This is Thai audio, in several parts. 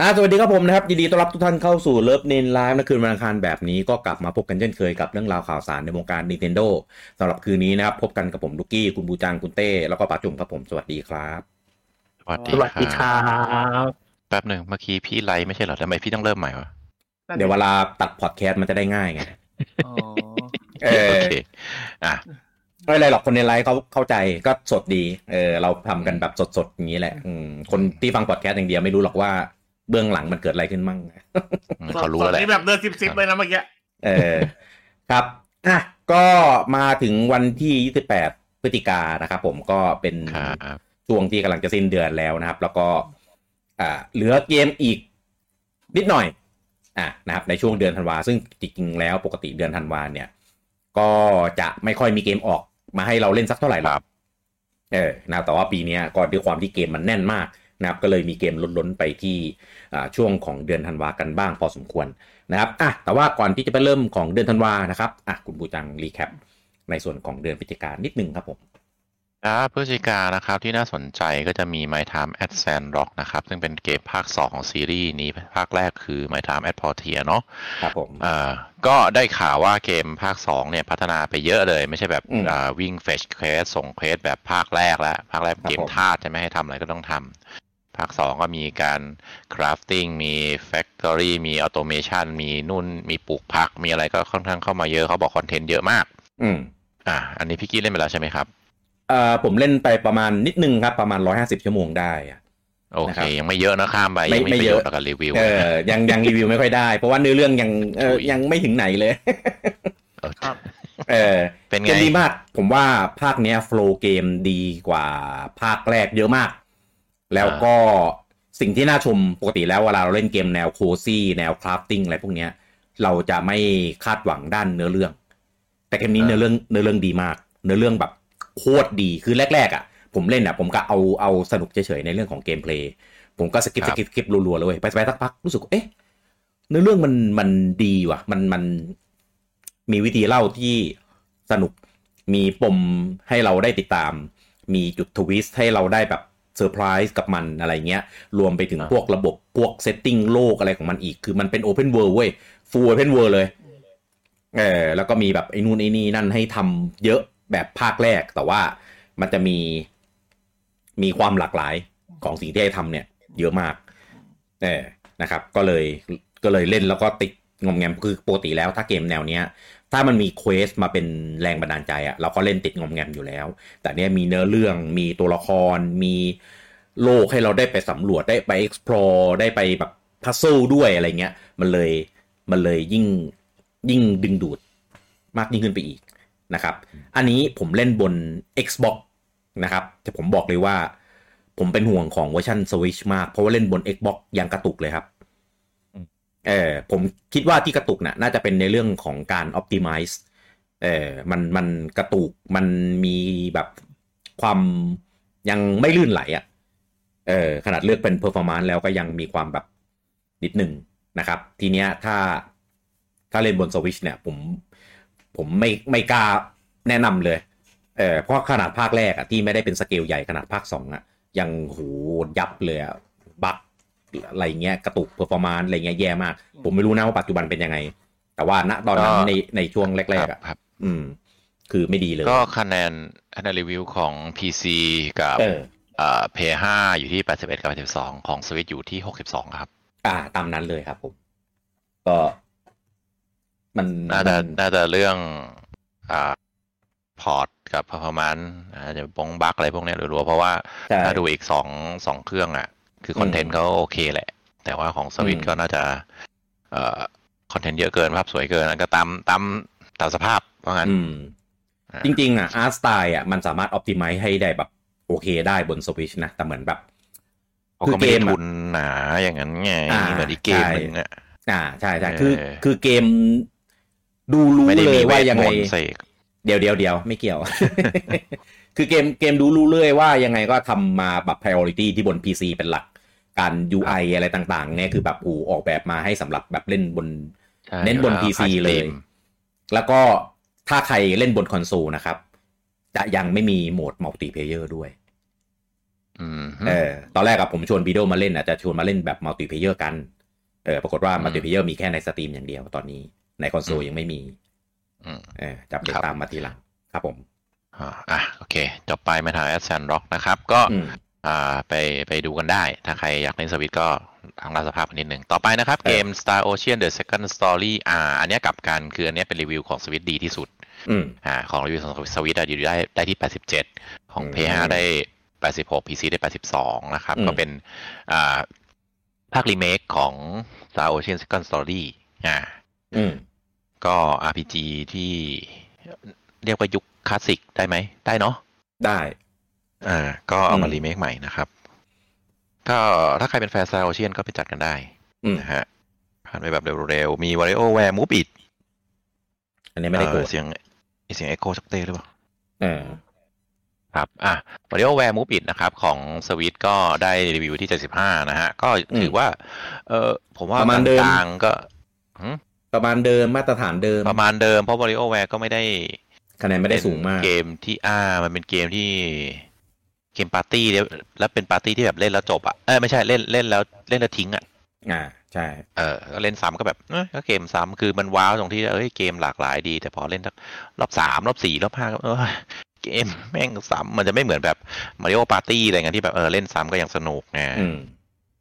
อ่าสวัสดีครับผมนะครับยินดีต้อนรับทุกท่านเข้าสู่เลิฟเนนไลฟ์นะคืนวันอังคารแบบนี้ก็กลับมาพบกันเช่นเคยกับเรื่องราวข่าวสารในวงการ Nintendo สำหรับคืนนี้นะครับ พบกันกับผมลูกกี้ คุณบูจัง คุณเต้ แล้วก็ป๋าจุ่มครับผม สวัสดีครับ สวัส สวัสดี ดี ค ครั รั บบ แป๊บหนึ่งเมื่อกี้พี่ไลฟ์ไม่ใช่เหรอทำไมพี่ต้องเริ่มใหม่วะ เดี๋ยวเวลาตัดพอดแคสต์มันจะได้ง่ายไง อ๋อ เออ โอเคอ่ะ ไม่เป็นไรหรอกคนในไลฟ์เขาเข้าใจก็สดดีเออเราทำกันแบบสดๆ อย่างนี้แหละอืมคนที่ฟังพอดแคสต์อย่างเดียวไม่รู้หรอกว่าเบื้องหลังมันเกิดอะไรขึ้นมั่ง อืมเขารู้แล้วแหละ นี่แบบเดินซิบซิบเลยนะเมื่อกี้ เออครับอ่ะก็มาถึงวันที่ 28 พฤศจิกานะครับผมก็เป็น ครับ ช่วงที่กำลังจะสิ้นเดือนแล้วนะครับ แล้วก็อ่าเหลือเกมอีกนิดหน่อยอ่ะนะครับในช่วงเดือนธันวาซึ่งจริงๆแล้วปกติเดือนธันวาเนี่ย ก็จะไม่ค่อยมีเกมออกมาให้เราเล่นสักเท่าไหร่หรอก ครับ เออนะครับแต่ว่าปีเนี้ยก็ด้วยความที่เกมมันแน่นมากนะครับก็เลยมีเกมล้นๆไปที่อ่าช่วงของเดือนธันวากันบ้างพอสมควร นะครับอ่ะแต่ว่าก่อนที่จะไปเริ่มของเดือนธันวานะครับอ่ะคุณบูจังรีแคปในส่วนของเดือนพฤศจิกายนนิดนึงครับผม ครับพฤศจิกานะครับที่น่าสนใจก็จะมี My Time at Sandrock นะครับ ซึ่งเป็นเกมภาค 2 ของซีรีส์นี้ภาคแรกคือ My Time at Portia เนาะ ครับผม อ่าก็ได้ข่าวว่าเกมภาค 2 เนี่ยพัฒนาไปเยอะเลย ไม่ใช่แบบ อืม อ่าวิ่งเฟชเควสส่งเควสแบบภาคแรกแล้วภาคแรกเป็นเก ค ม รับผม ธาตุใช่ไหมให้ทำอะไรก็ต้องทำภาค 2 ก็มีการคราฟติ้งมีแฟ c ทอรี่มีออโตเมชันมีนุ่นมีปลูกผัก มีอะไรก็ค่อนข้างเข้ามาเยอะเขาบอกคอนเทนต์เยอะมาก อืม อ่าอันนี้พี่กี้เล่นไปแล้วใช่ไหมครับ เอ่อผมเล่นไปประมาณนิดนึงครับ ประมาณ 150 ชั่วโมงได้อะ โอ นะ เค ครับ ยังไม่เยอะนะข้ามไป ไม่ ยังไม่ ไม่ ป เย ระ อะ โยชน์ต่อการรีวิว เออยังยังรีวิวไม่ค่อยได้ เพราะว่าเนื้อเรื่องยังเออยังไม่ถึงไหนเลย เออ ครับ เออ เป็นไง เกมดีมาก ผมว่าภาคเนี้ยโฟล์เกมดีกว่าภาคแรกเยอะมาก แล้วก็สิ่งที่น่าชมปกติแล้วเวลาเราเล่นเกมแนวโคซี่แนวคราฟติ้งอะไรพวกเนี้ย เราจะไม่คาดหวังด้านเนื้อเรื่อง แต่เกมนี้เนื้อเรื่องเนื้อเรื่องดีมาก เนื้อเรื่องแบบโคตรดีคือแรกๆอ่ะ ผมเล่นอ่ะผมก็เอาเอาสนุกเฉยๆในเรื่องของเกมเพลย์ผมก็สกิปสกิปสกิปรัวๆเลยเว้ยไปไปสักพักรู้สึกว่าเอ๊ะ เนื้อเรื่องมันมันดีว่ะ มันมันมีวิธีเล่าที่สนุกมีปมให้เราได้ติดตาม มีจุดทวิสต์ให้เราได้แบบเซอร์ไพรส์กับมันอะไรเงี้ย รวมไปถึงพวกระบบพวกเซตติ้งโลกอะไรของมันอีก คือมันเป็นโอเพนเวิลด์เว้ยฟูลโอเพนเวิลด์เลย เออแล้วก็มีแบบไอ้นู่นไอ้นี่นั่นให้ทำเยอะแบบภาคแรก แต่ว่ามันจะมีมีความหลากหลายของสิ่งที่ให้ทำเนี่ย เยอะมาก เออนะครับ ก็เลยก็เลยเล่นแล้วก็ติดงอมแงมคือปกติแล้วถ้าเกมแนวเนี้ย ถ้ามันมีเควสมาเป็นแรงบันดาลใจอะเราก็เล่นติดงอมแงมอยู่แล้ว แต่เนี้ยมีเนื้อเรื่องมีตัวละคร มีโลกให้เราได้ไปสำรวจได้ไป explore ได้ไปแบบพัซเซิลด้วยอะไรเงี้ย มันเลยมันเลยยิ่งยิ่งดึงดูดมากยิ่งขึ้นไปอีกนะครับ อันนี้ผมเล่นบน Xbox นะครับ แต่ผมบอกเลยว่า ผมเป็นห่วงของเวอร์ชัน Switch มาก เพราะว่าเล่นบน Xbox ยังกระตุกเลยครับ เออผมคิดว่าที่กระตุกน่ะน่าจะเป็นในเรื่องของการ optimize เออมันมันกระตุกมันมีแบบความยังไม่ลื่นไหลอะ่ะเออขนาดเลือกเป็น performance แล้วก็ยังมีความแบบนิดหนึ่งนะครับ ทีเนี้ยถ้าถ้าเล่นบน Switch เนี่ย ผมผมไม่ไม่กล้าแนะนำเลย เออเพราะขนาดภาคแรกอะที่ไม่ได้เป็นสเกลใหญ่ขนาดภาคสองอะยังโหยับเลยอะบักอะไรเงี้ยกระตุกเพอร์ฟอร์มานอะไรเงี้ยแย่มาก ผมไม่รู้นะว่าปัจจุบันเป็นยังไง แต่ว่าณตอนนั้นในในช่วงแรกๆอะ ครับ อืม คือไม่ดีเลย ก็คะแนนคะแนนรีวิวของ PC กับ เออ เอ่อ P5 อยู่ที่ 81 กับ 82 ของ Switch อยู่ที่ 62 ครับ อ่า ตามนั้นเลยครับผม ก็ มัน น่าจะ มัน น่าจะเรื่องอ่าพอร์ตกับ performance อาจจะบงบักอะไรพวกเนี้ยรัวๆเพราะว่า ใช่ ถ้าดูอีก 2 2 เครื่องอ่ะ คือคอนเทนต์เขาโอเคแหละ แต่ว่าของ Switch อืม ก็น่าจะเอ่อคอนเทนต์เยอะเกินภาพสวยเกินแล้วก็ตามตามตามสภาพว่างั้น อืม อ่า จริง ๆ อ่ะอาร์ตสไตล์อ่ะมันสามารถอ p พติ i z e ให้ได้แบบโอเคได้บนสวิชนะ แต่เหมือนแบบ เขาก็ไม่ได้ คือเกมอะ ทุนหนาอย่างนั้นไง อ่า เหมือนอีกเกมหนึ่งอะ ่าใช่ใช่ เออ คือ คือเกมดูรู้ ไม่ได้ เล มี ย เว ว่า ท ยัง ม ไง นต์เสก เดี๋ยวเดี๋ยวเดี๋ยวไม่เกี่ยว คือเกมเกมดูรู้เรื่อยว่ายังไงก็ทำมาแบบ priority ที่บน PC เป็นหลัก การ UI อะไรต่างๆ เนี่ยคือแบบอูออกแบบมาให้สำหรับแบบเล่นบน ใช่ เน้นบน แล้ว PC ขายสต เล รี ย ม แล้วก็ถ้าใครเล่นบนคอนโซลนะครับ จะยังไม่มีโหมดมัลติเพเยอร์ด้วย อืม เออตอนแรกอะผมชวนบีโดมาเล่นอะจะชวนมาเล่นแบบมัลติเพเยอร์กันเออปรากฏว่ามัลติเพเยอร์มีแค่ในสตรีมอย่างเดียวตอนนี้ในคอนโซลยังไม่มี อืม เออจับเด็ก ครับ ตามมาทีหลังครับผม อ่าอ่ะโอเค จบไปมาทางแอสซันร็อกนะครับ ก็ อืม อ่าไปไปดูกันได้ ถ้าใครอยากเล่นสวิตก็ทางราสภาพกันนิดหนึ่งต่อไปนะครับ เกม Star Ocean The Second Story อ่า อันเนี้ยกลับกัน คืออันเนี้ยเป็นรีวิวของสวิตดีที่สุด อืม อ่าของรีวิวของสวิตอะอยู่ได้ได้ที่ 87 ของ อืม P5 ได้ 86 PC ได้ 82 นะครับ อืม ก็เป็นอ่าภาครีเมคของ Star Ocean Second Story อ่า อืม ก็ RPG ที่เรียกว่ายุคคลาสสิกได้ไหม ได้เนาะ ได้ อ่า ก็เอามา อืม รีเมคใหม่นะครับก็ถ้าใครเป็นแฟนซาโอเชียนก็ไปจัดกันได้ อืม นะฮะ ผ่านไปแบบเร็วๆ มี w a r i o w a r e Move It อันนี้ไม่ได้โกรธ เสียงเสียงเอ็กโคสักเต้หรือเปล่า เออ ครับ อ่ะ WarioWare Move It นะครับ ของสวิตก็ได้รีวิวที่ 75 นะฮะ ก็ถือว่า เออผมว่า ประมาณเดิม กลางๆก็หืม ประมาณเดิมมาตรฐานเดิม ประมาณเดิม เพราะ WarioWare ก็ไม่ได้ คะแนนไม่ได้สูงมาก เป็นเกมที่อ่า มันเป็นเกมที่ เกมปาร์ตี้แล้วแล้วเป็นปาร์ตี้ที่แบบเล่นแล้วจบอ่ะ เออไม่ใช่เล่นเล่นแล้วเล่นแล้วทิ้งอ่ะ อ่า ใช่ เออก็เล่นซ้ำก็แบบเอ้ยก็เกมซ้ำคือมันว้าวตรงที่เอ้ยเกมหลากหลายดี แต่พอเล่นสักรอบสามรอบสี่รอบห้าก็เออเกมแม่งซ้ำมันจะไม่เหมือนแบบมาริโอปาร์ตี้อะไรเงี้ยที่แบบเออเล่นซ้ำก็ยังสนุกไง อืม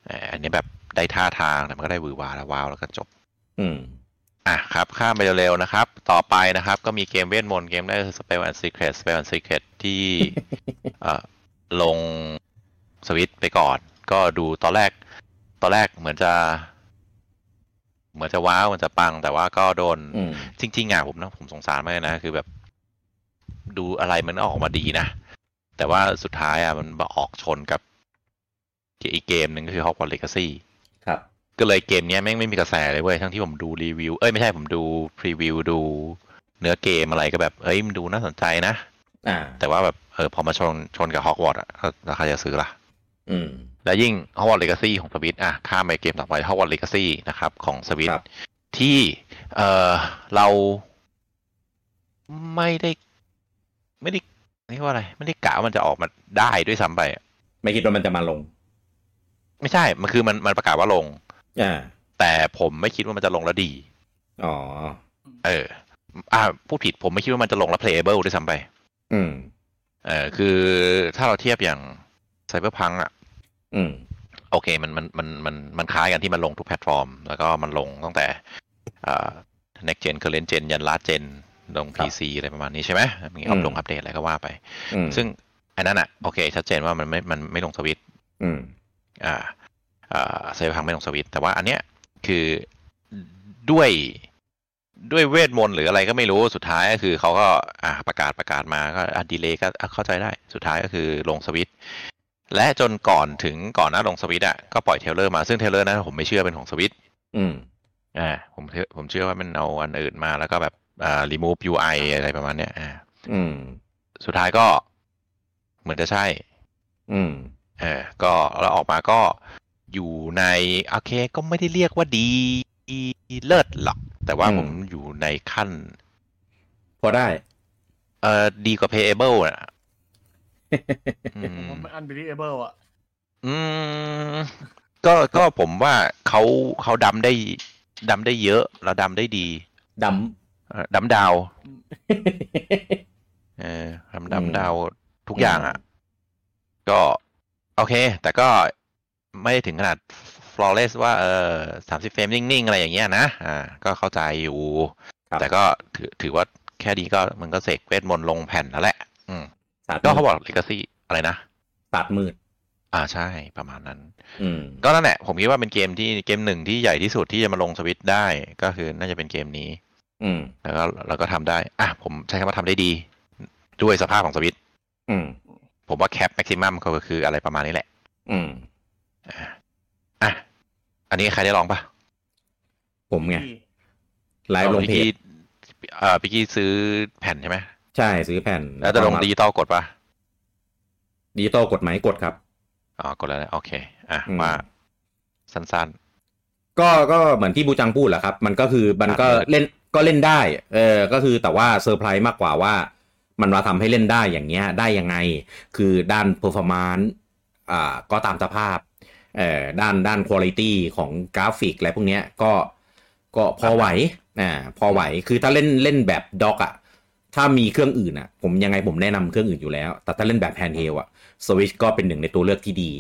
เอออันนี้แบบได้ท่าทางแต่มันก็ได้หวือหวาแล้วว้าวแล้วก็จบ อืม อ่ะครับ ข้ามไปเร็วๆนะครับ ต่อไปนะครับก็มีเกมเวทมนต์เกมแรกคือ Spell and Secret Spell and Secret ที่ เอ่อลงสวิตช์ไปก่อน ก็ดูตอนแรก ตอนแรกเหมือนจะ เหมือนจะว้าวเหมันจะปัง แต่ว่าก็โดน อืม จริงๆอ่ะผมนะผมสงสารมากเลยนะ คือแบบ ดูอะไรมันออกมาดีนะ แต่ว่าสุดท้ายอ่ะมันมาออกชนกับอีกเกมหนึ่งก็คือ Hogwarts Legacy ครับ ก็เลยเกมเนี้ยแม่งไม่มีกระแสเลยเว้ย ทั้งที่ผมดูรีวิว เอ้ยไม่ใช่ผมดูพรีวิวดู เนื้อเกมอะไรก็แบบ เอ้ยมันดูน่าสนใจนะ อ่า แต่ว่าแบบเออพอมาชนชนกับฮอกวอตส์อะแล้วใครจะซื้อล่ะ อืม และยิ่งฮอกวอตส์เลกาซี่ของสวิตอ่ะข้ามไปเกมต่อไปฮอกวอตส์เลกาซี่นะครับ ของสวิต ครับ ที่เออเราไม่ได้ ไม่ได้เรียกว่าอะไร ไม่ได้กะว่ามันจะออกมาได้ด้วยซ้ำไป ไม่คิดว่ามันจะมาลง ไม่ใช่ มันคือมันมันประกาศว่าลง อ่า แต่ผมไม่คิดว่ามันจะลงแล้วดี อ๋อ เออ อ่าพูดผิดผมไม่คิดว่ามันจะลงแล้ว playable ด้วยซ้ำไป อืม เออ คือถ้าเราเทียบอย่างไซเบอร์พังอ่ะ อืม โอเค มัน มัน มัน มัน มันคล้ายกันที่มันลงทุกแพลตฟอร์ม แล้วก็มันลงตั้งแต่อ่า next gen current gen ยัน last gen ลง ครับ PC อะไรประมาณนี้ใช่ไหมมีอัพลงอัปเดตอะไรก็ว่าไป อืม ซึ่งอันนั้นอ่ะ โอเค ชัดเจนว่ามันไม่ มันไม่ลงสวิตช์ อืม อ่าอ่าไซเบอร์พังไม่ลงสวิตช์แต่ว่าอันเนี้ยคือด้วยด้วยเวทมนต์หรืออะไรก็ไม่รู้สุดท้ายก็คือเขาก็อ่าประกาศประกาศมาก็อ่ะดีเลย์ก็อ่ะเข้าใจได้สุดท้ายก็คือลงสวิตช์และจนก่อนถึงก่อนหน้าลงสวิตช์อ่ะก็ปล่อยเทรลเลอร์มาซึ่งเทรลเลอร์นั้นผมไม่เชื่อเป็นของสวิตช์ อืม อ่าผมเชื่อผมเชื่อว่ามันเอาอันอื่นมาแล้วก็แบบอ่ารีมูฟ UI อะไรประมาณเนี้ยอ่า อืม สุดท้ายก็เหมือนจะใช่ อืม เออก็เราออกมาก็อยู่ในโอเคก็ไม่ได้เรียกว่าดีเลิศหรอก แต่ว่า อืม ผมอยู่ในขั้น พอได้ เออดีกว่า payable อ่ะ อื ผม ม ว่ามัน unbelievable อ่ะ อืมก็ก็ผมว่าเขาเขาดำได้ดำได้เยอะ แล้วดำได้ดี ด เอ่อดำดาว ำ เออดำ อืม ดำดาวทุกอย่างอ่ะ ก็โอเค แต่ก็ไม่ได้ถึงขนาด flawless ว่าเออสามสิบเฟรมนิ่ง ๆ อะไรอย่างเงี้ยนะ อ่า ก็เข้าใจอยู่ ครับ แต่ก็ถือถือว่าแค่นี้ก็มันก็เสกเวทมนต์ลงแผ่นแล้วแหละ อืม ศาสตร์ ก็ มื เขา ด บอก legacy อะไรนะ ศาสตร์มืด อ่าใช่ประมาณนั้น อืม ก็นั่นแหละ ผมคิดว่าเป็นเกมที่เกมหนึ่งที่ใหญ่ที่สุดที่จะมาลงสวิตช์ได้ ก็คือน่าจะเป็นเกมนี้ อืม แล้วก็เราก็ทำได้ อ่ะ ผมใช้คำว่าทำได้ดี ด้วยสภาพของสวิตช์ อืม ผมว่าแคปแม็กซิมัมก็คืออะไรประมาณนี้แหละ อืม อ่ะ อันนี้ใครได้ลองปะ ผมไง ไลฟ์ลงเพจ เอ่อพี่กี้ซื้อแผ่นใช่ไหม ใช่ซื้อแผ่น แล้วจะลงดิจิตอลกดปะ ดิจิตอลกฎหมายกดครับ อ๋อกดแล้วนะโอเค อ่ะ อืม ว่าสั้น ก็ก็เหมือนที่บูจังพูดแหละครับ มันก็คือมันก็ อ่า เล่นก็เล่นได้เออก็คือแต่ว่าเซอร์ไพรส์มากกว่าว่า มันมาทำให้เล่นได้อย่างเงี้ยได้ยังไง คือด้านเพอร์ฟอร์มานซ์ อ่าก็ตามสภาพเอ่อด้านด้านคุณภาพของกราฟิกอะไรพวกเนี้ยก็ก็พอไหวอ่าพอไหวคือถ้าเล่นเล่นแบบด็อกอะถ้ามีเครื่องอื่นอะผมยังไงผมแนะนำเครื่องอื่นอยู่แล้ว แต่ถ้าเล่นแบบแฮนด์เฮลอะสวิชก็เป็นหนึ่งในตัวเลือกที่ดี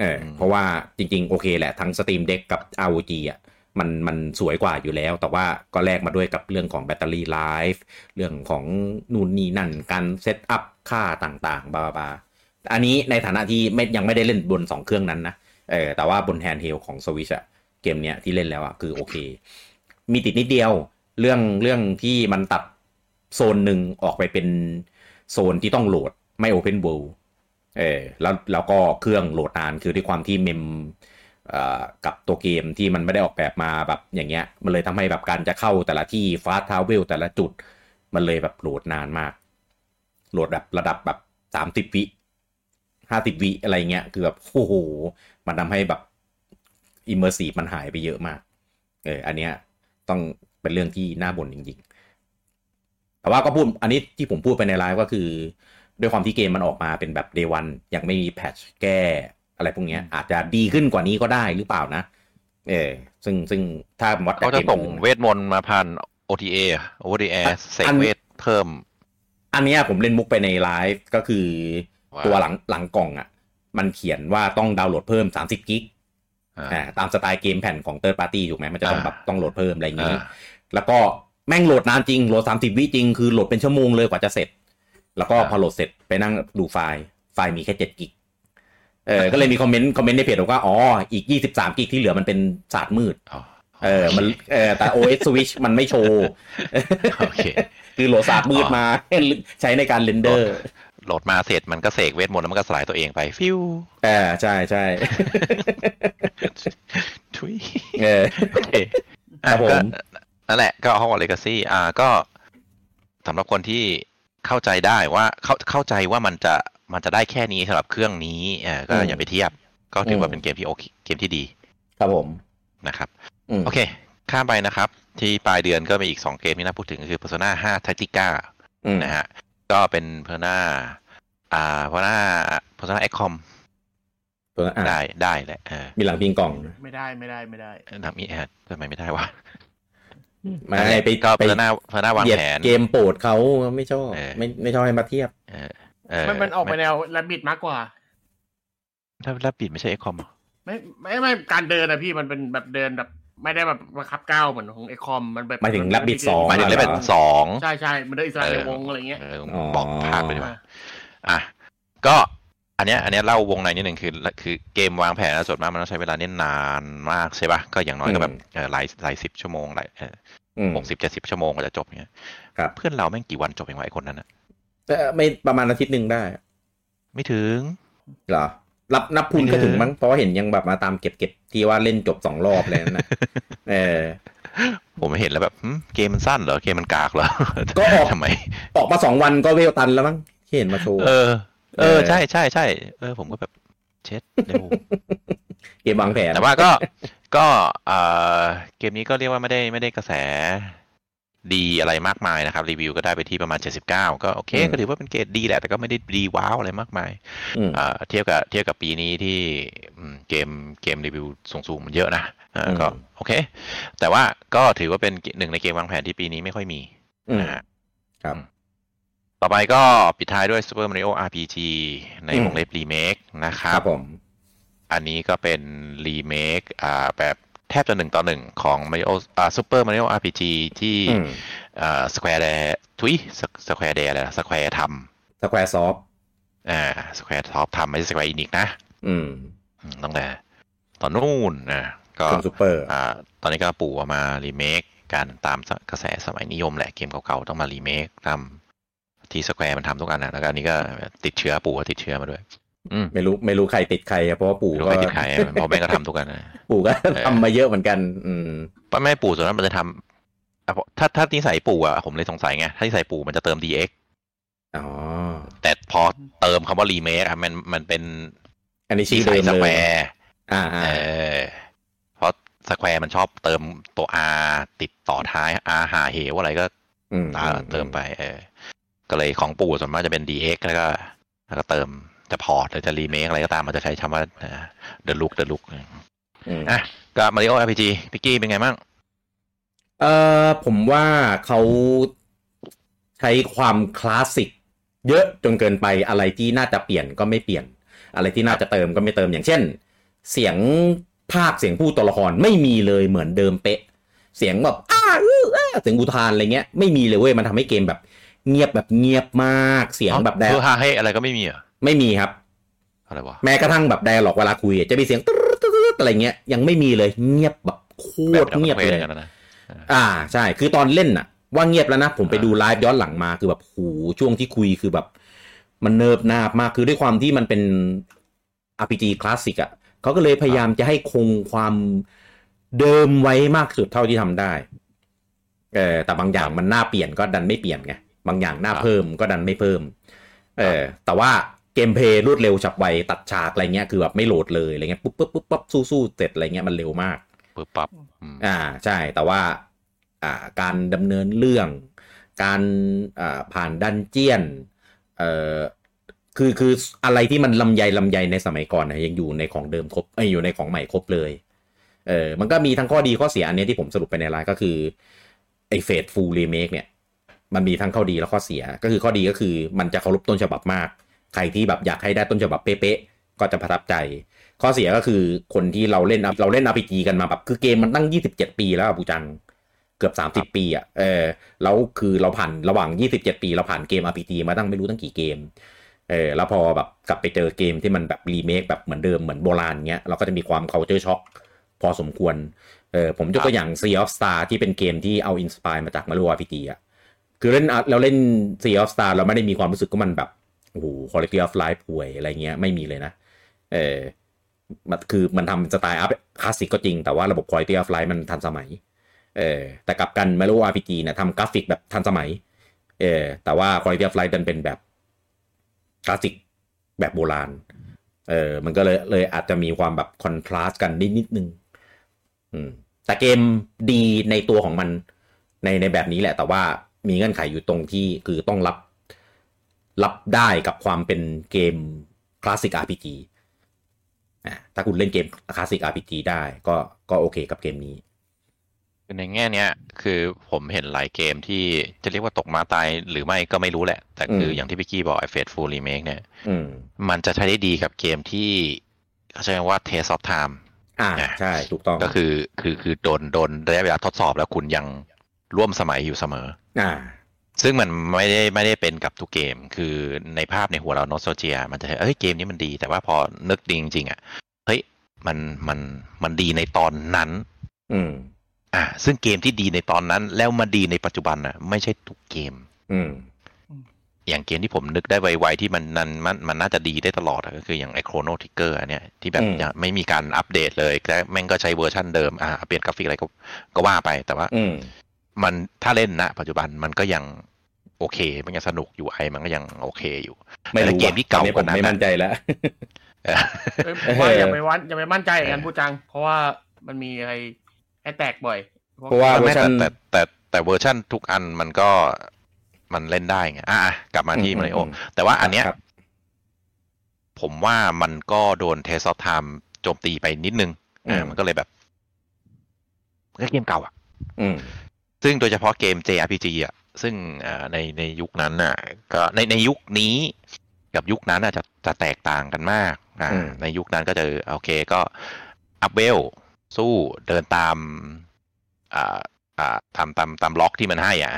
เออ อืม เพราะว่าจริง ๆ โอเคแหละ ทั้ง Steam Deck กับ ROG อะมันมันสวยกว่าอยู่แล้ว แต่ว่าก็แลกมาด้วยกับเรื่องของแบตเตอรี่ไลฟ์เรื่องของนู่นนี่นั่นการเซตอัพค่าต่างๆบาบา อันนี้ในฐานะที่ไม่ยังไม่ได้เล่นบน 2 เครื่องนั้นนะ เออแต่ว่าบนแฮนด์เฮลของสวิชอะเกมเนี้ยที่เล่นแล้วอะคือโอเค มีติดนิดเดียวเรื่องเรื่องที่มันตัดโซนหนึ่งออกไปเป็นโซนที่ต้องโหลดไม่โอเพนเวิลด์เออแล้วแล้วก็เครื่องโหลดนานคือด้วยความที่เมมเอ่อกับตัวเกมที่มันไม่ได้ออกแบบมาแบบอย่างเงี้ย มันเลยทำให้แบบการจะเข้าแต่ละที่ฟาสทาวเวลแต่ละจุด มันเลยแบบโหลดนานมาก โหลดแบบระดับแบบสามสิบวิ ห้าสิบวิอะไรเงี้ย คือแบบโอ้โห มันทำให้แบบอิมเมอร์ซีมันหายไปเยอะมาก เออ อันเนี้ยต้องเป็นเรื่องที่น่าบ่นจริงๆ แต่ว่าก็พูด อันนี้ที่ผมพูดไปในไลฟ์ก็คือ ด้วยความที่เกมมันออกมาเป็นแบบ day one ยังไม่มีแพทชแก้อะไรพวกเนี้ย อาจจะดีขึ้นกว่านี้ก็ได้หรือเปล่านะ เออ ซึ่งซึ่งถ้าวัดจก เขาจะ กม ส่ง อื่น เวทมนต์มาผ่าน OTA over the air เสก อัน เวทเพิ่ม อันเนี้ยผมเล่นมุกไปในไลฟ์ก็คือ ว่า ตัวหลังหลังกล่องอะ่ะ มันเขียนว่าต้องดาวน์โหลดเพิ่ม 30 กิก อ่า อ่าตามสไตล์เกมแผ่นของ Third Party ถูกไหมมันจะต้อง อ่า แบบต้องโหลดเพิ่มอะไรอย่างนี้ อ่า แล้วก็แม่งโหลดนานจริง โหลด 30 วิจริง คือโหลดเป็นชั่วโมงเลยกว่าจะเสร็จ แล้วก็ อ่า พอโหลดเสร็จไปนั่งดูไฟล์ ไฟล์มีแค่ 7 กิก เออ ก็เลยมีคอมเมนต์คอมเมนต์ในเพจบอกว่า อ๋อ อีก 23 กิกที่เหลือมันเป็นศาสตร์มืด เออ มัน เออ แต่ OS Switch มันไม่โชว์ โอเค คือโหลดศาสตร์มืดมา ใช้ในการเรนเดอร์ โหลดมาเสร็จมันก็เสกเวทมนต์แล้วมันก็สลาย ตัวเองไป ฟิว เออ ใช่ใช่ ทุย เออ โอเค ครั อ่ะ บผม ก็นั่นแหละก็ Hogwarts Legacy อ่าก็สำหรับคนที่เข้าใจได้ว่าเข้าเข้าใจว่ามันจะมันจะได้แค่นี้สำหรับเครื่องนี้เออก็อย่าไปเทียบ ก็ถือว่าเป็นเกมที่โอเคเกมที่ดี ครับผม นะครับ อืม โอเค ข้ามไปนะครับ ที่ปลายเดือนก็มีอีก 2 เกมที่น่าพูดถึงก็คือ Persona 5 Tactica อืม นะฮะ ก็เป็น Persona อ่า Persona Persona x c o m ตัวนั้นอ่ะ ได้ได้แหละเออ มีหลังพิงกล่อง ไม่ได้ไม่ได้ไม่ได้ นำมีแอดทำไมไม่ได้วะ ไม่ นั่นแหละ ไป ก็ ไป Persona Persona วาง เหยียด แผน เกมโปรดเขาไม่ชอบ เออ ไม่ไม่ชอบให้มาเทียบ เออเออ มันมันออกไปแนวระบิดมากกว่า ถ้าถ้าปิดไม่ใช่ x c o m ไม่ไม่ไม่การเดินนะพี่มันเป็นแบบเดินแบบ ไม่ได้แบบบังคับก้าวเหมือนของเอคอมมันแบบ หมายถึง น Rabbit 2 หมายถึงได้เป็น อ๋อ สอง ใช่ใช่มันได้อิสระในวงอะไรเงี้ย เออ อ๋อ บอกภาคไปดีกว่า อ่ะก็อันเนี้ยอันเนี้ยเล่าวงในนิดหนึ่งคือคือเกมวางแผนแล้วส่วนมากมันต้องใช้เวลาเนี่ยนานมากใช่ปะก็อย่างน้อยก็แบบเอ่อหลายหลายสิบชั่วโมงหลาย อืม หกสิบเจ็ดสิบชั่วโมงกว่าจะจบเงี้ย ครับ เพื่อนเราแม่งกี่วันจบเองวะไอ้คนนั้นอะ แต่ไม่ประมาณอาทิตย์หนึ่งได้ ไม่ถึง เหรอรับนับพูน เออ ก็ถึงมั้งเพราะว่าเห็นยังแบบมาตามเก็บเก็บที่ว่าเล่นจบสองรอบอะไรนั่น นะเออ ผมเห็นแล้วแบบหึเกมมันสั้นเหรอเกมมันกากเหรอ ก็ออก ทำไม ออกมาสองวันก็เวลตันแล้วมั้งที่เห็นมาโชว์ เออ เอ เออ อใช่ใช่ใช่เออผมก็แบบเช็ดเร็ว เกมวางแผน แต่ว่าก็ ก็เอ่อเกมนี้ก็เรียกว่าไม่ได้ไม่ได้กระแสดีอะไรมากมายนะครับ รีวิวก็ได้ไปที่ประมาณ 79 ก็โอเค ก็ถือว่าเป็นเกรดดีแหละ แต่ก็ไม่ได้ดีว้าวอะไรมากมาย อืม เอ่อเทียบกับเทียบกับปีนี้ที่อืมเกมเกมรีวิวสูงๆมันเยอะนะเออก็ อืม โอเค แต่ว่าก็ถือว่าเป็นหนึ่งในเกมวางแผนที่ปีนี้ไม่ค่อยมี อืม นะฮะ ครับ ต่อไปก็ปิดท้ายด้วย Super Mario RPG ใน อืม วงเล็บรีเมคนะค ค รั รับ บผม อันนี้ก็เป็นรีเมคอ่าแบบแทบจะหนึ่งต่อหนึ่งของ Mario อ่า Super Mario RPG ที่ อืม อ่า Square แดทุย Square แดอะไร Square ท สแควร์ซอฟ ำอ่า Square Top ทำไม่ใช่ Square Enix นะ อืม อืมตั้งแต่ตอนนู่นนะก็ เป็นซูเปอร์ อ่าตอนนี้ก็ปู่เอามารีเมคกันตามกระแสสมัยนิยมแหละเกมเก่าๆ ต้องมารีเมคทำที่สแควร์มันทำทุกอันนะแล้วก็อันนี้ก็ติดเชื้อปู่ก็ติดเชื้อมาด้วย อืม ไม่รู้ไม่รู้ใครติดใครอะเพราะว่าปู่ ไม่รู้ ก็ ใครติดใครเพราะแม่งก็ทำทุกอันนะ ปู่ก็ อ ทำมาเยอะเหมือนกัน อืม ป้าแม่ปู่ส่วนนั้นมันจะทำอ่ะเพราะถ้าถ้านิสัยปู่อ่ะผมเลยสงสัยไงถ้านิสัยปู่มันจะเติม DX อ๋อ แต่พอเติมคำว่ารีเมคอ่ะมันมันเป็น อันนี้ชื่ นิ อ สั เดิ ย ม สแค เล วย ร์ อ่าอ่า เออเพราะสแควร์มันชอบเติมตัว R ติดต่อท้าย R หาเหวอะไรก็ อืม อ่าเติมไปเออ ก็เลยของปู่ส่วนมากจะเป็น DX แล้วก็แล้วก็เติม จะพอร์ตหรือจะรีเมคอะไรก็ตามมันจะใช้คำว่าเดอะลุกเดอะลุก อืม อ่ะก็มาริโอ RPG พิกกี้เป็นไงบ้าง เออผมว่าเขาใช้ความคลาสสิกเยอะจนเกินไปอะไรที่น่าจะเปลี่ยนก็ไม่เปลี่ยน อะไรที่น่าจะเติมก็ไม่เติมอย่างเช่น เสียงภาคเสียงผู้ตัวละครไม่มีเลยเหมือนเดิมเป๊ะ เสียงแบบอ้าอื้ออ้าเสียงอุทานอะไรเงี้ยไม่มีเลยเว้ยมันทำให้เกมแบบ เงียบแบบเงียบมากเสียงแบบแด เพื่อฮาให้อะไรก็ไม่มีเหรอ ไม่มีครับ อะไรวะ แม้กระทั่งแบบไดร์หลอกเวลาคุยอะจะมีเสียงตึ๊ดตึ๊ดตึ๊ดอะไรเงี้ยยังไม่มีเลยเงียบแบบโคตรเงียบ แบบ เล ป็น ย กันนะ อ่าใช่ คือตอนเล่นน่ะ ว่าเงียบแล้วนะ ผมไป อ่า ดูไลฟ์ย้อนหลังมาคือแบบโหช่วงที่คุยคือแบบ มันเนิบนาบมากคือด้วยความที่มันเป็น RPG คลาสสิกอ่ะเขาก็เลยพยายามจะให้คงความเดิมไว้มากสุดเท่าที่ทำได้เออแต่บางอย่างมันน่าเปลี่ยนก็ดันไม่เปลี่ยนไงบางอย่างน่าเพิ่มก็ดันไม่เพิ่ม เออแต่ว่าเกมเพลย์รวดเร็วฉับไวตัดฉากอะไรเงี้ยคือแบบไม่โหลดเลยอะไรเงี้ยปุ๊บปุ๊บปุ๊บปั๊บสู้สู้เสร็จอะไรเงี้ยมันเร็วมาก ปึ๊บปั๊บอืม อ่าใช่แต่ว่าอ่าการดำเนินเรื่อง การอ่าผ่านดันเจียนเอ่อคือคืออะไรที่มันลำไยลำไยในสมัยก่อนนะยังอยู่ในของเดิมครบเอ้ยอยู่ในของใหม่ครบเลยเออมันก็มีทั้งข้อดีข้อเสียอันเนี้ยที่ผมสรุปไปในไลน์ก็คือไอเฟสฟูลรีเมคเนี่ยมันมีทั้งข้อดีและข้อเสียก็คือข้อดีก็คือมันจะเคารพต้นฉบับมาก ใครที่แบบอยากให้ได้ต้นฉบับเป๊ะๆก็จะประทับใจ ข้อเสียก็คือคนที่เราเล่นเราเล่น RPG กันมาแบบคือเกมมันตั้ง 27 ปีแล้วอะปูจังเกือบ 30 ปีอ่ะเออแล้วคือเราผ่านระหว่าง 27 ปีเราผ่านเกม RPG มาตั้งไม่รู้ตั้งกี่เกมเออแล้วพอแบบกลับไปเจอเกมที่มันแบบรีเมคแบบเหมือนเดิมเหมือนโบราณเงี้ยเราก็จะมีความ culture shock พอสมควรเออผมยกตัวอย่าง Sea of Star ที่เป็นเกมที่เอาอินสปายมาจากมารู RPG อ่ะคือเล่นเราเล่น Sea of Star เราไม่ได้มีความรู้สึกว่ามันแบบโอ้โห quality of life ห่วยอะไรเงี้ยไม่มีเลยนะ เออมันคือมันทำสไตล์อัพคลาสสิกก็จริง แต่ว่าระบบ Quality of Life มันทันสมัย เออแต่กลับกันไม่รู้ว่า RPG เนี่ยทำกราฟิกแบบทันสมัย เออแต่ว่า Quality of Life ดันเป็นแบบคลาสสิกแบบโบราณ เออมันก็เลยเลยอาจจะมีความแบบคอนทราสต์กันนิดนิดนึงอืมแต่เกมดีในตัวของมันในในแบบนี้แหละ แต่ว่ามีเงื่อนไขอยู่ตรงที่คือต้องรับ รับได้กับความเป็นเกมคลาสสิก RPG อ่ะถ้าคุณเล่นเกมคลาสสิก RPG ได้ก็ก็โอเคกับเกมนี้ ในแง่เนี้ย คือผมเห็นหลายเกมที่จะเรียกว่าตกมาตายหรือไม่ก็ไม่รู้แหละ แต่คืออ ม อย่างที่พิกกี้บอกไอเฟสฟูลรีเมคเนี่ย อืม มันจะใช้ได้ดีกับเกมที่เขาใช้คำว่า test of time อ่า ใช่ ถูกต้อง ก็คือคือคือโดนโดนระยะเวลาทดสอบแล้วคุณยังร่วมสมัยอยู่เสมอ อ่า ซึ่งมันไม่ได้ไม่ได้เป็นกับทุกเกม คือในภาพในหัวเราโนสโตเจีย มันจะเอ้ยเกมนี้มันดี แต่ว่าพอนึกดีจริงๆอ่ะเฮ้ยมันมันมันดีในตอนนั้น อืม อ่ะซึ่งเกมที่ดีในตอนนั้น แล้วมาดีในปัจจุบันอ่ะไม่ใช่ทุกเกม อืม อย่างเกมที่ผมนึกได้ไวๆที่มันนั้นมันมันน่าจะดีได้ตลอดอะก็คืออย่างไอโครโนทิกเกอร์เนี่ยที่แบบ อืม ยังไม่มีการอัปเดตเลยและแม่งก็ใช้เวอร์ชั่นเดิมอ่ะเปลี่ยนกราฟิกอะไรก็ก็ว่าไปแต่ว่า อืม มันถ้าเล่นณปัจจุบันมันก็ยังโอเค มันยังสนุกอยู่ไอมันก็ยังโอเคอยู่ ไม่รู้ แต่เกมที่เก่ากว่านั้น ไม่ อะ มั่นใจแล้ว เออ เอ้ยผมว่าอย่าไปวัดอย่าไปมั่นใจอย่างนั้นพูดจัง เพราะว่ามันมีอะไรให้แตกบ่อย เพราะว่า เวอ แม้ ร์ชัน แต่แต่แต่แต่เวอร์ชันทุกอันมันก็มันเล่นได้ไงอ่ะอ่ะกลับมาที่ อืม มาริโอ อืม แต่ว่าอันเนี้ย ครับ ผมว่ามันก็โดนเทสซอ t i ม e โจมตีไปนิดนึง อืม อ่ามันก็เลยแบบมันก็เกมเก่าอ่ะ อืม ซึ่งโดยเฉพาะเกม JRPG อ่ะ ซึ่งอ่าในในยุคนั้นน่ะ ก็ในในยุคนี้กับยุคนั้นอาจจะจะแตกต่างกันมากอ่า อืม ในยุคนั้นก็จะโอเคก็อัพเวลสู้เดินตามอ่าอ่าตามตามตามล็อกที่มันให้อ่ะ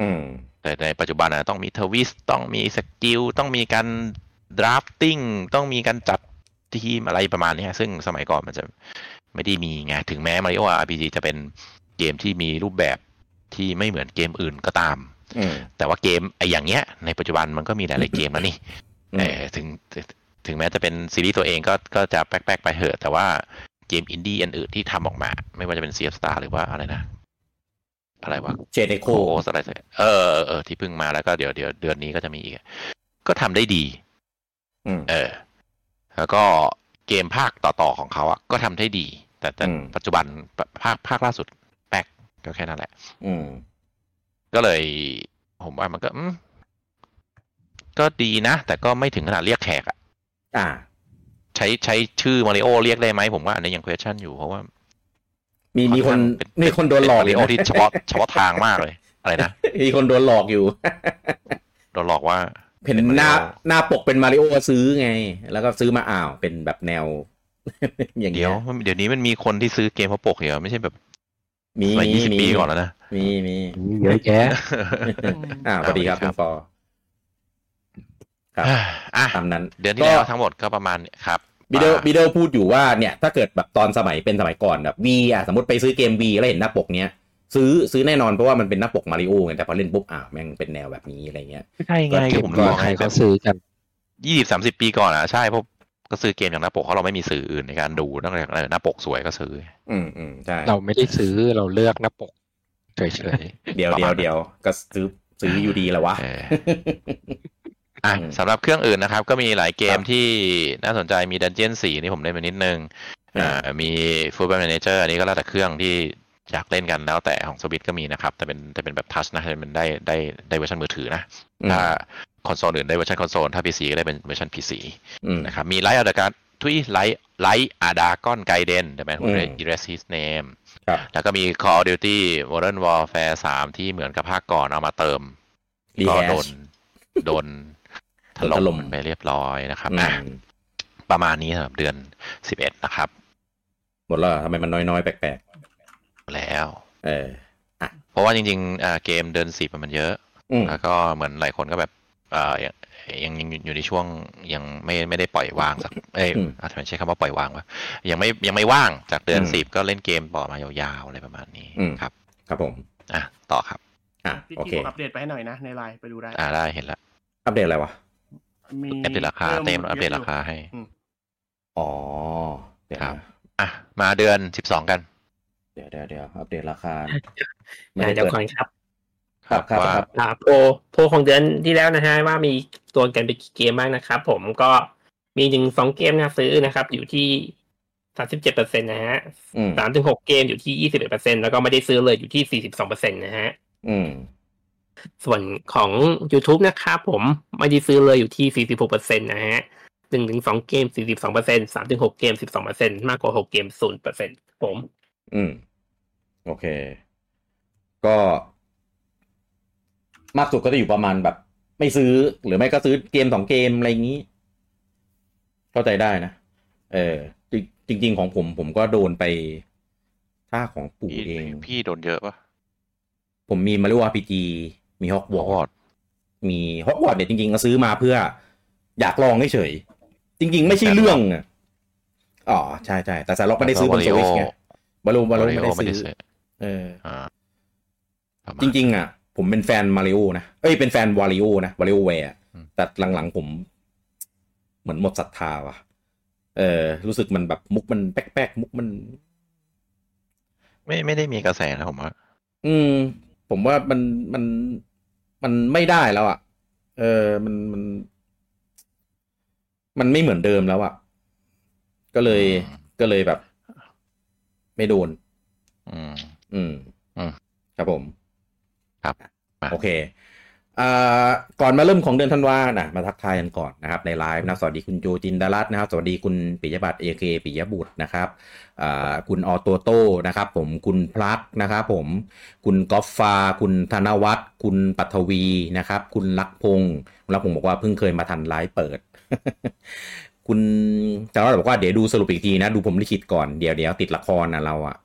อืม แต่ในปัจจุบันนะต้องมีทวิสต์ต้องมีสกิลต้องมีการดราฟติ้งต้องมีการจัดทีมอะไรประมาณเนี้ยซึ่งสมัยก่อนมันจะไม่ได้มีไงถึงแม้มาริโอ RPG จะเป็นเกมที่มีรูปแบบที่ไม่เหมือนเกมอื่นก็ตาม อืม แต่ว่าเกมไออย่างเงี้ยในปัจจุบันมันก็มีหลายๆเกมแล้วนี่ อืม เออถึงถึงแม้จะเป็นซีรีส์ตัวเองก็ก็จะแป๊กๆไปเถอะ แต่ว่าเกมอินดี้อันอื่นที่ทำออกมา ไม่ว่าจะเป็น Sea of Star หรือว่าอะไรนะอะไรวะ เชนเอโค โคสอะไรสักอย่างเออเออเออที่เพิ่งมาแล้วก็เดี๋ยวเดี๋ยวเดือนนี้ก็จะมีอีก ก็ทำได้ดี อืม เออ แล้วก็เกมภาคต่อๆของเขาอะก็ทำได้ดี แต่แต่ อืม ปัจจุบันปะภาคภาคล่าสุดแป๊กก็แค่นั้นแหละ อืม ก็เลย ผมว่ามันก็อืมก็ดีนะ แต่ก็ไม่ถึงขนาดเรียกแขกอะ อ่า ใช้ใช้ชื่อมาริโอเรียกได้ไหมผมว่าอันนี้ยัง question อยู่เพราะว่า มีมีคน เป็น มีคนโดนหลอก มาริ ยู่ โอ นะ ที่เฉพาะเฉพาะทางมากเลยอะไรนะ มีคนโดนหลอก อยู่ โดนหลอกว่า เห็น เป็น หน้า Mario หน้าปกเป็นมาริโอซื้อไง แล้วก็ซื้อมาอ้าวเป็นแบบแนว อย่าง เดี๋ เงี้ ย ยว มันเดี๋ยวนี้มันมีคนที่ซื้อเกมเพราะปกเหรอไม่ใช่แบบ มี สมัย มี ยี่สิบ มี ปีก่อนแล้วนะ มีมี มีเยอะแยะ อ่าสวัสดีครับ ค คุ รับ ณฟอร์ครับ อ่ะ ตามนั้น เดือนที่แล้ว ก็ ทั้งหมดก็ประมาณนี้ครับ บิเดอร์ อ่า บิเดอร์พูดอยู่ว่าเนี่ย ถ้าเกิดแบบตอนสมัยเป็นสมัยก่อนแบบวีอ่ะสมมติไปซื้อเกมวีแล้วเห็นหน้าปกเนี้ยซื้อซื้อแน่นอนเพราะว่ามันเป็นหน้าปกมาริโอไงแต่พอเล่นปุ๊บอ้าวแม่งเป็นแนวแบบนี้อะไรเงี้ย ใช่ไง ก็ ผม ก็ บอก ใคร ให้ ก็ซื้อกัน ยี่สิบสามสิบปีก่อนอ่ะใช่เพราะก็ซื้อเกมอย่างหน้าปกเพราะเราไม่มีสื่ออื่นในการดูนอกจากเออหน้าปกสวยก็ซื้อ อืมอืมใช่ เราไม่ได้ซื้อเราเลือกหน้าปกเฉย เดี๋ยวเดี๋ประมา ยว ณ เดี๋ยวก็ซื้อซื้ออยู่ดีแหละวะ เอออ่ะ อืม สำหรับเครื่องอื่นนะครับ ก็มีหลายเกม ครับ ที่น่าสนใจมีดันเจียนสี่นี่ผมเล่นไปนิดนึง อ่า อ่ามีฟู b บ l แมเนเจอร์อันนี้ก็แล้วแต่เครื่องที่อยากเล่นกันแล้วแต่ของสวิตก็มีนะครับ แต่เป็นแต่เป็นแบบทัชนะเป็นได้ได้ได้เวอร์ชันมือถือนะ อืม ถ้าคอนโซลอื่นได้เวอร์ชันคอนโซลถ้า PC ก็ได้เป็นเวอร์ชัน PC อืม นะครับมีไลท์อาดากาทุยไลท์ไลท์อาดากอนไกเดนแต่เป็น อืม อีเรสฮิสเนม ครับ แล้วก็มี Call of Duty Modern Warfare 3 ที่เหมือนกับภาคก่อนเอามาเติม รี ก็ แฮ โด ช น โดนถ ถล่ ล่ ม มไปเรียบร้อยนะครับ อื อ่ะ ม ประมาณนี้สำหรับเดือน 11 นะครับ หมดแล้วเหรอทำไมมันน้อยๆแปลก แล้ว ๆเออ เพราะว่าจริงๆอ่าเกมเดือน10 มันเยอะ อืม แล้วก็เหมือนหลายคนก็แบบเอ่อยังยังยังอยู่ในช่วงยังไม่ไม่ได้ปล่อยวางสักเอ้ย อืม อาจจะไม่ใช้คำว่าปล่อยวางวะยังไม่ยังไม่ว่างจากเดือน อืม สิบก็เล่นเกมต่อมายาวๆอะไรประมาณนี้ อืม ครับ ครับผม อ่ะต่อครับ อ่ะ พี่ โอ ที่ เค บอกอัปเดตไปให้หน่อยนะในไลน์ไปดูได้ อ่าได้เห็นละ อัปเดตอะไรวะ มี อัปเดตราคาเต็มอัปเดต ยะยู่ ราคาให้ อ๋อ เดี๋ยว ครั นะ บ อ่ะมาเดือนสิบสองกัน เดี๋ยวเดี๋ยวเดี๋ยวอัปเดตราคา เดี๋ยวก่อนครับ ครับครับ ว่า ครับ อ่าโพลโพลของเดือนที่แล้วนะฮะว่ามีตัวกันไปกี่เกมบ้างนะครับ ผมก็มีถึงสองเกมนะซื้อนะครับ อยู่ที่สามสิบเจ็ดเปอร์เซ็นนะฮะ อืม สามถึงหกเกมอยู่ที่ยี่สิบเอ็ดเปอร์เซ็นแล้วก็ไม่ได้ซื้อเลยอยู่ที่สี่สิบสองเปอร์เซ็นนะฮะ อืม ส่วนของ YouTube นะครับผมไม่ได้ซื้อเลยอยู่ที่ 46%นะฮะ1ถึง2เกม 42% 3ถึง6เกม 12%มากกว่า 6 เกม 0%ผม อืม โอเค ก็ มากสุดก็จะอยู่ประมาณแบบ ไม่ซื้อหรือไม่ก็ซื้อเกมสองเกมอะไรอย่างนี้ เข้าใจได้นะ เออ จริงจริง ๆ ของผม ผมก็โดนไปท่าของปู่ พี่ เอง พี่โดนเยอะปะ ผมมีมาริโอ RPG มีฮอกวอ Hogwarts ตมีฮอกวอตเนี่ยจริงๆก็ซื้อมาเพื่อ อยากลองเฉยๆจริง ๆ ไม่ใช่เรื่องอะอ๋อใช่ใช่แต่สาร็อกไม่ได้ซื้อบนสวิตชไงบารูบารูไม่ได้ ไม่ได้ ซื้อ ซื้อ เออ อ่าประมาณ จริง ๆ อ่ะ ผมเป็นแฟนมาริโอนะ เอ้ยเป็นแฟนวาริโอนะวาริโอแวร์อะ อืม แต่หลัง ๆ ผม เหมือนหมดศรัทธาว่ะ เออ รู้สึกมันแบบมุกมันแป๊กๆ มุกมัน ไม่ไม่ได้มีกระแสนะผมว่า อืม ผมว่ามันมันมันไม่ได้แล้วอ่ะ เออมันมัน มันไม่เหมือนเดิมแล้วอ่ะ ก็เลย อืม ก็เลยแบบ ไม่โดน อืม อืม อืม ครับผม ครับมา โอเคอ่าก่อนมาเริ่มของเดือนธันวานะมาทักทายกันก่อนนะครับในไลฟ์นะสวัสดีคุณโจจินดารัตน์นะครับ สวัสดีคุณปิยบัตรเอเคปิยบุตรนะครับอ่าคุณออโตโต้นะครับ ผมคุณพลักนะครับผม คุณกอฟฟา คุณธนวัฒน์คุณปัทวีนะครับ คุณลักพงศ์คุณลักพงศ์บอกว่าเพิ่งเคยมาทันไลฟ์เปิด คุณจารัตบอกว่าเดี๋ยวดูสรุปอีกทีนะ ดูผมลิขิตก่อนเดี๋ยวเดี๋ยวติดละครนะเราอะ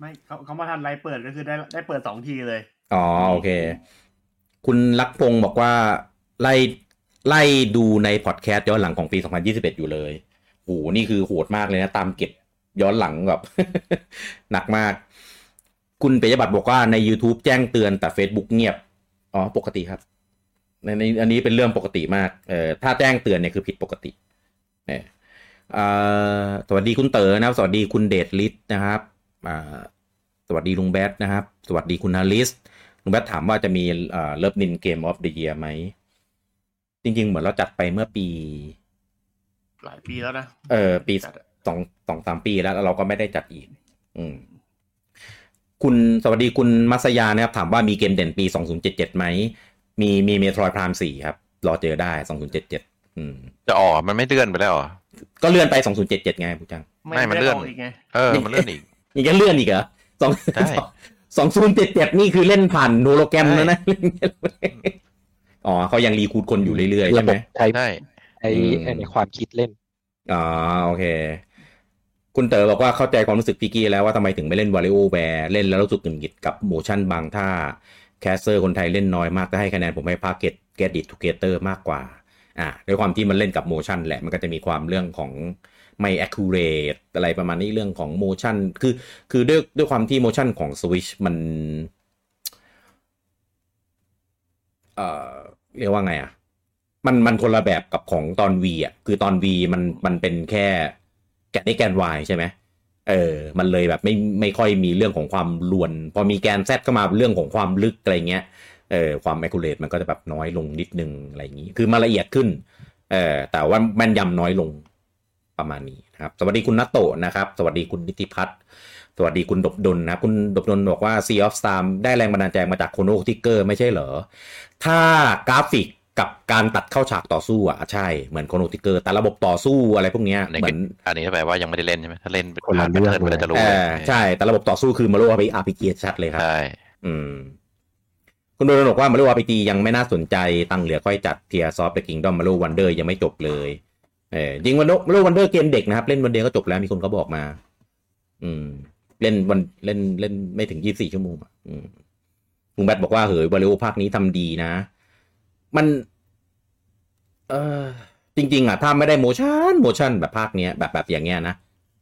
ไม่เขาเขามาทันไลฟ์เปิดก็คือได้ได้เปิดสองทีเลย อ๋อโอเค คุณลักพงศ์บอกว่าไล่ไล่ดูในพอดแคสต์ย้อนหลังของปี 2021 อยู่เลยโหนี่คือโหดมากเลยนะ ตามเก็บย้อนหลังแบบ หนักมาก คุณเปยบัตรบอกว่าใน YouTube แจ้งเตือนแต่ Facebook เงียบ อ๋อ ปกติครับในในอันนี้เป็นเรื่องปกติมากเอ่อถ้าแจ้งเตือนเนี่ยคือผิดปกติเนี่ยอ่าสวัสดีคุณเต๋อนะครับ สวัสดีคุณเดชฤทธิ์นะครับอ่าสวัสดีลุงแบทนะครับ สวัสดีคุณฮาริส ลุงแบทถามว่าจะมีเลิฟนินเกมออฟเด e y เ a ียไหม จริง ๆ เหมือนเราจัดไปเมื่อปี หลายปีแล้วนะ เออปี จัดอะ สองสองสามปีแล้วแล้วเราก็ไม่ได้จัดอีก อืม คุณสวัสดีคุณมัสยานะครับ ถามว่ามีเกมเด่นปี 2077ไหม มีมีเมโทรพราม4ครับ รอเจอได้ 2077 อืม จะออกมันไม่เลื่อนไปแล้วเหรอ ก็เลื่อนไป 2077 ไงผู้จัง ไม่มันเลื่อน ได้กอีกไง เออ มันเลื่อนอีก ยังจะเลื่อนอีกเหรอสอง ใช่ สองศูนย์เจ็ดเจ็ดนี่คือเล่นผ่านโฮโลแกรมแล้วนะอ๋อเขายังรีคูดคนอยู่เรื่อยๆ ระ ใช่ บ ไหม บใช้ ใช่ ใช้ อืม ในความคิดเล่น อ๋อโอเค คุณเต๋อบอกว่าเข้าใจความรู้สึกพี่กี้แล้วว่าทำไมถึงไม่เล่นวาริโอแวร์เล่นแล้วรู้สึกหงุดหงิดกับโมชั่นบางท่า แคสเซอร์คนไทยเล่นน้อยมากแต่ให้คะแนนผมให้พาเกตเกตดิทูเกเตอร์มากกว่า อ่าด้วยความที่มันเล่นกับโมชั่นแหละ มันก็จะมีความเรื่องของไม่ accurate อะไรประมาณนี้เรื่องของโมชั่นคือ คือด้วยด้วยความที่โมชั่นของ Switch มัน เอ่อเรียกว่าไงอ่ะ มันมันคนละแบบกับของตอน V อ่ะ คือตอน V มันมันเป็นแค่แกนนี้แกน Y ใช่ไหมเออ มันเลยแบบไม่ไม่ค่อยมีเรื่องของความลวน พอมีแกน Z เข้ามาเรื่องของความลึกอะไรเงี้ย เออความ accurate มันก็จะแบบน้อยลงนิดนึงอะไรอย่างนี้ คือมาละเอียดขึ้น เออแต่ว่าแม่นยำน้อยลงประมาณนี้นะครับ สวัสดีคุณนัตโตะนะครับ สวัสดีคุณนิติพัฒน์ สวัสดีคุณดบดลนะครับ คุณดบดลบอกว่า Sea of Star ได้แรงบันดาลใจมาจากโคโนทิกเกอร์ไม่ใช่เหรอ ถ้ากราฟิกกับการตัดเข้าฉากต่อสู้อ่ะใช่ เหมือนโคโนทิกเกอร์ แต่ระบบต่อสู้อะไรพวกเนี้ย อันนี้ เหมือน อันนี้แปลว่ายังไม่ได้เล่นใช่ไหมถ้าเล่น คนละ ผ่าแพทเทิร์นเวลาเรื่องจะรู้ เอ เลย อใช่ แต่ระบบต่อสู้คือมารูอาร์พีอาร์พีเชัดเลยครับ ใช่ อืม คุณโดนบอกว่ามารูอาร์พียังไม่น่าสนใจตังค์เหลือค่อยจัดเทียซอฟต์เดอะกิงดอมมารูวันเดอร์ยังไม่จบเลย เออจริงวันมารูวันเดอร์เกมเด็กนะครับ เล่นวันเดียวก็จบแล้วมีคนเขาบอกมา อืม เล่นวันเล่นเล่นไม่ถึงยี่สิบสี่ชั่วโมงอะอืมลุงแบทบอกว่าเหยวาริโอภาคนี้ทำดีนะ มัน เออจริง ๆ อ่ะ ถ้าไม่ได้โมชั่นโมชั่นแบบภาคเนี้ยแบบแบบอย่างเงี้ยนะ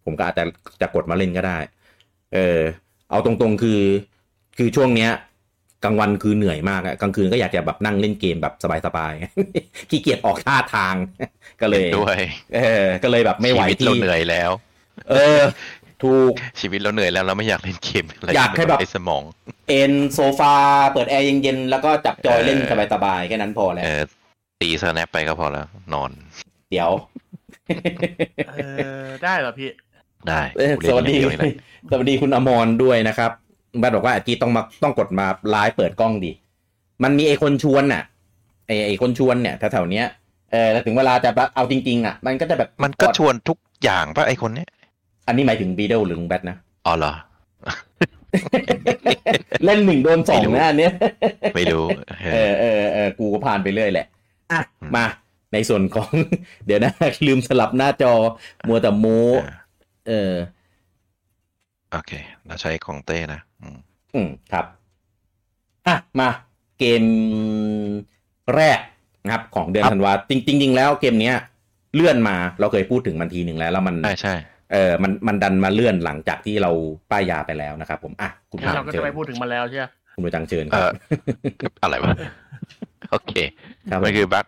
ผมก็อาจจะจะกดมาเล่นก็ได้ เออ เอาตรงๆคือ คือช่วงเนี้ยกลางวันคือเหนื่อยมากอะกลางคืนก็อยากจะแบบนั่งเล่นเกมแบบสบายๆ ขี้เกียจออกท่าทาง ก็เลย ห็นด้วย เออ ก็เลยแบบไม่ไหว ชีวิต ที่ เราเหนื่อยแล้ว เออ ถูก ชีวิตเราเหนื่อยแล้วเราไม่อยากเล่นเกม อะไร อยากให้แบบ ไอ้สมอง เอนโซฟาเปิดแอร์เย็นๆ แล้วก็จับจอยเล่น เออ สบายๆแค่นั้นพอแล้ว เออตีสแนปไปก็พอแล้ว นอน เดี๋ยว เออได้เหรอพี่ ได้ เอ้ย กูเล่น สวัสดี อย่างเยวนี่แหละ สวัสดีคุณอมรด้วยนะครับบัตบอกว่าอาจีต้องมาต้องกดมาไลฟ์เปิดกล้องดิ มันมีไอคนชวนน่ะ ไอไอคนชวนเนี่ยแถวๆเนี้ย เออแล้วถึงเวลาจะแบบเอาจริงๆอ่ะ มันก็จะแบบ มันก็ชวนทุกอย่างป่ะไอ้คนเนี้ย อันนี้หมายถึงบีเดลหรือลุงแบทนะ อ๋อ เหรอ เล่นหนึ่งโดนสอง ไม่รู้ นะอันเนี้ย ไม่รู้เอ เอ อ อเออเออกูก็ผ่านไปเรื่อยแหละ อ่ะ อืม มา ในส่วนของ เดี๋ยวนะ ลืมสลับหน้าจอ มัวแต่โมเออ โอเค เราใช้ของเต้นะอืม อืมครับ อ่ะ มาเกมแรกนะครับ ของเดือนธันวาจริงจริง ๆ แล้วเกมเนี้ย เลื่อนมาเราเคยพูดถึงมันทีหนึ่งแล้ว แล้วมัน ใช่ใช่ เออมันมันดันมาเลื่อนหลังจากที่เราป้ายยาไปแล้วนะครับผมอ่ะคุณผู้ เราก็ จังเชิ จะไป ญ พูดถึงมันแล้วใช่ไหม คุณผู้จังเชิญค เอ รับ ออะไรวะ โอเค ครับ มัผนม คือบัก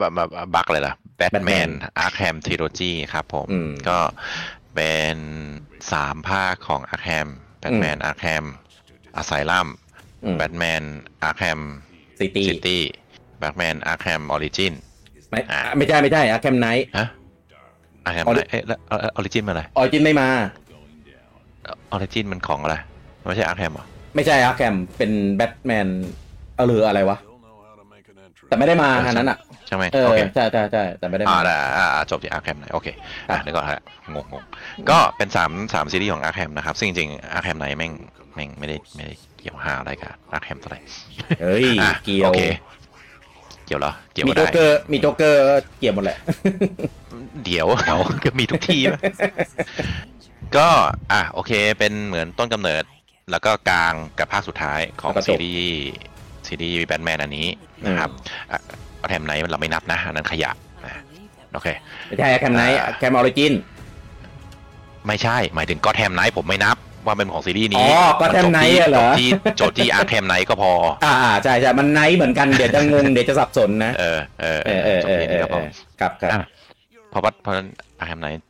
บักบักบักอะไรล่ะแบทแม Batman นอาร์แคมทีโรจีครับผม อืม ก็เป็นสามภาคของอาร์แคมแบทแมนอาร์แคมอาไซลัม อืม แบทแมนอาร์แคม ซิตี้ ซิตี้แบทแมนอาร์แคมออริจิน ไม่อ่ะไม่ใช่ไม่ใช่อะแคมไนท์ ฮะอาร์แคม Ori- เอ๊ะแล้วออริจินมันอะไร ออจินไม่มา ออริจินมันของอะไรมันไม่ใช่อาร์แคมหรอ ไม่ใช่อะแคมเป็นแบทแมนเออหรืออะไรวะ แต่ไม่ได้มาอันนั้นอ่ะ ใช่ไหม เออ โอเค ใช่ใช่ใช่แต่ไม่ได้ อ่า มา ได้อ่าอ่าจบที่อาร์แคมไนโอเคอ่ะ ครับ นึกก่อนฮะงงงงก็เป็นสามสามซีรีส์ของอาร์แคมนะครับ ซึ่งจริงๆอาร์แคมไนแม่งแม่งไม่ได้ไม่ได้เกี่ยวหาอะไรกับอาร์แคมเท่าไหร่ เฮ้ย อ่ะ เกี่ยว โอคเกี่ยวเหรอ เกี่ยว มี ก็ โจ๊ก ได้ เกอร์มีโจ๊กเกอร์เกี่ยวหมดแหละ เดี๋ยว เขาก็มีทุกที่ ปะก็อ่ะโอเค เป็นเหมือนต้นกำเนิด แล้วก็กลางกับภาคสุดท้ายของ แล้วก็จบ ซีรีส์ซีรีส์แบทแมนอันนี้นะครับอาร์แคมไนเราไม่นับนะอันนั้นขยะนะโอเค ไม่ใช่แคมไนท์แคมออริจิน ไม่ใช่ หมายถึงก็แทมไนท์ผมไม่นับว่าเป็นของซีรีส์ อ๋ นี้ อ Gotham มัจบ Knight ที่ อะเหรอ จบที่จบที่อาร์แทมไนท์ก็พอ อ่าอ่าใช่ใช่มันไนท์เหมือนกัน เดี๋ยวจะงง เดี๋ยวจะสับสนนะ เออเออ เออเออ จบ เออเอที่นี้ อ ก็พ เอ อ อครับครับ อ่ะเพราะว่าเพราะฉะนั้นอาร์แทมไนท์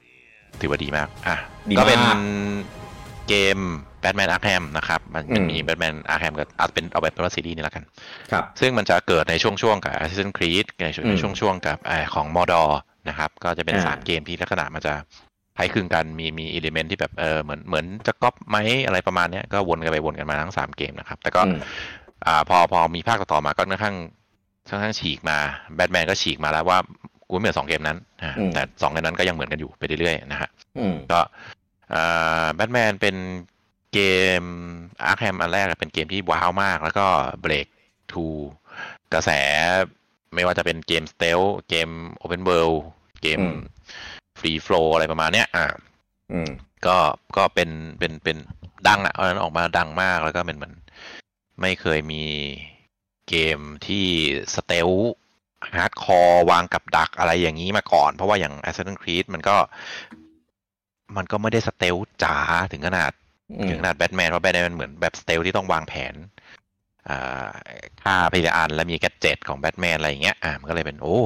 ถือว่าดีมาก อ่ะ ดีมาก ก็เป็นเกมแบทแมนอาร์แ m มนะครับ มัน อืม มีแบทแมนอาร์แ m มกับอาจเป็นเอาแบบเป็นว่าซีรีส์นี่แล้วกัน ครับ ซึ่งมันจะเกิดในช่วงช่วงๆกับ Assassin's Creed ในช่วง อืม ช่วงช่วงๆกับเอ่อของมอดอนะครับ ก็จะเป็น อ่า สามเกมที่ลักษณะมันจะคล้ายคลึงกันมีมีอิเลเมนที่แบบเออเหมือนเหมือนจะก๊อปไหมอะไรประมาณเนี้ยก็วนกันไปวนกันมาทั้งสามเกมนะครับ แต่ก็ อืม อ่าพอพอมีภาคต่อๆมาก็ค่อนข้างค่อนข้างฉีกมาแบทแมนก็ฉีกมาแล้วว่า กูไม่เหมือนสองเกมนั้นอ่า อืม แต่สองเกมนั้นก็ยังเหมือนกันอยู่ไปเรื่อยๆนะฮะ อืม ก็แบทแมนเป็นเกมอาร์คแฮมอันแรกอะเป็นเกมที่ว้าวมาก แล้วก็เบรกทูกระแสไม่ว่าจะเป็นเกมสเตลเกมโอเพนเวิลด์เกม อืม ฟรีโฟลอะไรประมาณเนี้ยอ่ะ อืม ก็ก็เป็นเป็นเป็นดังอ่ะเอานั้นออกมาดังมากแล้วก็เป็นเหมือนไม่เคยมีเกมที่สเตลฮาร์ดคอร์วางกับดักอะไรอย่างนี้มาก่อน เพราะว่าอย่าง Assassin's Creed มันก็ มันก็ไม่ได้สเตลจ๋าถึงขนาด อืม ถึงขนาดแบทแมนเพราะแบทแมนเหมือนแบบสเตลที่ต้องวางแผนอ่าฆ่าพยาอันและมีแกดเจ็ตของแบทแมนอะไรอย่างเงี้ยอ่ามันก็เลยเป็นโอ้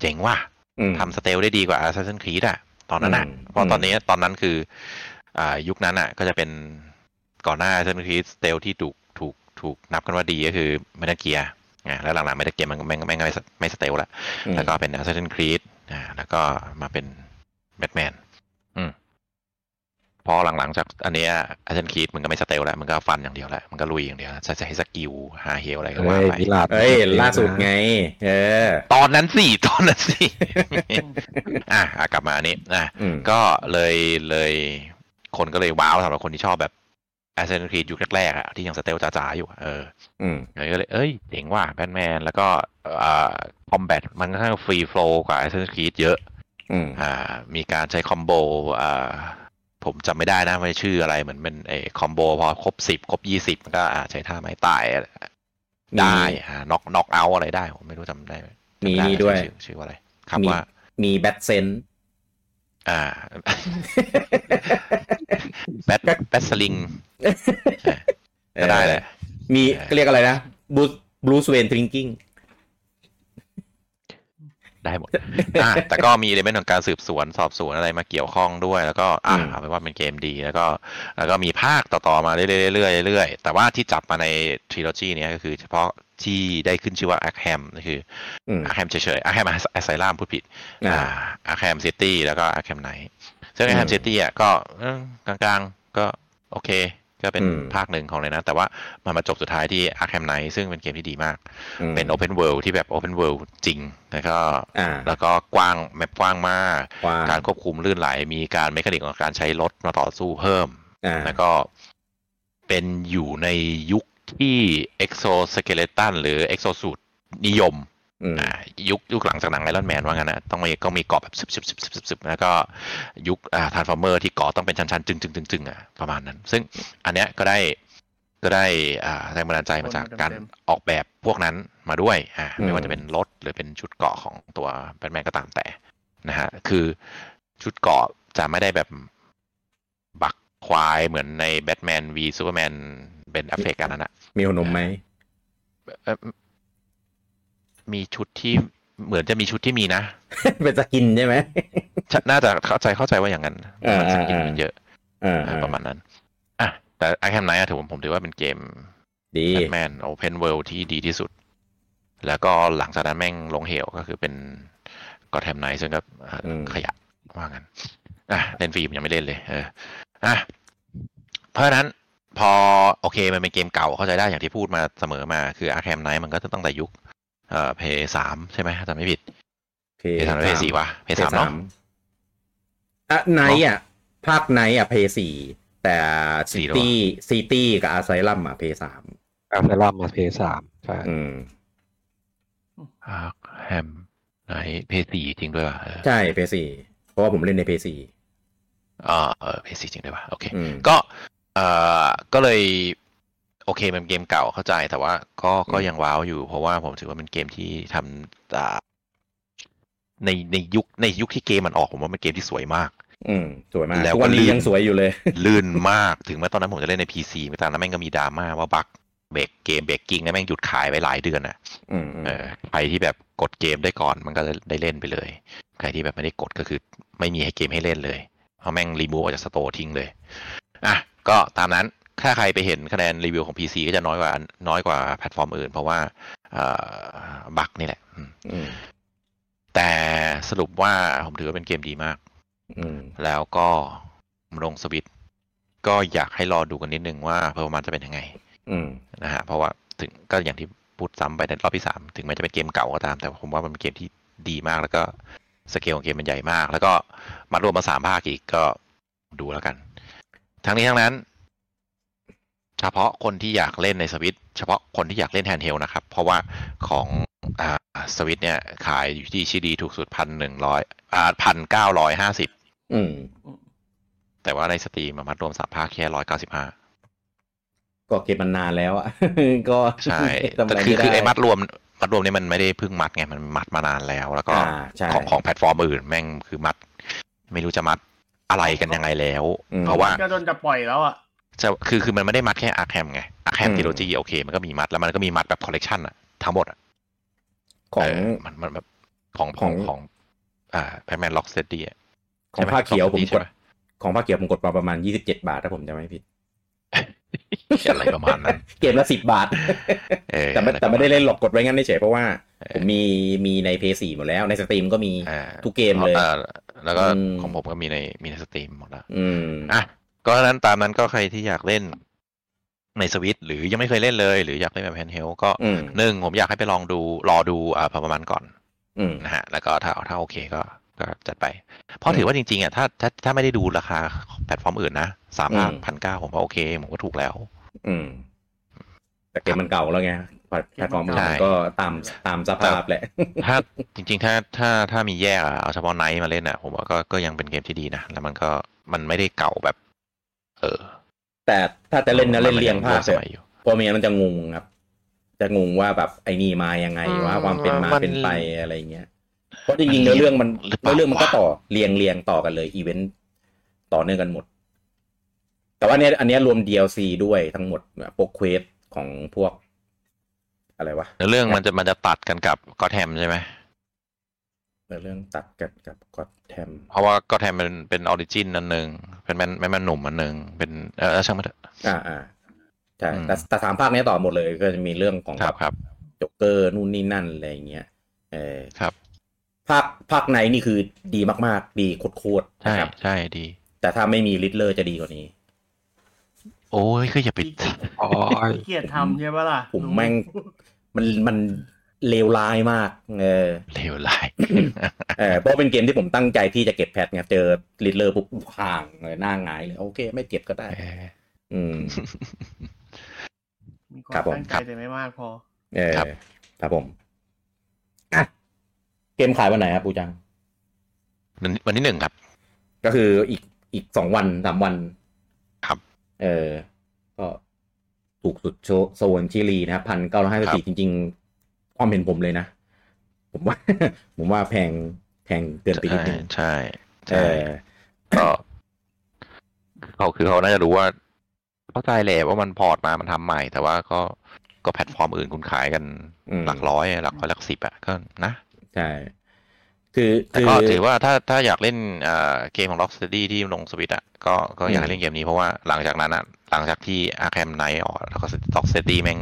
เจ๋งว่ะ อืม ทำสเตลได้ดีกว่า Assassin's Creed อะตอนนั้นอะ อืม เพราะตอน อืม นี้ตอนนั้นคืออ่ายุคนั้นอะก็จะเป็นก่อนหน้า Assassin's Creed สเตลที่ถูกถูกถูกนับกันว่าดีก็คือ Metal Gear อ่าแล้วหลังๆ Metal Gear มันก็แม่งแม่งก็ไม่ไม่สเตลละ แล้วก็เป็น Assassin's Creed อ่าแล้วก็มาเป็น Batman อืมพอหลังๆจากอันเนี้ย Assassin's Creed มันก็ไม่สเตลแล้ว มันก็ฟันอย่างเดียวแล้ว มันก็ลุยอย่างเดียวแล้วจะจะให้สกิลหาเฮลอะไรก็ เฮ้ ว่าย ไป มิลาด เอ้ย ล่าสุดไง เออ ตอนนั้นสิตอนนั้นสิ อ่ะอ่ะกลับมาอันนี้อ่ะ อืม ก็เลยเลยคนก็เลยว้าวสำหรับคนที่ชอบแบบ Assassin's Creed ยุคแรกๆอะที่ยังสเตลจ๋าๆอยู่อะเออ อืม เลยก็เลย เอ้ยเจ๋งว่ะแบทแมน แล้วก็คอมแบทมันค่อนข้างฟรีโฟลกว่า Assassin's Creed เยอะ อืม อ่ามีการใช้คอมโบอ่าผมจำไม่ได้นะว่าชื่ออะไรเหมือนเป็นไอ้คอมโบพอครบสิบครบยี่สิบก็อ่าใช้ท่าไม้ตายได้อ่าน็อกน็อกเอาอะไรได้ผมไม่รู้จำได้ไหจำไ มีนี่ด้วย ชื่อชื่อว่าอะไร ครับ มี ว่า มีแบทเซน อ่าแบทแบทสลิง ก็ได้แหละ มี เออ เรียกอะไรนะบูบลูสเวนทริงกิ้ง ได้หมด อ่ะ แต่ก็มีเอเลเมนต์ของการสืบสวนสอบสวนอะไรมาเกี่ยวข้องด้วย แล้วก็อ่ะ อืม เอาเป็นว่าเป็นเกมดี แล้วก็แล้วก็มีภาคต่อ ๆ มาเรื่อยๆเรื่อยๆเรื่อยๆแต่ว่าที่จับมาในทริโลจีนี้ยก็คือเฉพาะที่ได้ขึ้นชื่อว่าอาร์แฮมก็คือ อืม อาร์แฮมเฉยๆอาร์แฮมไอไซลามพูดผิด อ่า อาร์แฮมซิตี้แล้วก็อาร์แฮมไนท์ซึ่งอาร์แฮ อื ม ม ซิตี้อ่ะก็เออกลางๆ ก็โอเค ก็เป็น อืม ภาคหนึ่งของเลยนะ แต่ว่ามันมาจบสุดท้ายที่อาร์แฮมไนท์ซึ่งเป็นเกมที่ดีมาก อืม เป็นโอเพนเวิลด์ที่แบบโอเพนเวิลด์จริงแล้วก็ อ่า แล้วก็กว้างแมปกว้างมาก กว้าง การควบคุมลื่นไหล มีการเมคานิกของการใช้รถมาต่อสู้เพิ่ม อ่า แล้วก็เป็นอยู่ในยุคที่ exoskeleton หรือ exosuit นิยม อืม อ่ายุคยุคหลังจากหนังไอรอนแมนว่างั้นนะต้องมีต้องมีเกาะแบบซึบซึบซึบซึบซึบแล้วก็ยุคอ่าทาร์ฟอร์เมอร์ที่เกาะต้องเป็นชั้นๆจึงจึงจึงจึงอ่ะประมาณนั้น ซึ่งอันเนี้ยก็ได้ก็ได้อ่าแรงบันดาลใจมาจากการ เต็ม ออกแบบพวกนั้นมาด้วยอ่าไม่ว่าจะเป็นรถหรือเป็นชุดเกราะของตัวแบทแมนก็ตามแต่นะฮะคือชุดเกราะจะไม่ได้แบบบักควายเหมือนในแบทแมนวีซูเปอร์แมนเป็นแอฟเฟกอันนั้นอะ มีขนมไหม เอ่อมีชุดที่เหมือนจะมีชุดที่มีนะ เป็นสกินใช่ไหม จะน่าจะเข้าใจเข้าใจว่าอย่างนั้น อ่า มันสกิน อ่า มันเยอะ อ่า อ่าประมาณนั้นอ่ะแต่ไอแคมไนท์ถือผมผมถือว่าเป็นเกม ดี แบทแมนโอเพนเวิลด์ที่ดีที่สุด แล้วก็หลังจากนั้นแม่งลงเหวก็คือเป็นกอแทมไนซึ่งก็เอ่ออ ม ขยะว่างั้นอ่ะเล่นฟรีผมยังไม่เล่นเลย เอออ่ะเพราะฉะนั้นพอโอเคมันเป็นเกมเก่าเข้าใจได้อย่างที่พูดมาเสมอมาคืออาร์แคมไนมันก็ตั้งแต่ยุคเอ่อเพย์สามใช่ไหมถ้าจำไม่ผิด เพ เพย์สามหรือเพย์สี่วะเพย์สาม สา เนาะ มอ่ะไนท์อ่ะ ภาคไนท์อ่ะเพย์สี่แต่ซิสี่แล้ว ตี้ซิตี้กับอาไซลัมอ่ะเพย์สาม อาร์เซลามาเพย์สามใช่ อืม อาร์แคมไนเพย์สี่จริงด้วยป่ะเออ ใช่เพย์สี่เพราะว่าผมเล่นในเพย์สี่ อ่าเออเพย์สี่จริงด้วยป่ะโอเค อืม ก็เอ่อก็เลยโอเคมันเกมเก่าเข้าใจแต่ว่าก็ก็ยังว้าวอยู่ เพราะว่าผมถือว่าเป็นเกมที่ทำอ่าในในยุคในยุคที่เกมมันออกผมว่าเป็นเกมที่สวย มาก อืม สวยมาก แล้ว ทุก ก็ วันนี้ ลื่น ยังสวยอยู่เลย ลื่นมากถึงแม้ตอนนั้นผมจะเล่นใน PC ไม่ตามนั้นแม่งก็มีดราม่าว่าบักเบรกเกมเบรกกิ้งแล้วแม่งหยุดขายไปหลายเดือนอ่ะ อืมอืม เออใครที่แบบกดเกมได้ก่อนมันก็ได้เล่นไปเลย ใครที่แบบไม่ได้กดก็คือไม่มีให้เกมให้เล่นเลยเพราะแม่งรีมูฟออกจากสโตร์ทิ้งเลย อ่ะก็ตามนั้นถ้าใครไปเห็นคะแนนรีวิวของ PC ก็จะน้อยกว่าน้อยกว่าแพลตฟอร์มอื่น เพราะว่าเอ่อบักนี่แหละอืม อืม แต่สรุปว่าผมถือว่าเป็นเกมดีมาก อืม แล้วก็ลงสวิตช์ก็อยากให้รอดูกันนิดนึงว่าเพอร์มันจะเป็นยังไง อืม นะฮะเพราะว่าถึงก็อย่างที่พูดซ้ำไปในรอบที่สามถึงแม้จะเป็นเกมเก่าก็ตาม แต่ผมว่ามันเป็นเกมที่ ดีมากแล้วก็สเกลของเกมมันใหญ่มาก แล้วก็มารวมมาสามภาคอีกก็ดูแล้วกัน ทั้งนี้ทั้งนั้น เฉพาะคนที่อยากเล่นในสวิตเฉพาะคนที่อยากเล่นแฮนด์เฮลนะครับ เพราะว่าของอ่าสวิตเนี่ยขายอยู่ที่ชีดีถูกสุดพันหนึ่งร้อยอ่าพันเก้าร้อยห้าสิบ อืม แต่ว่าในสตรีมมัดรวมสามภาคแค่ร้อยเก้าสิบห้า ก็เก็บมันนานแล้วอ่ะ ก็ ใช่ ทำะ แต่ ร คือคือไอ้มั ด ดรวมมัดรวมเนี่ยมันไม่ได้เพิ่งมัดไง มันมัดมานานแล้ว แล้วก็ อ่าใช่ ของของแพลตฟอร์มอื่นแม่งคือมัด ไม่รู้จะมัดอะไรกันยังไงแล้ว อืม เพราะว่า ก็จนจะปล่อยแล้วอ่ะ จะคือคือมันไม่ได้มัดแค่อาร์แคมไงอาร์แคม อืม ทีโลจีโอเค มันก็มีมัดแล้วมันก็มีมัดแบบคอลเลกชันอะทั้งหมดอะ ของ เออมันมันแบบของของ ของ ของอ่าแพทแมนล็อกเซตดี้ ของผ้าเขียวผมก ใช่ ด ไหม ของผ้าเขียวผมกดมาประมาณยี่สิบเจ็ดบาทถ้าผมจะไม่ผิด อะไรประมาณ นั้น เกมละสิบบาท เออ แต่ไม่ อะร แต่ไม่ได้เล่นหรอกกดไว้งั้นเฉยๆเพราะว่า เออ ผมมีมีในเพย์สี่หมดแล้วในสตรีมก็มี อ่า ทุกเกมเลย ออแล้วก็ อืม ของผมก็มีในมีในสตรีมหมดแล้ว อืม อ่ะก็นั้นตามนั้นก็ใครที่อยากเล่นในสวิตหรือยังไม่เคยเล่นเลย หรืออยากเล่นแบบแฮนด์เฮลก็ อืม หนึ่งผมอยากให้ไปลองดูรอดูอ่าประมาณก่อน อืม นะฮะ แล้วก็ถ้าถ้าโอเคก็ก็จัดไป เพราะ อืม ถือว่าจริงๆอ่ะถ้าถ้าถ้าไม่ได้ดูราคาแพลตฟอร์มอื่นนะสามพัน อืม พันเก้าผมว่าโอเค ผมก็ถูกแล้ว อืม แต่เกมมันเก่าแล้วไงแพลตแพลตฟอร์มอื่นมันก็ตามตามสภาพแหละ ถ้าจริง ๆ ถ้าถ้าถ้ามีแยกอ่ะเอาเฉพาะไนท์มาเล่นอ่ะผมว่าก็ก็ยังเป็นเกมที่ดีนะแล้วมันก็มันไม่ได้เก่าแบบ เออ แต่ถ้าจะเล่นนะเล่นเรียงภาค ส เถอะ มัยอยู่ เพราะไมีมันจะงงครับ จะงงว่าแบบไอ้นี่มายังไง อืม ว่าความเป็นมา มัน เป็นไปอะไรเงี้ยเพราะจริงๆเนื้อเรื่องมัน หรือเปล่า เนื้อเรื่องมันก็ต่อเรียงเรียงต่อกันเลยอีเวนต์ต่อเนื่องกันหมด แต่ว่าเนี้ยอันเนี้ยรวม DLC ด้วยทั้งหมดพวกเควสของพวก อะไรวะ แล้วเรื่องมันจะมันจะตัดกันกับก็แทมใช่ไหม เนื้อเรื่องตัดกันกับกอดแทม เพราะว่าก็แทนเป็นเป็นออริจินอันหนึ่งเป็นแมนแมนแมนหนุ่มอันหนึ่งเป็นเออช่างมันเถอะ อ่าอ่าใช่ อืม แต่แต่สามภาคเนี้ยต่อหมดเลยก็จะมีเรื่องของ ครับครับ จ็อกเกอร์นู่นนี่นั่น อะไรอย่างเงี้ย เออ ครับ ภาคภาคไหนนี่คือดีมาก ๆ ดีโคตรๆ ใช่ นะครับ ใช่ดี แต่ถ้าไม่มีลิทเลอร์จะดีกว่านี้ โอ้ยก็อย่าไป อ๋อ ขี้เกียรทำใช่ปะล่ะ ผมแม่ง มันมันเลวร้ายมาก เออ เลวไหลาย เออ เพราะเป็นเกมที่ผมตั้งใจที่จะเก็บแพทไงเจอลิทเลอร์ปุ๊บห่างเลยหน้าหงายเลย โอเค ไม่เก็บ ก็ได้ เออ อืม มีค ครั วา บ ม ผม ตั้งใจแต่ไม่มากพอ เออ ครับ ครับผมอ่ะเกมขายวันไหนครับปูจัง วันวันที่หนึ่งครับ ก็คืออีกอีกสองวันสามวัน ครับ เออ ก็ถูกสุดโชโซนชิลีนะครับพันเก้าร้อยห้าสิบ ครั สี่ บ จริง ๆ ความเห็นผมเลยนะ ผมว่า ผมว่าแพงแพงเกินไปนิด ใช่ นึง ใช่ เอ ใช่ อ ก็เขาคือเขาน่าจะรู้ว่าเข้าใจแหละว่ามันพอร์ตมามันทำใหม่ แต่ว่าก็ก็แพลตฟอร์มอื่นคุณขายกัน อืม หลักร้อยหลักร้อยหลักสิบอะก็นะ ใช่ คือ แต่ คือ ก็ถือว่าถ้าถ้าอยากเล่นเอ่อเกมของ Rocksteady ที่ลงสวิตอ่ะก็ก็อยากให้เล่นเกมนี้เพราะว่าหลังจากนั้นอ่ะหลังจากที่ Arkham Knight ออกแล้วก็ Rocksteady แม่ง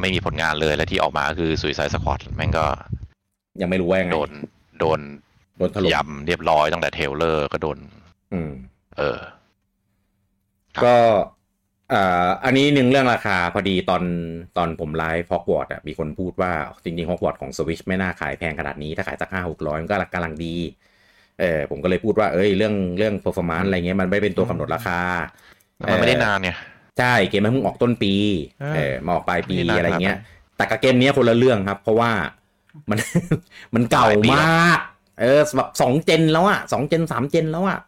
ไม่มีผลงานเลยและที่ออกมาก็คือ Suicide Squad แม่งก็ ยังไม่รู้ว่ายังไง โดนโดน โดนถล่ม ยำเรียบร้อยตั้งแต่เทรลเลอร์ก็โดน อืม เออ ครับ ก็เอ่ออันนี้หนึ่งเรื่องราคาพอดีตอนตอนผมไลฟ์ฮอกวอตส์อะมีคนพูดว่า จริงๆฮอกวอตส์ของสวิชไม่น่าขายแพงขนาดนี้ ถ้าขายสักห้าหกร้อยมันก็กำลังดีเออผมก็เลยพูดว่าเอ้ยเรื่องเรื่อง performance อะไรเงี้ยมันไม่เป็นตัวกำหนดราคา แล้วมันไม่ได้นานไง ใช่เกมมันเพิ่งออกต้นปี เออ เออมาออกปลายปี ไม่ได้นาน อะไรเงี้ย ขนาดนั้ แต่กับเกมเนี้ยคนละเรื่องครับ เพราะว่ามัน มันเก่า หลายปีแล้ว มากเออแบบสองเจนแล้วอะสองเจนสามเจนแล้วอะ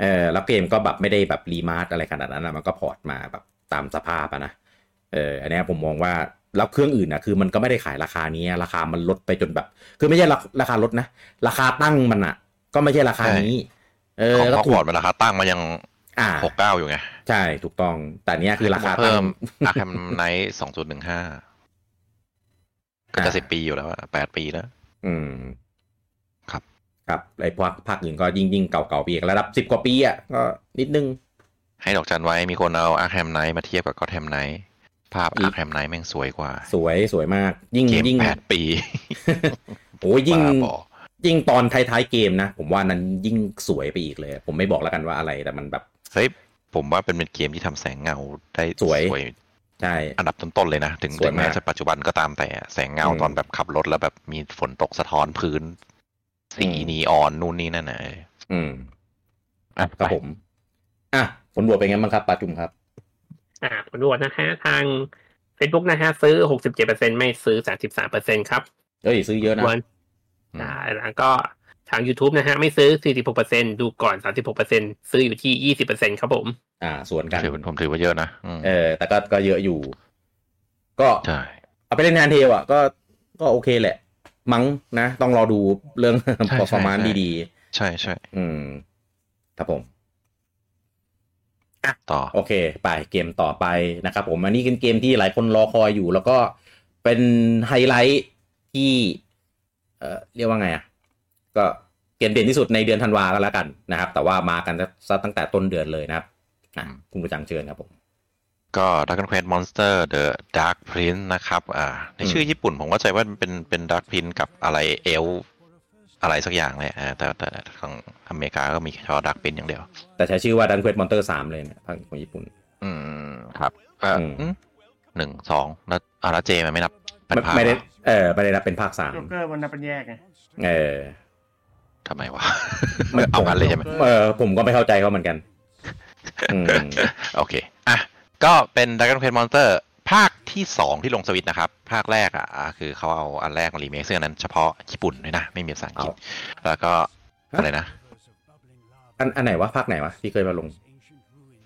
เออแล้วเกมก็แบบไม่ได้แบบรีมาสอะไรขนาดนั้นนะมันก็พอร์ตมาแบบตามสภาพอะนะเอออันเนี้ยผมมองว่าแล้วเครื่องอื่นนะคือมันก็ไม่ได้ขายราคานี้ราคามันลดไปจนแบบ คือไม่ใช่ราราคาลดนะ ราคาตั้งมันอะก็ไม่ใช่ราคานี้ เออ ของ ก็ ฮอก ถู วอต ก มันราคาตั้งมันยัง อ่า หกเก้าอยู่ไง ใช่ถูกต้อง แต่เนี้ยคือราคาตั้ง เพิ่ม Arkham Knight สองจุดหนึ่งห้าก็จะสิบปีอยู่แล้วอะแปดปีแล้ว อืม ครับ ครับไอ้พวกภาคอื่นก็ยิ่งยิ่งเก่าๆไปอีกระดับสิบกว่าปีอะก็นิดนึง ให้ดอกจันไว้มีคนเอาอาร์แคมไนท์มาเทียบกับก็อตแฮมไนท์ภาพ อีก อาร์แคมไนท์แม่งสวยกว่า สวยสวยมาก ยิ่ง เกม ยิ่ง แปดปี โอ้ยยิ่ง บ้าบอ ยิ่งตอนท้ายๆเกมนะ ผมว่านั้นยิ่งสวยไปอีกเลย ผมไม่บอกแล้วกันว่าอะไรแต่มันแบบ เฮ้ย ผมว่าเป็นเป็นเกมที่ทำแสงเงาได้ สวย ใช่ อันดับต้นๆเลยนะ ถึง สวย ถึงแม้ มาก จะปัจจุบันก็ตามแต่แสงเงา อืม ตอนแบบขับรถแล้วแบบมีฝนตกสะท้อนพื้น สี อืม นีออนนู่นนี่นั่นนะเออ อืม อ่ะ ครับผม อ่ะผลบวกเป็นไงบ้างครับปาจุมครับ อ่าผลตรวจนะฮะทาง Facebook นะฮะซื้อ 67%ไม่ซื้อ 33%ครับ เอ้ย ซื้อเยอะนะ ส่วน อืม อ่าแล้วก็ทาง YouTube นะฮะไม่ซื้อ 46%ดูก่อน 36%ซื้ออยู่ที่ 20%ครับผม อ่า ส่วนกัน ถือผมถือว่าเยอะนะอืม เออ แต่ก็ก็เยอะอยู่ ก็ ใช่ เอาไปเล่นงานเทวอ่ะก็ก็โอเคแหละ มั้งนะ ต้องรอดูเรื่อง ใช่ p e r f o r m a n c e ดี ใช่ใช่ ๆ อืมครับผม ต่อ โอเค ไปเกมต่อไปนะครับผม อันนี้เป็นเกมที่หลายคนรอคอยอยู่ แล้วก็เป็นไฮไลท์ที่ เอ่อเรียกว่าไงอ่ะ ก็เกมเด่นที่สุดในเดือนธันวาก็แล้วกันนะครับ แต่ว่ามากันซะตั้งแต่ต้นเดือนเลยนะครับอ่ะคุณประจังเชิญครับผม ก็ Dragon Quest Monster The Dark Prince นะครับ อ่า ในชื่อญี่ปุ่นผมเข้าใจว่ามันเป็นเป็น Dark Prince กับอะไรเอลอะไรสักอย่างเลยอ่าแต่แต่แต่ของอเมริกาก็มีแค่ Dark Prince อย่างเดียว แต่ใช้ชื่อว่าดันเควสมอนเตอร์สามเลยเนะภาคของญี่ปุ่น อืม ครับเอ่ออ ม อืมหนึ่งสองแล้วอ่าแล้วเจมันไม่นับเป็น ไม่ ภาค ไม่ได้ เหรอ เออไม่ได้รับเป็นภาคสาม โจ๊กเกอร์มันนับเป็นแยกไง เออ ทำไมวะ เอากันเลยใช่ไหม เออผมก็ไม่เข้าใจเขาเหมือนกันอืม โอเค อ่ะ ก็เป็น Dragon Quest Monster ภาคที่ 2 ที่ลงสวิตช์นะครับ ภาคแรกอ่ะอ่าคือเขาเอาอันแรกมารีเมคซึ่งอันนั้นเฉพาะญี่ปุ่นด้วยนะ ไม่มีภาษาอัง เอา กฤษ แล้วก็ ฮะ อะไรนะ อันอันไหนวะภาคไหนวะที่เคยมาลง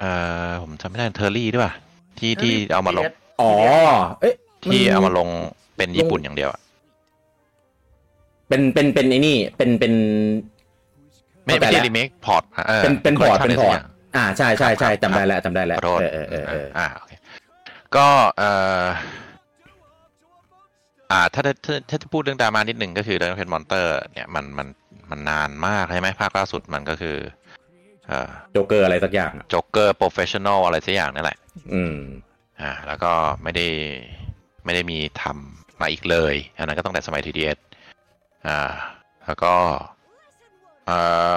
เอ่อผมจำไม่ได้เทอร์รี่ด้วยป่ะที่ที่ Terry เอามาลง PS อ๋อ เอ๊ะน ที่เอามาลงเป็นญี่ปุ่นอย่างเดียวอะ เป็นเป็นเป็นไอ้นี่ เป็นเป็น ไม่ไม่ใช่ เข้าใจละ รีเมคพอร์ตเออ เป็นเป็นพอร์ต คล เป็ เล น ค พ ชั่ อ ล ร์ต ยสักย่าง อ่าใช่ใช่ใช่ ครับ จำได้แล้วจำได้แล้ว ขอโทษ เออเออเออเออ อ่าโอเคก็เอ่ออ่าถ้าถ้าถ้าถ้าจะพูดเรื่องดราม่านิดหนึ่งก็คือ Dragon Quest Monster เนี่ยมันมันมันนานมากใช่ไหมภาคล่าสุดมันก็คือเอ่อ โจเกอร์อะไรสักอย่างอ่ะ จ็อกเกอร์โปรเฟชชั่นอลอะไรสักอย่างนั่นแหละ อืม อ่าแล้วก็ไม่ได้ไม่ได้มีทำมาอีกเลย อันนั้นก็ตั้งแต่สมัย 3DS อ่าแล้วก็เอ่อ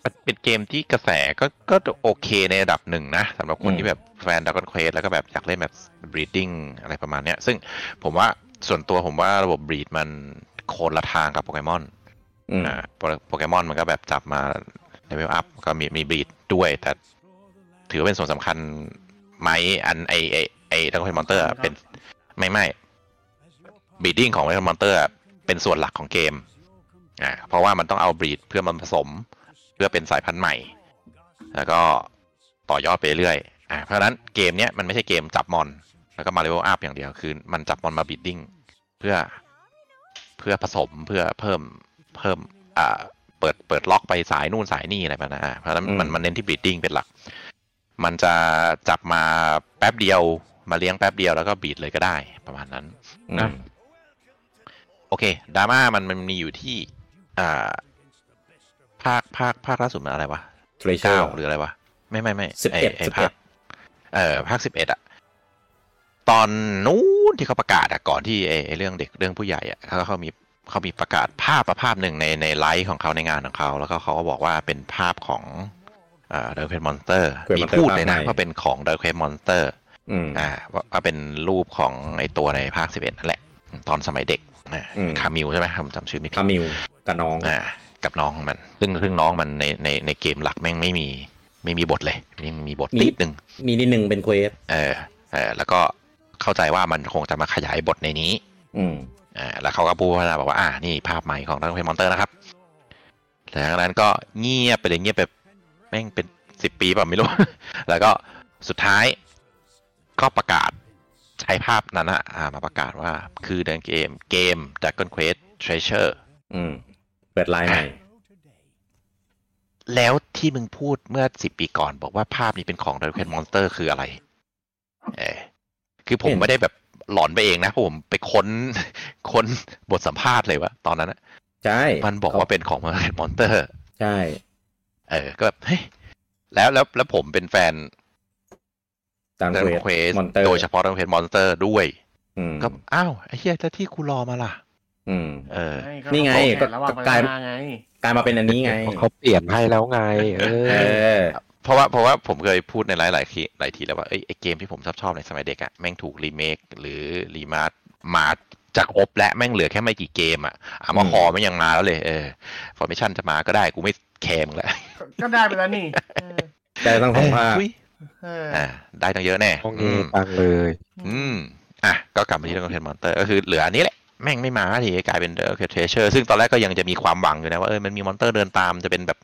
เป็นเป็นเกมที่กระแสก็ก็โอเคในระดับหนึ่งนะสำหรับคน อืม ที่แบบแฟน Dragon Quest แล้วก็แบบอยากเล่นแบบ breeding อะไรประมาณเนี้ย ซึ่งผมว่าส่วนตัวผมว่าระบบ breed มันโคนละทางกับโปเกมอน อืม อ่าโปเกโปเกมอนมันก็แบบจับมาเลเวลอัพก็มีมีบีดด้วย แต่ถือว่าเป็นส่วนสำคัญไหมอันไอไอไอดังเบิลมอนเตอร์เป็นไม่ไม่บีดดิ้งของดังเบิลมอนเตอร์เป็นส่วนหลักของเกมอ่าเพราะว่ามันต้องเอาบีดเพื่อมันผสมเพื่อเป็นสายพันธุ์ใหม่ แล้วก็ต่อยอดไปเรื่อยอ่าเพราะฉะนั้นเกมเนี้ยมันไม่ใช่เกมจับมอน แล้วก็มาเลเวลอัพอย่างเดียวคือมันจับมอนมาบีดดิ้งเพื่อ เพื่อผสมเพื่อเพิ่มเพิ่มอ่าเปิดเปิดล็อกไปสายนู่นสายนี่อะไรแบบนั้นอ่ะเพราะฉะนั้นมันมันเน้นที่บีดดิ้งเป็นหลัก มันจะจับมาแป๊บเดียวมาเลี้ยงแป๊บเดียวแล้วก็บีดเลยก็ได้ประมาณนั้น อืม โอเคดราม่ามันมันมีอยู่ที่อ่าภาคภาคภาคล่าสุดมันอะไรวะ เทรเชอ เก้า ร์ หรืออะไรวะ ไม่ไม่ไม่ 11 ไอ้ไอ้ 11 ภาคเอ่อภาคสิบเอ็ดอะตอนนู้นที่เขาประกาศอะก่อนที่ไอ้ไอ้เรื่องเด็กเรื่องผู้ใหญ่อะเขาเขามีเขามีประกาศภาพประภาพหนึ่งในในไลฟ์ของเขาในงานของเขาแล้วก็เขาก็บอกว่าเป็นภาพของเอ่อดอร์เคนมอนสเตอร์ Quake มี Monster พูดเลยนะ ภาคใหม่ ว่าเป็นของดอร์เคนมอนสเตอร์ อืม อ่าว่าว่าเป็นรูปของไอ้ตัวในภาคสิบเอ็ดนั่นแหละ ตอนสมัยเด็กนะ อืม คามิวใช่ไหมผมจำชื่อไม่ผิด คามิวกับน้อง อ่ากับน้องของมัน ซึ่งซึ่งน้องมันในในในเกมหลักแม่งไม่มีไม่มีบทเลยยังมีบทนิดนึง มีนิดนึงเป็นเควส เออเออแล้วก็เข้าใจว่ามันคงจะมาขยายบทในนี้ อืม อ่าแล้วเขาก็พูดพัฒนาบอกว่าอ่านี่ภาพใหม่ของดังเพลมอนเตอร์นะครับหลังจากนั้นก็เงียบไปเลยเงียบไปแม่งเป็นสิบปีเปล่ะไม่รู้ แล้วก็สุดท้ายก็ประกาศใช้ภาพนั้นนะอ่ามาประกาศว่าคือเดินเกมเกม Dragon Quest Treasure อืม เปิดไลน์ใหม่ แล้วที่มึงพูดเมื่อสิบปีก่อน บอกว่าภาพนี้เป็นของ d ด r เ o นมอนสเตอร์คืออะไร เออคือผม เห็น ไม่ได้แบบหลอนไปเองนะเพราะผมไปค้น ค้นบทสัมภาษณ์เลยว่าตอนนั้นนะ ใช่ มันบอกว่าเป็นของ d ด r เ o นมอนสเตอร์ ใช่ เออ ก็แบบเฮ้ยแล้วแล้วแล้วผมเป็นแฟน ดัน d ด เคว r สมเ o นอน m o n เตอร์ โดยเฉพาะ d ด r เ o นมอนสเตอร์ด้วย อืม ก็อ้าวไอ้เหี้ยแล้วที่กูรอมาล่ะ อืม เออ นี่ไงก็ ก็ระหว่าง ก ก ลา ลาย ยไง กลายมาเป็นอันนี้ไง เขาเปลี่ยนให้แล้วไง เอ เอ อ อ เพราะว่าเพราะว่าผมเคยพูดในหลายหลายๆทีหลายทีแล้วว่าเอ้ยไอเกมที่ผมชอบชอบในสมัยเด็กอะแม่งถูกรีเมคหรือรีมาสมาจากครบและแม่งเหลือแค่ไม่กี่เกมอะอามาคอไม่งยังมาแล้วเลยเออฟอร์เมชั่นจะมาก็ได้กูไม่แคร์มึงแล้ว ก็ได้ไปแล้วนี่เออ แต่ ทั้งสองภาค อุ๊ย เออ อ่าได้ตั้งเยอะแน่ ห้อง อื นี้ ม ตังเลย อืม อ่ะ ก็กลับมาที่เรื่องเทนมอนเตอร์ก็คือเหลืออันนี้แหละ แม่งไม่มาทีกลายเป็นเดอร์เทเชอร์ซึ่งตอนแรกก็ยังจะมีความหวังอยู่นะว่าเออมันมีมอนเตอร์เดินตามจะเป็นแบบ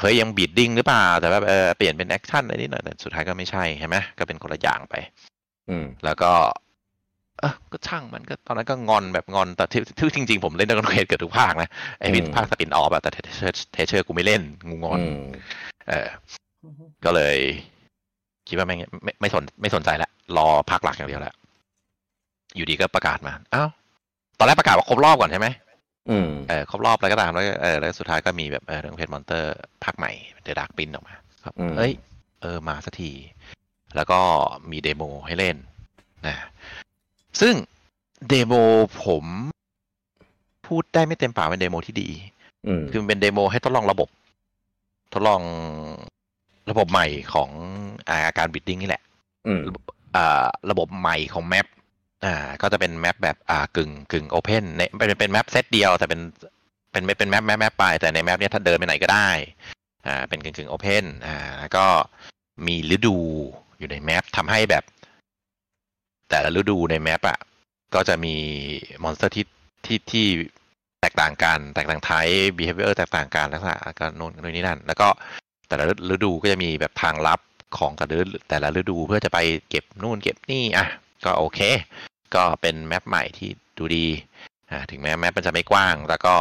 เฮ้ยยังบีดดิ้งหรือเปล่า แต่แบบเออเปลี่ยนเป็นแอคชั่นอะไรนิดหน่อยแต่สุดท้ายก็ไม่ใช่ใช่ไหมก็เป็นคนละอย่างไป อืม แล้วก็ เออก็ช่างมันก็ตอนนั้นก็งอนแบบงอนแต่ที่ที่จริงๆผมเล่นดอนเควสเกือบทุกภาคนะไอ้ อืม ภาคสปินออฟอะแต่เทเชอร์กูไม่เล่นงูงอน อืม เออ ก็เลย คิดว่าไม่งไม่ไม่สนไม่สนใจละรอพักหลักอย่างเดียวละอยู่ดีก็ประกาศมาอ้าวตอนแรกประกาศว่าครบรอบก่อนใช่ไหม อืม เออครบรอบอะไรก็ตามแล้วก็เออแล้วสุดท้ายก็มีแบบเออเรื่องเพจมอนเตอร์ภาคใหม่เดอะดักปินออกมา ครับ อืม เอ้ย เออมาสักที แล้วก็มีเดโมให้เล่นนะซึ่งเดโมผมพูดได้ไม่เต็มปากเป็นเดโมที่ดี อืม คือมันเป็นเดโมให้ทดลองระบบ ทดลองระบบใหม่ของอาอาการบิดดิ้งนี่แหละ อืม อ่าระบบใหม่ของแมปอ่าก็จะเป็นแมปแบบอ่ากึ่งกึ่งโอเพนเนี่ยเป็นเป็นแมปเซตเดียว แต่เป็นเป็นไม่เป็นแมปแมปแมปไปแต่ในแมปเนี้ยถ้าเดินไปไหนก็ได้อ่าเป็นกึ่งกึ่งโอเพนอ่าแล้วก็มีฤดูอยู่ในแมปทำให้แบบ แต่ละฤดูในแมปอ่ะก็จะมีมอนสเตอร์ที่ที่ที่แตกต่างกัน แตกต่างไทป์ behavior แตกต่างกันลักษณะการโน่นนู่นนี่นั่น แล้วก็แต่ละฤดูก็จะมีแบบทางลับของกระดือแต่ละฤดูเพื่อจะไปเก็บนู่นเก็บนี่อ่ะก็โอเค ก็เป็นแมปใหม่ที่ดูดีอ่ะถึงแม้แมปมันจะไม่กว้าง แล้วก็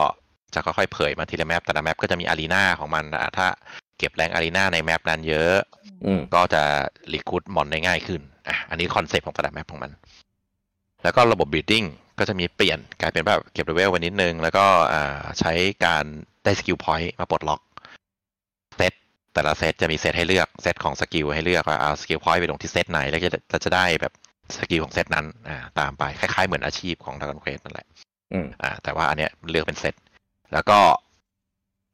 จะค่อยๆเผยมาทีละแมปแต่ละแมปก็จะมีอารีนาของมันอ่ะถ้าเก็บแรงอารีนาในแมปนั้นเยอะ อืม ก็จะรีคูดมอนได้ง่ายขึ้น อ่ะ อันนี้คอนเซปต์ของแต่ละแมปของมัน แล้วก็ระบบบิดดิ้งก็จะมีเปลี่ยนกลายเป็นแบบเก็บเลเวลไว้นิดนึง แล้วก็อ่าใช้การได้สกิลพอยต์มาปลดล็อกเซตแต่ละเซตจะมีเซตให้เลือกเซตของสกิลให้เลือกว่าเอาสกิลพอยต์ไปลงที่เซตไหน แล้วจะจะจะได้แบบสกิลของเซตนั้นอ่าตามไปคล้ายๆเหมือนอาชีพของด o กันเควสนั่นแหละ อืม อ่าแต่ว่าอันเนี้ยเลือกเป็นเซตแล้วก็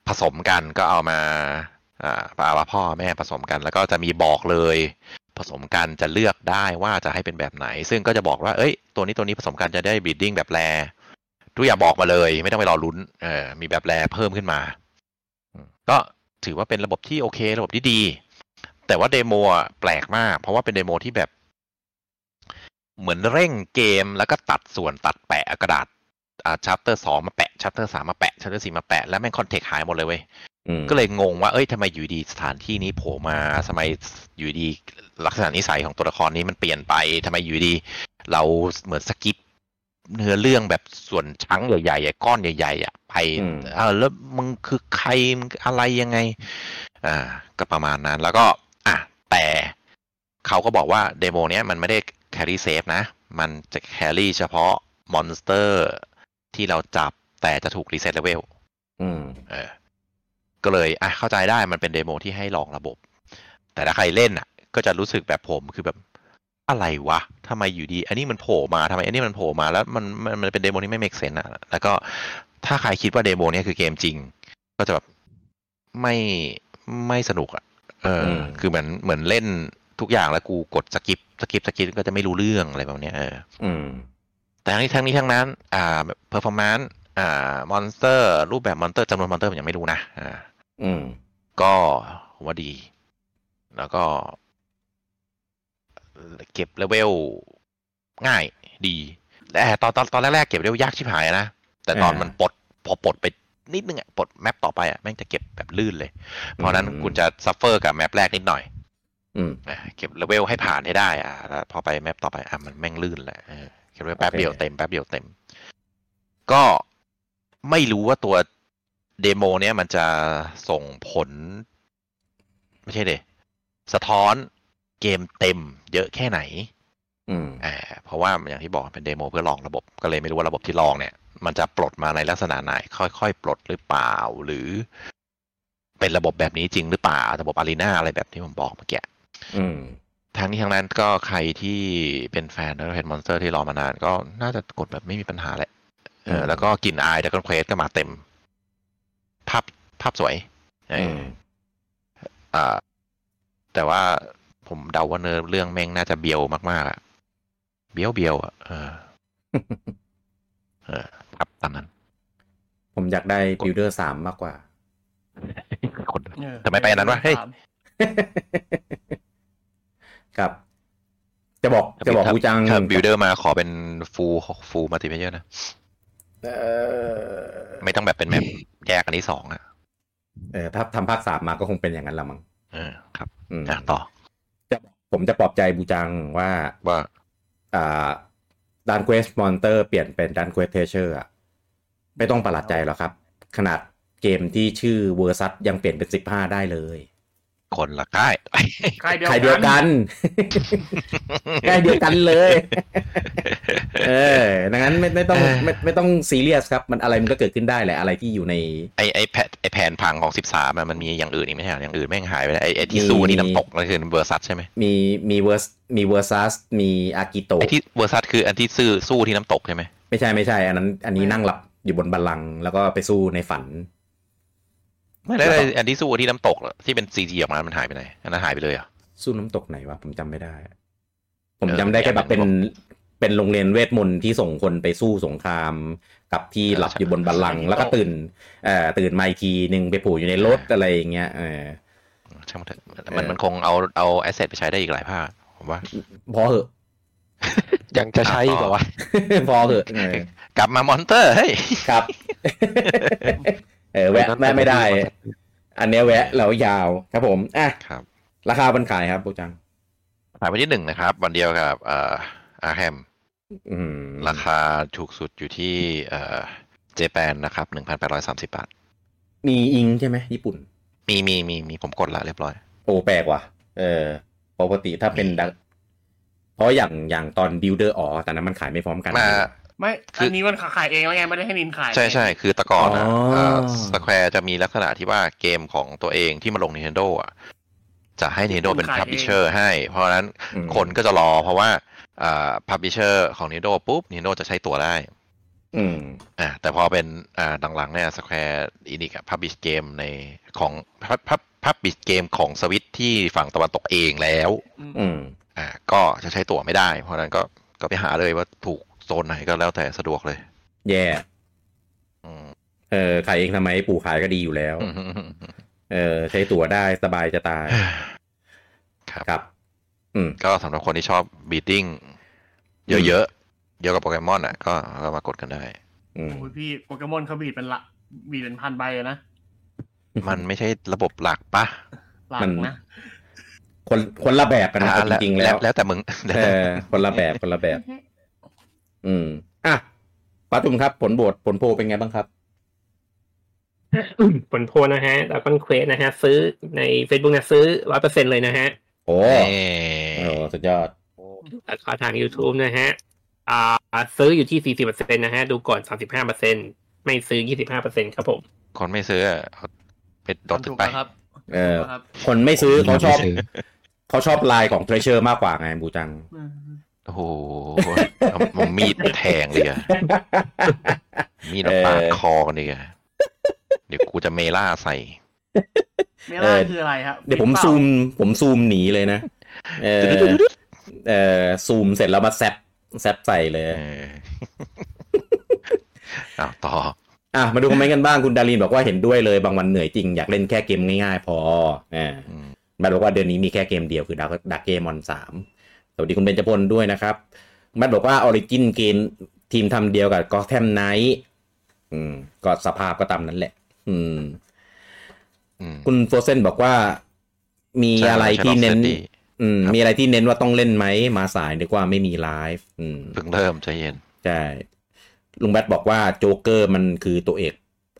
ผสมกันก็เอามาอ่าปลาปลาพ่อแม่ผสมกัน แล้วก็จะมีบอกเลย ผสมกันจะเลือกได้ว่าจะให้เป็นแบบไหน ซึ่งก็จะบอกว่าเอ้ย ตัวนี้ตัวนี้ผสมกันจะได้บีดดิ้งแบบแรทุกอย่างบอกมาเลย ไม่ต้องไปรอลุ้นเออมีแบบแรเพิ่มขึ้นมาอืมก็ถือว่าเป็นระบบที่โอเค ระบบที่ดี แต่ว่าเดโมอะแปลกมาก เพราะว่าเป็นเดโมที่แบบ เหมือนเร่งเกมแล้วก็ตัดส่วนตัดแปะกระดาษ อ่าชัปเตอร์สองมาแปะชัปเตอร์สามมาแปะชัปเตอร์สี่มาแปะ แล้วแม่งคอนเทกต์หายหมดเลยเว้ย อืม ก็เลยงงว่า เอ้ยทำไมอยู่ดีสถานที่นี้โผล่มาทำไมอยู่ดีลักษณะนิสัยของตัวละครนี้มันเปลี่ยนไปทำไมอยู่ดี เราเหมือนสกิปเนื้อเรื่องแบบส่วนชั้งใหญ่ๆอะก้อนใหญ่ๆอะไป อืม เออแล้วมึงคือใครมึงอะไรยังไง อ่า ก็ประมาณนั้น แล้วก็ อ่ะ แต่เขาก็บอกว่าเดโมเนี้ยมันไม่ได้แครี่เซฟนะ มันจะแครี่เฉพาะมอนสเตอร์ที่เราจับแต่จะถูกรีเซ็ตเลเวล อืม เออก็เลยอ่ะเข้าใจได้มันเป็นเดโมที่ให้ลองระบบ แต่ถ้าใครเล่นอ่ะ ก็จะรู้สึกแบบผมคือแบบอะไรวะทำไมอยู่ดี อันนี้มันโผล่มาทำไมอันนี้มันโผล่มาแล้วมันมันมันเป็นเดโมที่ไม่ make sense อ่ะ แล้วก็ถ้าใครคิดว่าเดโมเนี้ยคือเกมจริง ก็จะแบบไม่ไม่สนุกอ่ะ เอออ ม คือเหมือนเหมือนเล่นทุกอย่างแล้วกูกดสกิปสกิปสกิปก็จะไม่รู้เรื่องอะไรแบบเนี้ยเออ อืม แต่ทั้งนี้ทั้งนี้ทั้งนั้น อ่าแบบ performance อ่ามอนสเตอร์ รูปแบบมอนสเตอร์จำนวนมอนสเตอร์ผมยังไม่รู้นะ อ่า อืม ก็ผมว่าดี แล้วก็ เก็บเลเวลง่ายดีแต่ตอนตอนตอนแรกๆเก็บเลเวลยากชิบหายนะ แต่ตอน อ่ามั มันปลดพอปลดไปนิดนึงอะปลดแมปต่อไปอะแม่งจะเก็บแบบลื่นเลย เพราะฉะนั้น อืม คุณจะซัฟเฟอร์กับแมปแรกนิดหน่อย อืม อ่ะเก็บเลเวลให้ผ่านให้ได้อ่ะแล้วพอไปแมปต่อไปอ่ะมันแม่งลื่นแหละเออเก็บเลเวลแป๊บ โอเค เดียวเต็มแป๊บเดียวเต็ม ก็ไม่รู้ว่าตัวเดโมเนี้ยมันจะส่งผล ไม่ใช่เดสะท้อนเกมเต็มเยอะแค่ไหน อืม อ่าเพราะว่าอย่างที่บอกเป็นเดโมเพื่อลองระบบ ก็เลยไม่รู้ว่าระบบที่ลองเนี่ย มันจะปลดมาในลักษณะไหน ค่อยๆ ปลดหรือเปล่า หรือ เป็นระบบแบบนี้จริงหรือเปล่าระบบอารีนาอะไรแบบที่ผมบอกเมื่อกี้ อืม ทางนี้ทางนั้นก็ใครที่เป็นแฟนด r ก n นมอนสเตอร์ที่รอมานานก็น่าจะกดแบบไม่มีปัญหาแหละเออ อืม แล้วก็กลิ่นอายด n ก u นเควสก็มาเต็ม ภาพภาพสวยเอ อื อ ม อ่า แต่ว่าผมเดาว่าเนื้อเรื่องแม่งน่าจะเบียวมากๆอะเบียวเบียวๆอะเออ เออครับตามนั้น ผมอยากได้ Builder สามมากกว่า คน ทำไมไปอันนั้นวะเฮ้ย ครับ จะบอกจะบอกกูจัง ถ้าบิลเดอร์มาขอเป็นฟูลฟูลมัลติเพเยอร์นะ เออ ไม่ต้องแบบเป็นแมปแยกอันที่สองอะ เออถ้าทำภาคสามมาก็คงเป็นอย่างนั้นละมั้ง เออครับ อืม อ่ะต่อ จะผมจะปลอบใจบูจังว่า ว่า อ่าดันเควสมอนเตอร์เปลี่ยนเป็นดันเควสเพเชอร์อะไม่ต้องประหลาดใจหรอกครับ ขนาดเกมที่ชื่อเวอร์ซัสยังเปลี่ยนเป็นสิบห้าได้เลย คนละค่าย ใครเดียว ใครเดียวกัน ใกล้เดียวกันเลย เออดังนั้นไม่ไม่ต้อง เออ ไม่ไม่ต้องซีเรียสครับ มันอะไรมันก็เกิดขึ้นได้แหละ อะไรที่อยู่ใน ไอไอแผนไอแผนผังของสิบสามมันมีอย่างอื่นอีกไหมฮะอย่างอื่นแม่งหายไปแล้วไอไอที่ มี สู้นี่น้ำตกนั่นคือเวอร์ซัสใช่ไหม มีมีเวอร์สมีเวอร์ซัสมีอากิโต ไอที่เวอร์ซัสคืออันที่ซื้อสู้ที่น้ำตกใช่ไหม ไม่ใช่ไม่ใช่ อันนั้น อันนี้นั่งหลับอยู่บนบัลลังก์แล้วก็ไปสู้ในฝัน ไม่ได้วไอ้อันที่สู้ที่น้ำตกเหรอที่เป็นซีจีออกมา มันหายไปไหนอันนั้นหายไปเลยเหรอ่ะ สู้น้ำตกไหนวะผมจำไม่ได้ ผม เออ จำได้แค่แบบเป็น ผม เป็นโรงเรียนเวทมนต์ที่ส่งคนไปสู้สงคราม กับที่หลับ เออใช่ อยู่บนบัลลังก์แล้วก็ตื่นเอ่อตื่นมาอีกทีหนึ่งไปโผูอยู่ในรถอะไรอย่างเงี้ยเออ ช่างมันเถอะ เอ มั อ นมันคงเอาเอาแอสเซทไปใช้ได้อีกหลายภาคผมว่า พอเหอะ ยังจะใช้อีกเหรอวะ พอเหอะเออก ลับมามอนเตอร์เฮ้ย ครับ เออแวะแวะไม่ได้ อันเนี้ยแวะแล้วยาวครับผมอ่ะ ครับ ราคามันขายครับโบจัง หายวันที่หนึ่งนะครับ วันเดียวกับเอ่ออาร์แฮม อืม ราคาถูกสุดอยู่ที่เอ่อเจแปนนะครับหนึ่งพันแปดร้อยสามสิบาท มีอิงใช่ไหมญี่ปุ่น มีมีมีมีผมกดละเรียบร้อย โอ้แปลกว่ะ เออ ปกติถ้าเป็นดักเพราะอย่างอย่างตอน Builder อ๋อแต่นั้นมันขายไม่พร้อมกัน มา ไม่ คือ อันนี้มันขายเองแล้วไงไม่ได้ให้นินขาย ใช่ใช่คือแตะก่อนนะ อ๋อ สแควร์จะมีลักษณะที่ว่าเกมของตัวเองที่มาลง Nintendo อ่ะ จะให้ Nintendo เป็น Publisher ให้ เพราะฉะนั้น อืม คนก็จะรอเพราะว่าอ่า Publisher ของ Nintendo ปุ๊บ Nintendo จะใช้ตัวได้ อืม อ่าแต่พอเป็นอ่าหลังๆเนี่ยสแควร์อินิกพับบิชเกมในของพับพับพับบิชเกมของสวิตที่ฝั่งตะวันตกเองแล้ว อืม อืม อ่าก็จะใช้ตั๋วไม่ได้ เพราะฉะนั้นก็ก็ไปหาเลยว่าถูกโซนไหนก็แล้วแต่สะดวกเลย แย่ อืม เออ ขายเองทำไม ปู่ขายก็ดีอยู่แล้ว เออ ใช้ตั๋วได้สบายจะตาย ครับ ครับ อืม ก็สำหรับคนที่ชอบบีติ้งเยอะๆ เยอะกับโปเกมอนอ่ะก็ก็มากดกันได้ อืม โอ้ยพี่โปเกมอนเขาบีดเป็นละบีดเป็นพันใบอะนะ มันไม่ใช่ระบบหลักปะ หลั มั ง น นะ คนคนละแบบกันนะ อ่า เอาจริงๆแล้ว แล้วแต่มึงแล้ว เอ แต่ อ คนละแบบคนละแบบ อืม อ่ะป้าจุ่มครับ ผลโบทผลโพลเป็นไงบ้างครับ ผลโพลนะฮะแล้วก็เควสนะฮะ ซื้อใน Facebook นะซื้อร้อยเปอร์เซ็นเลยนะฮะ โอ้ เอ้ โอ้สุดยอด แล้วก็ทาง YouTube นะฮะอ่าซื้ออยู่ที่ 40%นะฮะ ดูก่อน 35%ไม่ซื้อ 25%ครับผม คนไม่ซื้ออะเอาไปโดดตึกไป ถูกแล้วครับ เออ ถูกแล้วครับ คนไม่ซื้อเขาชอบ ไม่ซื้อ เขาชอบลายของเทรเชอร์มากกว่าไงบูจัง อืม โอ้โหเอามันมีดแทงเลย อะมีดมาปาด เออ คอกันเลยอะเดี๋ยวกูจะเมล่าใส่ เมล่าคืออะไรครับ เดี๋ยวผม ปล่า ซูม ผมซูมหนีเลยนะ เออ เออซูมเสร็จแล้วมาแซปแซปใส่เลย เออ อ้าวต่อ อ่ะ มาดูคอมเมนต์กันบ้าง คุณดารินบอกว่าเห็นด้วยเลย บางวันเหนื่อยจริง อยากเล่นแค่เกมง่ายๆ พออ่า อืม แมทบอกว่าเดือนนี้มีแค่เกมเดียวคือดักดักเกมอนสามสวัสดีคุณเบญจพลด้วยนะครับแมทบอกว่าออริจินเกมทีมทำเดียวกับก็แทมไนท์อืม ก็สภาพก็ตามนั้นแหละ อืม อืม คุณโฟเซนบอกว่า มี ใช่ อะไร ใช่ ที่ ลอง เน้น สิร์ชดิ อืม มีอะไรที่เน้นว่าต้องเล่นไหม มาสายดีกว่าไม่มีไลฟ์อืม เพิ่งเริ่มใจเย็น ใช่ ลุงแบทบอกว่าโจ๊กเกอร์มันคือตัวเอก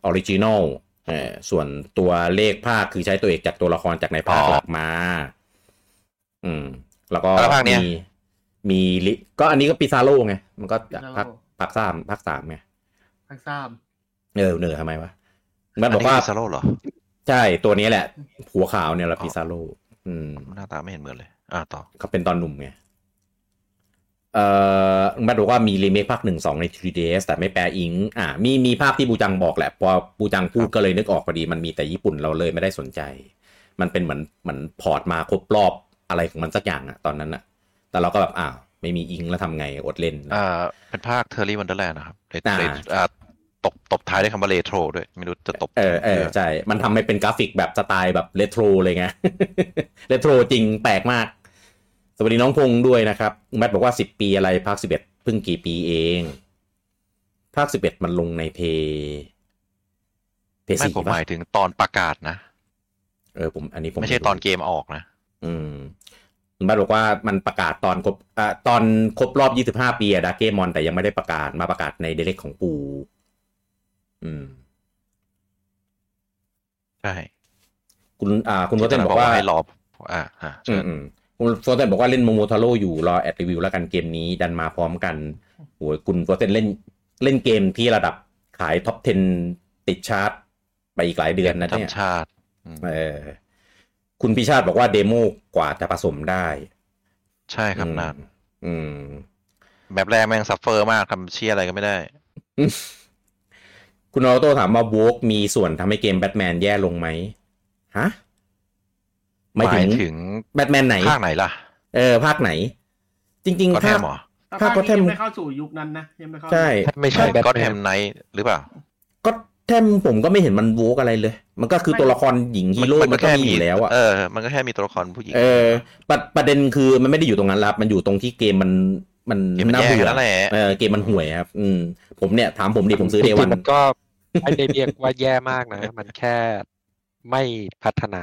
ออริจินอลเออส่วนตัวเลขภาคคือใช้ตัวเอกจากตัวละครจากในภาค อ๋อ หลักมา อืม แล้วก็ แล้วภาคเนี้ย มีมีลิก็อันนี้ก็ปิซาโร่ไง มันก็จากภาคภาคสามภาคสามไง ทักซ้ำ เออเหนือทำไมวะลุงแบ อั ท น บอ นี้ กว่า คือซาโร่เหรอ ใช่ตัวนี้แหละ หัวขาวเนี่ยแหละ อ๋อ ปิซาโร่อืม หน้าตาไม่เห็นเหมือนเลย อ่าต่อ เขาเป็นตอนหนุ่มไง เอ่อมาดูว่ามีรีเมคภาคหนึ่งสองใน 3DS แต่ไม่แปลอิง อ่า มีมีภาพที่บูจังบอกแหละ พอบูจังพูดก็เลยนึกออกพอดี มันมีแต่ญี่ปุ่นเราเลยไม่ได้สนใจ มันเป็นเหมือนเหมือนพอร์ตมาครบรอบอะไรของมันสักอย่างอะตอนนั้นอะแต่เราก็แบบอ้าวไม่มีอิงแล้วทำไงอดเล่น อ่าเป็นภาคเทอร์รี่วันเดอร์แลนด์นะครับเล อ่า เลอ่าตบตบท้ายด้วยคำว่าเลโทรด้วย ไม่รู้จะตบ เออเออใช่ มันทำให้เป็นกราฟิกแบบสไตล์แบบเรโทรเลยไง เรโทรจริงแปลกมาก สวัสดีน้องพงษ์ด้วยนะครับแมทบอกว่า 10 ปีอะไรภาค 11 เพิ่งกี่ปีเอง ภาค 11 มันลงในเพย์เพย์ ไม่ สี่ ผมห ป่ะ มายถึงตอนประกาศนะ เออผมอันนี้ผม ไม่ใช่ตอนเกมออกนะ อืมแมทบอกว่ามันประกาศตอนครบอ่าตอนครบรอบ 25 ปีอะดาเกมอนแต่ยังไม่ได้ประกาศมาประกาศในเดเล็กของปูอืม ใช่ คุณอ่า คุณวัฒ ที่ต น น บอกว่า ให้รออ่าอ่าใช่ อืมๆคุณโฟเซนบอกว่าเล่นโมโมทาโร่อยู่รอแอดรีวิวแล้วกันเกมนี้ดันมาพร้อมกันโอ้ยคุณโฟเซนเล่นเล่นเกมที่ระดับขายท็อป 10 ติดชาร์ตไปอีกหลายเดือนนะเนี่ย ทำชาติอืม เออคุณพิชาติบอกว่าเดโมกว่าจะผสมได้ ใช่ครับนาน อืม แบบแรกแม่งซัฟเฟอร์มากทำเชี่ยอะไรก็ไม่ได้ คุณออโต้ถามว่าโวกมีส่วนทำให้เกมแบทแมนแย่ลงไหมฮะ ห หมาย มาย ถึ ถึ ง ง แบทแมนไหน ภาคไหนล่ะ เออ ภาคไหน จริง ก็ ๆ แท ภาค มเหรอ แต่ ภาค ภาคนี้ Gotham ยังไม่เข้าสู่ยุคนั้นนะยังไม่เข้า ใช่ ไม่ใช่แบท ก็ แม แท น มไนท์หรือเปล่า ก็แทมผมก็ไม่เห็นมันโวกอะไรเลย มันก็คือตัวละครหญิงฮีโร่มันก็มีอยู่แล้วอะ เออ มันก็แค่มีตัวละครผู้หญิง เออประประเด็นคือมันไม่ได้อยู่ตรงนั้นละครับ มันอยู่ตรงที่เกมมันมัน เกมมัน น่า แย่ เบื่อ นั่นแหละ เออเกมมันห่วยครับ อืม ผมเนี่ยถามผมดิผมซื้อ จ เด ริ วั ง น ๆมันก็ไม่ได้เรียกว่าแย่มากนะ มันแค่ไม่พัฒนา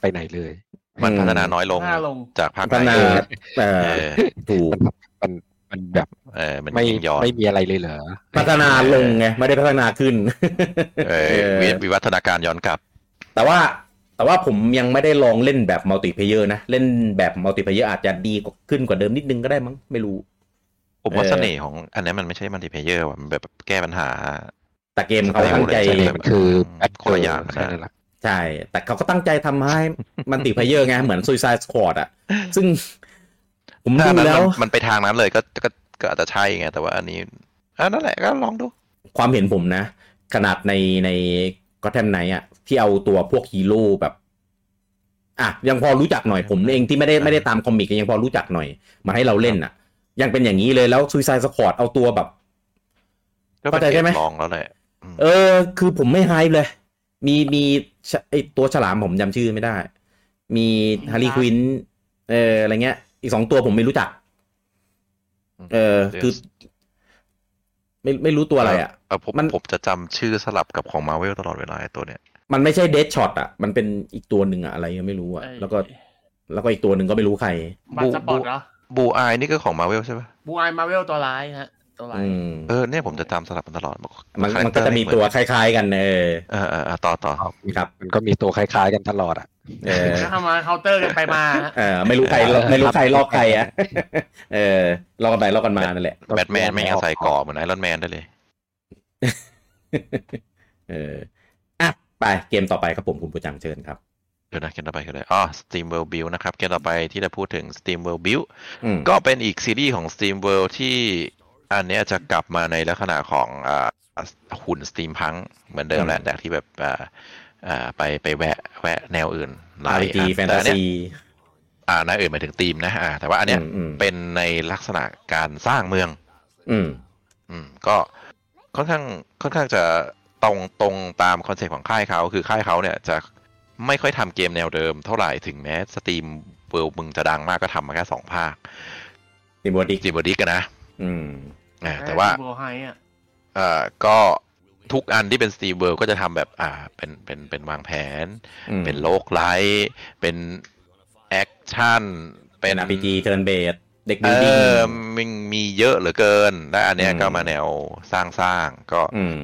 ไปไหนเลย มันพัฒนาน้อยลง หน้าลง จากภาคไห พัฒ น นาเอ เอ อ อ ถูก มันมันแบบ เออมัน ไม่ ยิงย้อน ไม่มีอะไรเลยเหรอ พัฒนาลงไงไม่ได้พัฒนาขึ้น เออวิวิวัฒนาการย้อนกลับ แต่ว่าแต่ว่าผมยังไม่ได้ลองเล่นแบบมัลติเพเยอร์นะ เล่นแบบมัลติเพเยอร์อาจจะดีกว่าขึ้นกว่าเดิมนิดนึงก็ได้มั้งไม่รู้ ผมว่า เออ เสน่ห์ของอันนี้มันไม่ใช่มัลติเพเยอร์ว่ะมันแบบแก้ปัญหา แต่เกมเขาตั้งใจ เออ มันคือแบท คนละอย่างนะ แค่นั้นแหละ ใช่ แต่เขาก็ตั้งใจทำให้ มันติเพเยอร์ไง เหมือน Suicide Squad อะซึ่ง ผม ถ้า ดู อันนั้น แล้ว มันมันไปทางนั้นเลยก็ก็ก็อาจจะใช่ไงแต่ว่าอันนี้อ่ะนั่นแหละก็ลองดู ความเห็นผมนะ ขนาดในในก็แทมไนอะที่เอาตัวพวกฮีโร่แบบ อ่ะ ยังพอรู้จักหน่อยผมเองที่ไม่ได้ไม่ได้ตามคอมิกยังพอรู้จักหน่อย มาให้เราเล่นอะยังเป็นอย่างนี้เลยแล้ว Suicide Squad เอาตัวแบบ ก็เป็น เข้าใจใช่ไหม ลองแล้วแหละอืม เออ คือผมไม่ไฮป์เลย มีมีชไอตัวฉลามผมจำชื่อไม่ได้ มีฮาร์รีควินเอออะไรเงี้ย อีกสองตัวผมไม่รู้จัก เออคือ ไม่ไม่รู้ตัวอะไรอ่ะ เผม มัน ผมจะจำชื่อสลับกับของมาเวลตลอดเวลาไอ้ตัวเนี้ย มันไม่ใช่เดชช็อตอ่ะ มันเป็นอีกตัวหนึ่งอ่ะ อะไรก็ไม่รู้อ่ะ ไอ้ แล้วก็ แล้วก็อีกตัวหนึ่งก็ไม่รู้ใคร บัตรสปอร์ตเหรอ บูอายนี่ก็ของมาเวลใช่ปะ บูไอมาเวลตัวร้ายฮะ ตัวร้าย อืม เออเนี่ยผมจะจำสลับมันตลอด มัน คาแร มัน คเต ก็ อร์ จะมี ไเหอน ตัวคล้าย ๆ กันเออ เออเออเออต่อต่อ ครับ มันก็มีตัวคล้ายๆกันตลอดอ่ะ เอ อ แล้วทำมาเคาน์เตอร์กันไปมาฮะ เออ ไม่รู้ใคร ครับ ไม่รู้ใครลอกใครอ่ะ เออลอกกันไปลอกกันมานั่นแหละ แบทแมนไม่งอาศัยเกาะเหมือนไอรอนแมนได้เลย เอออ่ะไปเกมต่อไปครับผมคุณปูจังเชิญครับ เดี๋ยวนะเกมต่อไปคืออะไรอ๋อ Steam World Build นะครับ เกมต่อไปที่จะพูดถึง Steam World Build อืม ก็เป็นอีกซีรีส์ของ Steam World ที่อันเนี้ยจะกลับมาในลักษณะของอ่าหุ่น Steam Punk เหมือนเดิมแหละแต่ที่แบบอ่าอ่าไปไปแวะแวะแนวอื่นหลา อาย ร์จีแฟน แต่ ตา อันเนี้ย ซี อ่าแนวอื่นหมายถึงธีมนะอ่าแต่ว่าอันเนี้ย อืม เป็นในลักษณะการสร้างเมือง อืม อืมก็ค่อนข้างค่อนข้างจะตรงตรงตามคอนเซ็ปต์ของค่ายเขาคือค่ายเขาเนี่ยจะไม่ค่อยทำเกมแนวเดิมเท่าไหร่ถึงแม้สตรีมเวิลมึงจะดังมากก็ทำมาแค่สองภาค ติบอดิก จีบดิกันนะ อืม อ่าแต่ว่า Blue High อะ เอ่อก็ทุกอันที่เป็นสตรีมเวิลก็จะทำแบบอ่าเป็นเป็นเป็นวางแผน อืม เป็นโลกไลท์เป็นแอคชั่น เป็น RPG turn based deck เอ building อมันมีเยอะเหลือเกิน และอันเนี้ย อืม ก็มาแนวสร้างสร้างๆก็ อืม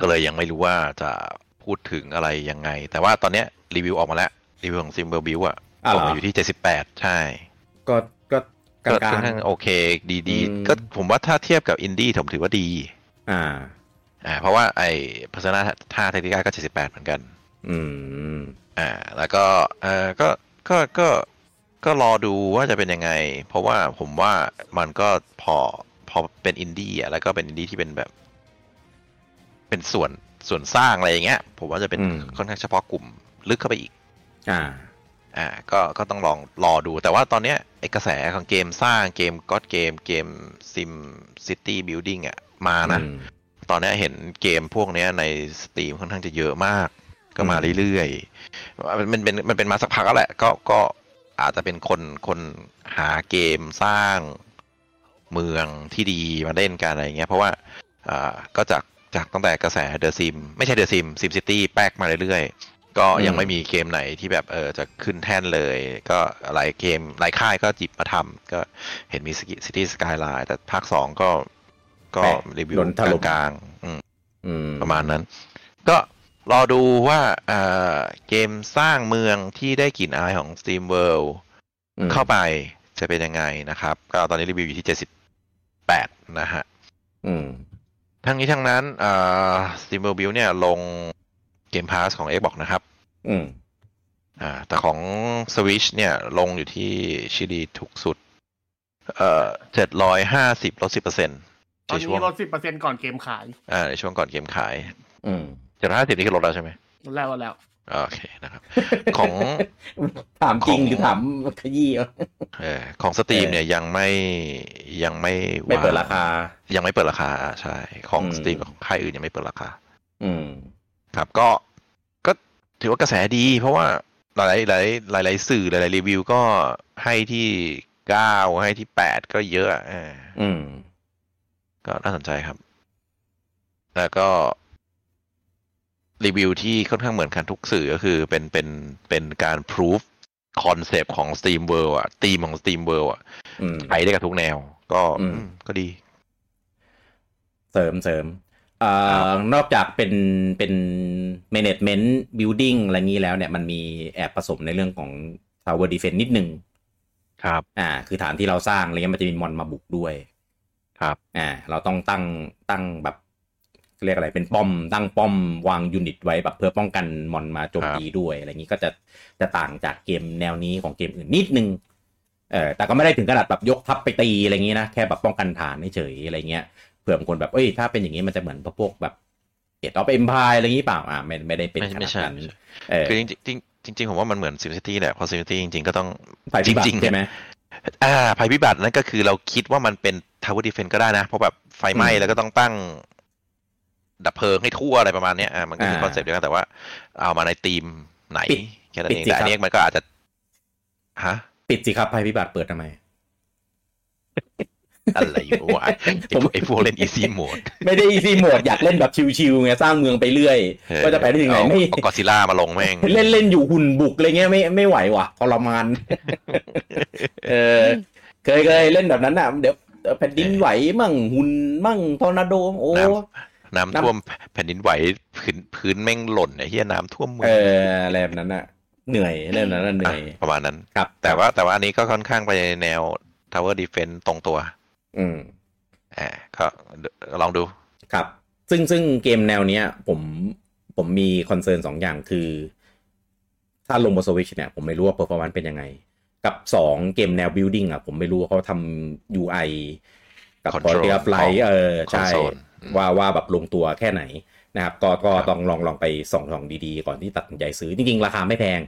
ก็เลยยังไม่รู้ว่าจะพูดถึงอะไรยังไง แต่ว่าตอนเนี้ยรีวิวออกมาแล้ว รีวิวของซิมเบอร์บิวอะอ อ่ะ อ เหรอ กมาอยู่ที่ 78 ใช่ ก็ก็ก ก็ ลา ค่อง นข้างโอเคดี อืม ๆ ก็ผมว่าถ้าเทียบกับอินดี้ผมถือว่าดี ๆอ่า อ่าเพราะว่าไอ้พัฒนาท่าเทคนิคก็ 78 เหมือนกัน อืม อ่าแล้วก็เออก็ก็ก็ก็รอดูว่าจะเป็นยังไง เพราะว่าผมว่ามันก็พอพอเป็นอินดี้อะแล้วก็เป็นอินดี้ที่เป็นแบบ เป็นส่วนส่วนสร้างอะไรอย่างเงี้ยผมว่าจะเป็น อืม ค่อนข้างเฉพาะกลุ่มลึกเข้าไปอีก อ่า อ่าก็ก็ต้องลองรอดูแต่ว่าตอนเนี้ยไอกระแสของเกมสร้างเกมก็เกมเกมซิมซิตี้บิ l ดิ้งอ่ะมานะ ตอนเนี้ยเห็นเกมพวกเนี้ยในสตรีมค่อนข้างจะเยอะมาก ก็มา อืม เรื่อยๆมันมันเป็นมันเป็นมาสักพักแล้วแหละ ก็ก็อาจจะเป็นคนคนหาเกมสร้างเมืองที่ดีมาเล่นกันอะไรเงี้ย เพราะว่าอ่าก็จากจากตั้งแต่กระแสเดอะซิมไม่ใช่เดอะซิมซิมซิตี้แป๊กมาเรื่อยๆ ก็ยังไม่มีเกมไหนที่แบบเออจะขึ้นแท่นเลย ก็หลายเกมหลายค่ายก็จิบมาทำก็เห็นมีซิตี้สกายไลน์แต่ภาคสองก็ก็ แปะ รีวิว โดนถล่ม กลางๆอืม อืม ประมาณนั้น ก็รอดูว่าเอ่อเกมสร้างเมืองที่ได้กลิ่นอายของ Steam World อืม เข้าไปจะเป็นยังไงนะครับ ก็ตอนนี้รีวิวอยู่ที่ 78 นะฮะ อืม ทั้งนี้ทั้งนั้นเอ่อ Steam World Build เนี่ยลงเกมพาสของ Xbox นะครับ อืม อ่าแต่ของ Switch เนี่ยลงอยู่ที่ชิลีถูกสุดเอ่อ750 ลด 10% ตอน ในช่ว นี้ ง ลดสิบเปอร์เซ็นก่อนเกมขาย อ่าในช่วงก่อนเกมขาย อืม 750 นี่คือลดแล้วใช่ไหม ลดแล้วลดแล้ว อ่าโอเคนะครับ ของ ถามจริง ของ หรือถามขยี้วะ เออของสตรีม เออ เนี่ยยังไม่ยังไม่ ไม่เปิด วง ราคา ยังไม่เปิดราคาอ่าใช่ ของ อืม สตรีมกับของค่ายอื่นยังไม่เปิดราคา อืม ครับก็ก็ถือว่ากระแสดี เพราะว่าหลายหลายหลายหลายสื่อหลาย ๆ รีวิวก็ให้ที่เก้าให้ที่แปดก็เยอะเออ อืม ก็น่าสนใจครับ แล้วก็รีวิวที่ค่อนข้างเหมือนกันทุกสื่อก็คือเป็นเป็นเป็นการพ o ูฟคอนเซปต์ของ Steam World อ่ะธีมของ Steam World อ่ะ อืม ไปได้กับทุกแนว ก็ อืม อืมก็ดี เสริมเสริมเอ่อนอกจากเป็นเป็น management building อะไรนี้แล้วเนี่ยมันมีแอบผสมในเรื่องของ tower defense นิดนึง ครับ อ่า คือฐานที่เราสร้างอะไรเงี้ยมันจะมีมอนมาบุกด้วย ครับ อ่า เราต้องตั้งตั้งแบบเรียกอะไรเป็นป้อม ตั้งป้อมวางยูนิตไว้แบบเพื่อป้องกันมอนมาโจมตีด้วยอะไรนี้ก็จะจะต่างจากเกมแนวนี้ของเกมอื่นนิดนึง เออแต่ก็ไม่ได้ถึงขนาดแบบยกทัพไปตีอะไรอย่างนี้นะแค่แบบป้องกันฐานเฉยๆอะไรเงี้ยเผื่อบางคนแบบเอ้ยถ้าเป็นอย่างนี้มันจะเหมือนพวกแบบเอ็ดออฟเอ็มพายอะไรอย่างนี้เปล่าอ่าไม่ไม่ได้เป็น ไม่ ขนา ไม่ ด ใช่ นั้น ไม่ใช่ เออ คือจริงจริงจริงจริง ๆ ผมว่ามันเหมือนซิมซิตี้แหละเพอซิมซิตี้จริง ๆ ก็ต้อง ภัยพิบัติ จริงๆ ใช่ไหม อ่าภัยพิบัตินั่นก็คือเราคิดว่ามันเป็นทาวเวอร์ดีเฟนก็ได้นะ เพราะแบบไฟไหม้ อืม แล้วก็ต้องตั้ง ดับเพลิงให้ทั่วอะไรประมาณเนี้ยอ่ามันก็คืออา คอนเซปต์เดียวกันแต่ว่า เอามาในธีมไหน ปิด แค่นั้น ปิด เอง สิ แต่คอัรั น บ นี้มันก็อาจจะฮะ ปิดสิครับภัยพิบัติเปิดทำไม อะไรอยู่วะไอ้พวกไอ้พวกเล่นอีซี่โหมด ไม่ได้อีซี่โหมดอยากเล่นแบบชิวๆไงสร้างเมืองไปเรื่อยก็จะไปได้ยังไงไม่ กอซิล่ามาลงแม่ง เล่นเล่นอยู่หุ่นบุกอะไรเงี้ยไม่ไม่ไหวว่ะทรมาน เออเคยเคยเล่นแบบนั้นอ่ะเดี๋ยวเดี๋ยวแผ่นดินไหวมั่งหุ่นมั่งทอร์นาโดโอ้ น้ำ น้ำท่วมแผ่นดินไหวพื้นพื้นแม่งหล่นไอ้เหี้ยน้ำท่วมเมือ เอง ออะไรแบบนั้นอ่ะ เหนื่อยเรื่องนั้นน่ะเหนื่อย อ่ะประมาณนั้น ครับ แต่ว่าแต่ว่าอันนี้ก็ค่อนข้างไปในแนว Tower Defense ตรงตัว อืม อ่าก็ลองดู ครับ ซึ่งซึ่งเกมแนวเนี้ย ผมผมมีคอนเซิร์นสองอย่างคือ ถ้าลงบนสวิชเนี่ย ผมไม่รู้ว่าเปอร์ฟอร์มนเป็นยังไง กับสองเกมแนว building อ่ะ ผมไม่รู้ว่าเขาทำ UI กับ Control Quality of Life เออ คอน ใช่ โซล ว่าว่าแบบลงตัวแค่ไหนนะครับ ก็ก็ต้องลองลองไปส่องลองดีๆ ก่อนที่ตัดสินใจซื้อ จริงๆ ราคาไม่แพง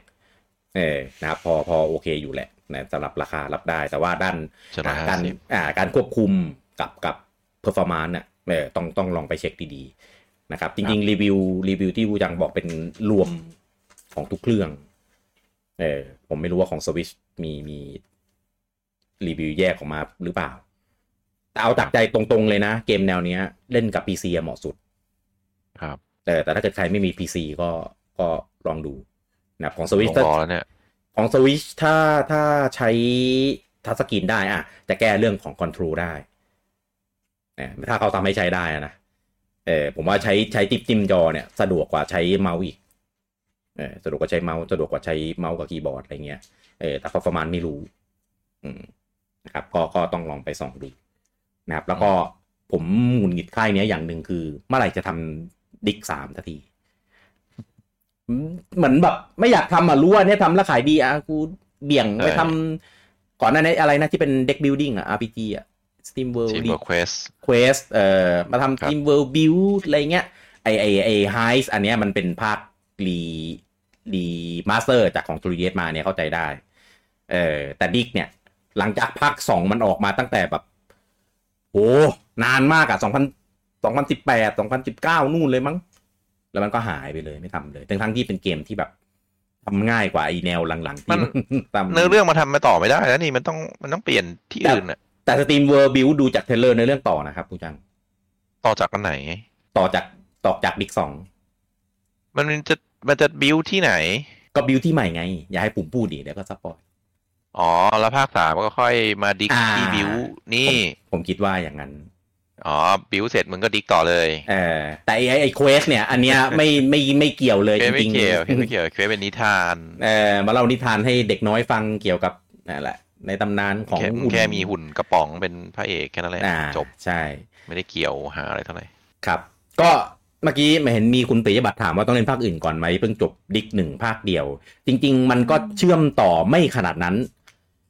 เออนะครับพอพอโอเคอยู่แหละนะสำหรับราคารับได้แต่ว่าด้าน ชนะ อ่า ห้า การ สิบ อ่าการควบคุมกับกับเพอร์ฟอร์มานซ์น่ะเออต้องต้องลองไปเช็คดีๆนะครับ จริงๆ รีวิวรีวิวที่วูจังบอกเป็นรวมของทุกเครื่องเออผมไม่รู้ว่าของสวิชมีมีรีวิวแยกออกมาหรือเปล่า แต่เอาจากใจตรงๆเลยนะ เกมแนวเนี้ย เล่นกับ PC อะเหมาะสุด ครับ แต่แต่ถ้าเกิดใครไม่มี PC ก็ก็ลองดูนะครับของสวิช ลงรอแล้วเนี่ย ของสวิชถ้าถ้าใช้ทัชสกรีนได้อะจะแก้เรื่องของคอนโทรลได้เนี่ยถ้าเขาทำให้ใช้ได้อะนะเออผมว่าใช้ใช้จิ้มจิ้มจอเนี่ยสะดวกกว่าใช้เมาส์อีกเออสะดวกกว่าใช้เมาส์สะดวกกว่าใช้เมาส์กับคีย์บอร์ดอะไรเงี้ยเออแต่พอประมาณไม่รู้ อืมนะครับ ก็ก็ต้องลองไปส่องดูนะครับ แล้วก็ผมหงุดหงิดค่ายเนี้ยอย่างหนึ่งคือ เมื่อไหร่จะทำดิกสามสักที อืมเหมือนแบบไม่อยากทำอ่ะรู้ว่าเนี่ยทำแล้วขายดีอ่ะกูเบี่ยงไป เออ ทำก่อนหน้านี้อะไรนะที่เป็นเด็กบิ l ดิ้งอ่ะ RPG อ่ะ Steam World ทีม League Request Quest เอ่อมาทำ ครับ Steam World Build อะไรเงี้ยไอไอไอ Heist อันเนี้ยมันเป็นภาครี ดีมาสเตอร์จากของทูริเยตมาเนี่ยเข้าใจได้ เออแต่ดิกเนี่ย หลังจากภาคสองมันออกมาตั้งแต่แบบโหนานมากอะสองพันสองพันสิบแปดสองพันสิบเก้านู่นเลยมั้ง แล้วมันก็หายไปเลยไม่ทำเลย ทั้งทั้งๆที่เป็นเกมที่แบบทำง่ายกว่าไอแนวหลังๆ มั ที่ น ทำ เนื้อเรื่องมาทำมาต่อไม่ได้แล้วนี่มันต้องมันต้องเปลี่ยนที่อื่นอะ แต่สตรีมเวอร์บิวดูจากเทรลเลอร์ในเรื่องต่อนะครับคุณจัง ต่อจากอันไหน ต่อจากต่อจากบิ๊กสอง มันจะมันจะบิวที่ไหน ก็บิวที่ใหม่ไง อย่าให้ผมพูดดิเดี๋ยวก็สปอย อ๋อ แล้วภาคสามก็ค่อยมาดิก อ่า ที่บิวนี่ ผมคิดว่าอย่างนั้น อ๋อ บิวเสร็จมึงก็ดิกต่อเลย เออแต่ไอไอ้ไอเควสเนี่ย อันเนี้ย ไม่ไม่ไม่ไม่เกี่ยวเลย เคว จ สไม่ ริง เกี่ยวเควสไม่เกี่ยวเควสเป็นนิทาน เออมาเล่านิทานให้เด็กน้อยฟังเกี่ยวกับนั่นแหละ ในตำนานของ แค่ หุ่น แค่มีหุ่นกระป๋องเป็นพระเอกแค่นั้นแหละ อ่า จบ ใช่ ไม่ได้เกี่ยวหาอะไรเท่าไหร่ ครับ ก็เมื่อกี้มาเห็นมีคุณปิยบัตรถามว่าต้องเล่นภาคอื่นก่อนไหมเพิ่งจบดิกหนึ่งภาคเดียว จริง ๆ มันก็เชื่อมต่อไม่ขนาดนั้น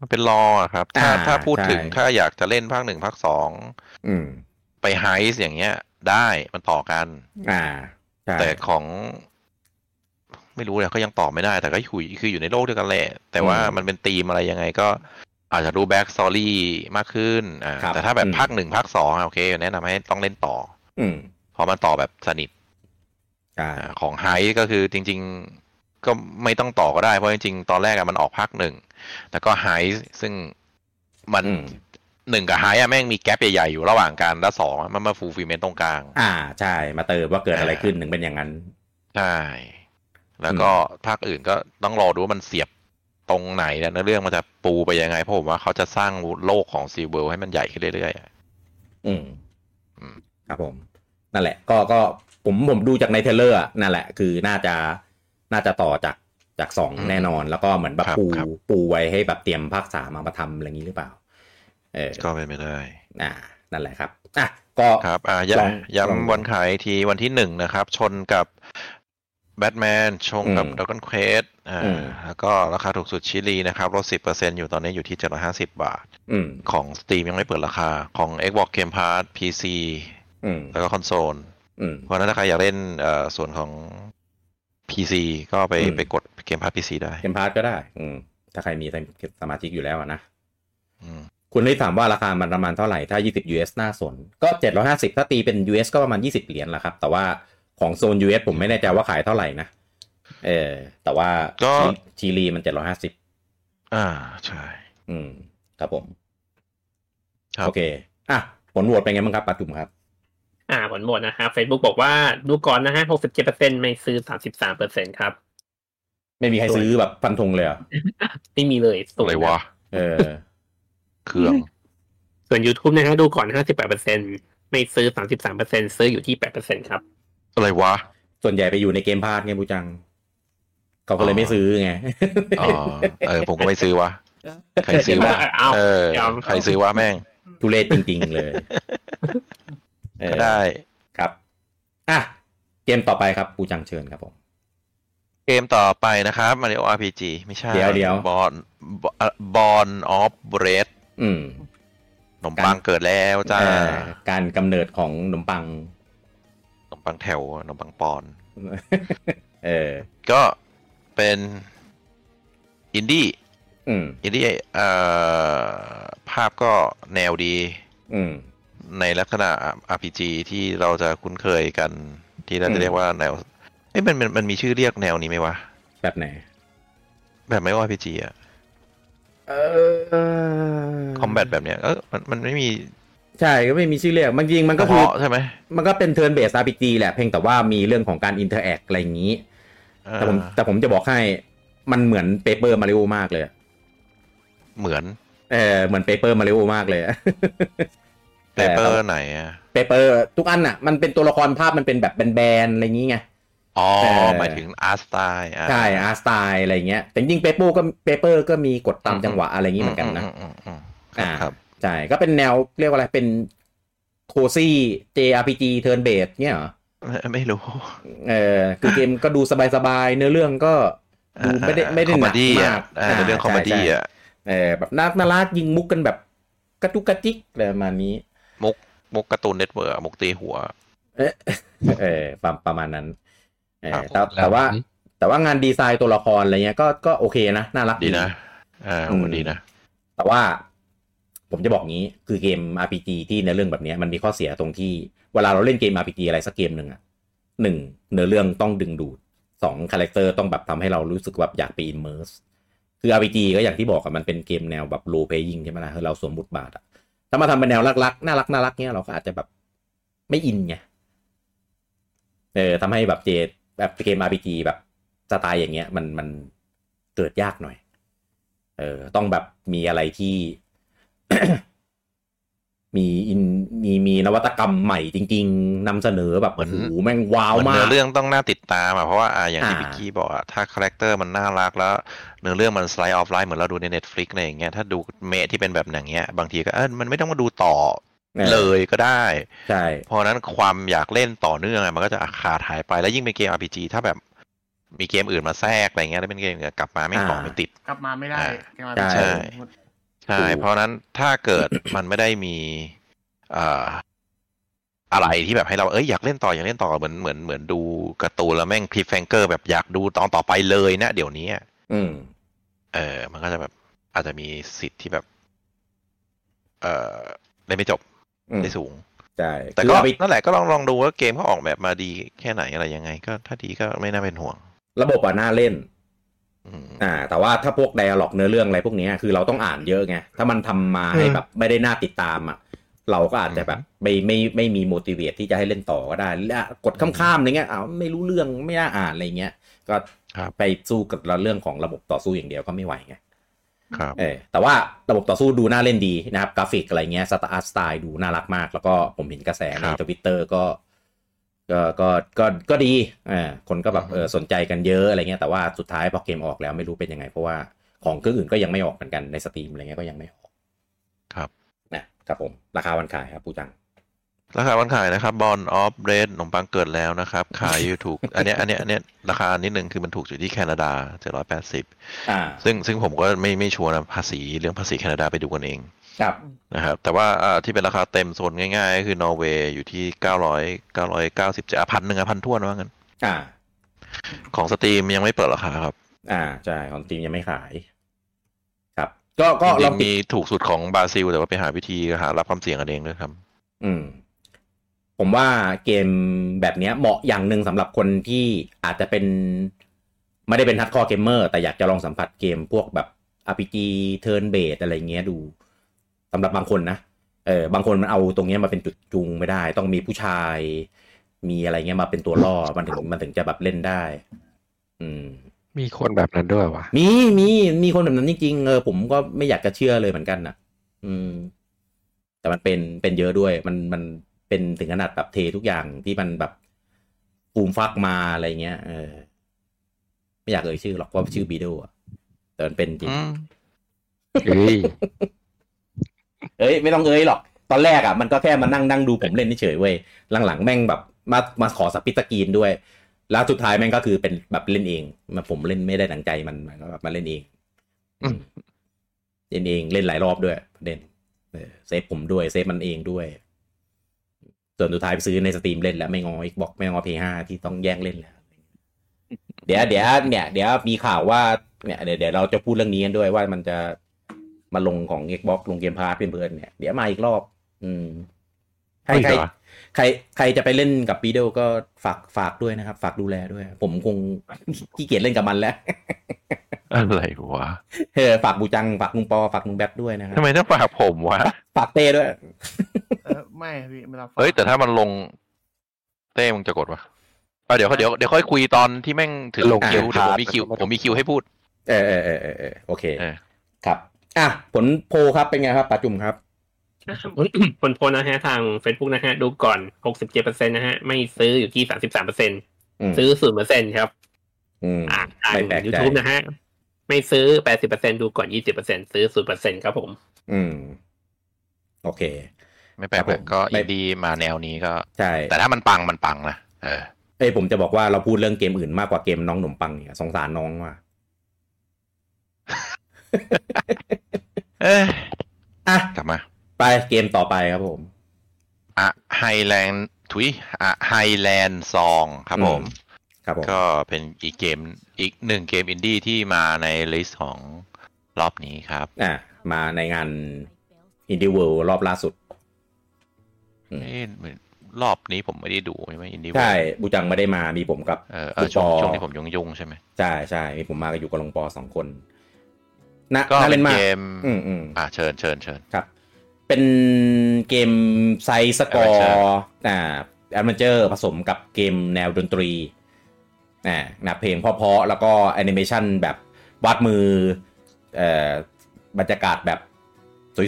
มันเป็นรออะครับ ถ้า อ่า ถ้าพูดถึง ใช่ ถ้าอยากจะเล่นภาคหนึ่งภาคสอง อืม ไปไฮส์อย่างเงี้ย ได้มันต่อกัน อ่าใช่ แต่ของ ไม่รู้เลยก็ยังตอบไม่ได้ แต่ก็คุยคืออยู่ในโลกเดียวกันแหละ แต่ว่า อืม มันเป็นธีมอะไรยังไงก็อาจจะรู้แบ็กสตอรี่มากขึ้นอ่า ครับ แต่ถ้าแบบ อืม ภาคหนึ่งภาคสองอะโอเค แนะนำให้ต้องเล่นต่อ อืม เพราะมันต่อแบบสนิท ใช่ อ่าของไฮก็คือจริง ๆ ก็ไม่ต้องต่อก็ได้ เพราะจริงๆ ตอนแรกอะมันออกภาคหนึ่งแล้วก็ไฮซึ่งมัน อืม หนึ่งกับไฮอะแม่งมีแกลบใหญ่ๆอยู่ระหว่างกันแล้วสองอะมันมาฟูลฟิเมนตรงกลาง อ่าใช่มาเติมว่าเกิดอะไรขึ้นถึงเป็นอย่างนั้น ใช่ แล้วก็ภาคอื่นก็ต้องรอดูว่ามันเสียบตรงไหนแล้วเนื้อเรื่องมันจะปูไปยังไง เพราะผมว่าเขาจะสร้างโลกของซีเวิลให้มันใหญ่ขึ้นเรื่อยๆอะ อืม อืม ครับผม นั่นแหละ ก็ก็ผมผมดูจากในเทรลเลอร์อะนั่นแหละ คือน่าจะน่าจะต่อจากจากสอง อืม แน่นอน แล้วก็เหมือนแบบ ครับ ปู ครับ ปูไว้ให้แบบเตรียมภาคสามเอามาทำอะไรอย่างนี้หรือเปล่า เออ ก็เป็นไปได้ อ่า นั่นแหละครับอ่ะก็ ครับอ่ะย ลอง ย้ ลองดู ำวันขายอีกทีวันที่หนึ่งนะครับ ชนกับแบทแมนชงกับ อืม ด a ก o n นเควสอ่า อืม แล้วก็ราคาถูกสุดชิลีนะครับลดสิบเปอร์เซ็นอยู่ตอนนี้อยู่ที่เจ็ดร้อยห้าสิบาท อืม ของ Steam ยังไม่เปิดราคาของ Xbox Game Pass PC อืม แล้วก็คอนโซล อืม เพราะฉะนั้นถ้าใครอยากเล่นเอ่อส่วนของ PC ก็ไป อืม ไปกดเกมพาร์ท PC ได้ เกมพาร์ทก็ได้ อืม ถ้าใครมีสมาชิกอยู่แล้วอะนะ อืม คุณได้ถามว่าราคามันประมาณเท่าไหร่ ถ้า 20 US น่าสน ก็ 750 ถ้าตีเป็น US ก็ประมาณ 20 เหรียญละครับ แต่ว่าของโซน US ผมไม่แน่ใจว่าขายเท่าไหร่นะ เออ แต่ว่าชิชิลีมัน 750 อ่าใช่ อืม ครับผม ครับ โอเค อ่ะ ผลโหวตเป็นไงบ้างครับปัจจุบันครับ อ่าผลโหวตนะฮะ Facebook บอกว่าดูก่อนนะฮะ 67%ไม่ซื้อ 33%ครับ ไม่มีใครซื้อแบบฟันธงเลยเหรอ ไม่มีเลยศูน อะไร ย์น วะ เออ เครื่อง ส่วน YouTube นะฮะดูก่อน 58%ไม่ซื้อ 33%ซื้ออยู่ที่ 8%ครับ อะไรวะ ส่วนใหญ่ไปอยู่ในเกมพาร์ทไงบูจัง เขาก็เลยไม่ซื้อไง อ๋อเออ ผมก็ไม่ซื้อวะใครซื้อวะ เอ้า เออ ยอม ใครซื้อวะแม่ง ทุเรศจริง ๆ เลยเออ ก็ได้ ครับ อ่ะ เกมต่อไปครับปูจังเชิญครับผม เกมต่อไปนะครับ Mario RPG ไม่ใช่ เดี๋ยวเดี๋ยว บอลบอลออฟเบรด อืม ขนมปังเกิดแล้วจ้า เอ่อการกำเนิดของขนมปัง ขนมปังแถวขนมปังปอน เออ ก็เป็นอินดี้ อืม อินดี้เอ่อภาพก็แนวดี อืม ในลักษณะ RPG ที่เราจะคุ้นเคยกัน ที่เรา อื จะ ม เรียกว่าแนวเอ้ยมันมันมันมีชื่อเรียกแนวนี้ไหมวะ แบบไหน แบบไม่ว่า RPG อะ เออ คอมแบทแบบเนี้ยเออมันมันไม่มี ใช่ก็ไม่มีชื่อเรียก มันจริงมัน ก ก็ ระ คือ เพาะใช่ไหม มันก็เป็นเทิร์นเบส RPG แหละ เพียงแต่ว่ามีเรื่องของการอินเทอร์แอคอะไรอย่างนี้ เออ แต่ผมแต่ผมจะบอกให้ มันเหมือนเปเปอร์มาริโอมากเลย เหมือน เออ เหมือนเปเปอร์มาริโอมาก เลย เปเปอร์ไหนอะ เปเปอร์ทุกอันอ่ะ มันเป็นตัวละครภาพมันเป็นแบบแบนๆอะไรอย่างนี้ไง อ๋อ แต่ หมายถึงอาร์ตสไตล์ ใช่อาร์สไตล์อะไรอย่างเงี้ย แต่จริงๆเปเปอร์ก็เปเปอร์ก็มีกดตามจังหวะอะไรอย่างนี้เหมือนกันนะ อ่าครับ ใช่ ก็เป็นแนวเรียกว่าอะไรเป็นโคซี่ JRPG turn based เนี่ยเหรอ ไม่รู้ เออคือเกมก็ดูสบายๆ เนื้อเรื่องก็ดูไม่ได้ไม่ได้ คอ ห ม นัก ดี้ มา อ่ะ ก เออเป็นเรื่องคอมเมดี้ ใช่ใช่ อ่ะ เออแบบน่าน่ารักยิงมุกกันแบบกระจุกกระจิกอะไรประมาณนี้ มุกการ์ตูนเน็ตเวิร์กมุกตีหัว เออประประมาณนั้นเออ ครับ แต่แต่ว่า แต่ว่างานดีไซน์ตัวละครอะไรเงี้ยก็ก็โอเคนะ น่ารัก ดีนะเออ อืม ดีนะ แต่ว่าผมจะบอกงี้คือเกม RPG ที่เนื้อเรื่องแบบเนี้ยมันมีข้อเสียตรงที่ เวลาเราเล่นเกม RPG อะไรสักเกมหนึ่งอะหนึ่งเนื้อเรื่องต้องดึงดูดสองคาแรคเตอร์ต้องแบบทำให้เรารู้สึกแบบอยากไปอินเมอร์สคือ RPG ก็อย่างที่บอกอะมันเป็นเกมแนวแบบ role playing ใช่ไหมล่ะคือเราสวมบทบาทอะถ้ามาทำเป็นแนวรักๆน่ารักน่ารักๆเนี้ยเราก็อาจจะแบบไม่อินไงเออทำให้แบบเจแบบเกม RPG แบบสไตล์อย่างเงี้ยมันมันเกิดยากหน่อย เออต้องแบบมีอะไรที่ มีอินมีมีนวัตกรรมใหม่จริง ๆนำเสนอแบบ เหมื โอ้ อน โหแม่งว้าว เหมือน มา เนื้ ก อเรื่องต้องน่าติดตามอ่ะเพราะว่าอ่ะอย่างที่ อ่า พิกกี้บอกอ่ะถ้าคาแรคเตอร์มันน่ารักแล้ว เนื้อเรื่องมันสไลด์ออฟไลน์เหมือนเราดูใน Netflix อะไรอย่างเงี้ยถ้าดูเมะที่เป็นแบบอย่างเงี้ยบางทีก็เออมันไม่ต้องมาดูต่อ ออ เลยก็ได้ ใช่ เพราะฉะนั้นความอยากเล่นต่อเนื่องอะมันก็จะอาขาดหายไปแล้วยิ่งเป็นเกม RPG ถ้าแบบมีเกมอื่นมาแทรกอะไรเงี้ยแล้วเป็นเกมอื่นกลับมาไม่ต่อ อ่า ไม่ติด กลับมาไม่ได้ อ่าก ลับมาไม่ได้ ใช่ ใช่ ถูก เพราะฉะนั้นถ้าเกิด มันไม่ได้มีเอ่ออะไรที่แบบให้เราเอ้ยอยากเล่นต่ออยากเล่นต่อเหมือนเหมือนเหมือนดูการ์ตูนแล้วแม่งคลิฟแฟงเกอร์แบบอยากดูตอนต่อไปเลยนะเดี๋ยวนี้อะ อืม เออ มันก็จะแบบอาจจะมีสิทธิ์ที่แบบ เออได้ไม่จบ อืม ได้สูง ใช่ แต่ คือ ก็ เอาไป นั่นแหละก็ลองลองดูว่าเกมเขาออกแบบมาดีแค่ไหนอะไรยังไง ก็ถ้าดีก็ไม่น่าเป็นห่วง ระบบอะน่าเล่น อืม อ่า แต่ว่าถ้าพวกไดอะล็อกเนื้อเรื่องอะไรพวกเนี้ยคือเราต้องอ่านเยอะไง ถ้ามันทำมาให้แบบไม่ได้น่าติดตามอ่ะ เราก็อาจจะแบบไม่ไม่ไม่มี motivate ที่จะให้เล่นต่อก็ได้และกดข้ามๆอะไรเงี้ยอ้าวไม่รู้เรื่องไม่น่าอ่านอะไรเงี้ย ก็ ครับ ไปสู้กับเรื่องของระบบต่อสู้อย่างเดียวก็ไม่ไหวไง ครับ เออแต่ว่าระบบต่อสู้ดูน่าเล่นดีนะครับ กราฟิกอะไรเงี้ยสไตล์สไตล์ดูน่ารักมาก แล้วก็ผมเห็นกระแสใน ครับ ทวิตเตอร์ก็ก็ก็ก็ก็ดีเอ่าคนก็แบบ อือฮึ เออสนใจกันเยอะอะไรเงี้ยแต่ว่าสุดท้ายพอเกมออกแล้วไม่รู้เป็นยังไง เพราะว่าของเครื่องอื่นก็ยังไม่ออกเหมือนกันในสตรีมอะไรเงี้ยก็ยังไม่ออก ครับ นะครับผมราคาวันขายครับปูจัง ราคาวันขายนะครับบอลออฟเรดขนมปังเกิดแล้วนะครับ ขายอยู่ถูก อันเนี้ยอันเนี้ยอันเนี้ยราคานิดนึงคือมันถูกอยู่ที่แคนาดาเจ็ดร้อยแปดสิบ อ่า ซึ่งซึ่งผมก็ไม่ไม่ชัวร์นะภาษีเรื่องภาษีแคนาดาไปดูกันเอง ครับ นะครับแต่ว่าอ่าที่เป็นราคาเต็มโซนง่ายๆก็คือนอร์เวย์อยู่ที่เก้าร้อยเก้าร้อยเก้าสิบเจ็ดพันหนึ่งพันทั่วนะว่างั้น อ่า ของสตรีมยังไม่เปิดราคาครับ อ่าใช่ของทีมยังไม่ขาย ครับ ก็ก็ลจริ อง ง ติดๆมีถูกสุดของบราซิลแต่ว่าไปหาวิธีหารับความเสี่ยงกันเองด้วยครับ อืม ผมว่าเกมแบบเนี้ยเหมาะอย่างหนึ่งสำหรับคนที่อาจจะเป็น ไม่ได้เป็นฮั r คอร์เกมเมอร์แต่อยากจะลองสัมผัสเกมพวกแบบ RPG Turn b a s e อะไรเงี้ยดูสำหรับบางคนนะเออบางคนมันเอาตรงเนี้ยมาเป็นจุดจูงไม่ได้ ต้องมีผู้ชาย มีอะไรเงี้ยมาเป็นตัวล่อมันถึงมันถึงจะแบบเล่นได้ อืม มีคนแบบนั้นด้วยวะ มีมีมีคนแบบนั้นจริงๆเออผมก็ไม่อยากจะเชื่อเลยเหมือนกันนะอืม แต่มันเป็นเป็นเยอะด้วย มันมันเป็นถึงขนาดแบบเททุกอย่างที่มันแบบปูมฟักมาอะไรเงี้ยเออ ไม่อยากเอ่ยชื่อหรอกว่าชื่อบีโดอะแต่มันเป็นจริง อืม เฮ้ย เอ้ยไม่ต้องเอ้ยหรอก ตอนแรกอ่ะมันก็แค่มานั่งนั่งดูผมเล่นเฉยๆเว้ยหลังๆแม่งแบบมามาขอสปิตกรีนด้วย แล้วสุดท้ายแม่งก็คือเป็นแบบเล่นเองมาผมเล่นไม่ได้ดังใจมันมันก็แบบมาเล่นเอง อืม เล่นเองเล่นหลายรอบด้วยประเด็นเออเซฟผมด้วยเซฟมันเองด้วย ส่วนสุดท้ายไปซื้อในสตรีมเล่นแล้วไม่งออีกบอกไม่งอเพย์ห้าที่ต้องแย่งเล่นแล้ว เดี๋ยวเดี๋ยวเนี่ยเดี๋ยวมีข่าวว่าเนี่ยเดี๋ยวเดี๋ยวเราจะพูดเรื่องนี้กันด้วยว่ามันจะมาลงของ Xbox ลงเกมพาร์ทเพื่อนๆเนี่ย เดี๋ยวมาอีกรอบ อืมใคร เอาใครอีกเหรอ ใครใครจะไปเล่นกับปีเดลก็ฝากฝากด้วยนะครับ ฝากดูแลด้วย ผมคง ขี้เกียจเล่นกับมันแล้ว อะไรวะ เออฝากบูจัง ฝากลุงปอฝากลุงแบ๊บด้วยนะครับ ทำไมต้องฝากผมวะ ฝากเต้ด้วย เออไม่พี่ไม่รับ เอ้ยแต่ถ้ามันลง เต้มึงจะกดปะอ่ะเดี๋ยวเดี๋ยวเดี๋ยวค่อยคุยตอนที่แม่งถึง ลง คิว เกม เดี๋ยวผม พาร์ท มีคิวผมมีคิวให้พูด เออเออเออเออเออโอเค เออ ครับ อ่ะผลโพลครับเป็นไงครับปาจุ่มครับ ผลโพลนะฮะทาง Facebook นะฮะ ดูก่อน 67%นะฮะ ไม่ซื้ออยู่ที่ ม 33%ซื้อ 0%ครับ อืม อ่าทาง ไม่แปลกใจ ยูทูบนะฮะ ไม่ซื้อ 80%ดูก่อน 20%ซื้อ 0%ครับผม อืม โอเค ไม่แปลก ครับผม นะก็ ไม่ อินดีมาแนวนี้ก็ ใช่ แต่ถ้ามันปังมันปังนะเออ เอ้ยผมจะบอกว่าเราพูดเรื่องเกมอื่นมากกว่าเกมน้องหนมปังเนี่ยสงสารน้องว่ะ เอ้ย อ่ะ กลับมา ไปเกมต่อไปครับผม อะไฮแลนด์ทุยอะไฮแลนด์ซองครับผม ครับผม ก็เป็นอีกเกมอีกหนึ่งเกมอินดี้ที่มาในลิสต์ของรอบนี้ครับ อ่ะมาในงาน Indie World รอบล่าสุด อืม เอ๊ะเหมือนรอบนี้ผมไม่ได้ดูใช่ไหมอินดี้ ใช่บูจังไม่ได้มามีผมกับ เออเออช่วง ลุงป ช่วงที่ผมยุ่งยุ่งๆใช่ไหม ใช่ใช่มีผมมากับอยู่กับลงปอสองคนนะ ก็ น่า เป็ เล่ น นมาก เกม อืมอืม อ่าเชิญเชิญเชิญ ครับ เป็นเกมไซส์สกอร์ Adventure อ่าแอดเวนเจอร์ผสมกับเกมแนวดนตรีอ่านะเพลงเพราะๆแล้วก็แอนิเมชันแบบวาดมือเอ่อบรรยากาศแบบ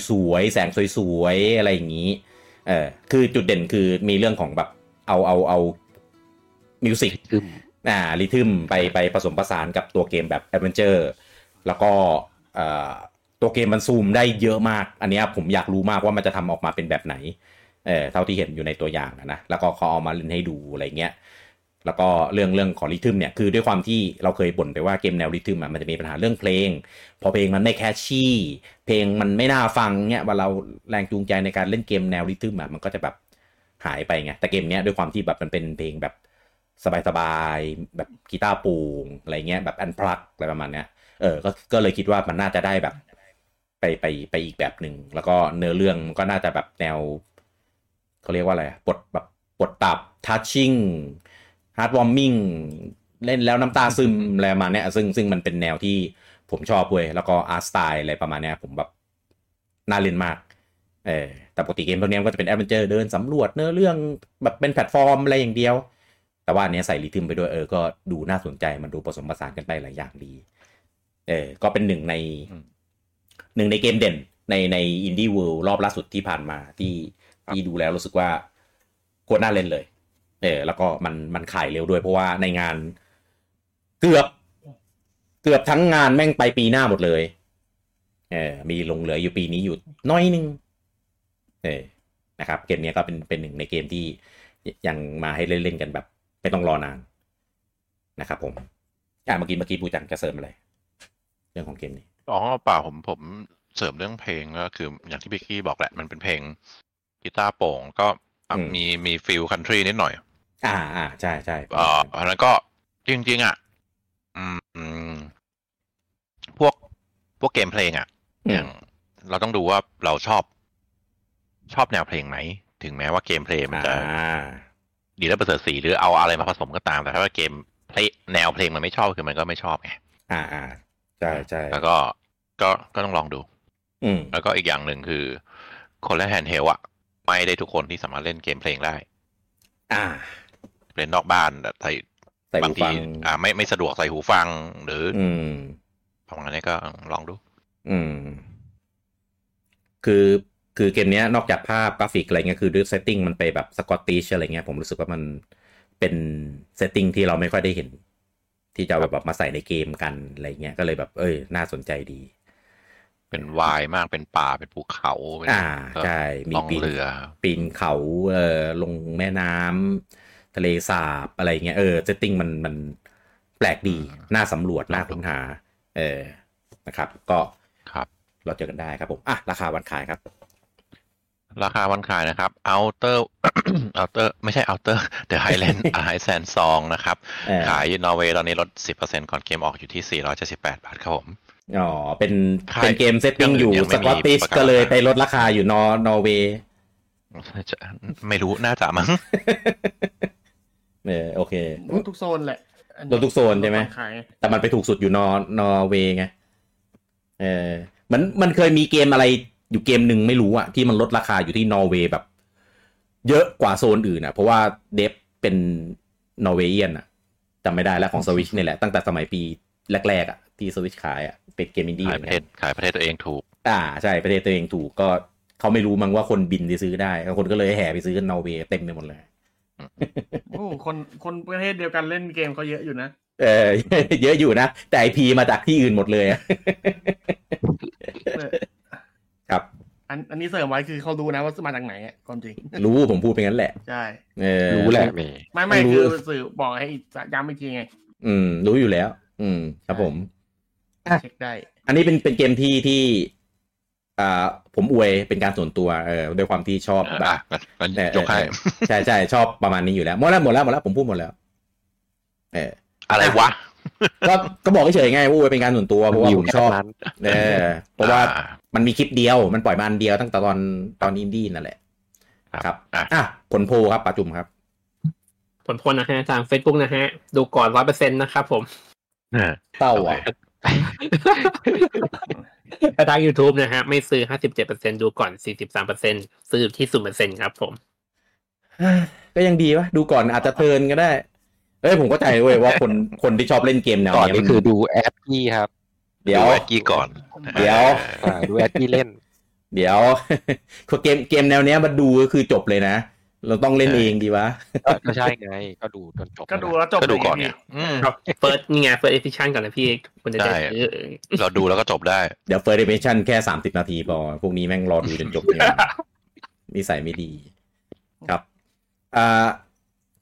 สวยๆ แสงสวยๆ อะไรอย่างนี้เออคือจุดเด่นคือมีเรื่องของแบบเอาเอาเอามิวสิก คือ อ่าริทึมไปไปผสมผสานกับตัวเกมแบบแอดเวนเจอร์แล้วก็เอ่อตัวเกมมันซูมได้เยอะมาก อันเนี้ยผมอยากรู้มากว่ามันจะทำออกมาเป็นแบบไหนเออเท่าที่เห็นอยู่ในตัวอย่างอะนะแล้วก็เขาเอามาเล่นให้ดูอะไรเงี้ยแล้วก็เรื่องเรื่องของริทึมเนี่ยคือด้วยความที่เราเคยบ่นไปว่าเกมแนวริทึมอะมันจะมีปัญหาเรื่องเพลง พอเพลงมันไม่แคชชี่ เพลงมันไม่น่าฟังเนี่ยเว่าเราแรงจูงใจในการเล่นเกมแนวริทึมอะมันก็จะแบบหายไปไงแต่เกมเนี้ยด้วยความที่แบบมันเป็นเพลงแบบสบายๆแบบกีตาร์โปูงอะไรเงี้ยแบบอันพลักอะไรประมาณเนี้ยเออก็ก็เลยคิดว่ามันน่าจะได้แบบ ไปไปไปอีกแบบหนึ่งแล้วก็เนื้อเรื่องมันก็น่าจะแบบแนวเขาเรียกว่าอะไรอะปลดแบบปลดตับทัชชิ่งฮาร์ดวอร์มิ่งเล่นแล้วน้ำตาซึม อะไรประมาณเนี้ยซึ่งซึ่งมันเป็นแนวที่ผมชอบเว้ยแล้วก็อาร์ตสไตล์อะไรประมาณเนี้ยผมแบบน่าเล่นมากเออแต่ปกติเกมพวกเนี้ยมันก็จะเป็นแอดเวนเจอร์เดินสำรวจเนื้อเรื่องแบบเป็นแพลตฟอร์มอะไรอย่างเดียว แต่ว่าอันเนี้ยใส่ลิทึมไปด้วยเออก็ดูน่าสนใจมันดูผสมผสานกันไปหลายอย่างดี เออก็เป็นหนึ่งใน อืม หนึ่งในเกมเด่นในในอินดี้เวิลด์รอบล่าสุดที่ผ่านมาที่ที่ดูแล้วรู้สึกว่าโคตรน่าเล่นเลย เออ แล้วก็มันมันขายเร็วด้วย เพราะว่าในงานเกือบ เกือบทั้งงานแม่งไปปีหน้าหมดเลย เออมีหลงเหลืออยู่ปีนี้อยู่น้อยนึง เออนะครับ เกมเนี้ยก็เป็นเป็นหนึ่งในเกมที่ยังมาให้เล่นเล่นกันแบบ ไม่ต้องรอนานนะครับผมอ่ะเมื่อกี้เมื่อกี้ปูจังจะเสริมอะไร เรื่องของเกมนี้ อ๋อเปล่าผมผมเสริมเรื่องเพลงก็คืออย่างที่พี่กี้บอกแหละมันเป็นเพลงกีตาร์โปร่งก็อ่ะ อืม มีมีฟิลคันทรีนิดหน่อย อ่าอ่าใช่ใช่ เอ่อเพราะฉะนั้นก็จริง ๆ อ่ะ อืมอืมพวกพวกเกมเพลงอ่ะ อื อย่าม งเราต้องดูว่าเราชอบ ชอบแนวเพลงไหม ถึงแม้ว่าเกมเพลงมันจะดีและประเสริฐสีหรือเอาอะไรมาผสมก็ตาม แต่ถ้าว่าเกมเพลงแนวเพลงมันไม่ชอบคือมันก็ไม่ชอบไง อ่าอ่าใช่ใช่ แล้วก็ก็ก็ต้องลองดู อืม แล้วก็อีกอย่างหนึ่งคือ คนและแฮนด์เฮลอะไม่ได้ทุกคนที่สามารถเล่นเกมเพลงได้ อ่า เล่นนอกบ้านแต่ใส่ ใส่ บาง หู ที ฟัง อ่าไม่ไม่สะดวกใส่หูฟัง หรือ อืม ประมาณนี้ก็ลองดู อืม คือคือเกมเนี้ยนอกจากภาพกราฟิกอะไรเงี้ยคือด้วยเซตติ้งมันไปแบบสกอตติชอะไรเงี้ยผมรู้สึกว่ามันเป็นเซตติ้งที่เราไม่ค่อยได้เห็น ที่จะเอาแบบมาใส่ในเกมกันอะไรเงี้ยก็เลยแบบ เอ้ย น่าสนใจดี เป็นวายมากเป็นป่าเป็นภูเขาเป็น อ่า ก็ ใช่มี ล่อง ปีน เรือ ปีนเขาเอ่อลงแม่น้ำทะเลสาบอะไรเงี้ยเออเซตติ้งมันมันแปลกดี อืม น่าสำรวจ น่าค้นหา เออนะครับ ก็ ครับ เราเจอกันได้ครับผมอ่ะราคาวันขายครับ ราคาวันขายนะครับ Outer Outer ไม่ใช่ Outer The Highland Highland Song นะครับ เออ ขายนอร์เวย์ตอนนี้ลด 10%ก่อนเกมออกอยู่ที่ 478 บาทครับผม อ๋อ เป็น ขาย เป็นเกมเซตติ้งอยู่ ยังไม่ ส มี กอตติช ประกาศ ก็เลยไปลดราคาอยู่นอร์นอร์เวย์ จะไม่รู้น่าจะมั้ง เออโอเค โดนทุกโซนแหละอั โดนทุกโซนใช่ไหม ขาย แต่มันไปถูกสุดอยู่นอร์นอร์เวย์ไง เออมันมันเคยมีเกมอะไรอยู่เกมหนึ่งไม่รู้อะที่มันลดราคาอยู่ที่นอร์เวย์แบบ เยอะกว่าโซนอื่นอะเพราะว่าเดฟเป็นนอร์เวย์อะจำไม่ได้แล้วของสวิชนี่แหละ ตั้งแต่สมัยปีแรกๆอะที่สวิชขายอะเป็นเกมอินดี้ ขา เห ย มื ป อนกัระเทศ น ขายประเทศตัวเองถูก อ่าใช่ประเทศตัวเองถูกก็เขาไม่รู้มั้งว่าคนบินไปซื้อได้แล้วคนก็เลยแห่ไปซื้อกันนอร์เวย์เต็มไปหมดเลย โอ้คนคนประเทศเดียวกันเล่นเกมเขาเยอะอยู่นะ เออ เยอะอยู่นะ แต่ไอพีมาจากที่อื่นหมดเลยอะ ครับ อันอันนี้เสริมไว้คือเขารู้นะว่ามาจากไหนอะความจริง รู้ผมพูดเป็นงั้นแหละ ใช่ เออ รู้แหละเม ไม่ไม่ รู้ คือสื่อบอกให้อีกย้ำอีกทีไง อืม รู้อยู่แล้ว อืม ครับผม อ่ะ เช็คได้ อันนี้เป็นเป็นเกมที่ที่อ่าผมอวยเป็นการส่วนตัวเออด้วยความที่ชอบแบบ อ่ะงั้นงั้น เออเออ ยกให้ ใช่ใช่ชอบประมาณนี้อยู่แล้วหมดแล้วหมดแล้วหมดแล้วผมพูดหมดแล้ว เออ อะไรวะ ก็ก็บอกเฉยๆไงว่าเป็นการส่วนตัวเพราะว่าผมชอบ นั้น เออเพราะว่า อ่ มันมีคลิปเดียวมันปล่อยมาอันเดียวตั้งแต่ตอนตอนอินดี้นั่นแหละ ครับ ครับ อ่ะ อ่ะผลโพลครับปาจุมครับ ผลโพลนะฮะทาง Facebook นะฮะ ดูก่อนร้อยเปอร์เซ็นต์นะครับผม อ่า เต้าอ่ะ โอเค แต่ทาง YouTube นะฮะ ไม่ซื้อ 57%ดูก่อน 43%ซื้ออยู่ที่ 0%ครับผม ก็ยังดีวะดูก่อนอาจจะเทิร์นก็ได้ เอ้ยผมก็ใจเว้ยว่าคนคนที่ชอบเล่นเกมแนว ก่อน เนี้ย นี่ มัน คือดูแอดกี้ครับ เดี๋ยว ไอ้กี้ก่อน เดี๋ยว เออ อ่าดูแอดกี้เล่น เดี๋ยว คือเกมเกมแนวเนี้ยมาดูก็คือจบเลยนะ เราต้องเล่นเองดีวะ ก็ใช่ไง ก็ดูจนจบ ก็ดูแล้วจบ ก็ดูก่อน เล เนี่ย ยอืม เฟิร์สนี่ไงเฟิร์สเอฟิชันก่อนนะพี่คุณจะได้ ใช่ ซื้อ เราดูแล้วก็จบได้ เดี๋ยวเฟิร์สเดเมชั่นแค่สามสิบนาทีพอ พวกนี้แม่งรอดูจนจบเนี่ยนิสัยไม่ดีครับอ่า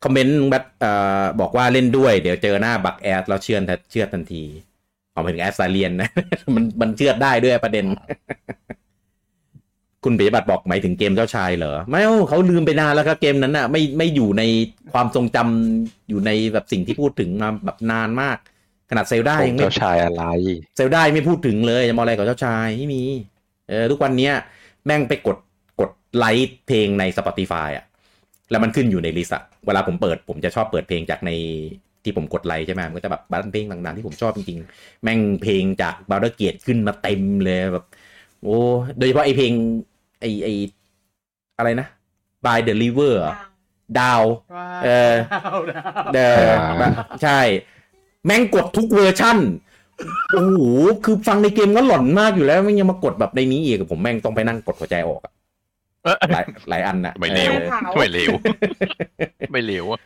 คอมเมนต์แบทอ่าบอกว่าเล่นด้วย เดี๋ยวเจอหน้าบักแอดแล้วเชื่อดเชื่อดทันทีเอาเป็นแอดซาเลียนนะ มันมันเชื่อดได้ด้วยประเด็น คุณปิยบัตรบอกหมายถึงเกมเจ้าชายเหรอ ไม่เอาเขาลืมไปนานแล้วครับ เกมนั้นน่ะ ไม่ไม่อยู่ในความทรงจำอยู่ในแบบสิ่งที่พูดถึงมาแบบนานมาก ขนาดเซลด้า ได้ ยังไม่ เจ้าชายอะไร เซลได้ไม่พูดถึงเลยจะมาอะไรกับเจ้าชายไม่มี เออ ทุกวันเนี้ย แม่งไปกดกดไลค์เพลงใน Spotify อะแล้วมันขึ้นอยู่ในลิสต์อะเวลาผมเปิดผมจะชอบเปิดเพลงจากในที่ผมกดไลค์ใช่ไหมมันก็จะแบบบันเพลงต่างๆที่ผมชอบจริงๆ แม่งเพลงจากบาร์เดอร์เกียขึ้นมาเต็มเลยแบบ โอ้โดยเฉพาะไอเพลง ไอไออะไรนะ by the river ดาว เออ เดอ อ่า ใช่ แม่งกดทุกเวอร์ชั่น โอ้โห คือฟังในเกมก็หล่อนมากอยู่แล้วแม่งยังมากดแบบในนี้อีกผมแม่งต้องไปนั่งกดหัวใจออกอะหลายหลายอันนะ ไม่เร็ว ออ ไม่ เร็วไม่เร็วอะ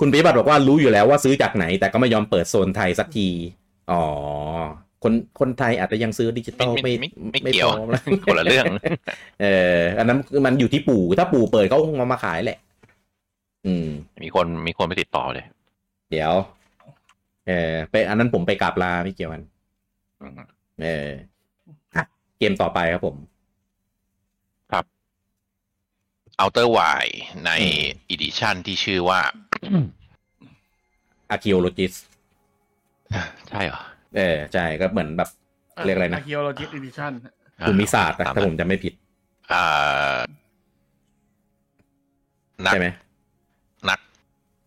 คุณปิยบัตรบอกว่ารู้อยู่แล้วว่าซื้อจากไหน แต่ก็ไม่ยอมเปิดโซนไทยสักที อ๋อ คนคนไทยอาจจะยังซื้อดิจิตอ ไม่ ล ไม่ ไม่ ไม่ไม่เกี่ยว พร้อมแล้ว คนละเรื่อง เออ อันนั้นคือมันอยู่ที่ปู่ ถ้าปู่เปิดเขาคงเอามาขายแหละ อืม มีคนมีคนไปติดต่อเลย เดี๋ยว เออไปอันนั้นผมไปกราบลาไม่เกี่ยวกัน เอออ่ะเกมต่อไปครับผม เอาเตอร์ไวใน อืม อีดิชันที่ชื่อว่า Archaeologist ใช่เหรอ เออใช่ก็เหมือนแบบ เรียกอะไรนะ เคียวโลจิสติชัน ภูมิศาสตร์นะ ตาม ถ้าผ นั้น มจำไม่ผิด อ่า นัก ใช่ไหม นัก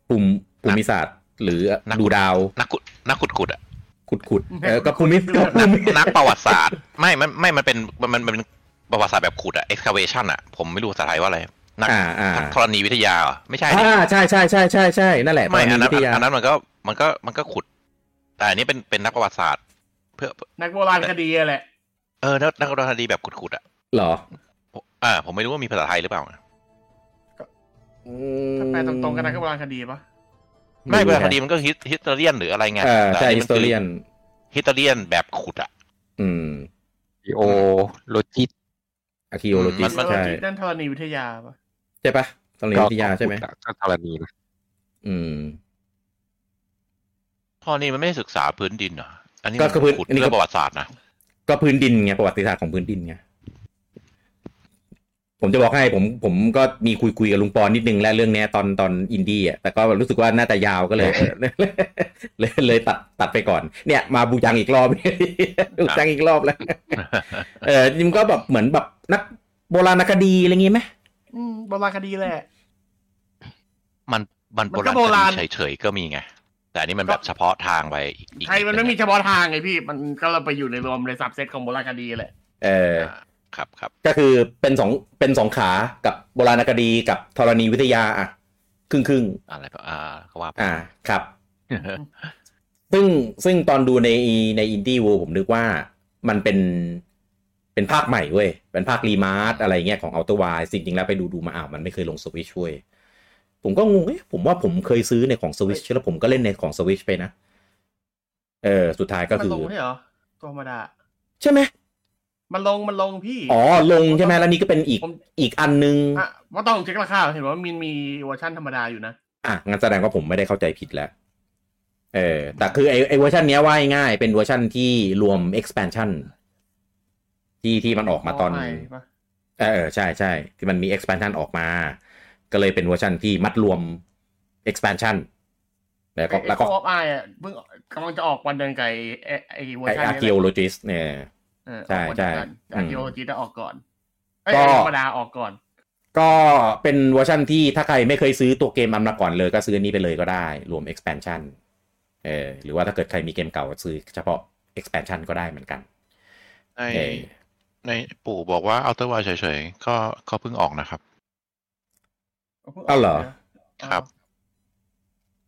ภูมิภูมิศาสตร์ หรือ นัก ดูดาว นักขุดนักขุดขุดๆอะ ขุดขุดๆเออก็ภูมิก็ภูมิ นักประวัติศาสตร์ ไม่มันไม่มันเป็นมันมันมันเป็นประวัติศาสตร์แบบขุดอะ excavation อะผมไม่รู้ภาษาไทยว่าอะไร นัก อ่าอ่า นักธรณีวิทยาเหรอไม่ใช่ดิ อ่าใช่ใช่ใช่ใช่ใช่นั่นแหละ ไม่อันนั้น ธรณีวิทยา อันนั้นมันก็มันก็มันก็ขุด แต่อันนี้เป็นเป็นนักประวัติศาสตร์ เพื่อ นักโบราณคดีอะแหละ เออนักนักธรณีแบบขุดๆอ่ะ เหรอ ผมอ่าผมไม่รู้ว่ามีภาษาไทยหรือเปล่านะ อื ถ้าแปลตรงๆก็นักโบราณคดีปะ ไม่ภาษาไทย แฮะ มันก็ฮิตฮิตเตอรียนหรืออะไรไง เออใช่ แต่อัน ฮิสนี้มัน โต คือ เรียน ฮิตเตอรียนแบบขุดอ่ะ อืม โอโลจิต อาคิโอโลจิ มั ส น นักโบ ใช่ ราณคดีนั่นธรณีวิทยาปะ ใช่ปะธรณีวิทยาใช่ไหม ก็ธรณีนะ อืม พ่อนี่มันไม่ได้ศึกษาพื้นดินเหรออันนี้ ก็ มัน คือพื้น ขุด อันนี้ก็ เรื่องประวัติศาสตร์นะ ก็พื้นดินไงประวัติศาสตร์ของพื้นดินไงผมจะบอกให้ผมผมก็มีคุยคุยกับลุงปอนนิดนึงแล้วเรื่องเนี้ยตอนตอนอินดี้อ่ะแต่ก็รู้สึกว่าน่าจะยาวก็เลย เลยเลยเลยตัดตัดไปก่อน เนี่ยมาบูจังอีกรอบ บูจังอีกรอบแล้ว เออจริงๆก็แบบเหมือนแบบนักโบราณคดีอะไรงี้ไหม อืมโบราณคดีแหละ มันมัน มันก็โบ โบ รา รา ณ ณเฉยๆก็มีไงแต่อันนี้มันแบบเฉพาะทางไปอีกอีก ไทยมันไม่มีเฉพาะทางไงพี่ มันก็เราไปอยู่ในรวมในสับเซตของโบราณคดีแหละ เออ อ่าครับครับ ก็คือเป็นสองเป็นสองขากับโบราณคดีกับธรณีวิทยาอ่ะครึ่งครึ่ง อะไรแบบอ่าก็ว่าไป ๆอ่าครับ ซึ่งซึ่งตอนดูในในอินดี้วูผมนึกว่ามันเป็นเป็นภาคใหม่เว้ย เป็นภาครีมาร์สอะไรเงี้ยของอัลเ r อร์วายจริงๆแล้วไปดูดูมาอ้าวมันไม่เคยลงสวิชเว้ยผมก็งงเอ๊ะผมว่าผมเคยซื้อในของสวิชแล้วผมก็เล่นในของสวิชไปนะ เออ สุดท้ายก็ มัน คือ ลงใช่เหรอตัวธรรมดา ใช่ไหม มันลงมันลงพี่ อ๋อ ลงใช่ไหมแล้วนี่ก็เป็นอีก ผม อีกอันนึง อ่ะว่าต้องเช็คราคาเห็นว่ามันมีเวอร์ชันธรรมดาอยู่นะ อ่ะงั้นแสดงว่าผมไม่ได้เข้าใจผิดแล้ว เออ แต่คือไอไอเวอร์ชันเนี้ยว่าง่ายๆเป็นเวอร์ชันที่รวม expansion ที่ที่มันออกมาตอน ใหม่ปะ เออเออใช่ใช่ที่มันมี expansion ออกมา ก็เลยเป็นเวอร์ชันที่มัดรวม expansion เ แล้วก็ ไอ้ แล้วก็ โคออฟไออะเพิ่งกำลังจะออกวันเดินไก่ไอ้ไอ้เวอร์ ไอ ชัน อา นี้ เกี แห ย ละ โลจิสเนี่ย เออ ใช่ใช่ ออกวันเดียวกันอาเกียว อืม จิตะออกก่อนไอ้ย ก็ ไอ้ธรรมดาออกก่อน ก็เป็นเวอร์ชันที่ถ้าใครไม่เคยซื้อตัวเกมอันมาก่อนเลยก็ซื้ออนนี้ไปเลยก็ได้ รวม expansion เออหรือว่าถ้าเกิดใครมีเกมเก่าก็ซื้อเฉพาะ expansion ก็ได้เหมือนกัน ใน เออ ในปู่บอกว่าเอาเตอร์วายเฉยๆ ก็ก็เพิ่งออกนะครับ พิ่ง เอาเหรอ ครับ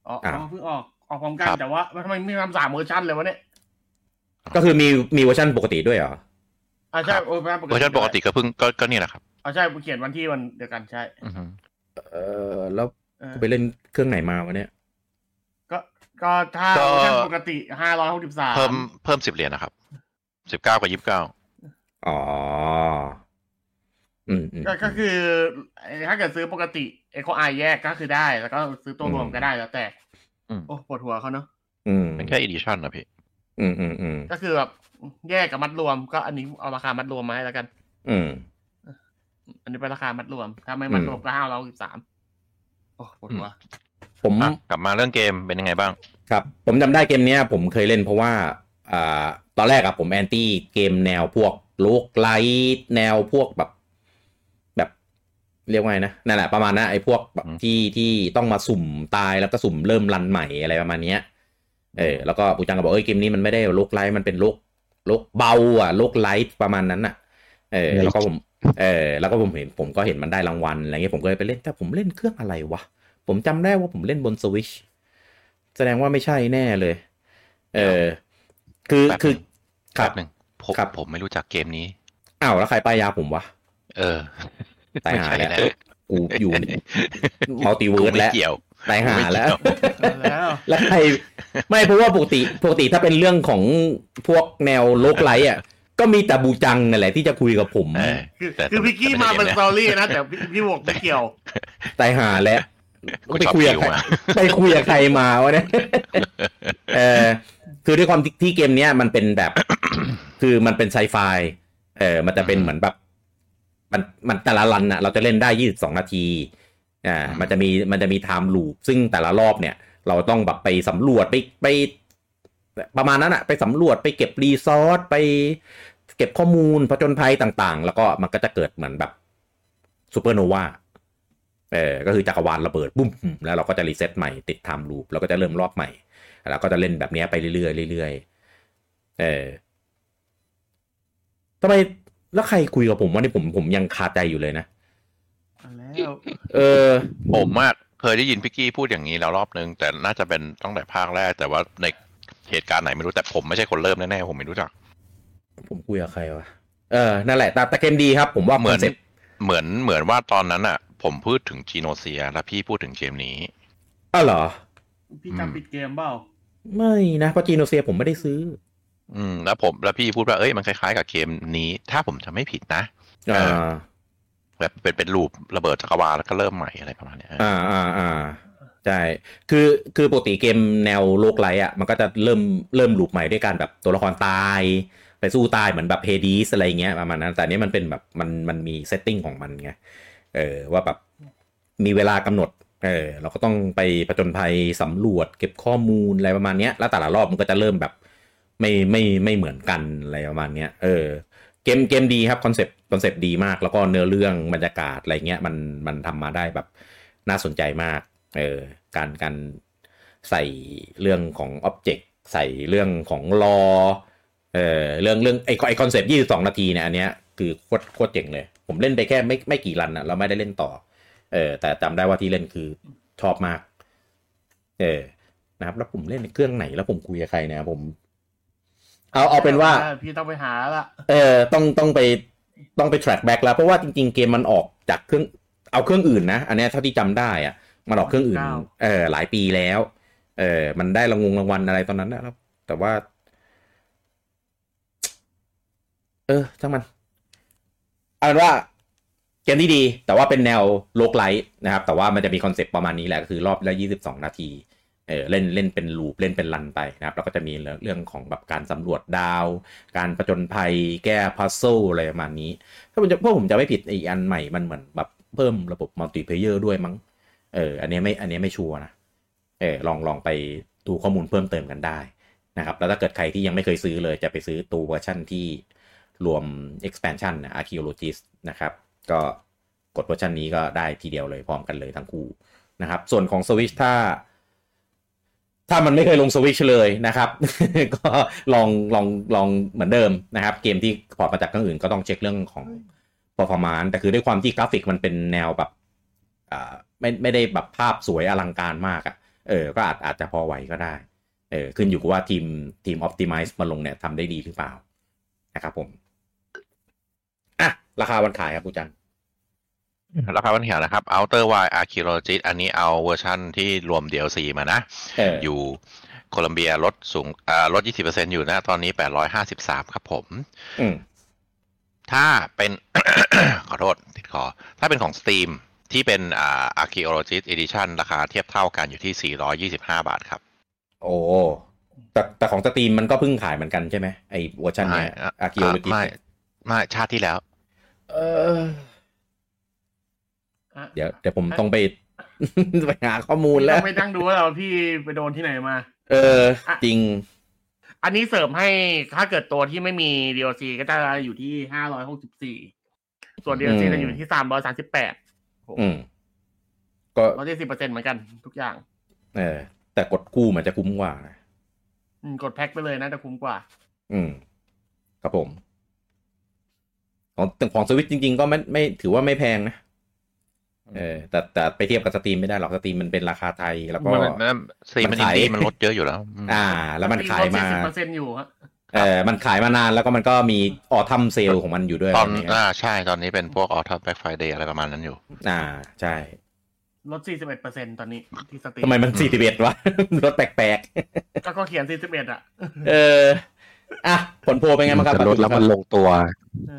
อ๋ออ๋อ อ่ะ เพิ่งออกออกพร้อมกัน ครับ แต่ว่าทำไมมีทำสามเวอร์ชันเลยวะเนี่ย ก็คือมีมีเวอร์ชันปกติด้วยเหรอ อ่ะคใช่รับ เวอร์ชันปกติ เวอร์ชันปกติก็เพิ่งก็ก็นี่แหละครับ อ๋อใช่เขียนวันที่วันเดียวกันใช่ อือฮึ เออแล้ว เออ กูไปเล่นเครื่องไหนมาวะเนี่ย ก็ก็ถ้าเวอร์ชันปกติห้าร้อยหกสิบสาม เพิ่มเพิ่มสิบเหรียญนะครับสิบเก้ากับยี่สิบเก้า อ๋อ อืมอืม ก็คือไอ้ถ้าเกิดซื้อปกติไอ้โคอไอแยกก็คือได้แล้วก็ซื้อตัวรวมก็ได้แล้วแต่โอ้ปวดหัวเขาเนาะ อืม เป็นแค่อีดิชั่นนะพี่ อืมอืมอืม ก็คือแบบแยกกับมัดรวมก็อันนี้เอาราคามัดรวมมาให้แล้วกัน อืม อันนี้เป็นราคามัดรวม ถ้าไม่มัดรวมก็ห้าร้อยสิบสามโอ้ปวดหัว ผม อ่ะกลับมาเรื่องเกมเป็นยังไงบ้าง ครับ ผมจำได้เกมเนี้ย ผมเคยเล่นเพราะว่า อ่า ตอนแรกอะผมแอนตี้เกมแนวพวกลูกไลท์แนวพวกแบบ แบบเรียกว่าไงนะนั่นแหละประมาณนะไอ้พวกแบบ อืม ที่ที่ต้องมาสุ่มตายแล้วก็สุ่มเริ่มรันใหม่อะไรประมาณเนี้ย เออ แล้วก็ปูจังก็บอกเอ้ยเกมนี้มันไม่ได้ลูกไลท์มันเป็นลูกลูกเบาอ่ะลูกไลท์ประมาณนั้นน่ะ เออ แล้วก็ผม เออแล้วก็ผมเห็นผมก็เห็นมันได้รางวัลอะไรเงี้ยผมก็เลยไปเล่นแต่ผมเล่นเครื่องอะไรวะ ผมจำได้ว่าผมเล่นบนสวิชแสดงว่าไม่ใช่แน่เลย เออ คือ แป๊บหนึ่ง คือครับ แป๊หนึ่งผม ครับ ผมไม่รู้จักเกมนี้ อ้าวแล้วใครป้ายยาผมวะ เออ ตายหา ไม่ใช่ แล้ว อู อยู่มัลติเวิร์ส กูไม่ แล้ว เกี่ยว ตายหาแล้ว กูไม่เกี่ย แล้ว แล้วใครไม่เพราะว่าปกติปกติถ้าเป็นเรื่องของพวกแนวโลกไลท์อ่ะ ก็มีแต่บูจังนั่นแหละที่จะคุยกับผม เออ คือ แต่ คือพิกกี้ แต่ไม่ มา ได้ เป็น เกมนะ สตอรี่นะ แต่พี่พี่บอกไม่เกี่ยว ตายหาแล้ว กู ไป ชอบ คุย คิ กับ ว ใคร อะ ไปคุยกับใครมาวะเนี่ย เออคือด้วยความที่ที่เกมเนี้ยมันเป็นแบบ คือมันเป็นไซไฟ เออมันจะเป็นเหมือนแบบ มันมันแต่ละรันน่ะ เราจะเล่นได้ยี่สิบสองนาที อ่า อืม มันจะมีมันจะมีไทม์ลูปซึ่งแต่ละรอบเนี่ย เราต้องแบบไปสำรวจไปไป ประมาณนั้นอะไปสำรวจไปเก็บรีซอสไป เก็บข้อมูลผจญภัยต่างๆ แล้วก็มันก็จะเกิดเหมือนแบบซูเปอร์โนวาเออก็คือจักรวาลระเบิดบุ้มแล้วเราก็จะรีเซ็ตใหม่ติดไทม์ลูปแล้วก็จะเริ่มรอบใหม่ แล้วก็จะเล่นแบบเนี้ยไปเรื่อยๆเรื่อยๆเออทำไมแล้วใครคุยกับผมว่านี่ผมผมยังคาใจอยู่เลยนะ แล้ว เออ ผมมากเคยได้ยินพี่กี้พูดอย่างนี้แล้วรอบนึง แต่น่าจะเป็นตั้งแต่ภาคแรก แต่ว่าในเหตุการณ์ไหนไม่รู้แต่ผมไม่ใช่คนเริ่มแน่ๆผมไม่รู้จัก ผมคุยกับใครวะเออนั่นแหละแต่แต่เกมดีครับ ผมว่า เหมือน คซ็ปต์ เหมือนเหมือนว่าตอนนั้นอ่ะ ผมพูดถึงจีโนเซีย แล้วพี่พูดถึงเกมนี้ อ้าวเหรอ พี่จำปิดเกมเปล่า ไม่นะเพราะจีโนเซียผมไม่ได้ซื้อ อืมแล้วผมแล้วพี่พูดว่าเอ้ยมันคล้ายๆกับเกมนี้ ถ้าผมจะไม่ผิดนะ อ่า เออ แบบเป็นเป็นลูประเบิดจักรวาลแล้วก็เริ่มใหม่อะไรประมาณเนี้ย อ่าอ่าอ่าใช่คือคือปกติเกมแนวโลกไลท์อ่ะมันก็จะเริ่มเริ่มลูปใหม่ด้วยการแบบตัวละครตาย ไปสู้ตายเหมือนแบบเฮดีสอะไรเงี้ยประมาณนั้น แต่อันนี้มันเป็นแบบมันมันมีเซตติ้งของมันไงเออว่าแบบมีเวลากำหนดเออเราก็ต้องไปผจญภัยสำรวจเก็บข้อมูลอะไรประมาณเนี้ยแล้วแต่ละรอบมันก็จะเริ่มแบบไม่ไม่ไม่เหมือนกันอะไรประมาณเนี้ยเออ เกมเกมดีครับคอนเซปต์คอนเซปต์ดีมาก แล้วก็เนื้อเรื่องบรรยากาศอะไรเงี้ยมันมันทำมาได้แบบน่าสนใจมากเออการการใส่เรื่องของอ็อบเจกต์ใส่เรื่องของลอเออเรื่องเรื่องไอไอคอนเซปต์ยี่สิบสองนาทีเนี่ยอันเนี้ยคือโคตรโคตรเจ๋งเลย ผมเล่นไปแค่ไม่ไม่กี่รันอะเราไม่ได้เล่นต่อเออแต่จำได้ว่าที่เล่นคือชอบมากเออนะครับแล้วผมเล่นในเครื่องไหนแล้วผมคุยกับใครเนะผม เอาเอาเป็นว่า พี่ต้องไปหาละ เออต้องต้องไปต้องไป track back แล้วเพราะว่าจริงๆ เกมมันออกจากเครื่องเอาเครื่องอื่นนะ อันเนี้ยเท่าที่จำได้อะมันออกเครื่องอื่นเออหลายปีแล้วเออมันได้รางวงรางวัลอะไรตอนนั้นนะครับ แต่ว่า เออช่างมันเอาเป็นว่าเกมที่ดี แต่ว่าเป็นแนวโลกไลท์นะครับ แต่ว่ามันจะมีคอนเซปต์ประมาณนี้แหละก็คือรอบละยี่สิบสองนาทีเออเล่นเล่นเป็นลูปเล่นเป็นรันไปนะครับ แล้วก็จะมีเรื่องของแบบการสำรวจดาว การประจนภัยแก้พัซ z ซ e อะไรประมาณนี้ ถ้าผมจะพวกผมจะไม่ผิดไอีกอันใหม่มันเหมือนแบบเพิ่มระบบมัลติเพเยอร์ด้วยมั้งเอออันเนี้ยไม่อันเนี้ยไม่ชัวร์นะ เออลองลองไปดูข้อมูลเพิ่มเติมกันได้นะครับ แล้วถ้าเกิดใครที่ยังไม่เคยซื้อเลยจะไปซื้อตัวเวอร์ชั่นที่รวม expansion นะ archaeologist นะครับ ก็กดเวอร์ชันนี้ก็ได้ทีเดียวเลยพร้อมกันเลยทั้งคู่นะครับ ส่วนของ Switch ถ้า ถ้ามันไม่เคยลง Switch เลยนะครับ ก็ลองลองลองเหมือนเดิมนะครับ เกมที่พอร์ตมาจากเครื่องอื่นก็ต้องเช็คเรื่องของ performance แต่คือด้วยความที่กราฟิกมันเป็นแนวแบบอ่าไม่ไม่ได้แบบภาพสวยอลังการมากอะ่ะเออ ก็อาจอาจจะพอไหวก็ได้ เออขึ้นอยู่กับว่าทีมทีม Optimize มาลงเนี่ยทำได้ดีหรือเปล่านะครับผมอ่ะราคาวันขายครับคุณจัน ราคาวันเขียวนะครับ Outer Wild Archaeologist อันนี้เอาเวอร์ชั่นที่รวม DLC มานะ เอออ อยู่โคลัมเบียลดสูงอ่าลด 20%อยู่นะ ตอนนี้ 853 ครับผม อืม ถ้าเป็น ขอโทษ ติดคอ ถ้าเป็นของ Steam ที่เป็นอ่า Archaeologist Edition ราคาเทียบเท่ากันอยู่ที่ 425 บาทครับ โอ้แต่แต่ของสตรีมมันก็เพิ่งขายเหมือนกันใช่ไหมไอเวอร์ชันเนี้ย ไม่ะ อากิโอลิ ไม่ไม่ชาติที่แล้ว เออ อ่ะ เดี๋ยวเดี๋ยวผมต้องไป ไปหาข้อมูลแล้ว ต้องไปนั่งดูว่าเราพี่ไปโดนที่ไหนมา เออ จริง อันนี้เสริมให้ถ้าเกิดตัวที่ไม่มี DLC ก็จะอยู่ที่ห้าร้อยหกสิบสี่ส่วน DLC อืม จะอยู่ที่สามร้อยสามสิบแปด อืม ก็ ร้อยสิบเปอร์เซ็นต์เหมือนกันทุกอย่าง เออ แต่กดกู้มันจะคุ้มกว่านะ อืมกดแพ็คไปเลยนะจะคุ้มกว่า อืม ครับผม ของแต่ของสวิตจริง ๆ ก็ไม่ไม่ถือว่าไม่แพงนะเออ แต่แต่ไปเทียบกับสตรีมไม่ได้หรอกสตรีมมันเป็นราคาไทยแล้วก็ มันสีมัน มัน อิน ขาย ดี้มันลดเยอะอยู่แล้วอืม อ่า แล้วมันขายมา เปอร์เซ็นต์อยู่ฮะ เออมันขายมานานแล้วก็มันก็มีออทัมเซลของมันอยู่ด้วย ตอน อะไรเงี้ย อ่าใช่ตอนนี้เป็นพวกออท m แบ็กไฟเดย์อะไรประมาณนั้นอยู่ อ่าใช่ ลด 41เปอร์เซ็นต์ตอนนี้ที่สตรี ทำไมมันสี่สิบเอ็ดวะ รถแปลก ก็เขาเขียน 41 อ่ะ ๆ เอออ่ะ ผลโพลเป็นไงบ้างครับ แต่ลดแล้วมันลงตัว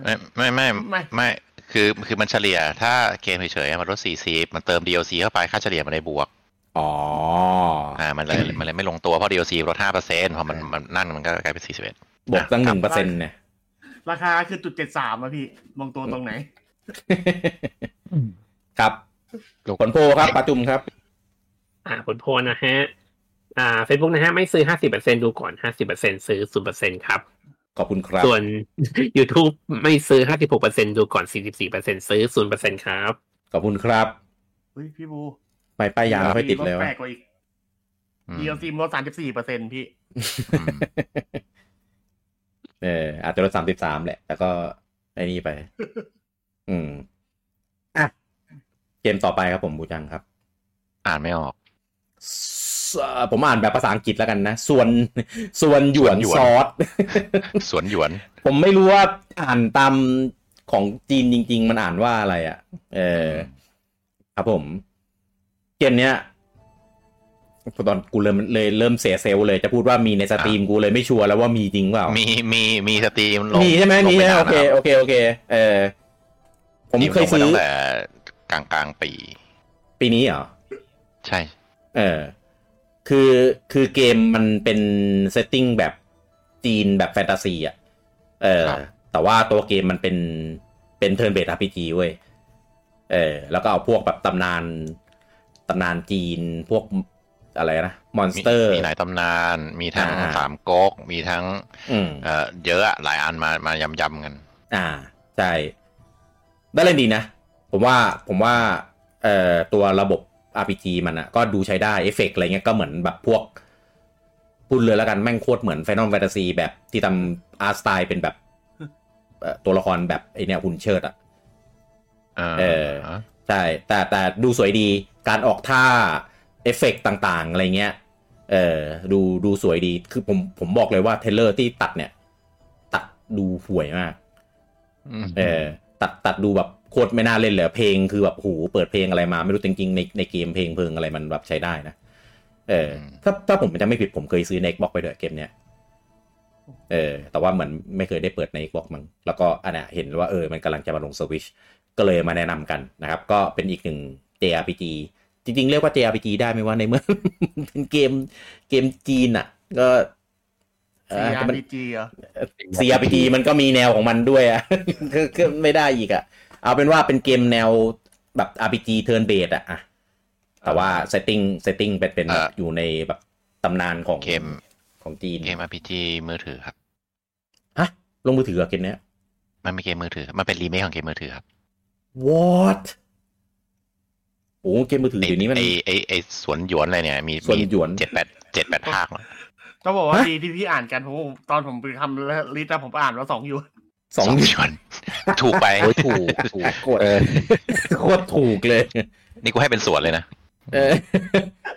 เออ ไม่ไม่ไม่ ไม่ ไม่คือคือมันเฉลี่ย ถ้าเกมเฉยๆมันลด 40 มันเติม DLC เข้าไป ค่าเฉลี่ยมันได้บวก อ๋อ อ่ามันเลยมันเลยไม่ลงตัวเพราะ DLC ลด5%พอมัน ใช่ มันนั่นมันก็กลายเป็น 41 บวกตั้งหนึ่งเปอร์เซ็นต์เนี่ย ราคาคือจุดเจ็ดสามอะพี่มองตัวตรงไหน ครับ ลง ผลโพลครับปาจุมครับ อ่าผลโพลนะฮะ อ่าเฟซบุ๊กนะฮะ ไม่ซื้อห้าสิบเปอร์เซ็นดูก่อนห้าสิบเปอร์เซ็นซื้อศูนเปอร์เซ็นครับ ขอบคุณครับ ส่วน YouTube ไม่ซื้อห้าสิบหกเปอร์เซ็นดูก่อนสี่สิบสี่เปอร์เซ็นซื้อศูนเปอร์เซ็นครับ ขอบคุณครับ เฮ้ยพี่บู ไม่ป้ายยาไม่ค่อยติดเลยวะ แปลกกว่าอีก อืม DLC ลดสามสิบสี่เปอร์เซ็นต์พี่ อืม เอออาจจะลดสามสิบสามแหละ แต่ก็ไอ้นี่ไป อืมอ่ะเกมต่อไปครับผมบูจังครับ อ่านไม่อ อก สเอ่อผมอ่านแบบภาษาอังกฤษแล้วกันนะ ส่วนส่วนหยวนซส่วนหยวนอส สวนหยวน ผมไม่รู้ว่าอ่านตามของจีนจริง ๆ มันอ่านว่าอะไรอะ่ะ เออ ครับผม เกมเนี้ยตอนกูเริ่มเลยเริ่มเสียเซลลเลยจะพูดว่ามีในสตรีมกูเลยไม่ชัวร์แล้วว่ามีจริงเปล่า มีมีมีสตรีมลง มีใช่ไหม ลง มี ป ใช่ไหม นาน โอเค แล้ว โอเคโอเค เออ ผม สตรี เคย ลงไป ซื้อ ตั้งแต่กลางกลางๆปี ปีนี้เหรอ ใช่ เออ คือคือเกมมันเป็นเซตติ้งแบบจีนแบบแฟนตาซีอ่ะ เออ แต่ว่าตัวเกมมันเป็นเป็นเทิร์นเบสอาร์พีจีเว้ย เออ แล้วก็เอาพวกแบบตำนานตำนานจีนพวกอะไรนะมอนส มี เตอร์ มีหลายตำนาน มีทั้ง อ่า สามก๊กมีทั้ง อืม เอ่อเยอะอะหลายอันมามายำยำๆกัน อ่าใช่ได้เล่นดีนะ ผมว่าผมว่าเอ่อตัวระบบ RPG มันอะก็ดูใช้ได้เอฟเฟกอะไรเงี้ยก็เหมือนแบบพวกพูดเลยแล้วกันแม่งโคตรเหมือน Final Fantasy แบบที่ทำอาร์ตสไตล์เป็นแบบเอ่อตัวละครแบบไอเนี่ยหุ่นเชิดอะ เออ เออ ใช่แต่แต่ดูสวยดีการออกท่าเอฟเฟกต์ต่างๆ อะไรเงี้ยเออดูดูสวยดีคือผมผมบอกเลยว่าเทรลเลอร์ที่ตัดเนี่ย ตัดดูห่วยมาก ม เออตัดตัดดูแบบโคตรไม่น่าเล่นเลยเพลงคือแบบหูเปิดเพลงอะไรมาไม่รู้จริงๆในในเกมเพลงเพลงอะไรมันแบบใช้ได้นะเออถ้าถ้าผมจะไม่ผิดผมเคยซื้อใน Xbox ไปด้วยเกมเนี้ยเออแต่ว่าเหมือนไม่เคยได้เปิดใน Xbox มั้งแล้วก็อันเนี้ยเห็นว่าเออมันกำลังจะมาลง Switch ก็เลยมาแนะนำกันนะครับ ก็เป็นอีกหนึ่ง JRPG จริงๆ เรียกว่า JRPG ได้ไหมว่าในเมื่อ มันเป็นเกมเกมจีนอ่ะ ก็เอ่อแต่มัน CRPG เหรอ CRPG มันก็มีแนวของมันด้วยอะ ก็ก็ไม่ได้อีกอะเอาเป็นว่าเป็นเกมแนวแบบ RPG turn based อะอะ แต่ว่าเซตติ้งเซตติ้งเป็นเป็น เอ่ออ อยู่ในแบบตำนานของ เกม ของจีน เกม RPG มือถือครับ ฮะลงมือถือเหรอเกมเนี้ย มันไม่เกมมือถือครับมันเป็นรีเมคของเกมมือถือครับ what โอ้เกมมือถือ ไอ้ เดี๋ยวนี้มัน ไอไอไอสวนหยวนอะไรเนี่ย มี สวนหยวน เจ็ดแปดเจ็ดแปดภาคแล้ว ต้องบอกว่า ฮะ ดีที่พี่อ่านกันเพราะว่าตอนผมไปทำลิสต์อะผมอ่านแล้วสองอยู่ สอง หยวน ถูกไป โอ้ยถูกถูก โคตร เออ โคตรถูกเลย นี่กูให้เป็นสวนเลยนะ เออ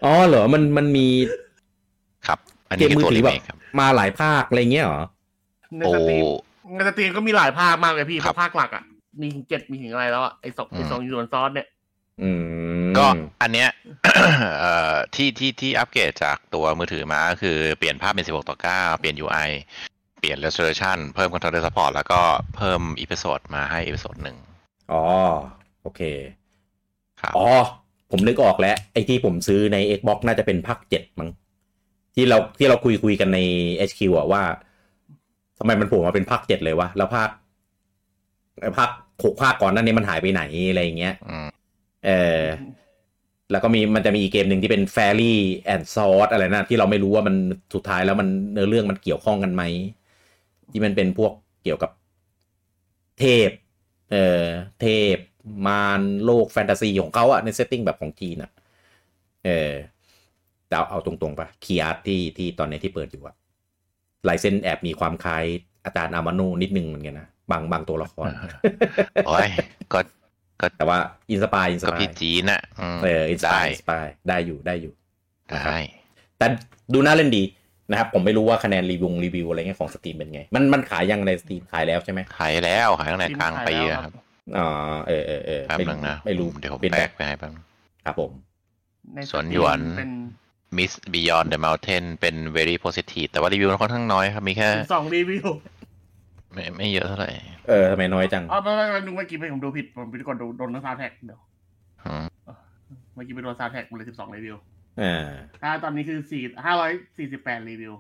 อ๋อเหรอมันมันมี ครับ อันนี้คือตัวรีเมคครับ มาหลายภาค อะไรเงี้ยเหรอ ใน โอ้ สตรีมในสตรีมก็มีหลายภาคมากเลยพี่ ครับ ภาคหลักอ่ะ มีถึงเจ็ดมีถึงอะไรแล้วอะไอ้สอง อืม ไอ้สองส่วนซ้อนเนี่ย อืม ก็อันเนี้ย เอ่อที่ที่ที่อัปเกรดจากตัวมือถือมาก็คือเปลี่ยนภาพเป็น 16 ต่อ 9 เปลี่ยน UI เปลี่ยน resolution เพิ่ม controller support แล้วก็เพิ่ม episode มาให้ episode หนึ่ง อ๋อ โอเค ครับ อ๋อ ผมนึกออกแล้ว ไอ้ที่ผมซื้อใน Xbox น่าจะเป็นภาคเจ็ดมั้ง ที่เราที่เราคุยคุยกันใน HQ อะว่าทำไมมันโผล่มาเป็นภาคเจ็ดเลยวะ แล้วภาคไอ้ภาคหกภาคก่อนหนั้นนี้มันหายไปไหน อะไรอย่างเงี้ย อืม เออ แล้วก็มีมันจะมีอีกเกมหนึ่งที่เป็น Fairy and Sword อะไรนะ ที่เราไม่รู้ว่ามันสุดท้ายแล้วมันเนื้อเรื่องมันเกี่ยวข้องกันไหม ที่มันเป็นพวกเกี่ยวกับเทพ เออเทพ มารโลกแฟนตาซีของเขาอะในเซตติ้งแบบของจีนอะเออแต่เอาเอาตรงๆปะคียร์ที่ที่ตอนนี้ที่เปิดอยู่อะลายเส้นแอบมีความคล้ายอาจารย์อามาโนนิดนึงเหมือนกันนะบางบางตัวละคร อ่า โอ้ยก็ แต่ว่าอินสปายอินส ก็ ปาย พี่จีนน่ะอืม เอออินส ได้ ปายอินสปายได้อยู่ได้อยู่ ได้ แต่ดูน่าเล่นดีนะครับ ผมไม่รู้ว่าคะแนนรีวิวรีวิวอะไรเงี้ยของสตรีมเป็นไง มันมันขายยังในสตรีมขายแล้วใช่ไหม ขายแล้วขายตั้งแต่กลางปี ขายแล้ว อะคครั รับ บ อ๋อเออเออเออ แป๊บ ไม่ นึงนะ ไม่รู้ เดี๋ยวผม เป็น แบ แบ กไปให้แป๊บนึง ครับผม ใ สวน ตรีม หยวน เป็น Miss Beyond the Mountain เป็น very positive แต่ว่ารีวิวมันค่อนข้างน้อยครับ มีแค่ สองรีวิว ไม่ไม่เยอะเท่าไหร่ เออทำไมน้อยจัง อ๋อเมื่อกี้เมื่อกี้ผมดูผิดผมไปก่อนดูโดนซาวแท็กเดี๋ยว อืม เมื่อกี้ไปโดนซาวแท็กหมดเลยสิบสองรีวิว อ่า ถ้าตอนนี้คือสี่ห้าร้อยสี่สิบแปดรีวิว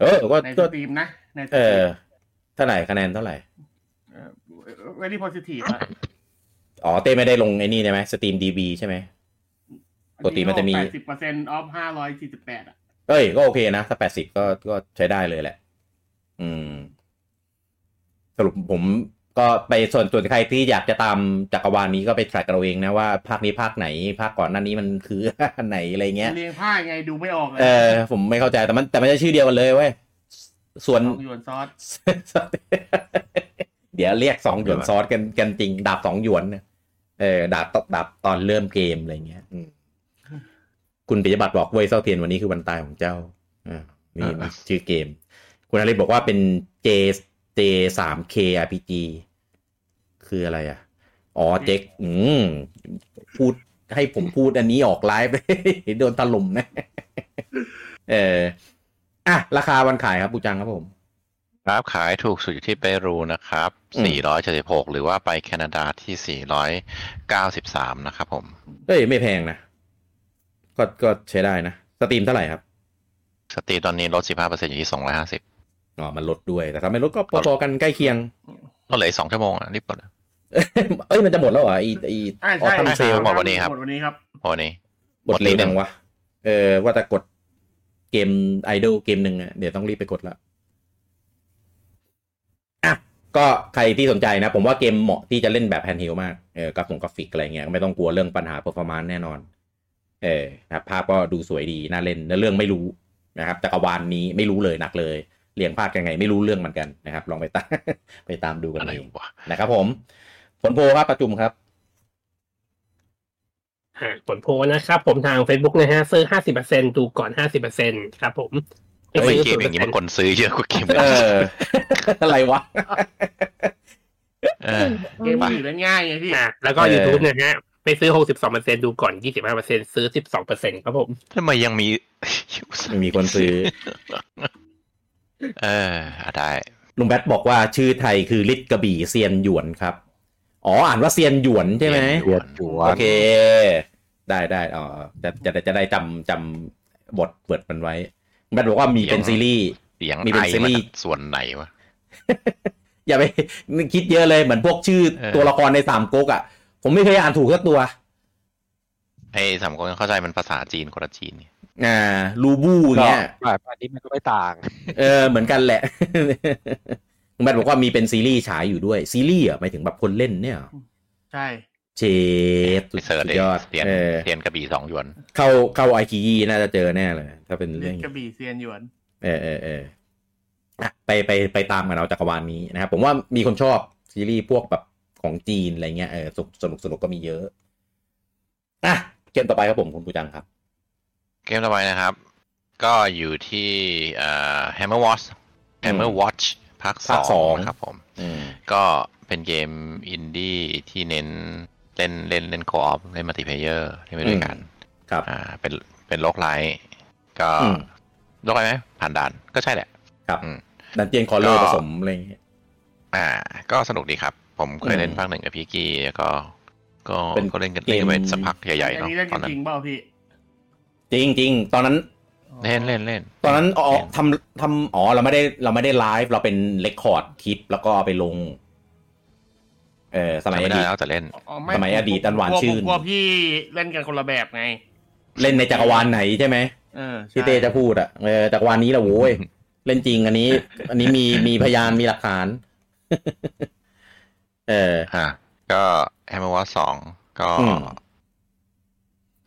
เออก็ ในส ก็ ตรีมนะ ในส เอ ตรี อ ม เท่าไหร่คะแนนเท่าไหร่ เวลี่โพซิทีฟอะ อ๋อเต้ไม่ได้ลงไอ้นี่ใช่ไหมสตรีมดีบีใช่ไหม ปกติมันจะมี แปดสิบเปอร์เซ็นต์ออฟห้าร้อยสี่สิบแปดอะ เอ้ยก็โอเคนะ ถ้าแปดสิบก็ก็ใช้ได้เลยแหละ อืม สรุปผมก็ไปส่วนส่วนใครที่อยากจะตามจักรวาลนี้ก็ไปแทร็กกันเอาเองนะว่าภาคนี้ภาคไหน ภาคก่อนหน้านี้มันคือ อันไหนอะไรเงี้ย เรียงผ้ายังไงดูไม่ออกเลย เออ ผมไม่เข้าใจแต่มันแต่มันจะชื่อเดียวกันเลยเว้ยส่วน สองหยวนซอส เดี๋ยวเรียกสองหยวนซอสกันกันจริง ดาบสองหยวนเนี่ยเออดาบตดาบตอนเริ่มเกมอะไรเงี้ยอืมคุณปิยบัตรบอกเว้ยเศร้าเทียนวันนี้คือวันตายของเจ้าอ่านี่มีชื่อเกม คุณอาริบอกว่าเป็น J J สาม K RPG คืออะไรอ่ะ อ๋อเจ๊กอืมพูดให้ผมพูดอันนี้ออกไลฟ์ โดนตลุ่มนะ เอออ่ะ ราคาวันขายครับปูจังครับผม ครับขายถูกสุดอยู่ที่เปรูนะครับ อืม 476 หรือว่าไปแคนาดาที่ 493 นะครับผม เอ้ยไม่แพงนะ ก็ก็ใช้ได้นะ สตรีมเท่าไหร่ครับ สตรีมตอนนี้ลด 15%อยู่ที่ 250 อ๋อ มันลดด้วย แต่ถ้าไม่ลดก็พอๆกันใกล้เคียง ก็เหลืออีก2ชั่วโมงอ่ะรีบกดนะ เอ้ย มันจะหมดแล้วเหรอไอไอ อ่า ออ ใช่ ทัมเซล หมดวันนี้ครับ หมดวันนี้ครับ เพราะวันนี้ หมดเร็วจังวะ เออ ว่าแต่กดเกมไอดอลเกมหนึ่งอะเดี๋ยวต้องรีบไปกดละอ่ะ ก็ใครที่สนใจนะ ผมว่าเกมเหมาะที่จะเล่นแบบแฮนด์เฮลมาก เออกราฟงกราฟิกอะไรเงี้ยก็ไม่ต้องกลัวเรื่องปัญหาเปอร์ฟอร์มานแน่นอน เออนะครับภาพก็ดูสวยดี น่าเล่นเนื้อเรื่องไม่รู้นะครับจักรวาลนี้ไม่รู้เลยหนักเลยเรียงภาคยังไงไม่รู้เรื่องเหมือนกันนะครับ ลองไปตาม ไปตามดูกัน อะไร เอง วะ นะครับผม ผลโพลครับประจุมครับ อ่าผลโพลนะครับ ผมทาง Facebook นะฮะซื้อ 50%ดูก่อน 50%ครับผม ทำไม ซื้ เกมอย่างนี้มัน 0% คนซื้อเยอะกว่าเกม เออ อะไรวะ เออ เกมมือถือเล่นง่ายไงพี่ อ่ะแล้วก็ เออ YouTube นะฮะไปซื้อ 62%ดูก่อน 25%ซื้อ 12%ครับผม ทำไมยังมี มีคนซื้อ เอออ่ะได้ ลุงแบทบอกว่าชื่อไทยคือลิศกระบี่เซียนหยวนครับ อ๋อ อ่านว่าเซียนหยวนใช่ไหม เซียนหยวน เบียดจว โอน เค ได้ได้อ๋อจะจะจะได้จำจำบทเปิดมันไว้ลุงแบทบอกว่ามีเป็นซีรีส์ เสียง มี ไอ เป็นซีรี มัน ส์ ส่วนไหนวะ อย่าไปคิดเยอะเลยเหมือนพวกชื่อ เออ ตัวละครในสามก๊กอ่ะ ผมไม่เคยอ่านถูกสักตัว ให้สามคนเข้าใจมันภาษาจีนคนละจีนเนี่ย อ่าลูบูเงี้ย แบบอันนี้มันก็ไม่ต่าง เออเหมือนกันแหละ คุณแบทบอกว่ามีเป็นซีรีส์ฉายอยู่ด้วย ซีรีส์อ่ะหมายถึงแบบคนเล่นเนี่ยเหรอ ใช่ เชฟสุ ไป ด เสิร์ชเลย ยอด เตียน เออ เตียนกระบี่สองหยวน เข้าเข้าไอคีน่าจะเจอแน่เลย ถ้าเป็น เรี เรื่ ย อน ง กระบี่เซียนหยวน เออเออเอออ่ะไปไปไปตามกันเอาจักรวาลนี้นะครับผมว่ามีคนชอบซีรีส์พวกแบบของจีนอะไรเงี้ยเออสนุกสนุกสนุกก็มีเยอะอ่ะเกมต่อไปครับผมคุณปูจังครับ เกมต่อไปนะครับ ก็อยู่ที่เอ่อ Hammer Watch Hammer Watch ภาคส ภาคสอ อง งนะครับผม อืม ก็เป็นเกมอินดี้ที่เน้นเล่นเล่นเล่นคออฟเล่นมัลติเพเยอร์เล่นไปด้วยกัน ครับ อ่าเป็นเป็นโลกไลท์ก็ อืม โลกไลท์ไหมผ่านด่านก็ใช่แหละ ครับ อืม ดันเจียนคอลเลอร์ผสมอะไรเงี้ย อ่า ก็สนุกดีครับ ผมเคยเล่น อืม ภาคหนึ่งกับพี่กี้แล้วก็ ก็ เป็น ก็เล่นกัน เก เล่มนกันไปสักพักใหญ่ๆ อัน เนาะ นี้เล่น ต กั อน น นั้ จ น ริงเปล่าพี่ จริงจริงๆตอนนั้น เล่นเล่นเล่น ตอนนั้นอ๋อ เล่น ทำทำอ๋อเราไม่ได้เราไม่ได้ไลฟ์เราเป็นเลคคอร์ดคลิป แล้วก็เอาไปลง เออสมัยอ จำไม่ได้ ดีต แล้วแต่เล่น อ๋อ สมัยอดีตอันหวานชื่น กลัวพี่เล่นกันคนละแบบไง เล่นในจักรวาลไหนใช่ไหม เออใช่ ที่เต้จะพูดอ่ะเออจักรวาลนี้แหละโว้ย เล่นจริงอันนี้ อันนี้ มีมีพยานมีหลักฐาน เออ อ่ะก็แฮมเมอร์วอสองก็ อืม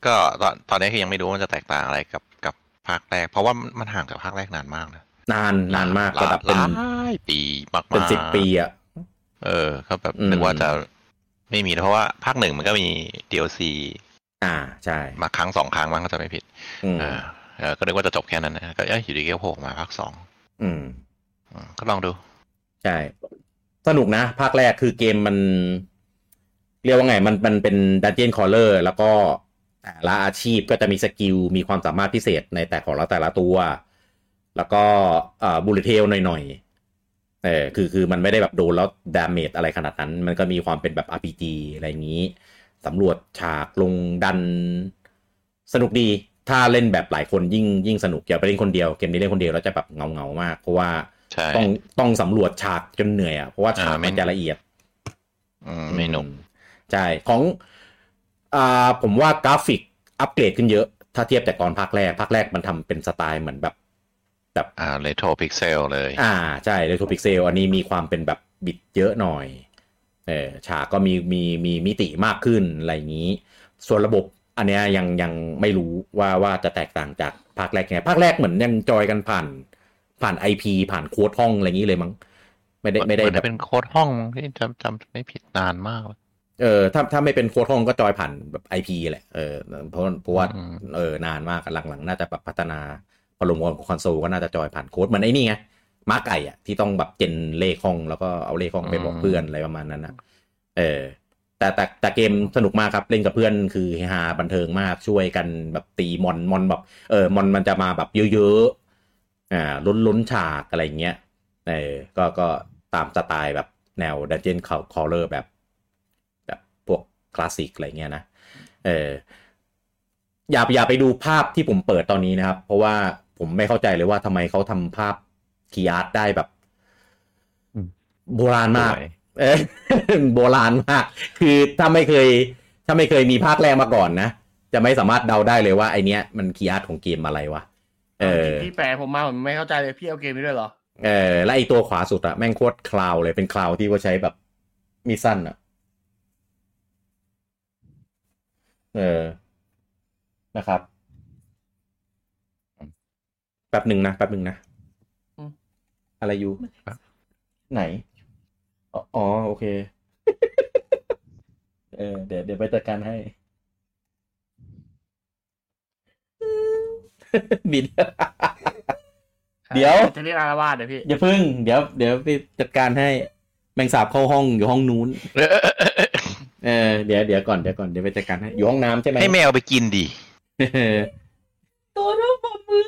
ก็ตอนตอนนี้คือยังไม่รู้ว่ามันจะแตกต่างอะไรกับกับภาคแรก เพราะว่ามันมันห่างกับภาคแรกนานมากนะ นานนานมาก หล ระดับเป็น หลายปีมากๆ เป็นสิบปีอ่ะ เออก็แบบ อืม นึกว่าจะไม่มีนะเพราะว่าภาคหนึ่งมันก็มี DLC อ่าใช่ มาครั้งสองครั้งมั้งก็จะไม่ผิด อืม เออเออก็นึกว่าจะจบแค่นั้นนะก็เอ้ยอยู่ดีก็โผล่มาภาคสอง อืม อืมก็ลองดู ใช่ สนุกนะ ภาคแรกคือเกมมัน เรียกว่าไง มันมันเป็นดันเจียนคอลเลอร์แล้วก็แต่ละอาชีพก็จะมีสกิล มีความสามารถพิเศษในแต่ของเราแต่ละตัว แล้วก็บูลเลเทลหน่อยๆเออคือคือมันไม่ได้แบบโดนแล้วดาเมจอะไรขนาดนั้น มันก็มีความเป็นแบบ RPG อะไรอย่างนี้ สำรวจฉากลงดัน สนุกดี ถ้าเล่นแบบหลายคนยิ่งยิ่งสนุกอย่าไปเล่นคนเดียว เกมนี้เล่นคนเดียวแล้วจะแบบเงาเงาๆมาก เพราะว่า ใช่ ต้องต้องสำรวจฉากจนเหนื่อยอ่ะ เพราะว่าฉาก อ่าไม่ มันจะละเอียด อืมไม่หนุก ใช่ ของอ่าผมว่ากราฟิกอัปเกรดขึ้นเยอะ ถ้าเทียบแต่ก่อนภาคแรก ภาคแรกมันทำเป็นสไตล์เหมือนแบบ แบบ อ่าเลโทรพิกเซลเลย อ่าใช่เรโทรพิกเซลอันนี้มีความเป็นแบบบิดเยอะหน่อยเออฉากก็มีมีมีมิติมากขึ้นอะไรอย่างนี้ ส่วนระบบอันเนี้ยยังยังไม่รู้ว่าว่าจะแตกต่างจากภาคแรกยังไงภาคแรกเหมือนยังจอยกันผ่านผ่าน IP ผ่านโค้ดห้องอะไรอย่างนี้เลยมั้งไม่ได้ไม่ได้ เหอน แบ จะ บ เป็นโค้ดห้องที่จำจำไม่ผิดนานมาก เออถ้าถ้าไม่เป็นโค้ดห้องก็จอยผ่านแบบ IP แหละเออเพราะเพราะว่า อืม เออนานมากหลังๆ น่าจะแบบพัฒนาพอลงคอนโซลก็น่าจะจอยผ่านโค้ดเหมือนไอ้นี่ไงม้าไก่อะที่ต้องแบบเจนเลขห้องแล้วก็เอาเลขห้องไปบอกเพื่อนอะไรประมาณนั้นนะ เออแต่แต่แต่เกมสนุกมากครับ เล่นกับเพื่อนคือเฮฮาบันเทิงมากช่วยกันแบบตีมอนมอนแบบเออมอนมันจะมาแบบเยอะๆอ่าล้นล้นฉากอะไรเงี้ยเออก็ก็ตามสไตล์แบบแนวดันเจียนคอลเลอร์แบบ แบบพวกคลาสสิกอะไรเงี้ยนะเอออย่าอย่าไปดูภาพที่ผมเปิดตอนนี้นะครับ เพราะว่าผมไม่เข้าใจเลยว่าทำไมเขาทำภาพคีย์อาร์ตได้แบบ อืม โบราณมาก สวย เออ โบราณมาก คือถ้าไม่เคย ถ้าไม่เคยมีภาคแรกมาก่อนนะ จะไม่สามารถเดาได้เลยว่าไอเนี้ยมันคีย์อาร์ตของเกมอะไรวะ เออ พี่แปลผมมาผมไม่เข้าใจเลยพี่เอาเกมนี้ด้วยเหรอ เออ และไอตัวขวาสุดอะแม่งโคตรคลาวเลย เป็นคลาวที่ว่าใช้แบบมีดสั้นอะเออ นะครับ แป๊บหนึ่งนะ แป๊บหนึ่งนะ อืม อะไรอยู่ ไหน อ๋ออ๋อ โอเค เออ เดี๋ยว เดี๋ยวไปจัดการให้ บิด เดี๋ยว จะเรียกอารวาสเดี๋ยวพี่ อย่าพึ่ง เดี๋ยว เดี๋ยวไปจัดการให้ แมงสาบเข้าห้องอยู่ห้อง นู้น เออ เดี๋ยว เดี๋ยวก่อน เดี๋ยวก่อน เดี๋ยวไปจัดการให้ อยู่ห้องน้ำใช่ไหม ให้แมวไปกินดี เออ ตัวเท่าฝ่ามือ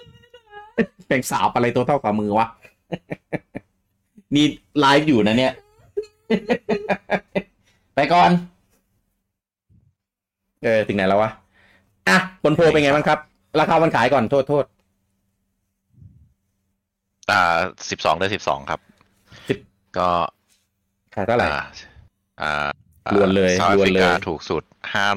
แมงสาบอะไรตัวเท่าฝ่ามือ วะ นี่ไลฟ์อยู่นะ เนี่ย ไปก่อน เออ ถึงไหนแล้ววะ อ่ะบนโพลเป็นไงบ้างครับ ราคาวันขายก่อน โทษโทษ อ่าสิบสองเดือนสิบสองครับ สิบ ก็ ขายเท่าไหร่ อ่าอ่า อ่อ รวนเลย ซาอ รวน ฟริ เลย กาถูกสุด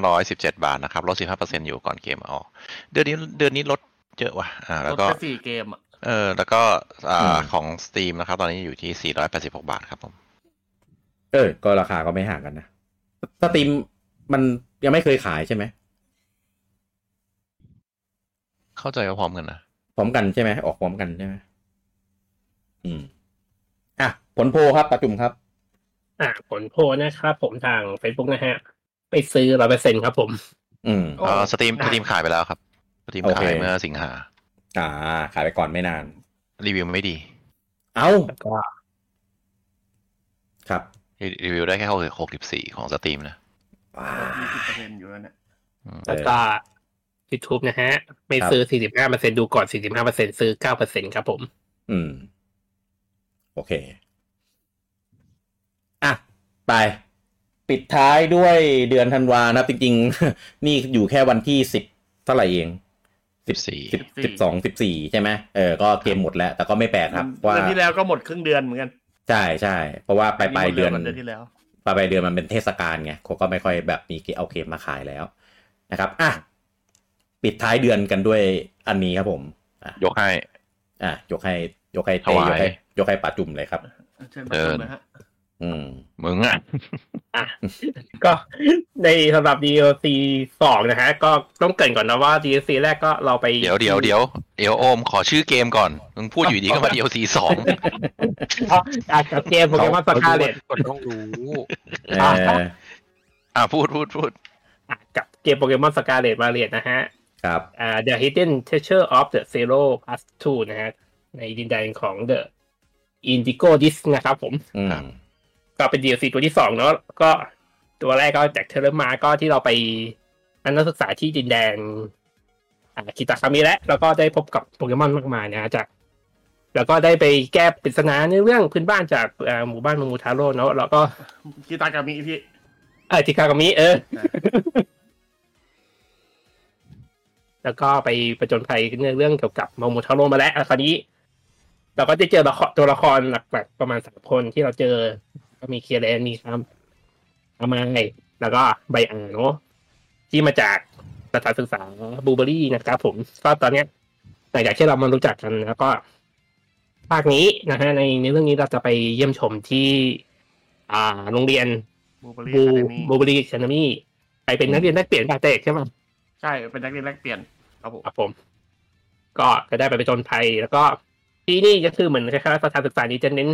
517 บาทนะครับ ลด 15%อยู่ก่อนเกมออก เดือนนี้เดือนนี้ลดเยอะว่ะอ่า ล แล้ว ด ก็ ไปสี่เกมอ่ะ เออแล้วก็อ่า อืม ของ Steam นะครับ ตอนนี้อยู่ที่ 486 บาทครับผม เออ ก็ราคาก็ไม่ห่างกันนะสตรีมมันยังไม่เคยขายใช่ไหม เข้าใจก็พร้อมกันนะ พร้อมกันใช่ไหมออกพร้อมกันใช่ไหมอืมอ่ะผลโพลครับประจุมครับ อ่ะผลโพลนะครับผมทาง Facebook นะฮะ ไปซื้อร้อยเปอร์เซ็นครับผม อืม เออสตรีมสตรีมขายไปแล้วครับสตรีม โอเค ขายเมื่อสิงหา อ่า ขายไปก่อนไม่นาน รีวิวไม่ดี เอา แล้วก็ ครับ รีวิวได้แค่หกหกสิบสี่ของสตรีมนะ ว้า ยี่สิบเปอร์เซ็นต์อยู่แล้วเนี่ย อืม แล้วก็ YouTube นะฮะ ไปซื้อ 45%ดูก่อน 45%ซื้อ 9%ครับผม อืม โอเค อ่ะ ไป ปิดท้ายด้วยเดือนธันวานะครับ จริง ๆ นี่อยู่แค่วันที่สิบเท่าไหร่เอง สิบสี่ สิบสิบสองสิบสี่ใช่ไหมเออ ก็เกมหมดแล้ว แต่ก็ไม่แปลกครับ ว่า เดือนที่แล้วก็หมดครึ่งเดือนเหมือนกัน ใช่ใช่เพราะว่าไปลายๆเดือน หมร็วกว่าเดือนที่แล้ว ปลายปลายเดือนมันเป็นเทศกาลไงเขาก็ไม่ค่อยแบบมีเอาเกมมาขายแล้วนะครับ อ่ะ ปิดท้ายเดือนกันด้วยอันนี้ครับผมอ่ะ ยกให้ อ่ะยกให้ยกให้เต ถวายกยให้ยกให้ป่าจุ่มเลยครับ เชิญมาชมนะฮะ อืม มึงอ่ะ ก็ในสำหรับ DLC สองนะฮะ ก็ต้องเกรินก่อนนะว่า DLC แรกก็เราไป เดี๋ยวเดี๋ยวเดี๋ยวเดี๋ยวโอม ขอชื่อเกมก่อน มึงพูดอยู่ดีก็มา DLC สอง เพราะจากเกมโปเกมอนสกาเลต คนต้องรู้ เออ อ่ะ พูดพูดพูด กับเกมโปเกมอนสกาเลตมาเรียนะฮะ ครับ อ่า The Hidden Treasure of the Zero Plus Two นะฮะ ในดินแดนของ The Indigo Disc นะครับผม อืม ก็เป็น DLC ตัวที่สองเนาะก็ตัวแรกก็จากเทเลมาก็ที่เราไปนักศึกษาที่ดินแดนอ่าคิตาคามิและ แล้วก็ได้พบกับโปเกมอนมากมายนะฮะจาก แล้วก็ได้ไปแก้ปริศนาในเรื่องพื้นบ้านจากอ่าหมู่บ้านมมูทาโร่เนาะแล้วก็ คิตากามิพี่ เออทิคากามิเออ อ่ะ แล้วก็ไปประจนภัยเรื่องเรื่องเกี่ยวกับโมโมทาโร่มาแล้วแล้วคราวนี้ เราก็จะเจอละครตัวละครหลักๆประมาณสามคนที่เราเจอ ก็มีเคียร์แลนมีครับอามายแล้วก็ไบอันเนาะที่มาจากสถานศึกษาบูเบอรี่นะครับผม ก็ตอนเนี้ยหลังจากที่เรามารู้จักกันแล้วก็ ภาคนี้นะฮะในในเรื่องนี้เราจะไปเยี่ยมชมที่ อ่าโรงเรียน บูเบอรี่ บู คาเดมี่ บูบรีแคนามี่ไปเป็นนักเรียนแลกเปลี่ยนบาเตกใช่ไหม ใช่เป็นนักเรียนแลกเปลี่ยนครับผม ครับผม ก็จะได้ไปไปจนภัย แล้วก็ที่นี่ก็คือเหมือนคล้ายๆสถานศึกษานี้จะเน้น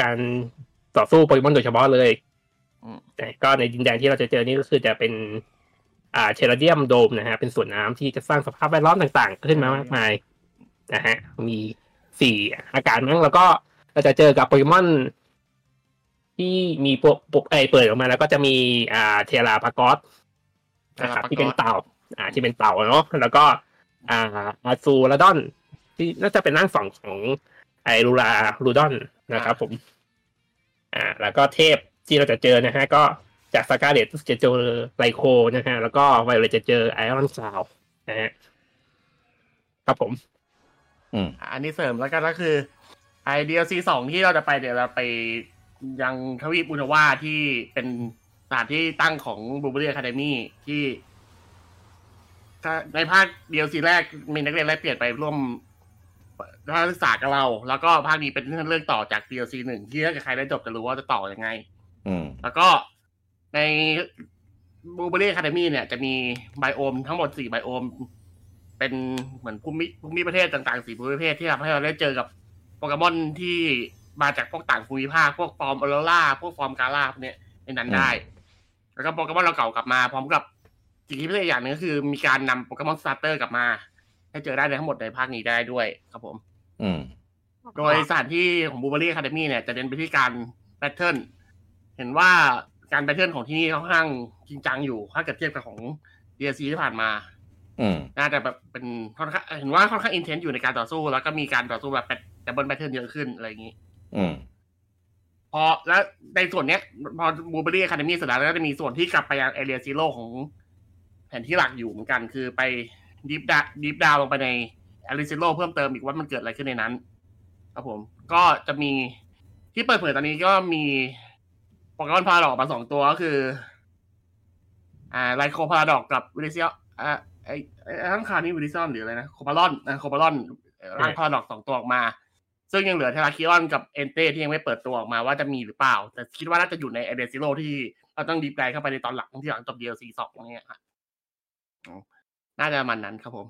การต่อสู้โปเกมอนโดยเฉพาะเลย อืม แต่ก็ในดินแดนที่เราจะเจอนี่ก็คือจะเป็น อ่าเชลเดียมโดมนะฮะ เป็นสวนน้ำที่จะสร้างสภาพแวดล้อมต่างๆ ขึ้นมามากมายนะฮะ มีสี่อาการมั้งแล้วก็เราจะเจอกับโปเกมอน ที่มีโปโปไอยเปิดออกมาแล้วก็จะมีอ่าเทราพากอสนะครับที่เป็นเต่า อ่า ที่เป็นเต่าเนาะแล้วก็ อ่าอาซูราดอน ที่น่าจะเป็นร่างสองของไอรูรารูดอนนะครับผม อ่า แล้วก็เทพที่เราจะเจอนะฮะ ก็จากสกาเลตจะเจอไลโคนะฮะ แล้วก็ไวโอเลตจะเจอไอรอนซาวนะฮะครับผม อืม อันนี้เสริมแล้วกันก็คือไอเดียซีสองที่เราจะไปเดี๋ยวเราไปยังทวีปอุทาวาที่เป็นสถานที่ตั้งของบูเบอรี่คาเดมี่ที่ถ้าในภาคเดียวซีแรกมีนักเรียนแลกเปลี่ยนไปร่วมนักศึกษากับเรา แล้วก็ภาคนี้เป็นเรื่องต่อจาก DLC หนึ่งที่ถ้าเกิดใครได้จบจะรู้ว่าจะต่อยังไง อืม แล้วก็ในบูเบอรี่คาเดมี่เนี่ยจะมีไบโอมทั้งหมดสี่ไบโอม เป็นเหมือนภูมิภูมิประเทศต่างๆสี่ภูมิประเทศที่ทำให้เราได้เจอกับโปเกมอนที่มาจากพวกต่างภูมิภาค พวกฟอร์มออโรล่าพวกฟอร์มกาล่าพวกเนี้ยในนั้นได้ แล้วก็โปเกมอนเราเก่ากลับมา พร้อมกับสิ่งที่พิเศษอย่างหนึ่งก็คือมีการนำโปเกมอนสตาร์เตอร์กลับมา ให้เจอได้ในทั้งหมดในภาคนี้ได้ด้วยครับผม อืม โดยสถานที่ของบูเบอรี่คาเดมี่เนี่ยจะเน้นไปที่การแบทเทิล เห็นว่าการแบทเทิลของที่นี่ค่อนข้างจริงจังอยู่ ถ้าเกิดเทียบกับของ DLC ที่ผ่านมา อืม น่าจะแบบเป็นค่อนข้างเห็นว่าค่อนข้างอินเทนต์อยู่ในการต่อสู้ แล้วก็มีการต่อสู้แบบดับเบิลแบทเทิลเยอะขึ้นอะไรอย่างนี้ อืม พอแล้วในส่วนเนี้ย พอบูเบอรี่คาเดมี่เสร็จแล้วก็จะมีส่วนที่กลับไปยังเอเรียซีโร่ของแผนที่หลักอยู่เหมือนกัน คือไปดิฟดาดิฟดาวลงไปในเอเรียซีโร่เพิ่มเติมอีกว่ามันเกิดอะไรขึ้นในนั้น ครับผม ก็จะมีที่เปิดเผยตอนนี้ก็มี โปเกมอนพาราดอกมาสองตัวก็คือ อ่าไลโคพาราดอกกับวิลิเซียอ่าไอไอ้ทั้งคราวนี้วิลิเซียมหรืออะไรนะโคบารอนนะโคบารอนร่างพาราดอกสองตัวออกมา ซึ่งยังเหลือเทราคิออนกับเอนเต้ที่ยังไม่เปิดตัวออกมาว่าจะมีหรือเปล่า แต่คิดว่าน่าจะอยู่ในไอเดซิโลที่เราต้องดีแปลเข้าไปในตอนหลังที่หลังจบเดียวซีสองเนี้ยครับอืมน่าจะประมาณนั้นครับผม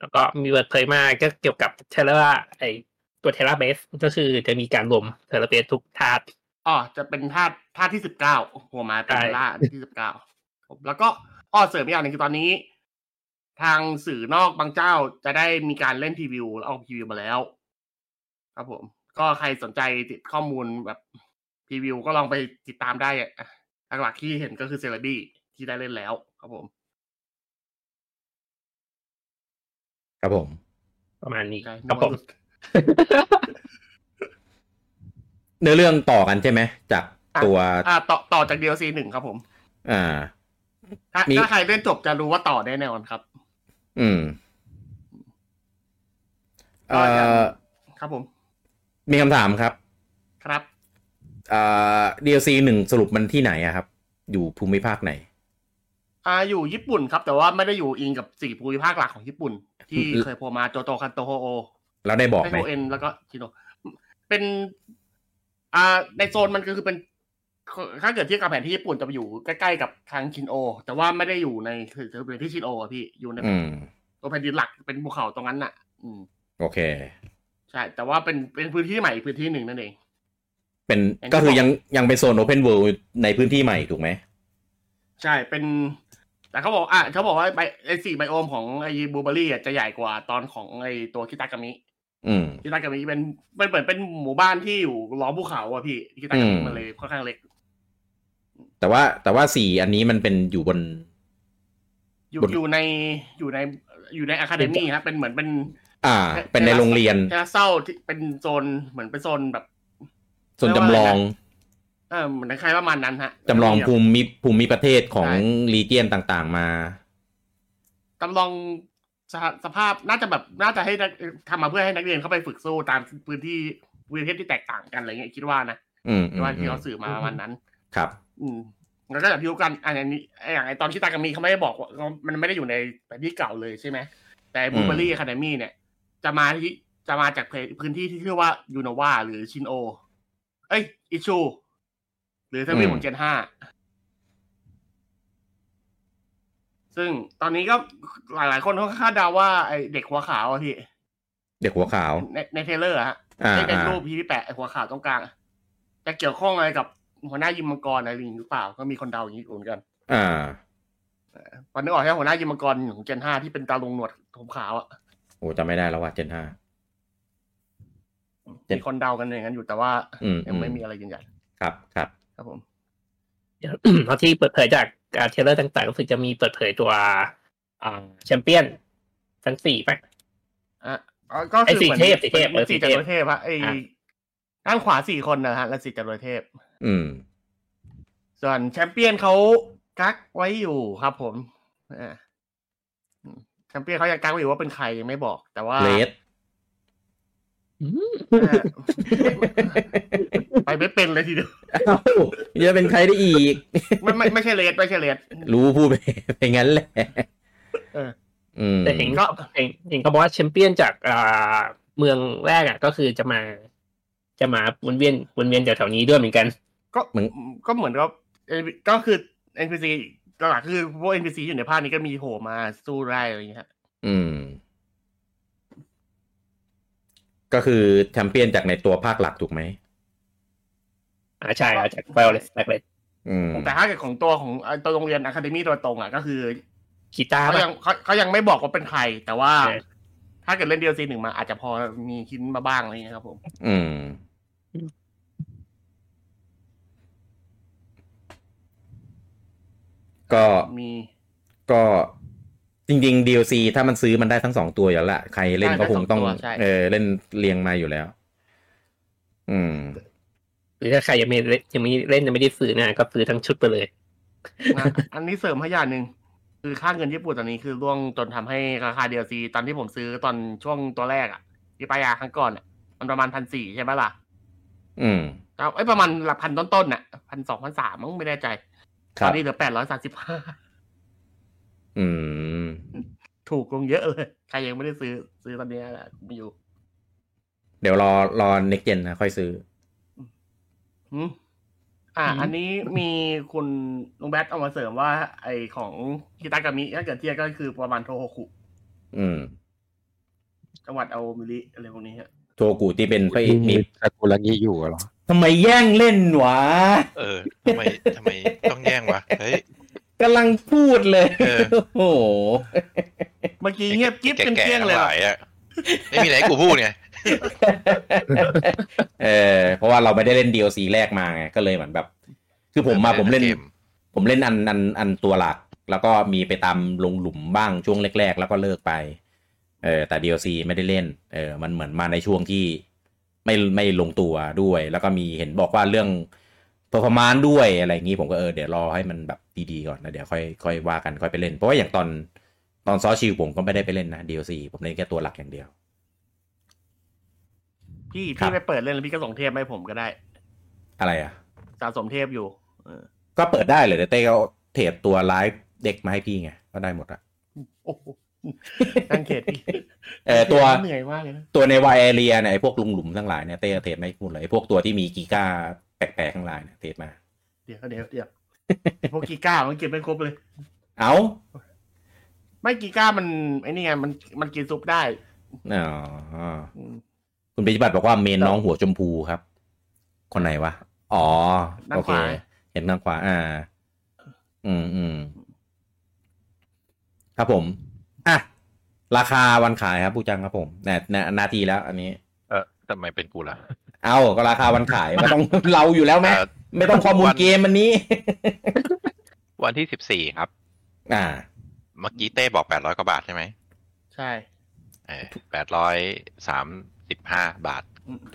แล้วก็มีเปิดเผยมาก็เกี่ยวกับเทเลราไอตัวเทเลเบสก็คือจะมีการรวมเทเลเบสทุกธาตุ อ๋อจะเป็นธาตุธาตุที่สิบเก้าโอ้โหมาเป็น ใช่ ล่าอันที่สิบเก้าแล้วก็อ้อเสริมอีกอย่างหนึ่งคือตอนนี้ ทางสื่อนอกบางเจ้าจะได้มีการเล่นพรีวิวเอาพรีวิวมาแล้ว ครับผม ก็ใครสนใจติดข้อมูลแบบพรีวิวก็ลองไปติดตามได้อะหลักๆที่เห็นก็คือเซเลบี้ที่ได้เล่นแล้ว ครับผม ครับผม ประมาณนี้ ใช่ ครับผม เนื้อเรื่องต่อกันใช่ไหมจากตัว อ่าต่อต่อจาก DLC หนึ่งครับผม อ่า ถ้า มี ถ้าใครเล่นจบจะรู้ว่าต่อแน่นอนครับ อืมเอ่อ ครับผม มีคำถามครับ ครับ เอ่อ DLC หนึ่งสรุปมันที่ไหนอะครับ อยู่ภูมิภาคไหน อ่าอยู่ญี่ปุ่นครับ แต่ว่าไม่ได้อยู่อิงกับสี่ภูมิภาคหลักของญี่ปุ่น ที่ อืม เคยโผล่มาโจโตคันโตโฮโอ เราได้บอก ไซ ไหม โฮเอ็นแล้วก็ชิโนเป็น อ่าในโซนมันก็คือเป็น ถ้าเกิดเทียบกับแผนที่ญี่ปุ่นจะไปอยู่ใกล้ๆกับทางชินโอ แต่ว่าไม่ได้อยู่ในคือคือเป็นที่ชินโออะพี่อยู่ใน อืม ตัวแผ่นดินหลักเป็นภูเขาตรงนั้นน่ะ อืม โอเค ใช่ แต่ว่าเป็นเป็นพื้นที่ใหม่อีกพื้นที่หนึ่งนั่นเอง เป็น อย่างที่ ก็คือยังยังเป็นโซน Open World ในพื้นที่ใหม่ถูกไหม ใช่เป็น แต่เขาบอกอ่ะเขาบอกว่าไบไอสี่ไบโอมของไอบูเบอรี่อะจะใหญ่กว่าตอนของไอตัวคิตากามิ อืม กิตากามิเป็นมันเหมือนเป็นหมู่บ้านที่อยู่ล้อมภูเขาอะพี่กิตากามิมันเลยค่อนข้างเล็ก แต่ว่าแต่ว่าสี่อันนี้มันเป็นอยู่บน อยู่ บน อยู่ในอยู่ในอยู่ในอะคาเดมี่ครับเป็นเหมือนเป็น อ่า เป็นในโรงเรียน เทราเซาที่เป็นโซนเหมือนเป็นโซนแบบ ส่วนจำลอง เออเหมือนคล้ายๆประมาณนั้นฮะ จำลอง ภู ภูมิภูมิประเทศของรีเจียนต่างๆ มา จำลองสภาสภาพน่าจะแบบน่าจะให้นักทำมาเพื่อให้นักเรียนเข้าไปฝึกสู้ตามพื้นที่พื้นที่ที่แตกต่างกันอะไรเงี้ยคิดว่านะ อืมอื คิด ม ว่า อื ที่ ม เขาสื่อมาประมาณนั้น ครับ อืมแล้วก็แบบที่รู้กันอันนี้ไอ้อย่างไอตอนที่ตากามีเขาไม่ได้บอกว่ามันไม่ได้อยู่ในแผนที่เก่าเลยใช่ไหม แต่บูเบอรี่คาเดมี่เนี่ย จะมาที่จะมาจากพื้นที่ที่ชื่อว่ายูโนวาหรือชินโอ เอ้ย อิชู หรือทวีป อืม ของเจนห้าซึ่งตอนนี้ก็หลาย ๆ คนเขาก็คาดเดาว่าไอเด็กหัวขาวอะพี่ เด็กหัวขาว ในในเทรลเลอร์อะฮะ อ่า ที่เป็น อ่า รูปพี่ที่แปะไอ้หัวขาวตรงกลางอะจะเกี่ยวข้องอะไรกับหัวหน้ายิมมังกรอะไรอย่างนี้หรือเปล่า ก็มีคนเดาอย่างนี้อยู่เหมือนกัน อ่า ตอนนึกออกแค่หัวหน้ายิมมังกรของเจนห้าที่เป็นตาลงหนวดผมขาวอะ โอ้จำไม่ได้แล้วว่าเจนห้า เจ็ด มีคนเดากันอย่างนั้นอยู่แต่ว่า อืม ยังไม่ อื มีอะไรยืนยัน ครับครับ ครับผม เดี๋ยว เพราะที่เปิดเผยจากการเทรลเลอร์ต่างๆก็คือจะมีเปิดเผยตัวอ่าแชมเปี้ยนทั้งสี่ไป อ่ะอ๋อก็ ไอ้ คือ สี่ หมือน เทพสี่เทพ หมือนสี่ เอ จ อสี่ ตุรเทพฮะไอ้ อ่ะ ด้านขวาสี่คนนะฮะและสี่จตุรเทพ อืม ส่วนแชมเปี้ยนเขากักไว้อยู่ครับผมอ่าแชมเปี้ยนเขายังกักไว้อยู่ว่าเป็นใครยังไม่บอก แต่ว่า เลด เออ ไปไม่เป็นเลยทีเดียว เอ้าจะเป็นใครได้อีก ไม่ไม่ไม่ใช่เลสไม่ใช่เลส รู้พูดไปไปงั้นแหละ เออ อืม แต่เห็น ก็ ก็เห็นเห็นเขาบอกว่าแชมเปี้ยนจากอ่าเมืองแรกอ่ะก็คือจะมา จะมาวนเวียนวนเวียนแถวๆนี้ด้วยเหมือนกัน ก็ก็เหมือนกับเอ่อก็คือ NPC หลักๆคือพวก NPC อยู่ในภาคนี้ก็มีโผล่มาสู้ไล่อะไรอย่างเงี้ยฮะ อืม ก็คือแชมเปี้ยนจากในตัวภาคหลักถูกไหม อ่าใช่อ่ะจากไวโอเลสแบล็กเลย อืม แต่ถ้าเกิดของตัวของเอ่อตัวโรงเรียนอะคาเดมี่โดยตรงอ่ะก็คือ กีตาร์ เขา ป่ะ ยังเขาเขายังไม่บอกว่าเป็นใคร แต่ว่า เออ ถ้าเกิดเล่น DLC หนึ่งมาอาจจะพอมีคินมาบ้างอะไรอย่างเงี้ยครับผม อืม ก็ มี ก็จริงๆ DLC ถ้ามันซื้อมันได้ทั้งสองตัวอยู่แล้วล่ะ ใครเล่นก็คงต้อง ได้ทั้งสองตัวใช่ เออ เล่นเรียงมาอยู่แล้ว อืม หรือถ้าใครยังไม่เล่นยังไม่เล่นยังไม่ได้ซื้อนะก็ซื้อทั้งชุดไปเลย นะอันนี้เสริมให้อย่างหนึ่งคือค่าเงินญี่ปุ่นตอนนี้คือร่วงจนทำให้ราคา DLC ตอนที่ผมซื้อตอนช่วงตัวแรกอะที่ไปยาครั้งก่อนอะมันประมาณพันสี่ใช่ไหมล่ะ อืม เอาไอ้ยประมาณหลักพันต้นๆน่ะพันสองพันสามมั้งไม่แน่ใจ ค ตอ รั น บ นี้เหลือแปดร้อยสามสิบห้า อืม ถูกลงเยอะเลยใครยังไม่ได้ซื้อซื้อตอนเนี้ยแหละมาอยู่ เดี๋ยวรอรอ next gen นะค่อยซื้อ หืมอ่ะ อืม อันนี้มีคุณลุงแบทเอามาเสริมว่า ไอของฮิตากามิถ้าเกิดเทียบก็คือประมาณโทโฮคุ อืม จังหวัดเอามิริอะไรพวกนี้ฮะ โทกุที่เป็นพระเอ ที่ ก มี มี ซากุระงิอยู่เหรอ ทำไมแย่งเล่นวะ เออทำไมทำไมต้องแย่งวะเฮ้ย กำลังพูดเลย เออ โอ้โห เมื่อกี้เงียบกิ๊บเป็น แก่ เที่ยง ๆทั้ เลย งห ว่ะ ลายอ่ะไม่มีอะไรให้กูพูดไง เออเพราะว่าเราไม่ได้เล่น DLC แรกมาไง ก็เลยเหมือนแบบ คือผมมาผมเล่น เกม ผมเล่นอันอันอันตัวหลัก แล้วก็มีไปตามลงหลุมบ้างช่วงแรก ๆ แล้วก็เลิกไป เออแต่ DLC ไม่ได้เล่น เออมันเหมือนมาในช่วงที่ไม่ไม่ลงตัวด้วย แล้วก็มีเห็นบอกว่าเรื่อง performance ด้วยอะไรอย่างนี้ผมก็เออเดี๋ยวรอให้มันแบบดีๆก่อนนะเดี๋ยวค่อยค่อยว่ากันค่อยไปเล่น เพราะว่าอย่างตอนตอนซอชิวผมก็ไม่ได้ไปเล่นนะ DLC ผมเล่นแค่ตัวหลักอย่างเดียว พี่ ครับ พี่ไปเปิดเล่นแล้วพี่ก็ส่งเทปมาให้ผมก็ได้ อะไรอ่ะ สะสมเทปอยู่ เออ ก็เปิดได้เลยเดี๋ยวเต้ก็เทรดตัวไลฟ์เด็กมาให้พี่ไงก็ได้หมดอะ โอ้โหตั้งเขตพี่ เออตัว เหนื่อยมากเลยนะ ตัวในวายเอเรียเนี่ยไอ้พวกลุงหลุมทั้งหลายเนี่ยเต้เทรดไม่พูดเลยไอ้พวกตัวที่มีกีก้าแปลกๆทั้งหลายเนี่ยเทรดมา เดี๋ยวเดี๋ยวเดี๋ยวพวกกีก้ามันเก็บไม่ครบเลย เอา ไม่กีก้ามันไอ้นี่ไงมันมันกินซุปได้ อ๋อ อืม คุณปิจิบัตรบอกว่าเมนน้องหัวชมพูครับ คนไหนวะ อ๋อ ด้าน โอเค ขวา เห็นทางขวา อ่า อืมอืมครับผม อ่ะ ราคาวันขายครับผู้จังครับผมเนี่ยเนี่ยหนาทีแล้ว อันนี้ เออทำไมเป็นกูล่ะ เอาก็ราคาวันขาย ก็ต้อง เราอยู่แล้วไหม เอ่อ ไม่ต้องข้อมูลเกมมันนี้ วันที่สิบสี่ครับ อ่า เมื่อกี้เต้บอกแปดร้อยกว่าบาทใช่ไหม ใช่ แปดร้อยสามสิบห้าบาท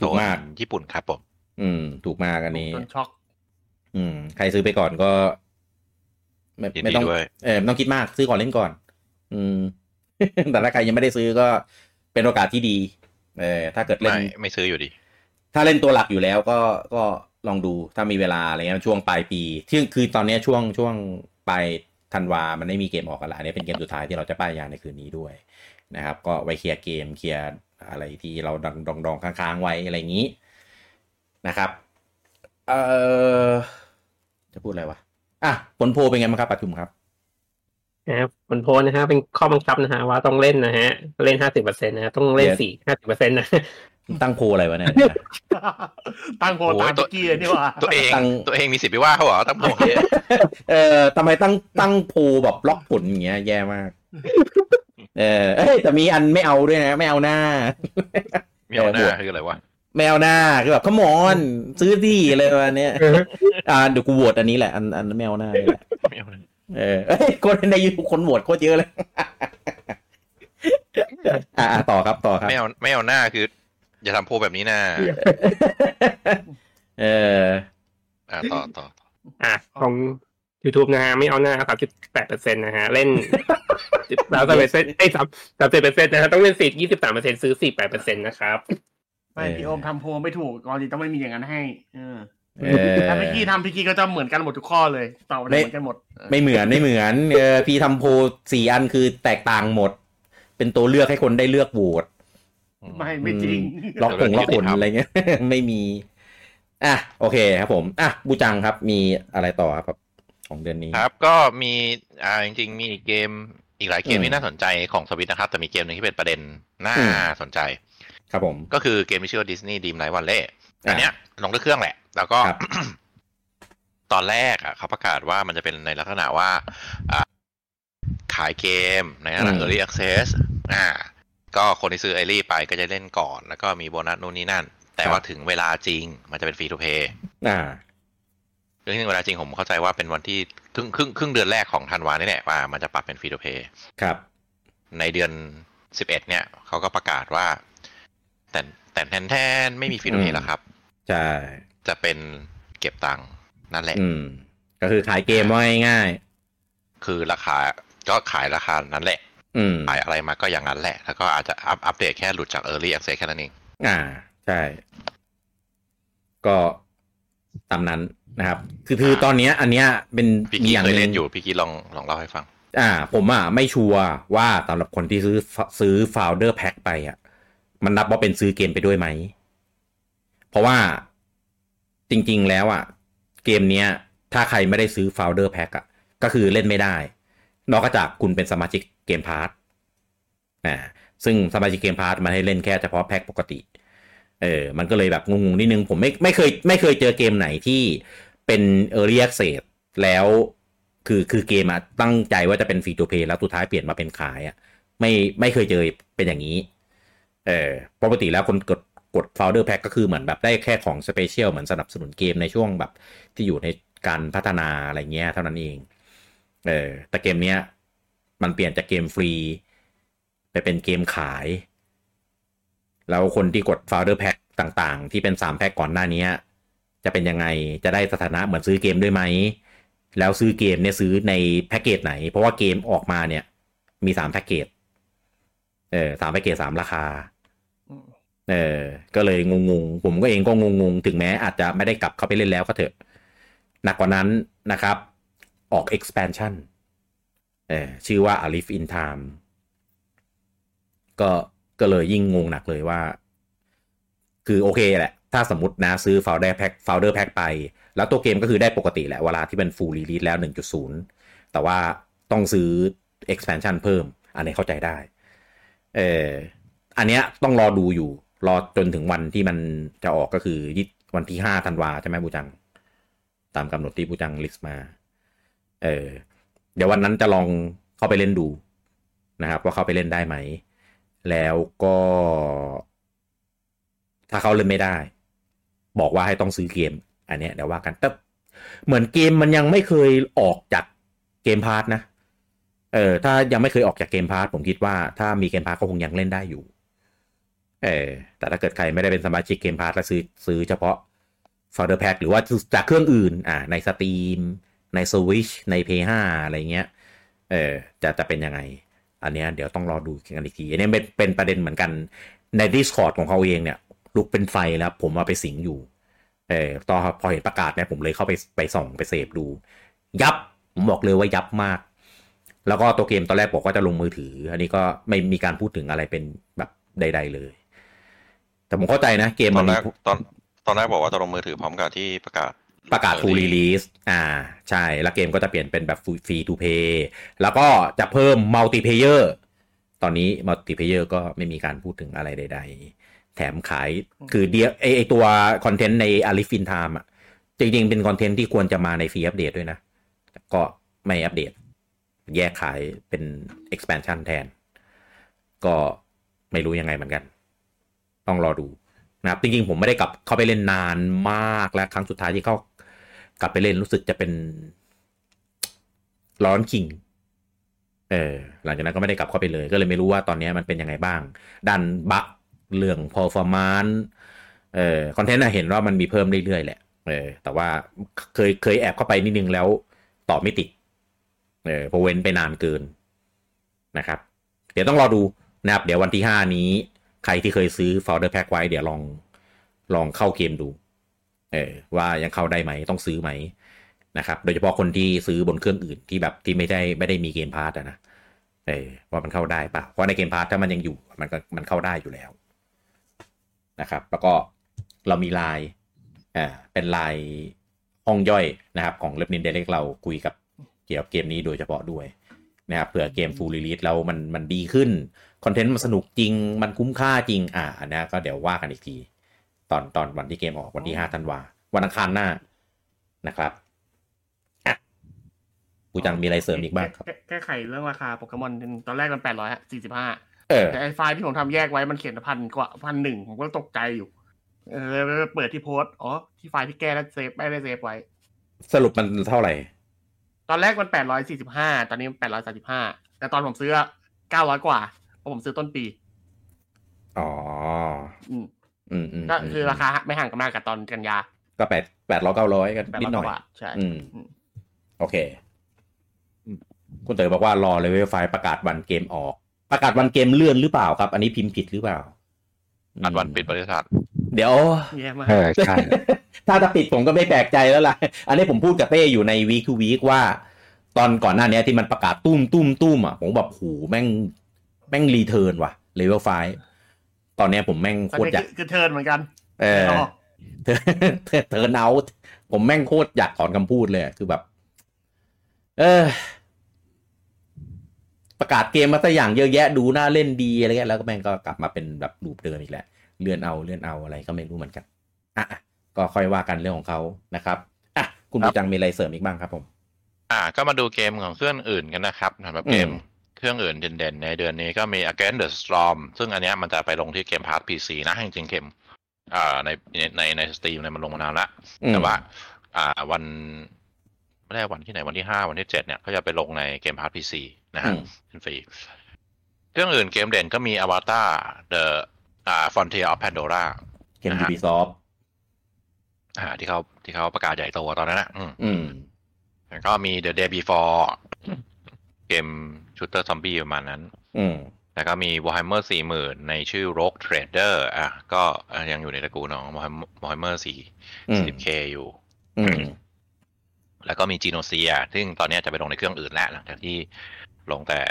ถูกมาก โซนญี่ปุ่นครับผม อืม ถูกมากอันนี้ จนช็อก อืมใครซื้อไปก่อนก็ ไม่ ยิน ไม่ ดี ต้อง ด้วย เออไม่ต้องคิดมากซื้อก่อนเล่นก่อน อืม แต่ถ้าใครยังไม่ได้ซื้อก็เป็นโอกาสที่ดี เออถ้าเกิดเล่ ไม่ น ไม่ซื้ออยู่ดี ถ้าเล่นตัวหลักอยู่แล้วก็ก็ลองดูถ้ามีเวลาอะไรเงี้ยช่วงปลายปีที่คือตอนเนี้ยช่วงช่วงปลายธันวา มันไม่มีเกมออกกันละอันนี้เป็นเกมสุดท้ายที่เราจะป้ายยาในคืนนี้ด้วยนะครับ ก็ไว้เคลียร์เกมเคลียร์อะไรที่เราดองดองดองค้างๆไว้อะไรอย่างนี้นะครับ เออจะพูดอะไรวะอ่ะผลโพลเป็นไงบ้างครับปัจจุมครับ นะครับผลโพลนะฮะเป็นข้อบังคับนะฮะว่าต้องเล่นนะฮะเล่นห้าสิบเปอร์เซ็นต์นะฮะต้องเล่น เดี๋ยว สี่ห้าสิบเปอร์เซ็นต์นะ ตั้งโพลอะไรวะเนี่ย ตั้งโพล โอ้ย ตาม ตั พิ ว กกี้เลยนี่หว่า ตัวเอง ตั้ง ตัวเองมีสิทธิ์ไปว่าเขาเหรอตั้งโมงเนี่ย เออทำไมตั้งตั้งโพลแบบล็อกผลอย่างเงี้ยแย่มาก เออเอ้ยแต่มีอันไม่เอาด้วยนะ ไม่เอาหน้า มีเอาหน้าคืออะไรวะ แมวหน้าคือแบบขมอนซื้อดีอะไรประมาณเนี้ย อ่าเดี๋ยวกูโหวตอันนี้แหละอันอันแมวหน้านี่แหละ ไม่เอาหน้า เออเอ้ยคนในยูทูบคนโหวตโคตรเยอะ เลยอ่าต่อครับต่อครับ ไม่เอาไม่เอาหน้าคือ อย่าทำโพลแบบนี้นะ เออ อ่าต่อต่อต่อ อ่ะของ YouTube นะฮะไม่เอาหน้าสามจุดแปดเปอร์เซ็นต์นะฮะเล่น สามสิบเปอร์เซ็นต์ไอ้สามสามสิบเปอร์เซ็นต์นะฮะต้องเล่นสี่ยี่สิบสามเปอร์เซ็นต์ซื้อสี่แปดเปอร์เซ็นต์นะครับ ไม่พี่โอมทำโพลไม่ถูกกอนดีต้องไม่มีอย่างนั้นให้เออ เออ ถ้าพิกกี้ทำพิกกี้ก็จะเหมือนกันหมดทุกข้อเลยตอบอะไร ไม่ เหมือนกันหมด ไม่เหมือนไม่เหมือนเออพี่ทำโพลสี่อันคือแตกต่างหมด เป็นตัวเลือกให้คนได้เลือกโหวต อื ไม่ไม่จริง ล็อกผงล็อกผลอะไรเงี้ย ไม่มี อ่ะโอเคครับผม อ่ะบูจังครับมีอะไรต่อครับ ของเดือนนี้ ครับ ก็มีอ่าจริง ๆ มีเกมอีกหลายเกม อืม ที่น่าสนใจของสวิตนะครับ แต่มีเกมหนึ่งที่เป็นประเด็นน่า อืม สนใจ ครับผม ก็คือเกมที่ชื่อว่าดิสนีย์ดีมไลท์วันเล่ อ่า อันเนี้ยลงด้วยเครื่องแหละ แล้วก็ ครับ ตอนแรกอ่ะเขาประกาศว่ามันจะเป็นในลักษณะว่าอ่าขายเกมในลักษณะ early access อ่า ก็คนที่ซื้อไอรีไปก็จะเล่นก่อน แล้วก็มีโบนัสนู่นนี่นั่น แต่ว่าถึงเวลาจริงมันจะเป็นฟรีทูเพย์ อ่า เรื่องเวลาจริงผมเข้าใจว่าเป็นวันที่ครึ่งครึ่งครึ่งเดือนแรกของธันวานี่แหละว่ามันจะปรับเป็นฟรี t ูเพย์ ครับ ในเดือนสิบเอ็ดเนี่ยเขาก็ประกาศว่า แต่แต่แทนแทนไม่มีฟรี t ูเพ อื ย์ ม แล้วครับ ใช่ จะเป็นเก็บตังค์นั่นแหละ อืม ก็คือขายเกมว่าง่าย คือราคาก็ขายราคานั้นแหละ ๆอืม ขายอะไรมาก็อย่างนั้นแหละ แล้วก็อาจจะอัปอัปเดตแค่หลุดจาก Early Access แค่นั้นเอง อ่า ใช่ ก็ตามนั้นนะครับ คือคือตอนเนี้ย อันเนี้ยเป็น พี่กี้ าง เคย ห เล่นอยู่พี่กี้ลองลองเล่าให้ฟัง อ่า ผมอ่ะไม่ชัวร์ว่าสำหรับคนที่ซื้อซื้อ founder pack ไปอ่ะ มันนับว่าเป็นซื้อเกมไปด้วยไหม เพราะว่าจริงๆแล้วอ่ะ เกมเนี้ย ถ้าใครไม่ได้ซื้อ founder pack อ่ะ ก็คือเล่นไม่ได้ นอกจากคุณเป็นสมาชิกเกมพาร์ทนะซึ่งสมาชิกเกมพาร์ทมันให้เล่นแค่เฉพาะแพ็คปกติ เออ มันก็เลยแบบงงๆนิดนึง ผมไม่ไม่เคยไม่เคยเจอเกมไหนที่เป็น Early Access แล้วคือคือเกมอะตั้งใจว่าจะเป็นฟรี to play แล้วสุดท้ายเปลี่ยนมาเป็นขายอะไม่ไม่เคยเจอเป็นอย่างนี้ เออปกติแล้วคนกดกด founder pack ก็คือเหมือนแบบได้แค่ของ Special เหมือนสนับสนุนเกมในช่วงแบบที่อยู่ในการพัฒนาอะไรเงี้ยเท่านั้นเอง เออแต่เกมเนี้ย มันเปลี่ยนจากเกมฟรี ไปเป็นเกมขาย แล้วคนที่กด Founder Pack ต่างๆ ที่เป็น 3 แพ็คก่อนหน้านี้ จะเป็นยังไงจะได้สถานะเหมือนซื้อเกมด้วยไหม แล้วซื้อเกมเนี่ยซื้อในแพ็กเกจไหน เพราะว่าเกมออกมาเนี่ย มี 3 แพ็กเกจเออสามแพ็กเกจสามราคา เออ ก็เลยงงๆ ผมก็เองก็งงๆ ถึงแม้อาจจะไม่ได้กลับเข้าไปเล่นแล้วก็เถอะ หนักกว่านั้นนะครับ ออก expansion เออชื่อว่า a l i f in Time ก็ก็เลยยิ่งงงหนักเลยว่า คือโอเคแหละ ถ้าสมมตินะซื้อ Founder Pack Founder Pack ไป แล้วตัวเกมก็คือได้ปกติแหละ เวลาที่เป็น Full Release แล้ว 1.0 แต่ว่าต้องซื้อ expansion เพิ่ม อันนี้เข้าใจได้ เอออันเนี้ยต้องรอดูอยู่ รอจนถึงวันที่มันจะออกก็คือยี่วันที่5ธันวาใช่ไหมบูจัง ตามกำหนดที่บูจังลิสต์มา เออ เดี๋ยววันนั้นจะลองเข้าไปเล่นดูนะครับ ว่าเข้าไปเล่นได้ไหม แล้วก็ ถ้าเขาเล่นไม่ได้ บอกว่าให้ต้องซื้อเกม อันเนี้ยเดี๋ยวว่ากันแต่เหมือนเกมมันยังไม่เคยออกจากเกมพาร์ทนะ เออถ้ายังไม่เคยออกจากเกมพาร์ทผมคิดว่าถ้ามีเกมพาร์ทก็คงยังเล่นได้อยู่ เออแต่ถ้าเกิดใครไม่ได้เป็นสมาชิกเกมพาร์ทแล้วซื้อซื้อเฉพาะ f o u n d e r Pack หรือว่าจากเครื่องอื่น อ่า ในสตรีม ใน Switch ใน p 5อะไรเงี้ย เออ จะจะเป็นยังไง อันเนี้ยเดี๋ยวต้องรอดูกันอีกทีอันเนี้ยเป็นเป็นประเด็นเหมือนกัน ใน Discord ของเขาเองเนี่ยลุกเป็นไฟแล้ว ผมมาไปสิงอยู่ เออตอนพอเห็นประกาศเนี่ยผมเลยเข้าไปไปส่องไปเสพดู ยับ ผมบอกเลยว่ายับมาก แล้วก็ตัวเกมตอนแรกบอกว่าจะลงมือถือ อันนี้ก็ไม่มีการพูดถึงอะไรเป็นแบบใด ๆ เลย แต่ผมเข้าใจนะเกม ต มั อน น แร มี กตอนตอนแรกบอกว่าจะลงมือถือพร้อมกับที่ประกาศ ประกาศ full early release อ่า ใช่ แล้วเกมก็จะเปลี่ยนเป็นแบบ free to play แล้วก็จะเพิ่ม multiplayer ตอนนี้ multiplayer ก็ไม่มีการพูดถึงอะไรใด ๆ แถมขายคือเดียไอไอตัวคอนเทนต์ใน a l i f in Time อ่ะ จริง ๆ เป็นคอนเทนต์ที่ควรจะมาในฟรีอัปเดตด้วยนะ ก็ไม่อัปเดต แยกขายเป็น expansion แทน ก็ไม่รู้ยังไงเหมือนกัน ต้องรอดู นะครับจริงๆผมไม่ได้กลับเข้าไปเล่นนานมากแล้วครั้งสุดท้ายที่เข้ากลับไปเล่นรู้สึกจะเป็นร้อนคิงเออหลังจากนั้นก็ไม่ได้กลับเข้าไปเลย ก็เลยไม่รู้ว่าตอนนี้มันเป็นยังไงบ้าง ดันบักเรื่อง performance เอ่อคอนเทนต์น่ะเห็นว่ามันมีเพิ่มเรื่อยๆแหละเออแต่ว่าเคยเคยแอบเข้าไปนิดนึงแล้วตอบไม่ติดเออเพราะเว้นไปนานเกินนะครับ เดี๋ยวต้องรอดูนะครับ เดี๋ยววันที่ 5 นี้ใครที่เคยซื้อ Founder Pack ไว้ เดี๋ยวลองลองเข้าเกมดู เออว่ายังเข้าได้ไหมต้องซื้อไหมนะครับ โดยเฉพาะคนที่ซื้อบนเครื่องอื่นที่แบบที่ไม่ได้ไม่ได้มีเกมพาร์ตอะนะเออว่ามันเข้าได้ปะเพราะในเกมพาร์ตถ้ามันยังอยู่มันก็มันเข้าได้อยู่แล้วนะครับ แล้วก็เรามีไลน์อ่าเป็นไลน์ห้องย่อยนะครับ ของเล็บนินเดเล็กเราคุยกับเกี่ยวกับเกมนี้โดยเฉพาะด้วย นะครับเผื่อเกมฟูลรีลิสแล้วมันมันดีขึ้น คอนเทนต์มันสนุกจริง มันคุ้มค่าจริง อ่าอันนี้ก็เดี๋ยวว่ากันอีกที ตอนตอนวันที่เกมออกวันที่ห้าธันวา วันอังคารหน้านะครับอ่ะกูจังมีอะไรเสริมอีกบ้างครับ แแก้ไขเรื่องราคาโปเกมอนตอนแรกมันแปดร้อยสี่สิบห้า เออ แต่ไอไฟล์ที่ผมทำแยกไว้มันเขียนพันกว่าพันหนึ่งผมก็ตกใจอยู่ เออแล้วเปิดที่โพสต์อ๋อที่ไฟล์ที่แก้แล้วเซฟไม่ได้เซฟไว้ สรุปมันเท่าไหร่ ตอนแรกมันแปดร้อยสี่สิบห้าตอนนี้มันแปดร้อยสาสิบห้าแต่ตอนผมซื้อเก้าร้อยกว่าเพราะผมซื้อต้นปี อ๋อ อืม อืมอืม ก็คือราคาไม่ห่างกันมากกับตอนกันยา ก็แปดแปดร้อยเก้าร้อยกัน แปด นิ ร้ ด อย หน่อย กว่าใช่ อืม โอเค คุณเต๋อบอกว่ารอเลเวลไฟล์ประกาศวันเกมออก ประกาศวันเกมเลื่อนหรือเปล่าครับ อันนี้พิมพ์ผิดหรือเปล่า อันวันปิดบริษัท เดี๋ยว แย่มาก เออ ใช่ ถ้าจะปิดผมก็ไม่แปลกใจแล้วล่ะ อันนี้ผมพูดกับเต้อยู่ในวีคทูวีคว่า ตอนก่อนหน้านี้ที่มันประกาศตุ้มตุ้มตุ้มอ่ะ ผมแบบโหแม่งแม่งรีเทิร์นว่ะเลเวลไฟตอนเนี้ยผมแม่งโคตรอยาก ก็เทิร์นเหมือนกัน เออ ไม่ออก เธอเธอเธอเนาผมแม่งโคตรอยากถอนคำพูดเลยอะคือแบบ เออ ประกาศเกมมาซะอย่างเยอะแยะดูน่าเล่นดีอะไรเงี้ยแล้วก็แม่งก็กลับมาเป็นแบบรูปเดิมอีกแหละ เลื่อนเอาเลื่อนเอาอะไรก็ไม่รู้เหมือนกันอ่ะอ่ะก็ค่อยว่ากันเรื่องของเขานะครับอ่ะคุณ ครับ บูจังมีอะไรเสริมอีกบ้างครับผม อ่าก็มาดูเกมของเครื่องอื่นกันนะครับสำหรับเกม อืม เครื่องอื่นเด่นๆ ในเดือนนี้ก็มี Against the Storm ซึ่งอันเนี้ยมันจะไปลงที่เกมพาร์ท PC นะจริงๆเกมอ่าในในในสตรีมเนี่ยมันลงมานานละ อืม แต่ว่า อ่าวันไม่ได้วันที่ไหนวันที่ห้าวันที่เจ็ดเนี่ยเขาจะไปลงในเกมพาร์ท PC นะ อื ฮะ ม เป็นฟรีเครื่องอื่นเกมเด่นก็มี Avatar The อ่า Frontier of Pandora เกม Ubisoft อ่าที่เขาที่เขาประกาศใหญ่โตตอนนั้นนะอืม อืม แล้วก็มี The Day Before เกมชูตเตอร์ซอมบี้ประมาณนั้น อืม แล้วก็มี Warhammer 40,000 ในชื่อ Rogue Trader อ่ะก็อ่ะยังอยู่ในตระกูลของ Warhammer- Warhammer 4 อืม 10K อยู่ อืม แล้วก็มี Genosia ซึ่งตอนเนี้ยจะไปลงในเครื่องอื่นแล้วหลังจากที่ลงแต่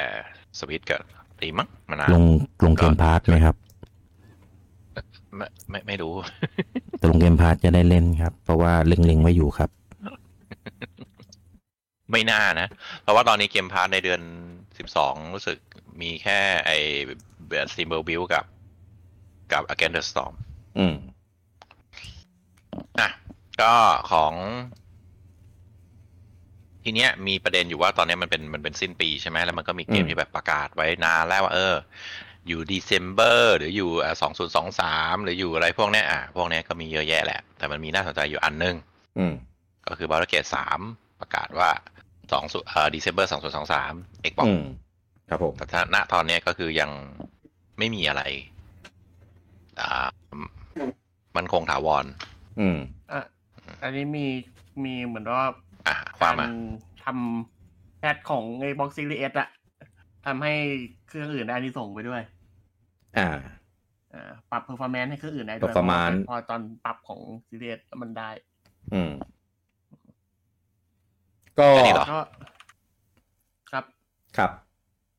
สวิตกับตีมั้งมานาน ลงลงเกมพาร์ทไหมครับ ไม่ไม่ไม่รู้ จะลงเกมพาร์ทจะได้เล่นครับ เพราะว่าเล็งๆไว้อยู่ครับ ไม่น่านะ เพราะว่าตอนนี้เกมพาร์ทในเดือน 12 รู้สึกมีแค่ไอ้เบสซีเบิลบิลกับกับ Again the Storm อืม อ่ะก็ของ ทีเนี้ยมีประเด็นอยู่ว่าตอนเนี้ยมันเป็นมันเป็นสิ้นปีใช่ไหมแล้วมันก็มีเกม อืม ที่แบบประกาศไว้นานแล้วว่าเออ อยู่ December หรืออยู่สองศูนย์สองสามหรืออยู่อะไรพวกเนี้ยอ่ะพวกเนี้ยก็มีเยอะแยะแหละ แต่มันมีน่าสนใจอยู่อันนึง อืม ก็คือบาร์เกตสามประกาศว่าสองเอ่อ December สองศูนย์สองสามเอกบอก อืม ครับผม แต่ถ้าณตอนเนี้ยก็คือยังไม่มีอะไร อ่า มันคงถาวร อืม อ่ะอันนี้มีมีเหมือนว่า อ่ะค กาว าร มมา ทำแพทของไอ้ Box Series S อะทำให้เครื่องอื่นได้อานี่ส่งส์ไปด้วย อ่า อ่าปรับ performance ให้เครื่องอื่นได้ด้วย performance พอตอนปรับของ Series S มันได้ อืม ก็ อันนี้เหรอ ก็ครับ ครับ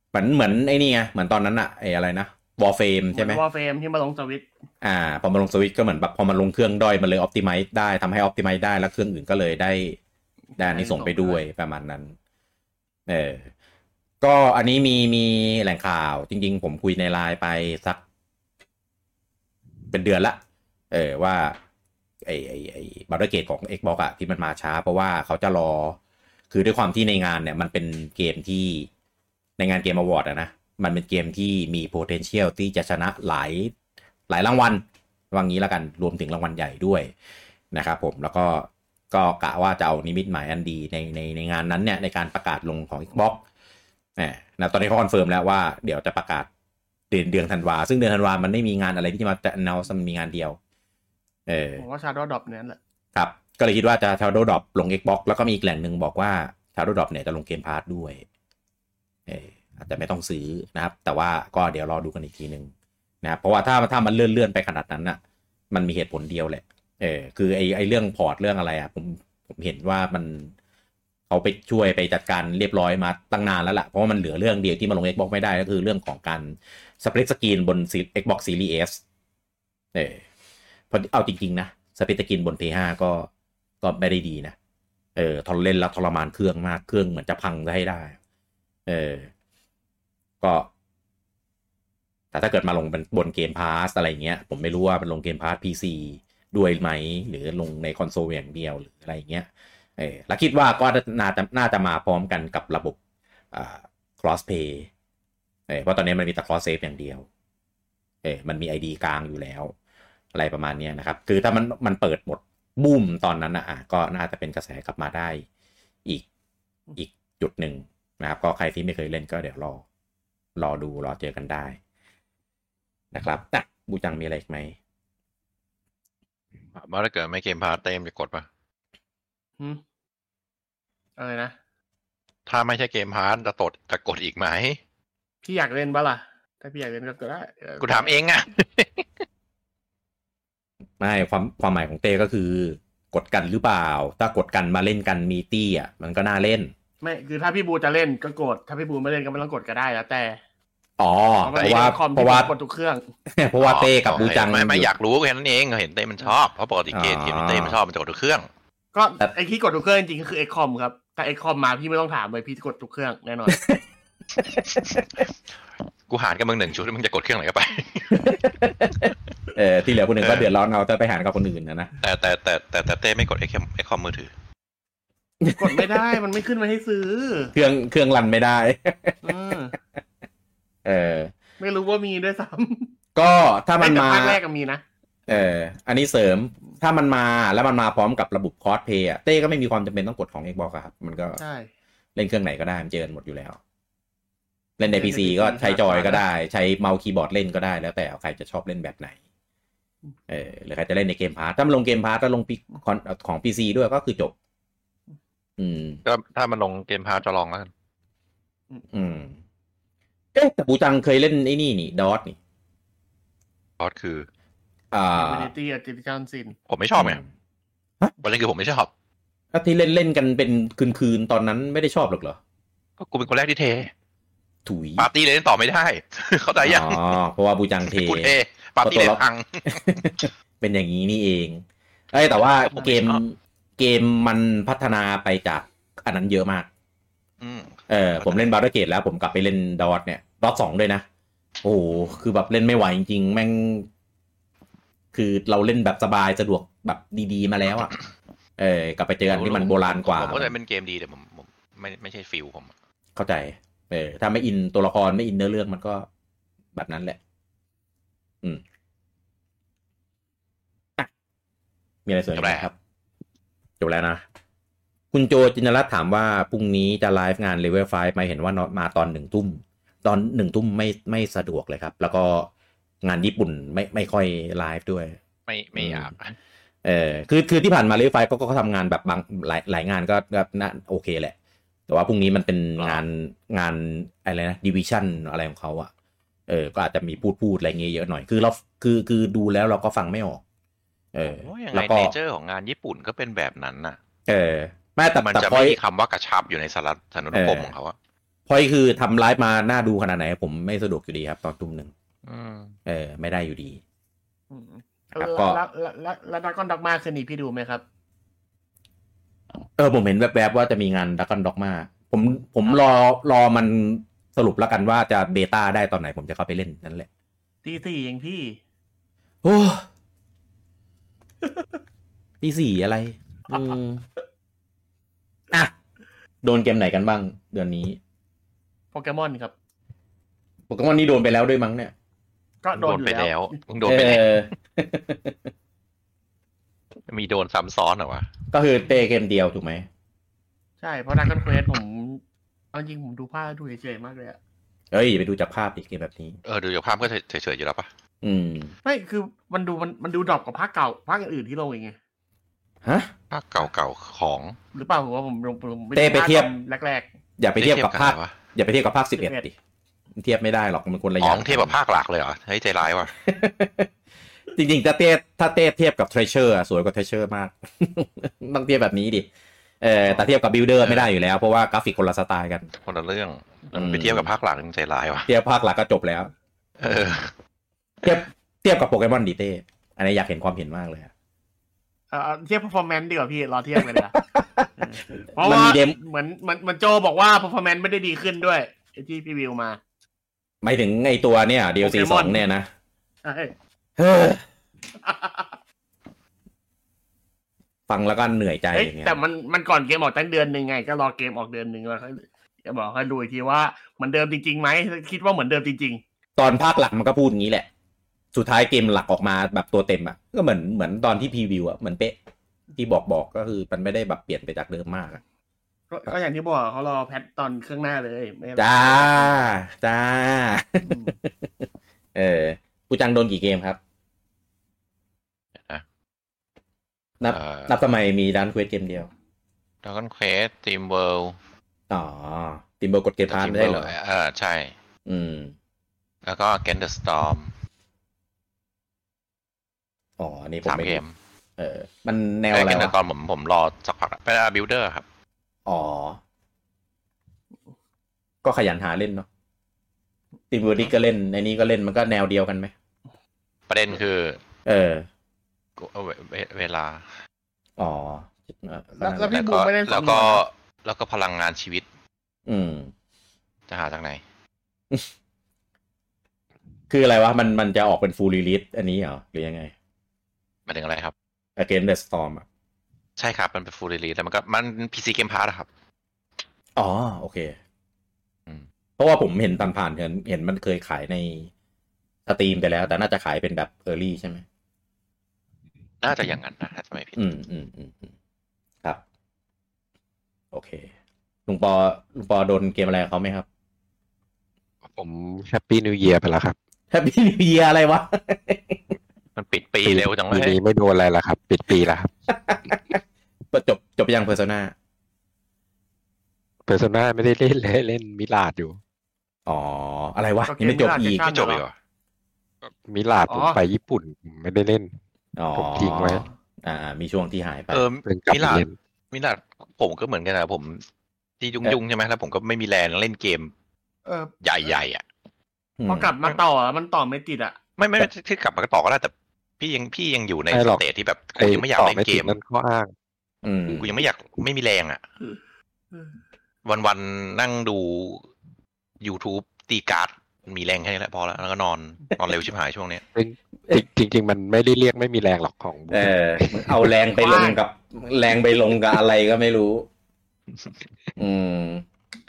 เหมือนเหมือนไอ้นี่ไง เหมือนตอนนั้นอะไอ้อะไรนะวอลเฟมใช่ไหม ว่าเฟรมที่มาลงสวิตช์ อ่า พอมาลงสวิตช์ก็เหมือนแบบพอมันลงเครื่องด้อยมันเลยออ t ติ i z e ได้ทำให้ออ t ติ i z e ได้แล้วเครื่องอื่นก็เลยได้ได้อันนี้ส่งไปด้วยประมาณนั้น เออ ก็อันนี้มีมีแหล่งข่าว จริง ๆ ผมคุยในไลน์ไปสัก เป็นเดือนละ เออว่า ไอไอไอบัตเตอร์เกตของ Xbox อะที่มันมาช้า เพราะว่าเขาจะรอ คือด้วยความที่ในงานเนี่ย มันเป็นเกมที่ในงานเกมอวอร์ดอะนะ มันเป็นเกมที่มี potential ที่จะชนะหลาย หลายรางวัลว่างี้แล้วกันรวมถึงรางวัลใหญ่ด้วยนะครับผมแล้วก็ก็กะว่าจะเอานิมิตหมายอันดีในในในงานนั้นเนี่ยในการประกาศลงของ Xbox เนี่ยนะตอนนี้เขาคอนเฟิร์มแล้วว่าเดี๋ยวจะประกาศเดือนเดือนธันวา ซึ่งเดือนธันวา มันไม่มีงานอะไรที่จะมาจะเนามันมีงานเดียว เออ ผมว่า Shadow Drop เนี่ยแหละ ครับ ก็เลยคิดว่าจะ Shadow Drop ลง Xbox แล้วก็มีอีกแหล่งหนึ่งบอกว่า Shadow Drop เนี่ยจะลงเกมพาร์ทด้วย เอออาจจะไม่ต้องซื้อนะครับ แต่ว่าก็เดี๋ยวรอดูกันอีกทีหนึ่งนะครับ เพราะว่าถ้าถ้ามันเลื่อนเลื่อนๆไปขนาดนั้นน่ะ มันมีเหตุผลเดียวแหละ เออ คือไอไอเรื่องพอร์ตเรื่องอะไรอ่ะ ผมผมเห็นว่ามันเขาไปช่วยไปจัดการเรียบร้อยมาตั้งนานแล้วล่ะ เพราะว่ามันเหลือเรื่องเดียวที่มาลง Xbox ไม่ได้ก็คือเรื่องของการ สเปรดสกรีนบน Xbox Series S เออเพอเอาจริง ๆ นะสเปรดสกรีนบน P5 ก็ก็ไม่ได้ดีนะ เออทนเล่นแล้วทรมานเครื่องมาก เครื่องเหมือนจะพังจะให้ได้ เออ ก็ แต่ถ้าเกิดมาลงบนบนเกมพาสอะไรเงี้ย ผมไม่รู้ว่ามันลงเกมพาสพีซีด้วยไหม หรือลงในคอนโซลอย่างเดียวหรืออะไรเงี้ย เออแล้วคิดว่าก็น่าจะน่าจะมาพร้อมกันกับระบบอ่า cross play เออเพราะตอนนี้มันมีแต่ cross save อย่างเดียว เออมันมี ID กลางอยู่แล้ว อะไรประมาณเนี้ยนะครับ คือถ้ามันมันเปิดหมดบูมตอนนั้นนะอ่ะก็น่าจะเป็นกระแสกลับมาได้ อีกอีกจุดหนึ่งนะครับ ก็ใครที่ไม่เคยเล่นก็เดี๋ยวรอ รอดูรอเจอกันได้ นะครับอ่ะบูจังมีอะไรอีกไหม ว่าถ้าเกิดไม่เกมพาร์ทเต็มจะกดปะ หืมอะไรนะ ถ้าไม่ใช่เกมพาร์ทจะตดจะกดอีกไหม พี่อยากเล่นบ้าล่ะ ถ้าพี่อยากเล่นก็ได้เออ กูถามเองอะ ไม่ความความหมายของเต้ก็คือกดกันหรือเปล่า ถ้ากดกันมาเล่นกันมีตี้อ่ะมันก็น่าเล่น ไม่คือถ้าพี่บูจะเล่นก็กด ถ้าพี่บูไม่เล่นก็ไม่ต้องกดก็ได้แล้วแต่ อ๋อ มัน เพ ป็น ราะว่า คอม เพ ที่ ราะว่า กดทุกเครื่อง เพราะว่าเต้กับ อ๋อ บูจัง ไม่ไม่อยากรู้แค่นั้นเองเห็นเต้มันชอบเพราะปกติเกม อ๋อ ที่เต้มันชอบมันจะกดทุกเครื่อง ก็ แต่ ไอที่กดทุกเครื่องจริงๆก็คือเอ็กคอมครับถ้าเอ็กคอมมาพี่ไม่ต้องถามเลยพี่กดทุกเครื่องแน่นอน กูหารกับมึงหนึ่งชุดมึงจะกดเครื่องไหนก็ไป เออที่เหลือคนอื่นก็ เออ เดือดร้อนเอาแต่ไปหารกับคนอื่นนะนะ แต่แต่แต่แต่แต่เต้ไม่กดไอคอมไอคอมมือถือก ดไม่ได้มันไม่ขึ้นมาให้ซื้อ เครื่องเครื่องรันไม่ได้ เออ เออ ไม่รู้ว่ามีด้วยซ้ ก็ถ้า ำ มัน แต่ มา ภาคแรกก็มีนะ เออ อันนี้เสริม ถ้ามันมาแล้วมันมาพร้อมกับระบบคอสเพย์เต้ก็ไม่มีความจำเป็นต้องกดของ Xbox อะครับ มันก็ ใช่ เล่นเครื่องไหนก็ได้ มันเจอกันหมดอยู่แล้ว เล่นใน เล่นใน PC ก็ใช้จอยก็ได้ ใช้เมาส์คีย์บอร์ดเล่นก็ได้แล้วแต่ใครจะชอบเล่นแบบไหน เออ หรือใครจะเล่นในเกมพาร์ทถ้ามันลงเกมพาร์ทถ้าลง P- ของของ PC ด้วยก็คือจบ อืม ก็ถ้ามันลงเกมพาจะลองแล้วกัน อืม เอ๊ะแต่ปูจังเคยเล่นไอ้นี่นี่ดอทนี่ พอดคือ อ่า Community Artificial Sin ผมไม่ชอบไงประเด็นคือผมไม่ชอบ ถ้าที่เล่นเล่นๆกันเป็นคืนๆตอนนั้นไม่ได้ชอบหรอกเหรอ ก็กูเป็นคนแรกที่เท ถุย ปาร์ตี้เลยนต่อไม่ได้ เข้าใจยัง อ๋อเพราะว่าบูจังเท กูเทปาร์ตี้เลยนพัง เป็นอย่างนี้นี่เองเอ้ยแต่ว่า ผมไม่ เกม ชอบ เกมมันพัฒนาไปจากอันนั้นเยอะมาก อืม เออผมเล่นบาร์เกตแล้วผมกลับไปเล่นดอทเนี่ยดอทสองด้วยนะ โอ้โหคือแบบเล่นไม่ไหวจริงๆ แม่ง คือเราเล่นแบบสบายสะดวกแบบดีๆมาแล้วอะ่ะ เออกลับไปเจออันที่มันโบราณกว่า ผมเข้าใจเป็นเกมดีแต่ผมผมไม่ไม่ใช่ฟิลผมอะ เข้าใจ เออ ถ้าไม่อินตัวละครไม่อินเนื้อเรื่องมันก็แบบนั้นแหละ อืมอ่ะมีอะไรเสริมอีกไหมครับ จบแล้วนะ คุณโจจินรัตน์ถามว่า พรุ่งนี้จะไลฟ์งานเลเวลไฟไหมเห็นว่านมาตอนหนึ่งทุ่ม ตอนหนึ่งทุ่มไม่ไม่สะดวกเลยครับ แล้วก็งานญี่ปุ่นไม่ไม่ค่อยไลฟ์ด้วย ไม่ไม่อยาก เออคือคือที่ผ่านมาเรื่อยไฟก็ก็ทำงานแบบบางหลายหลายงานก็ก็น่าโอเคแหละ แต่ว่าพรุ่งนี้มันเป็นงานงานอะไรนะดิวิชั่นอะไรของเขาอะเออ ก็อาจจะมีพูดพูดอะไรเงี้ยเยอะหน่อยคือเราคือคือดูแล้วเราก็ฟังไม่ออก เออ โอ้ยยัง แล้ ไง วก็ เนเจอร์ของงานญี่ปุ่นก็เป็นแบบนั้นน่ะ เออแม่แต่ มัน แต่ จะ พอ ไม่ ย มีคำว่ากระชับอยู่ในสารสนุนกรม เออ ของเขาอะ พอยคือทำไลฟ์มาหน้าดูขนาดไหน ผมไม่สะดวกอยู่ดีครับ ตอนทุ่มหนึ่ง อืม เออ ไม่ได้อยู่ดี อืม ค เอ รับ อ ก็ แล้วแล้วแล้วแล้วดักก้อนดักมาคืนนี้พี่ดูไหมครับ เออผมเห็นแวบๆว่าจะมีงานดักกันด็อกมา ผมผมรอรอมันสรุปแล้วกันว่าจะเบต้าได้ตอนไหนผมจะเข้าไปเล่นนั่นแหละ ตีสี่เองพี่ โอ้ตีสี่อะไร อืมอ่ะ โดนเกมไหนกันบ้าง เดือนนี้ โปเกมอนครับ โปเกมอนนี่โดนไปแล้วด้วยมั้งเนี่ย ก็โด โด น น อยู่ ไป แล้ว แล้วมึงโดนไปแล้ว เออ มีโดนซ้ำซ้อนเหรอวะ ก็คือเตะเกมเดียวถูกไหม ใช่ เพราะดักก้อนเควสผมเอาจริงผมดูภาพดูเฉยๆมากเลยอะ เอ้ยอย่าไปดูจากภาพดิเกมแบบนี้ เออดูจากภาพก็เฉยๆอยู่แล้วปะ อืม ไม่คือมันดูมันมันดูดรอปกว่าภาคเก่าภาคอื่นๆที่ลงเองไง ฮะ ภาพเก่าๆของ หรือเปล่าผมว่าผมผมผมม่ เต้ไปเทียบ ภาคตอนแรก อย่าไปเทียบกับภาค อะไรวะ อย่าไปเทียบกับภาคสิบเอ็ด 11 ดิ เทียบไม่ได้หรอกมันคนละอ อ๋อย่าง มึงเทียบกับภาคหลักเลยเหรอเฮ้ยใจร้ายว่ะ จริงๆถ้าเต้ถ้าเต้เทียบกับเทรเชอร์สวยกว่าเทรเชอร์มาก ต้องเทียบแบบนี้ดิ เออแต่เทียบกับบิลเดอร์ไม่ได้อยู่แล้วเพราะว่ากราฟิกคนละสไตล์กัน คนละเรื่อง อืม ไปเทียบกับภาคหลักมึงใจร้ายว่ะ เทียบภาคหลักก็จบแล้ว เออ เทียบเทียบกับโปเกมอนดีเต้ อันนี้อยากเห็นความเห็นมากเลยอะ ๆเอ่อเทียบ performance ดีกว่าพี่รอเทียบกันนะเออเพราะ มัน ว่า มีเดม เหมือนเหมือนเหมือนโจบอกว่า performance ไม่ได้ดีขึ้นด้วยไอ้ที่พี่วิวมา หมายถึงไอตัวเนี่ย DLC สอง โปเกมอน เนี่ยนะ ใช่ เฮ้อฟังแล้วก็เหนื่อยใจ เอ้ย อย่างเงี้ย แต่มันมันก่อนเกมออกตั้งเดือนหนึ่งไง ก็รอเกมออกเดือนหนึ่งแล้วค่อยจะบอกให้ดูอีกทีว่าเหมือนเดิมจริงๆไหมคิดว่าเหมือนเดิมจริง ตอนภาคหลักมันก็พูดอย่างนี้แหละ สุดท้ายเกมหลักออกมาแบบตัวเต็มอะก็เหมือนเหมือนตอนที่พรีวิวอะเหมือนเป๊ะ ที่บอกบอกก็คือมันไม่ได้แบบเปลี่ยนไปจากเดิมมากอะ ๆ ก็ก็อย่างที่บอกเขารอแพทตอนเครื่องหน้าเลยไม่ จ้า จ้า อืม เออกูจังโดนกี่เกมครับ นับ เอ่อ นับทำไมมีดันเควสเกมเดียว Dragon Quest Team World อ๋อติมเบอร์กดเกมพาร์ท Team ไม่ได้เหรอ World เออใช่ อืม แล้วก็ Against the Storm อ๋ออันนี้ผม สาม ไม่ เกม เออ มันแนว ไอ้ อะไร เกมนั้นตอ วะ นผมผมรอสักพักอะเป็นบิลเดอร์ครับ อ๋อ ก็ขยันหาเล่นเนาะตีมบูดิก็เล่นในนี้ก็เล่นมันก็แนวเดียวกันไหม ประเด็นคือ เออ กูเอ่อเวเวเวลา อ๋อเออ แล้วแล้ว แล้ พี่ ว บู ก็ มไม่ได้ แล้ว สำร ก็ วจเหรอ แล้วก็พลังงานชีวิต อืม จะหาจากไหน คืออะไรวะ มันมันจะออกเป็นฟูล e ีลิสอันนี้เหรอ หรือยังไง หมายถึงอะไรครับ Against the Storm อะ ใช่ครับ มันเป็นฟูลรีลีแต่มันก็มันพีซีเกมพาร์ครับ อ๋อ โอเค อืม เพราะว่าผมเห็นผ่านๆเห็นเห็นมันเคยขายในสตรีมไปแล้ว แต่น่าจะขายเป็นแบบ Early ใช่ไหม น่าจะอย่างนั้นนะถ้าจะไม่ผิด อืมอืมอืมอืมครับ โอเค ลุงปอลุงปอโดนเกมอะไรกับเขาไหมครับ ผมแฮปปี้นิวเยียไปแล้วครับ แฮปปี้นิวเยียอะไร วะ มันปิดปีเร็วจังเล ปี ย นี้ไม่โดนอะไรแล้วครับ ปิดปีแล้วครับ จบจบยังเพอร์ซนา เพอร์ซนาไม่ได้เล่นเลยเล่นมิลาดอยู่ อ๋อ อะไรวะ โอเค ยังไม่จบอีก ไม่ ไม่จบอีกเหรอ มิลาด อ๋อ ผมไปญี่ปุ่นผมไม่ได้เล่น อ๋อ ผมทิ้งไว้ อ่า มีช่วงที่หายไป เออ เพิ่งกลับ มิ มา ลาด เล่น มิลาดผมก็เหมือนกันนะผมที่ยุ่งยุ่งๆใช่ไหมแล้วผมก็ไม่มีแรงเล่นเกม เออ ใหญ่ๆอ่ะ พอกลับมาต่อมันต่อไม่ติดอ่ะ ไม่ไม่คือกลับมาก็ต่อก็ได้แต่พี่ยังพี่ยังอยู่ใน ไม่ ส หรอก เตจที่แบบกูยังไม่อยาก ต่ เล่นเก ติด ม นั่นข้ออ้าง อืม กูยังไม่อยากไม่มีแรงอ่ะ อืม วันวันๆนั่งดู YouTube ตีการ์ดมีแรงแค่นี้แหละพอแล้วแล้วก็นอนนอนเร็วชิบหายช่วงเนี้ย จริงจริง ๆ มันไม่ได้เรียกไม่มีแรงหรอกของ เออมึงเอาแรงไปลงกับ แรงไปลงกับอะไรก็ไม่รู้ อืม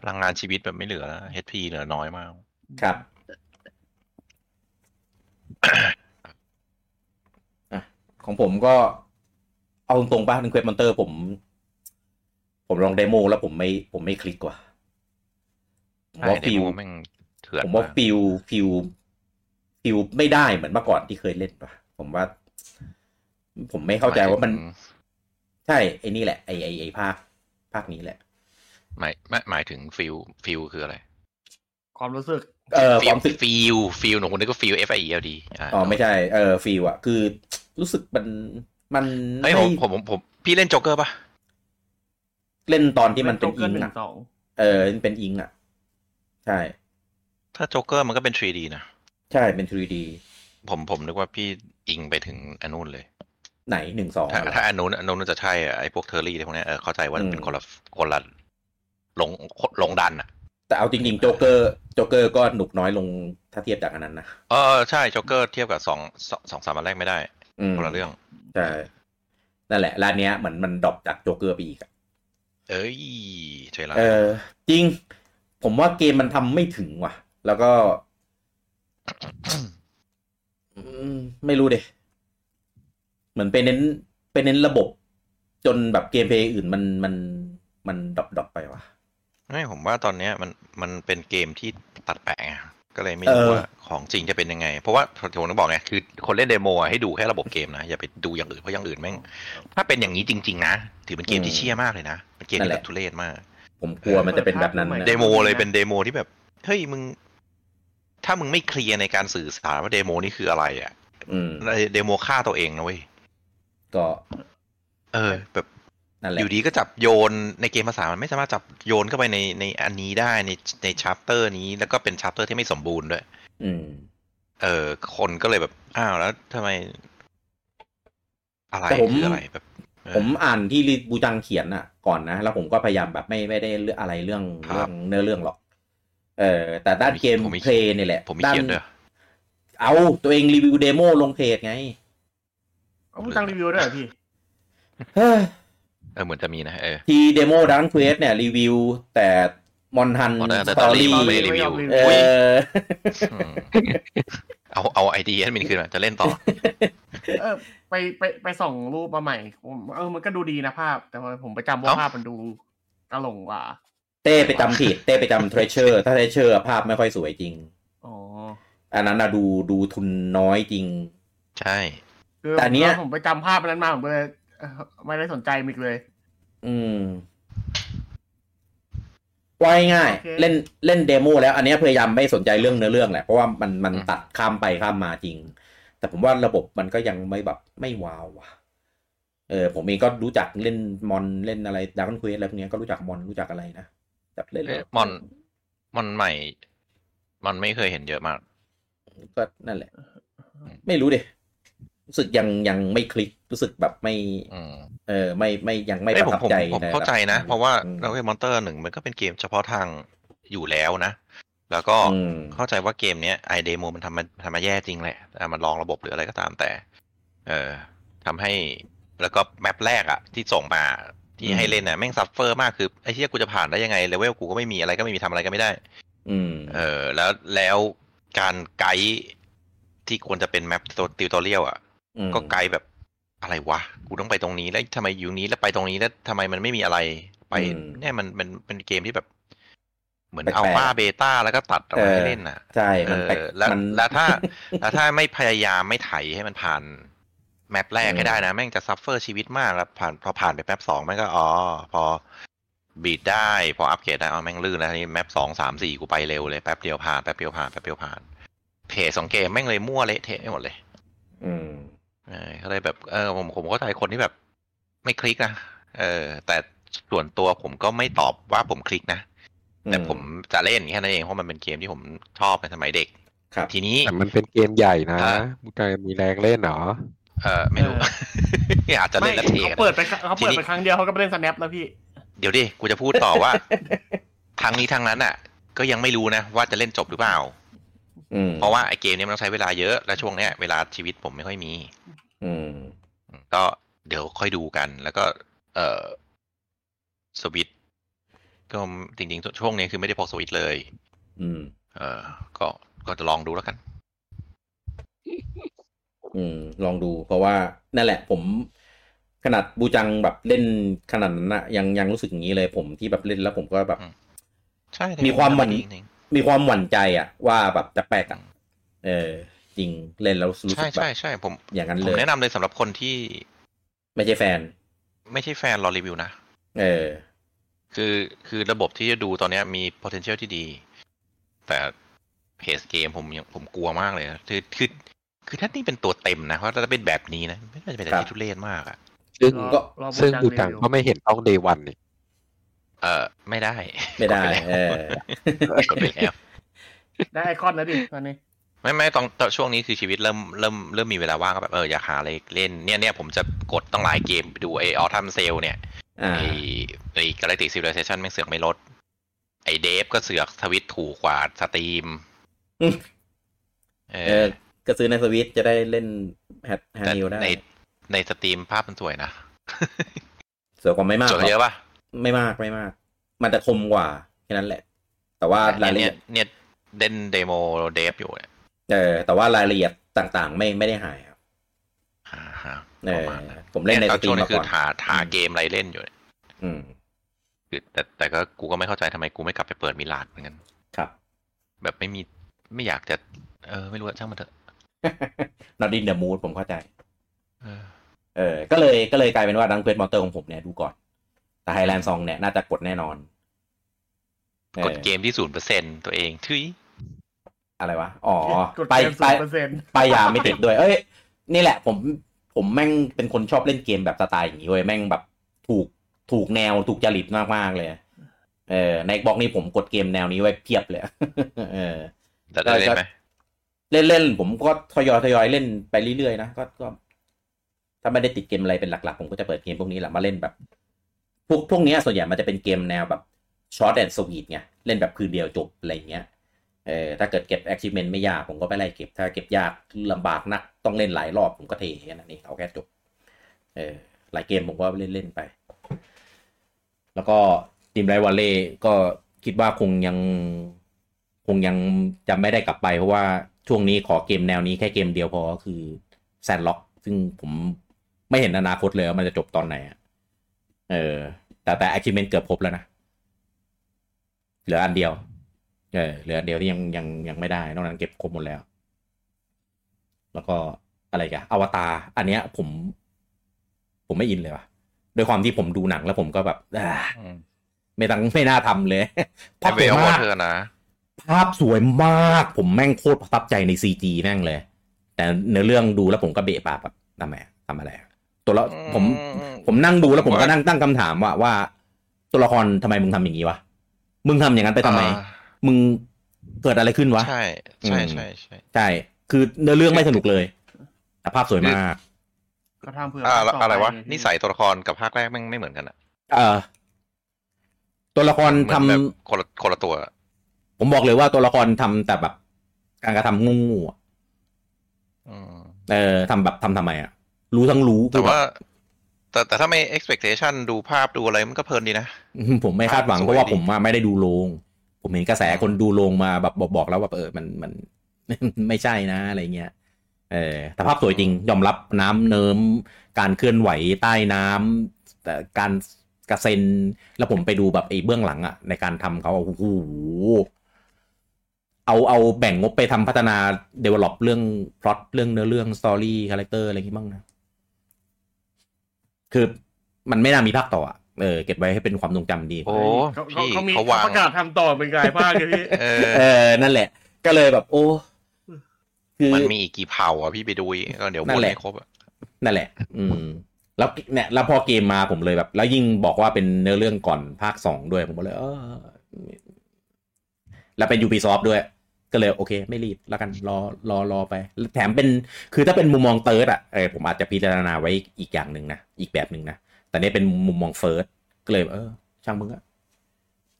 พลังงานชีวิตแบบไม่เหลือแล้ว HP เหลือน้อยมาก ครับ อ่ะของผมก็เอาตรงๆป่ะหนึ่งเควสมอนเตอร์ผม ผมลองเดโมแล้วผมไม่ผมไม่คลิกว่ะผม ใช่ ว่า เด ฟิล โมแม่งเถื่อน ผมว่าม าก ฟิลฟิลฟิลไม่ได้เหมือนเมื่อก่อนที่เคยเล่นป่ะ ผมว่า ผมไม่เข้าใจว่ามัน ใช่ไอ้นี่แหละไอไอไอภาคภาคนี้แหละ หมายไม่หมายถึงฟิลฟิลคืออะไร ความรู้สึก เออความรู้สึก ฟิลฟิลหนูคนนึกว่าฟิล F I E L D า อ๋อไม่ใช่เออฟิลอะคือรู้สึกมันมัน เฮ้ย ไม่ ผมผมผมผม พี่เล่นโจ๊กเกอร์ป่ะ เล่นตอนที่มันเป็น โจ๊กกอ อิ ร์ ง หนึ่ อะ งสอง เออมันเป็นอิงอ่ะ ใช่ ถ้าโจ๊กเกอร์มันก็เป็น 3D นะ ใช่เป็น 3D ผมผมนึกว่าพี่อิงไปถึงอนนุนเลย ไหนหนึ่งสอง ถ้าถ้าอนนุนอนนุนจะใช่อะไอ้พวกเทอรี่อะไรพวกเนี้ยเออเข้าใจว่า อืม เป็นคนละคนละลงลงดันอ่ะ แต่เอาจริงๆโจ๊กเกอร์โจ๊กเกอร์ก็หนุกน้อยลงถ้าเทียบจากอันนั้นนะ เออใช่โจ๊กเกอร์เทียบกับสองสองสองสามอันแรกไม่ได้ อืม คนละเรื่อง ใช่นั่นแหละร้านเนี้ยเหมือนมันดรอปจากโจ๊กเกอร์ไปอีกอะ เอ้ยใช่ละ เออ จริง ผมว่าเกมมันทำไม่ถึงว่ะ แล้วก็ อืมไม่รู้เดะเหมือนไปเน้นไปเน้นระบบ จนแบบเกมเพลย์อื่นมันมันมันดรอปดรอปไปว่ะ ไม่ผมว่าตอนเนี้ยมันมันเป็นเกมที่ตัดแปะไงก็เลยไม่ เอ รู้ อ ว่าของจริงจะเป็นยังไง เพราะว่าผมต้องบอกไงคือคนเล่นเดโมอะให้ดูแค่ระบบเกมนะ อย่าไปดูอย่างอื่นเพราะอย่างอื่นแม่งถ้าเป็นอย่างนี้จริง ๆ นะ ถือเป็นเกมที่เชี่ยมากเลยนะเป็นเกมที่แบบทุเรศมาก ผมกลัวมันจะเป็นแบบนั้นนะ เดโมเลยเป็นเดโมที่แบบเฮ้ยมึง ถ้ามึงไม่เคลียร์ในการสื่อสารว่าเดโมนี่คืออะไรอ่ะ อืม เดโมฆ่าตัวเองนะเว้ย ก็ เออ แบบ นั่นแห อ ละ ยู่ดีก็จับโยนในเกมภาษามันไม่สามารถจับโยนเข้าไปในในอันนี้ได้ในในชัปเตอร์นี้แล้วก็เป็นชัปเตอร์ที่ไม่สมบูรณ์ด้วย อืม เออคนก็เลยแบบ อ้าวแล้วทำไม อะไร แต่ผม คืออะไรแบบเออ ผมอ่านที่บูจังเขียนอ่ะ ก่อนนะ แล้วผมก็พยายามแบบไม่ไม่ได้เลือกอะไรเรื่อง ครับ เรื่องเนื้อเรื่องหรอก เออ แต่ด้านเกม ผมมี เพลย์นี่แหละ ผมไม่ ด้าน เขียนด้วย เอาตัวเองรีวิวเดโมลงเพจไง เอาผู้ตั้งรีวิวด้วยเหรอพี่ เฮ้ย เออเหมือนจะมีนะเออ ทีเดโมดังเควสเนี่ย รีวิว แต่มอนทัน อ๋อ ส แต่ ต ต อ อนรี รี่ วิวไม่ได้รีวิว เอ อุ๊ย อ มเอาเอาไอเดียมินคืนมาจะเล่นต่ อ เออ ไปไปไปส่องรูปมาใหม่ผมเออมันก็ดูดีนะภาพ แต่ว่าผมไปจำว่า เอ้า ภาพมันดูตลงกว่า เต้ไปจำผิด เต้ไปจำเทรเชอร์ถ้าเทรเชอร์ภาพไม่ค่อยสวยจริง อ๋อ อันนั้นนะดูดูทุนน้อยจริง ใช่ คือ แต่อันเนี้ย ผมไปจำภาพอันนั้นมาผมก็เลยเอ่อไม่ได้สนใจมิกเลย อืมว่ายง่ายๆ โอเค เล่นเล่นเดโมแล้ว อันเนี้ยพยายามไม่สนใจเรื่องเนื้อเรื่องแหละ เพราะว่ามันมันตัดข้ามไปข้ามมาจริง ส แต่ผมว่าระบบมันก็ยังไม่แบบไม่ว้าวว่ะ เออผมเองก็รู้จักเล่นมอนเล่นอะไรดาร์คเควสอะไรพวกเนี้ยก็รู้จักมอนรู้จักอะไรนะแต่เล่น เอ๊ะมอนมอนใหม่ มันไม่เคยเห็นเยอะมาก ก็นั่นแหละ ไม่รู้เดรู้สึกยังยังไม่คลิกรู้สึกแบบไม่ อืม เออไม่ไม่ยังไม่ เอ้ย ประ ผม ทับ ผม ใจ ผม ใน เข้าใจนะ บ เพราะว่า อืม เราเกมมอนเตอร์หนึ่งมันก็เป็นเกมเฉพาะทางอยู่แล้วนะ แล้วก็ อืม เข้าใจว่าเกมเนี้ยไอเดโมมันทำมาทำมาแย่จริงแหละแต่มันลองระบบหรืออะไรก็ตามแต่ เออทำให้แล้วก็แมปแรกอะที่ส่งมาที่ อืม ให้เล่นน่ะแม่งซัฟเฟอร์มากคือไอ้ที่กูจะผ่านได้ยังไงเลเวลกูก็ไม่มีอะไรก็ไม่มีทำอะไรก็ไม่ได้ อืม เออแล้วแล้วการไกด์ที่ควรจะเป็นแมปติวตอเรียลอ่ะ ก็ไกลแบบอะไรวะ กูต้องไปตรงนี้แล้วทำไมอยู่นี้แล้วไปตรงนี้แล้วทำไมมันไม่มีอะไรไป อืม เนี่ยมันมันเป็นเกมที่แบบ เหมือน แปลกๆ อัลฟาเบต้าแล้วก็ตัดออกมาให้ เออ เล่นน่ะ ใช่ เอ มัน อ แปลก แล้ว มัน แล้วถ้า แล้วถ้าไม่พยายามไม่ไถให้มันผ่าน แมปแรกให้ อืม ได้นะ แม่งจะซัฟเฟอร์ชีวิตมากแล้วผ่านพอผ่านไปแมปสองแม่งก็อ๋อพอบีดได้ พออัปเกรดได้เอาแม่งลื่นแล้วทีนี้แมปสองสามสี่กูไปเร็วเลยแป๊บเดียวผ่านแป๊บเดียวผ่านแป๊บเดียวผ่านเพจสองเกมแม่งเลยมั่วเละเทะไปหมดเลย อืม เออก็เลยแบบเออผมผมเข้าใจคนที่แบบ ไม่คลิกนะเออ แต่ส่วนตัวผมก็ไม่ตอบว่าผมคลิกนะ แต่ผมจะเล่นแค่นั้นเองเพราะมันเป็นเกมที่ผมชอบในสมัยเด็ก ครับ ทีนี้ แต่มันเป็นเกมใหญ่นะ อ่า มึงจะมีแรงเล่นเหรอ เออไม่รู้ อาจจะ ไม่ เล่นแล้วเท เขาเปิดไปเขาเปิด ที ไป นี้ ครั้งเดียวเขาก็ไปเล่นสแนปแล้วพี่ เดี๋ยวดิกูจะพูดต่อว่า ทางนี้ทางนั้นอ่ะ ก็ยังไม่รู้นะ ว่าจะเล่นจบหรือเปล่า อืม เพราะว่าไอเกมเนี้ยมันต้องใช้เวลาเยอะและช่วงเนี้ยเวลาชีวิตผมไม่ค่อยมี อืม อืมก็เดี๋ยวค่อยดูกัน แล้วก็ เออสวิตช์ก็จริงๆ ช่วงนี้คือไม่ได้พกสวิตช์เลย อืม เออก็ก็จะลองดูแล้วกัน อืม ลองดู เพราะว่านั่นแหละ ผม ขนาดบูจังแบบเล่นขนาดนั้นอะยังยังรู้สึกอย่างนี้เลย ผมที่แบบเล่นแล้วผมก็แบบ อืม ใช่แต่ มีความหวั่น ดีจริง มีความหวั่นใจอะว่าแบบจะแปลกอะ อืม เออ จริงเล่นแล้วรู้สึก ใช่ แบบ ใช่ใช่ผม อย่างนั้น ผ เล ม ย แนะนำเลยสำหรับคนที่ ไม่ใช่แฟน ไม่ใช่แฟนรอรีวิวนะ เออ คือคือระบบที่จะดูตอนเนี้ยมี potential ที่ดี แต่เพจเกมผมยังผมกลัวมากเลยนะคือคือคือถ้านี่เป็นตัวเต็มนะเพราะถ้าเป็นแบบนี้นะไม่น่าจะเป็นอะไร ครับ ที่ทุเรศมากอะ ซึ่ง ก็ รอบู ซึ่งบูจั จั ง งรีวิว ก็ไม่เห็นต้องเดวันนี่ เออไม่ได้ ไม่ได้ กปแล้ว เออ กดไปแล้ว ได้ไอคอนแล้วดิตอนนี้ ไม่ไม่ตอนตอนช่วงนี้คือชีวิตเริ่มเริ่มเริ่มมีเวลาว่างก็แบบเอออยากหาอะไรเล่นเนี่ยเนี่ยผมจะกดต้องหลายเกมไปดูไอออทัมเซลเนี่ย อ่า ไอไอกาแล็กติกซิลิเซชันไม่งเสือกไม่ลด ไอเดฟก็เสือกทวิตถูกกว่าสตรี ม อืม เอ เอ อ อ ก็ซื้อในสวิตจะได้เล่นแฮทแฮ แต่ นิวได้ ในในสตรีมภาพมันสวยนะ สวยกว่าไม่มาก ส หร วย อก เยอะป่ะ ไม่มากไม่มาก มันจะคมกว่าแค่นั้นแหละ แต่ว่ารายละ เนี่ เอีย ย ด เนี่ยเด่นเดโมเดฟอยู่เนี่ย เออแต่ว่ารายละเอียดต่างๆ ไม่ไม่ได้หายครับ อ่าฮะ เอ ปอระมาณนั้น ผมเล่นในสยก็ ตรี ช่ว ม งนี้ มา คื ก่อ อน หาหาเกมอะไรเล่นอยู่เนี่ย อืม คือแต่แต่ก็กูก็ไม่เข้าใจทำไมกูไม่กลับไปเปิดมิลาดเหมือนกัน ครับ แบบไม่มีไม่อยากจะ เออ ไม่รู้อะช่างมันเถอะ นอดินเดอะมูดผมเข้าใจ เออ เออ ก็เลยก็เลยกลายเป็นว่าดังเควสมอเตอร์ของผมเนี่ยดูก่อน แต่ไฮแลนด์ซองเนี่ยน่าจะกดแน่นอนออก ดเกมที่ศูนย์เปอร์เซ็นตัวเองทุย อะไรวะ อ๋อก ด ไป เกม ไป ศูนย์เปอร์เซ็นต์ ป้ายยาไม่ติดด้วย เอ้ย นี่แหละผม ผมแม่งเป็นคนชอบเล่นเกมแบบสไตล์อย่างนี้เว้ย แม่งแบบถูก ถูกแนว ถูกจริตมากมากๆเลย เออ ในบอกนี่ผมกดเกมแนวนี้ไว้เพียบเลย เออ แต่ได้เล่นไหม เล่นเล่นผมก็ทยอยทยอยเล่นไปเรื่อยๆนะ ก็ก็ ถ้าไม่ได้ติดเกมอะไรเป็นหลักๆ ผมก็จะเปิดเกมพวกนี้แหละมาเล่นแบบ พวกพวกเนี้ยส่วนใหญ่มันจะเป็นเกมแนวแบบช็อตแอนด์สวีทไงเล่นแบบคืนเดียวจบอะไรอย่างเงี้ยเออถ้าเกิดเก็บ achievement ไม่ยากผมก็ไปไล่เก็บ ถ้าเก็บยากลำบากนักต้องเล่นหลายรอบผมก็เทแค่นั้นเองเอาแค่จบ เออหลายเกมผมก็เล่นเล่นๆไป แล้วก็ทีมไรวอลเล่ก็คิดว่าคงยัง คงยังจะไม่ได้กลับไป เพราะว่าช่วงนี้ขอเกมแนวนี้แค่เกมเดียวพอก็คือแซนล็อก ซึ่งผมไม่เห็นอนาคตเลยว่ามันจะจบตอนไหนอะเออ แต่แต่ achievement เกือบครบแล้วนะ เหลืออันเดียว เออเหลืออันเดียวที่ยังยังยังไม่ได้ นอกนั้นเก็บครบหมดแล้ว แล้วก็อะไรอีกันอวตารอันเนี้ยผม ผมไม่อินเลยว่ะด้วยความที่ผมดูหนังแล้วผมก็แบบอ่าไม่ตั้งไม่น่าทำ เลยภาพ เว สวย ลวอ มาก เธอนะ ภาพสวยมาก ผมแม่งโคตรประทับใจในซีจีแม่งเลย แต่เนื้อเรื่องดูแล้วผมก็เบะปากแบบทำไมอะทำอะไรอะตัวละ อื ผมผมนั่งดูแล้วผมก็นั่งตั้งคำถามว่าว่า ตัวละครทำไมมึงทำอย่างนี้วะมึงทำอย่างนั้นไปทำไม อ่า มึงเกิดอะไรขึ้นวะ ใช่ใช่ใช่ใช่ ใช่ คือเนื้อเรื่องไม่สนุกเลยแต่ภาพสวยมาก ก็ทำเพื่อ อ่าแล้ว ต่ป อะไรวะ เลย นิสัยตัวละครกับภาคแรกแม่งไม่เหมือนกันอะ เออตัวละครทำ เหมือนแบบคนละคนละตัวอะ ผมบอกเลยว่าตัวละครทำแต่แบบ การกระทำงงๆอะ อืม เออทำแบบทำทำไมอ่ะ รู้ทั้งรู้ แต่ คือ ว่า บบ แต่แต่ถ้าไม่ expectation ดูภาพดูอะไรมันก็เพลินดีนะ ผมไม่คาดหวัง สวย เพราะว่า ดี ผมอะไม่ได้ดูโรงผมเห็นกระแสคนดูโรงมาแบบบอกบอกแล้วว่าเออมันมัน ไม่ใช่นะอะไรเงี้ยเออแต่ภาพสวยจริงยอมรับน้ำเนิมการเคลื่อนไหวใต้น้ำแต่การกระเซ็นแล้วผมไปดูแบบไอ้เบื้องหลังอ่ะในการทำเขาอะโอ้โห เอาเอาแบ่งงบไปทำพัฒนา develop เรื่องพล็อตเรื่องเนื้อเรื่อง story character อะไรอย่างงี้บ้างนะ คือมันไม่น่ามีภาคต่ออ่ะ เออ เก็บไว้ให้เป็นความทรงจำดี โอ้ เขาเขา พี่ เขามี เขาวาง ประกาศทำต่อเป็นกายภาค เลยพี่ เออ เออ นั่นแหละ ก็เลยแบบ โอ้ คือ มันมีอีกกี่เผ่าอ่ะพี่ไปดูอีกก็เดี๋ยว นั่ วน นแหละ ให้ครบอะ นั่นแหละ อืม แล้วเนี่ยแล้วพอเกมมาผมเลยแบบ แล้วยิ่งบอกว่าเป็นเนื้อเรื่องก่อนภาคสองด้วย ผมก็เลย เออ แล้วเป็น Ubisoft ด้วย ก็เลยโอเค ไม่รีบแล้วกันรอรอรอไป แถมเป็นคือถ้าเป็นมุมมองเติร์ดอ่ะเออผมอาจจะพิจารณาไว้อีกอย่างหนึ่งนะอีกแบบหนึ่งนะแต่เนี่ยเป็นมุมมองเฟิร์สก็เลย เออ ช่างมึงอะ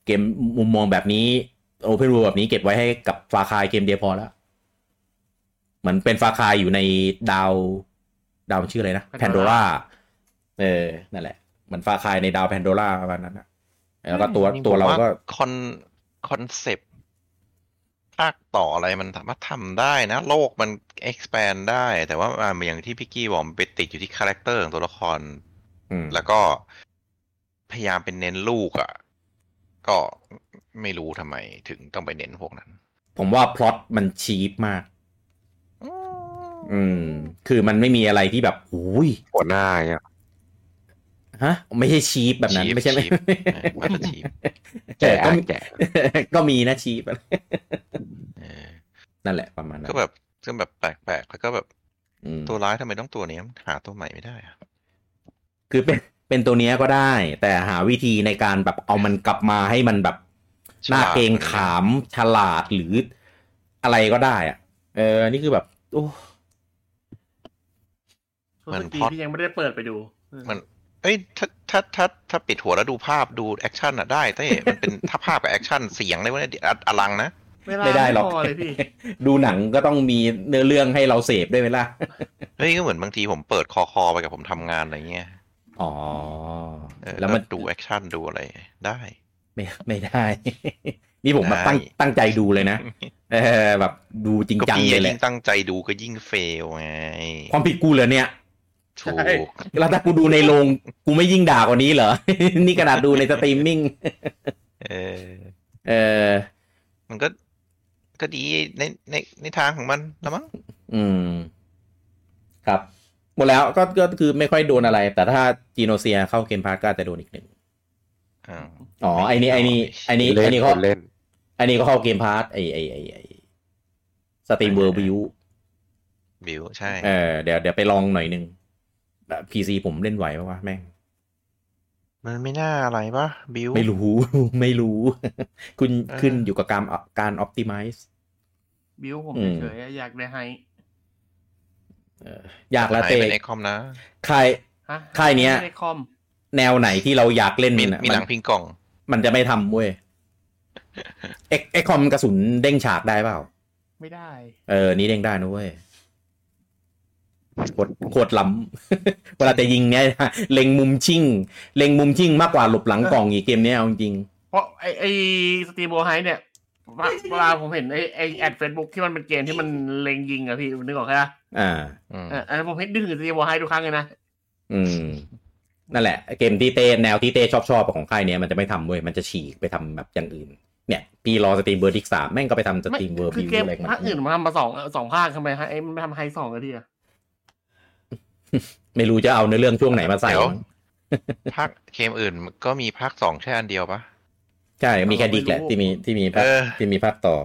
เกมมุมมองแบบนี้โอเพนรูแบบนี้เก็บไว้ให้กับฟาคายเกมเดียวพอแล้วเหมือนเป็นฟาคายอยู่ในดาว ดาวมันชื่ออะไรนะแพนโดร่าเออนั่นแหละเหมันฟาคายในดาวแพนโดร่าประมาณนั้นนะแล้วก็ตัวตัวเราก็ คอนคอนเซปต์ภาคต่ออะไรมันสามารถทำได้นะ โลกมัน expand ได้ แต่ว่าอ่ะอย่างที่พี่กี้บอกมันไปติดอยู่ที่คาแรคเตอร์ของตัวละคร อืม แล้วก็พยายามเป็นเน้นลูกอะ่ะ ก็ไม่รู้ทำไมถึงต้องไปเน้นพวกนั้น ผมว่าพล็อตมันชีพมาก อืม คือมันไม่มีอะไรที่แบบหุย หัวหน้าอย่างเงี้ย ฮะ ไม่ใช่ชีพแบบนั้น ชีฟ ไม่ใช่ไหม ชีฟเออมันจะชีฟ แก่ แกะ ก็ อ่ะ มี แกะ ก็มีนะชีพอะไร เอ อ นั่นแหละประมาณนั้น ก็แบบก็แบบแปลกๆแล้วก็แบบ อืม ตัวร้ายทำไมต้องตัวนี้หาตัวใหม่ไม่ได้อะ คือเป็นเป็นตัวเนี้ยก็ได้ แต่หาวิธีในการแบบเอามันกลับมาให้มันแบบหน้าเกรงขามฉลาดหรืออะไรก็ได้อะเอออันนี่คือแบบ โอ้ รู้สึกดีที่ยังไม่ได้เปิดไปดูเออ เอ้ยถ้าถ้าถ้าถ้าปิดหัวแล้วดูภาพดูแอคชั่นอ่ะได้แต่ มันเป็น ถ้าภาพกับแอคชั่นเสียงอะไรพวกนี้อะอลังนะ ไม่ได้หรอก พอเลยพี่ ดูหนังก็ต้องมีเนื้อเรื่องให้เราเสพด้วยไหมล่ะ เฮ้ยก็เหมือนบางทีผมเปิดคอคอไปกับผมทำงานอะไรเงี้ย อ๋อ เออ แล้วมัน ดูแอคชั่นดูอะไรได้ ไม่ ไม่ได้ นี่ผมแบบตั้ง ได้ ตั้งใจดูเลยนะ เออแบบดูจริง ก็ จัง พี่ เลยแห ยิ่ ละ งตั้งใจดูก็ยิ่งเฟลไง ความผิดกูเหรอเนี่ย ถู ใช่ ก แล้วถ้ากูดูในโรงกูไม่ยิ่งด่ากว่านี้เหรอ นี่ขนาดดูในสตรีมมิ่ง เออ เออ มันก็ก็ดีในในในทางของมันละมั้ง อืม ครับ หมดแล้วก็ก็คือไม่ค่อยโดนอะไร แต่ถ้าจีโนเซียเข้าเกมพาร์ทก็อาจจะโดนอีกหนึ่ง อ่า อ๋อไอ้นี่ไอ้นี่ไอ้นี่ เล่ ไอ้ น นี่ ค เขา นเล่น ไอ้นี่ก็เข้าเกมพาร์ทไอ้ไอ้ไอ้ไอ้สตรีมเวิร์บิว บิวใช่ เออเดี๋ยวเดี๋ยวไปลองหน่อยหนึงพีซีผมเล่นไหวปะวะแม่ง มันไม่น่าอะไรปะบิว ไม่รู้ ไม่รู้ คุณ เออ ขึ้นอยู่กับการการ optimize บิวผม อืม เฉยๆอยากได้ให้ อยากละเต หายไปในคอมนะ ค่าย ฮะ ค่ายเนี้ย ไม่ได้คอม แนวไหนที่เราอยากเล่น มี น่ะ มีหนังพิงกล่อง มันจะไม่ทำเว้ ยเอ็กเอ็กคอมกระสุนเด้งฉากได้เปล่า ไม่ได้ เออ นี่เด้งได้นะเว้ยโคตรโคตรล้ำ เวลาจะยิงเนี้ยเล็งมุมชิ่ง เล็งมุมชิ่งมากกว่าหลบหลังกล่องอีกเกมเนี้ยเอาจริง เพราะไอไอสตีมโบไฮเนี่ยเวลาเวลาผมเห็นไอไอแอดเฟซบุ๊กที่มันเป็นเกมที่มันเล็งยิงอะพี่นึกออกใช่ไหม อ่า อืม เอออันนั้นผมเห็นนึกถึงสตีมโบไฮทุกครั้งเลยนะ อืม นั่นแหละ เกมที่เต้แนวที่เต้ชอบชอบๆของค่ายเนี้ยมันจะไม่ทำเว้ย มันจะฉีกไปทำแบบอย่างอื่น เนี่ย พี่รอสตรีมเบอร์ดิกสามแม่งก็ไปทำส ไม่ ตรีมเบอร์ คื บิ อ ว เกม อะไรของมั ภาคอื่น น มาทำมาสองสองภาคทำไมฮะไอ้มันไม่ทำไฮสองกันทีอะ ไม่รู้จะเอาในอเรื่องช่วงไหนมาใส่ เดี๋ยวภาคเกมอื่นก็มีภาคสองแค่อันเดียวปะ ใช่ มีแค่ดิกแหละที่มีที่มีภาค เออ ที่มีภาคต่อ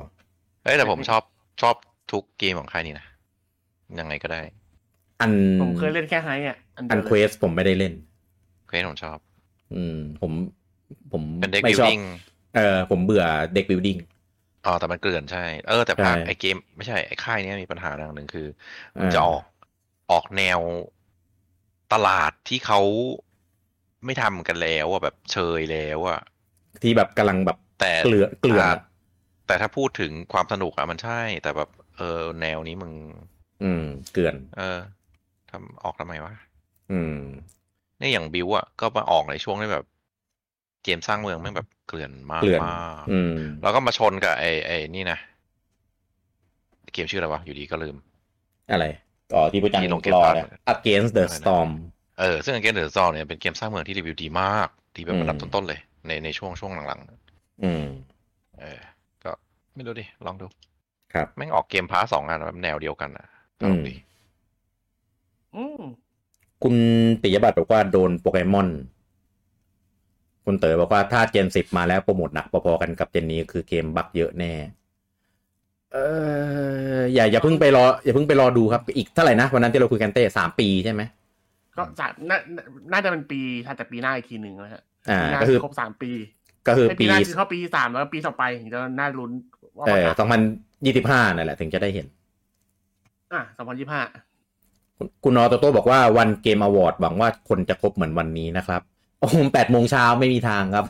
เอ้ยแต่ผมชอบชอบทุกเกมของค่ายนี้นะ ยังไงก็ได้ อัน ผมเคยเล่นแค่ไฮอ่ะ อัน ดียว เควสผมไม่ได้เล่น เควสผมชอบ อืม ผมผม เป็นเด็ก ไม่ บิว ชอบ ดิ้ง เออผมเบื่อเด็กบิวดิ้ง อ๋อแต่มันเกลื่อนใช่ เออแต่ภาค ใช่ ไอเกม ไม่ใช่ไอค่ายเนี้ยมีปัญหาอย่างหนึ่งคือ เ จะออกออกแนวตลาดที่เขาไม่ทำกันแล้วอะแบบเชยแล้วอะ ที่แบบกำลังแบบ แต่ เกลือเกลือ แต่แต่ถ้าพูดถึงความสนุกอะมันใช่ แต่แบบ เออ แนวนี้มึง อืม เกลือน เออทำออกทำไมวะ อืม เนี่ยอย่างบิวอะก็มาออกในช่วงที่แบบ เกมสร้างเมืองแม่งแบบเกลื่อนมาก เกลื่อน มาก อืม แล้วก็มาชนกับไอไอนี่นะเกมชื่ออะไรวะอยู่ดีก็ลืม อะไรอ๋อที่ผู้จัง ที่ลงเกม รอ พาร์ท เนี่ย against the storm เออซึ่งเกมเดอร์ซอเนี่ยเป็นเกมสร้างเมืองที่รีวิวดีมากดีแบบระดับต้นๆเลย ในในช่วงช่วงหลัง อืม ๆเออ ก็ไม่รู้ดิ ลองดู ครับ แม่งออกเกมพาร์ทสองอันแบบแนวเดียวกันอ่ะตลกดี อืม คุณปิยบัตรบอกว่าโดนโปเกมอน คุณเต๋อบอกว่าถ้าเจนสิบมาแล้วโปรโมทหนักพอๆกันกับเจนนี้คือเกมบักเยอะแน่ เอออย่าอย่าเพิ่งไปรอ อย่าเพิ่งไปรอดูครับ อีกเท่าไหร่นะ วันนั้นที่เราคุยกันเต้สามปีใช่ไหม ก็จะน่าน่าจะเป็นปีถ้าแต่ปีหน้าอีกทีหนึ่งนะฮะ อ่า ปีหน้า ก็คือ ครบสามปี ก็คือ ไม่ปี ปี หน้าคือเข้าปีที่สามแล้วปีต่อไปถึงจะน่าลุ้นว่า เอ ปอกระาศ สองพันยี่สิบห้านั่นแหละถึงจะได้เห็น อ่ะสองพันยี่สิบห้า คุณคุณนอโตโต้บอกว่าวันเกมอวอร์ดหวังว่าคนจะครบเหมือนวันนี้นะครับ โอ้โหแปดโมงเช้าไม่มีทางครับ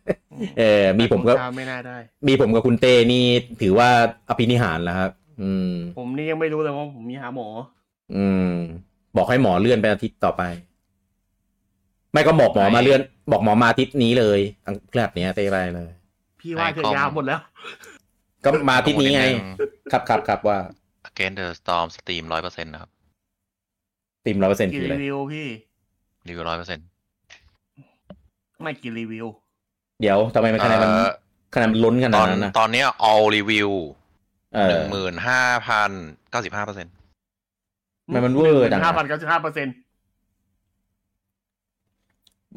เออมีผมก็ ไม่น่าได้ มีผมกับคุณเต้นี่ถือว่าอภินิหารแล้วครับ อืม ผมนี่ยังไม่รู้เลยว่าผมมีหาหมอ อืม บอกให้หมอเลื่อนไปอาทิตย์ต่อไป ไม่ก็บอกหมอมาเลื่อน บอกหมอมาอาทิตย์นี้เลยอังคารเนี้ยเต้ไรเลย พี่ว่าเธอยาวหมดแล้ว ก็มาอาทิตย์นี้ไง ครับครับครับว่า เกมเดอร์สตอมสตรีมร้อยเปอร์เซ็นต์นะครับ ติมร้อยเปอร์เซ็นต์ กี่ คืออะไร รีวิวพี่ รีวิวร้อยเปอร์เซ็นต์ ไม่กี่รีวิว เดี๋ยวทำไมมันคะแนนมันคะแนนมันล้นข ต นา อ ด น นั้นนะ ตอนเนี้ย all review เออหนึ่งหมื่นห้าพันเก้าสิบห้าเปอร์เซ็นต์ มันมันเวอร์จัง ห้าพันเก้าสิบห้าเปอร์เซ็นต์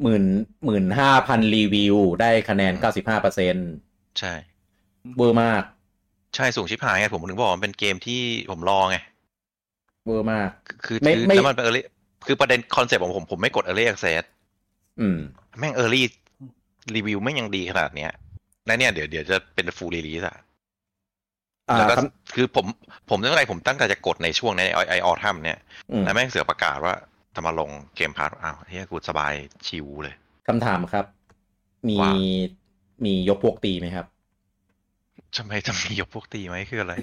หมื่นหมื่นห้าพันรีวิว ได้คะแนนเก้าสิบห้าเปอร์เซ็นต์ ใช่ เวอร์มาก ใช่สูงชิบหายไงผมถึงบอกว่ามันเป็นเกมที่ผมรอไง เวอร์มาก คือ ไม่ คือ ไม่ แล้วมันเป็น early คือประเด็นคอนเซปต์ของผมผมไม่กด early access อืม แม่ง early รีวิวแม่งยังดีขนาดเนี้ยและเนี่ยเดี๋ยวเดี๋ยวจะเป็น full release อะ อ่า แล้วก็ ครับ คือผมผมตั้งแต่ผมตั้งใจจะกดในช่วงในไอไอออทัมเนี่ย อืม แล้วแม่งเสือกประกาศว่าจะมาลงเกมพาร์ทอ้าวเฮียกูสบายชิวเลย คำถามครับ มี ว่า มียกพวกตีไหมครับ ทำไมจะมียกพวกตีไหมคืออะไร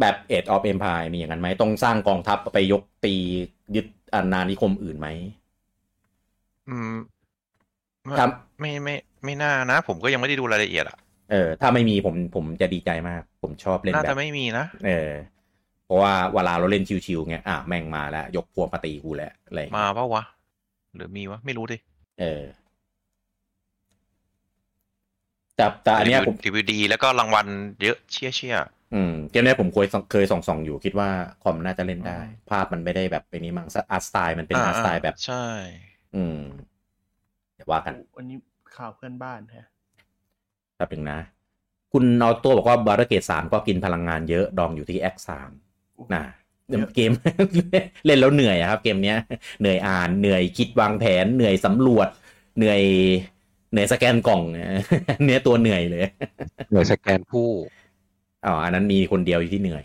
แบบเอ็ดออฟเอ็มพายมีอย่างนั้นไหมต้องสร้างกองทัพไปยกตียึดอาณานิคมอื่นไหม อืม ครับ ไม่ไม่ไม่ไม่น่านะ ผมก็ยังไม่ได้ดูรายละเอียดอะ เออ ถ้าไม่มีผมผมจะดีใจมาก ผมชอบเล่น น่า แบ จะ บ ไม่มีนะ เออ เพราะว่าเวลาเราเล่นชิวๆไงอ่ะแม่งมาแล้ว ยกพวกมาตีกูแล้วอะไรอย่าง มา เงี้ย เปล่าวะหรือมีวะไม่รู้ดิ เออแต่แต่อันเนี้ยผรีวิว ม รีวิวดีแล้วก็รางวัลเยอะเชี่ยเชี่ย อืมเกมเนี้ยผมเคยส่องเคยส่องส่องอยู่คิดว่าคอมน่าจะเล่นได้ อืม ภาพมันไม่ได้แบบไอ้นี้มั้งอาร์ตสไตล์มันเป็น อ่ อาร์ตสไตล์แบบ ใช่ อืม เดี๋ยวว่ากัน อันนี้ข่าวเพื่อนบ้านฮะ แป๊บหนึงนะ คุณเอาตัวบอกว่าบาร์เกตสามก็กินพลังงานเยอะ ดองอยู่ที่แอคสามนะ เยอะ เกม เล่นแล้วเหนื่อยอะครับ เกมเนี้ย เหนื่อยอ่านเหนื่อยคิดวางแผน เหนื่อยสำรวจ เหนื่อย เหนื่อยสแกนกล่อง เนี้ยตัวเหนื่อยเลย หน่วยสแกนผู้ อ๋ออันนั้นมีคนเดียวอยู่ที่เหนื่อย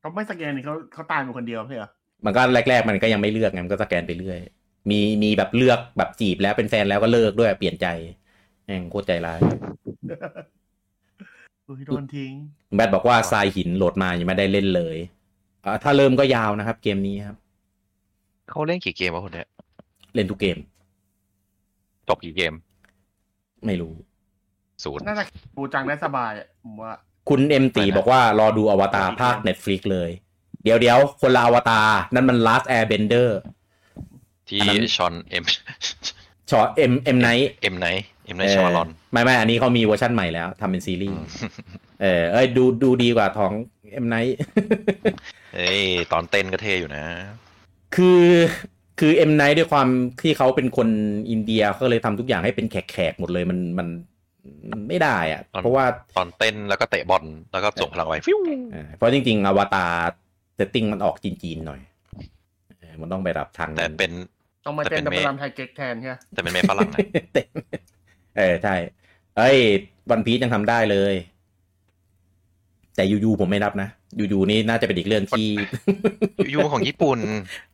เขาไม่สแกนนี่เขาเขาตายเป็นคนเดียวใช่เหรอ มันก็แรก ๆ มันก็ยังไม่เลือกไงมันก็สแกนไปเรื่อย มีมีแบบเลือกแบบจีบแล้วเป็นแฟนแล้วก็เลิกด้วยเปลี่ยนใจแม่งโคตรใจร้าย อุ๊ยโดนทิ้ง แบทบอกว่าทรายหินโหลดมายังไม่ได้เล่นเลยอ่าถ้าเริ่มก็ยาวนะครับ เกมนี้ครับ เขาเล่นกี่เกมวะคนเนี้ย เล่นทุกเกม จบกี่เกม ไม่รู้ ศูนย์ น่าจะปูจังได้สบายอ่ะผมว่า คุณเอ็มตี อะไรนะ บอกว่ารอดูอวตารภาค Netflix เลย เดี๋ยวเดี๋ยวคนละอวตารนั่นมัน Last Airbender ที่ อันนั้น ชอน เอ็ม ชอเอ็มเอ็มไนท์ เอ็มไนเอ็มไนชอรอน ไม่ไม่อันนี้เขามีเวอร์ชันใหม่แล้วทำเป็นซีรีส์เออเอ้ยดูดูดีกว่าของเอ็มไนท์ เอ้ยตอนเต้นก็เท่อยู่นะ คือคือเอ็มไนด้วยความที่เขาเป็นคนอินเดียเขาเลยทำทุกอย่างให้เป็นแขกๆหมดเลยมันมันมันไม่ได้อะ มัน เพราะว่า ตอนเต้นแล้วก็เตะบอลแล้วก็ส่งพลังไว้ฟิว เออเพราะจริงๆอวตาร เซตติ้งมันออกจีนๆหน่อยเออมันต้องไปรับทาง แต่เป็น ต้องมาเต้น แต่ ดับ เป็นเมฆเบิลรันไทยเก๊กแทนใช่ไหม แต่เป็นเมฆฝ รั่งนะ เต็มเออใช่เอ้ยวันพียังทำได้เลย แต่ยูยูผมไม่นับนะยูยูนี่น่าจะเป็นอีกเรื่องที่ ยูของญี่ปุ่น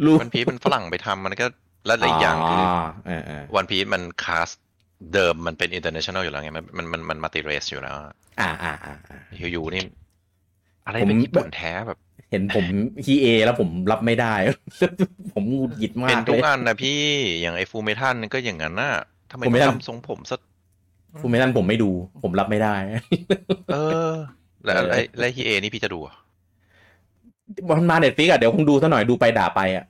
ลูก วันพีมันฝรั่งไปทำมัน ก็และอีกอย่างคือ เออเออ วันพีมันคาสเดิมมันเป็น international อยู่แล้วไง มันมันมันมันมัลติเรสอยู่แล้ว อ่าอ่าอ่าอ่า ยูยูนี่ อะไร ผม เป็นญี่ปุ่นแท้แบบ เห็นผมฮีเอแล้วผมรับไม่ได้ ผมหงุดหงิดมา เป็น กเล ทุก ย อันนะพี่อย่างไอฟูเมทันก็อย่างนั้นน่ะทำไม Fullmetal ทำทรงผมซะ คุณไม่นั่นผมไม่ดู ผมรับไม่ได้ เออ แล้ว เออ ไอและฮีเอนี่พี่จะดูเหรอ มันมาเน็ตฟิกอะเดี๋ยวคงดูซะหน่อยดูไปด่าไปอะ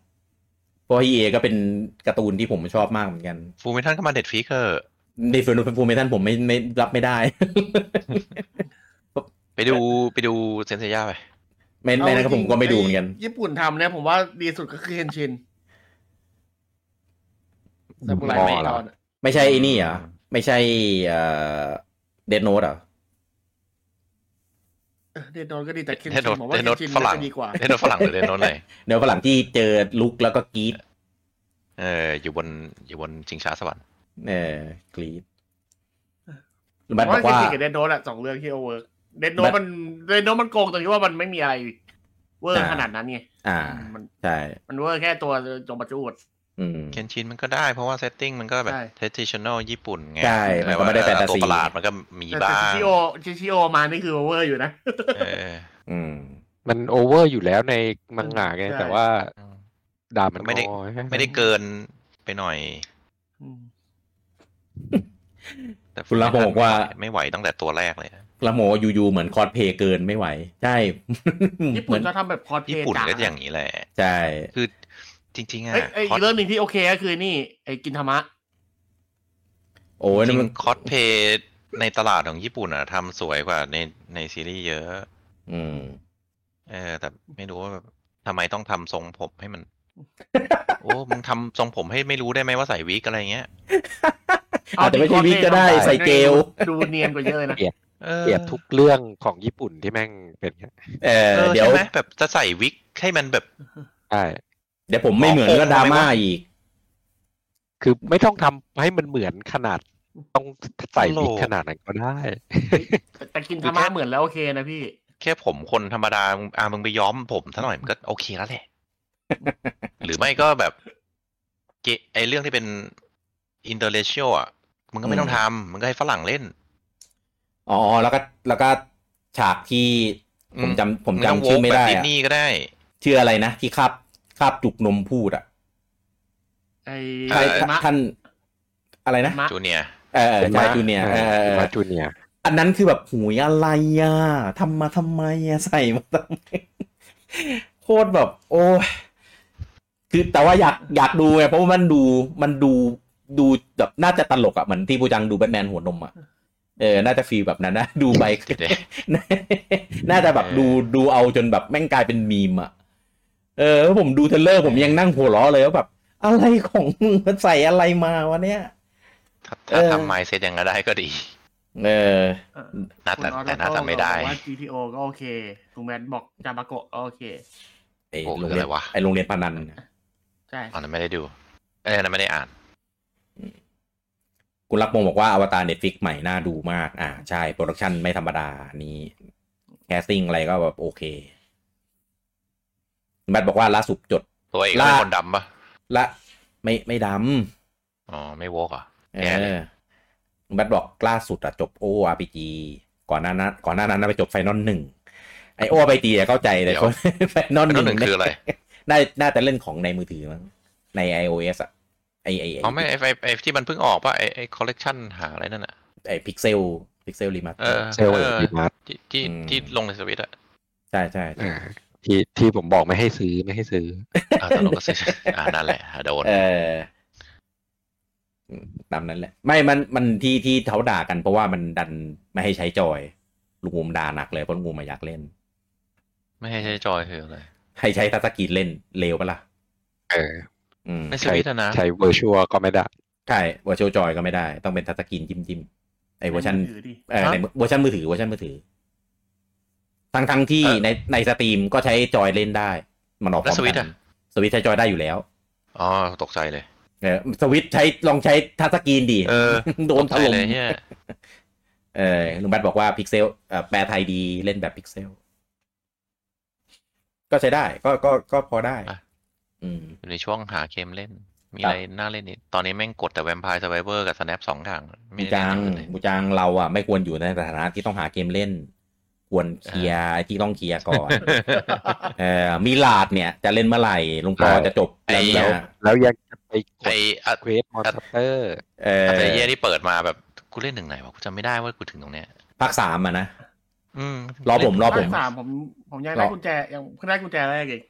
เพราะฮีเอก็เป็นการ์ตูนที่ผมชอบมากเหมือนกัน ฟูเมทันก็มาเด็ดฟิกเกอร์ ในฟิลฟูเมทันผมไม่ไม่รับไม่ได้ ไปดูไปดูเซนเซี ยไป ไม่ไม่นะครับผมก็ไม่ดูเหมือนกัน ญี่ปุ่นทำเนี่ยผมว่าดีสุดก็คือเฮนชินซามูไร อ๋อ ไม่ เหร ร อ อด ไม่ใช่ไอ้นี่เหรอไม่ใช่เอ่อเดนโนดเหรอ เดนโดนก็ดีแต่เคน เดน ชิ โด น น ผมว่า เดน เฮ โด น น ชิน ฝ น่า รั่ง จะดีกว่า เล่นโดนฝรั่งหรือเล่นโดนอะไร เดี๋ยวฝรั่งที่เจอลุกแล้วก็กรีด เอออยู่บนอยู่บนชิงช้าสวรรค์ เออกรีด ผ มันบอมว่าก เคน ว่า ชินกับเดนโดนอะสองเรื่องที่เอาเวิร์กเดนโด บัดนมันเดนโดนมันโกงตรงที่ว่ามันไม่มีอะไรเวอร์ อ่า ขนาดนั้นไง อ่า มัน ใช่ มันเวอร์แค่ตัวจงบัจจุด อืม เคนชินมันก็ได้เพราะว่าเซตติ้งมันก็แบบ ใช่ traditional ญี่ปุ่นไง ใช่มันก็ไม่ได้ เออ fantasy ตัวประหลาดมันก็มี แต่ บ้า ชิ ง ชิโอชิชิโอมานี่คือเวอร์อยู่นะ เออ อืม มันโอเวอร์อยู่แล้วในมังงะไง ใช่ แต่ว่าด่ามัน ไม่ได้ น้อย ไม่ได้เกินไปหน่อย อืม แต่ คุณลาโฮบอกว่า ไม่ไหวตั้งแต่ตัวแรกเลยนะ ละโมอยู่ๆเหมือนคอสเพลย์เกินไม่ไหว ใช่ ญี่ เหมื ปุ่น อน ก็ทำแบบคอสเพ ญี่ ลย์ ปุ่น จ๋า ก็อย่างนี้แหละ ใช่ คือจริงๆอะ เอ้ยเอ้ย คอสอีกเรื่องหนึ่งที่โอเคก็คือนี่ไอ้กินธรรมะ โอ้ย จ นั่ ริ น ง มัน ๆคอสเพย์ในตลาดของญี่ปุ่นอะทำสวยกว่าในในซีรีส์เยอะ อืม เออ แต่ไม่รู้ว่าแบบทำไมต้องทำทรงผมให้มัน โอ้มึงทำทรงผมให้ไม่รู้ได้ไหมว่าใส่วิกอะไรเงี้ย อาจจะไม่ใช่วิกก็ได้ เอาที่ ใส่เกล ดูเนียนกว่าเยอะเลยนะ เออ เปรียบทุกเรื่องของญี่ปุ่นที่แม่งเป็นอย่างเงี้ย เออ เออ เดี๋ย ใช่ ว ไหมแบบจะใส่วิกให้มันแบบ ใช่ เดี๋ยวผมไม่เหมือนก็ดราม่าอีก คือไม่ต้องทำให้มันเหมือนขนาด ต้องใส่ ตลก วิกขนาดนั้นก็ได้ แต่กินธรรมะเหมือนแล้วโอเคนะพี่ แค่ผมคนธรรมดามึงอ่ะมึงไปย้อมผมซะหน่อยมันก็โอเคแล้วแหละ หรือไม่ก็แบบเกไอเรื่องที่เป็นอินเตอร์เนชั่นอ่ะมึงก็ไม่ต้องทำมึงก็ให้ฝรั่งเล่น อ๋อ แล้วก็แล้วก็ฉากที่ อืม ผมจำผม ง จำ ต้องโว ชื่อก ไม่ แบบ ได้ ดิส อะ นีย์ก็ได้ ชื่ออะไรนะ ที่คาบคาบจุกนมพูดอ่ะ ไอ้ เ ใคร ธรรมะ ท่านอะไรนะ ธรรมะ จูเนียร์ เออเออใช่จูเนียร์เออเออเออ มาจูเนียร์ อันนั้นคือแบบหูยอะไรอ่ะทำมาทำไมอ่ะใส่มาทำไมโคตรแบบ โอ้ยคือแต่ว่าอยากอยากดูไงเพราะว่ามันดูมันดูดูแบบน่าจะตลกอ่ะเหมือนที่ปูจังดูแบทแมนหัวนมอ่ะเออ น่าจะฟีลแบบนั้นนะดูไป เดี๋ยวเดี๋ยว น่าจะแบบดูดูเอาจนแบบแม่งกลายเป็นมีมอะเออแล้วผมดูเทรลเลอร์ผมยังนั่งหัวล้อเลยว่าแบบ อะไรของมึงมันใส่อะไรมาวะเนี่ย ถ้า เอ ถ้า อ ทำไมเซตยังไงได้ก็ดี เออ น่าแต่ คุณออส แต่น่า ก็ จะไม่ได้ บอกว่า GTO ก็โอเคคุณแมนบอกจามาโกะก็โอเค ไอ้ โอ้ โรง คือ เรียนอะไรวะ ไอ้โรงเรียนปานันน่ะ ใช่ อันนั้นไม่ได้ดู เออนั้นไม่ได้อ่าน คุณรักมงบอกว่าอวตารเน็ตฟิกใหม่น่าดูมาก อ่า ใช่ โปรดักชันไม่ธรรมดาอันนี้แคสติ้งอะไรก็แบบโอเคแมทบอกว่าล่าสุดจด ตัวเอก ล่า เป็นคนดำปะ ละไม่ไม่ด อ๋อ ไม่วกอ่ะ ำเอ แย่เลย อแมทบอกล่าสุดอะจบโออาร์พีจีก่อนหน้านั้นก่อนหน้านั้นน่ะไปจบไฟนอลหนึ่งไอโออาร์พีจีเข้าใจแต่คนไฟนอล อัน ห นั้นห นึ่งนึ่งคืออะไร น่าน่าจะเล่นของในมือถือมั้งใน iOS อะไอไอ อ๋อไม่ไอไอ้ไอที่มันเพิ่งออกปะไอไอคอลเลกชันหาอะไรนั่นอ่ะ ไอพิกเซลพิกเซลรีมา เออ เซลล์ เอ เอก อ ดีมาร์ท ที่ที่ อืม ที่ลงในสวิตอ่ะ ใช่ใช่ใช่ เออที่ที่ผมบอกไม่ให้ซื้อไม่ให้ซื้อ อ่าตลกก็ซื้อ อ่านั่นแหละอ่ะโดน เออตามนั้นแหละ ไม่มันมันที่ที่เขาด่ากันเพราะว่ามันดันไม่ให้ใช้จอย ลุงงูมด่าหนักเลยเพราะลุงงูมาอยากเล่น ไม่ให้ใช้จอยคืออะไร ให้ใช้ทัศกรีนเล่นเลวปะล่ะ เออ อืม ในสวิตอะนะ ใช้เวอร์ชวก็ไม่ได้ ใช่เวอร์ชวลจอยก็ไม่ได้ ต้องเป็นทัศกรีนจิ้มจิ้มไอเวอร์ชัน ถือดิ เออในเวอร์ชันมือถือเวอร์ชันมือถือ ทั้งทั้งๆที่ เออ ในในสตรีมก็ใช้จอยเล่นได้ มันออกพร้อม แล้วสวิตช์ กั อะ นสวิตช์ใช้จอยได้อยู่แล้ว อ๋อตกใจเลย เออสวิตช์ใช้ลองใช้ทัชสกรีนดี เออ โดนถล่ม ตกใจเลยเนี่ย เออลุงแบทบอกว่าพิกเซลเอ่อแปลไทยดีเล่นแบบพิกเซล ก็ใช้ได้ ก็ก็ก็พอได้ อ่ะ อืม อยู่ในช่วงหาเกมเล่น มีอะไรน่าเล่นนี่ตอนนี้แม่งกดแต่แวมไพร์ s ไ r เ i อร์กับ snap สองทางไม่ บู ได้ จัง เล่นอย่างอื่นเลย บูจังเราอ่ะไม่ควรอยู่ในสถานะที่ต้องหาเกมเล่น ควรเคลียร์ไอ้ที่ต้องเคลียร์ก่อน เออมีลาดเนี่ยจะเล่นเมื่อไหร่ลุงปอจะจบแล้ว แล้ เนี่ วย แล้วยังจะไปก ไอ ด อะ เควสมอนสเตอร์ เออ อัตเย่ที่เปิดมาแบบ กูเล่นถึงไหนวะ กูจำไม่ได้ว่ากูถึงตรงเนี้ย ภาคสามอ่ะนะ อืม รอผมรอผม ภาคสามผมผมยังได้กุญแจยังเพิ่งได้กุญแจแรกเอง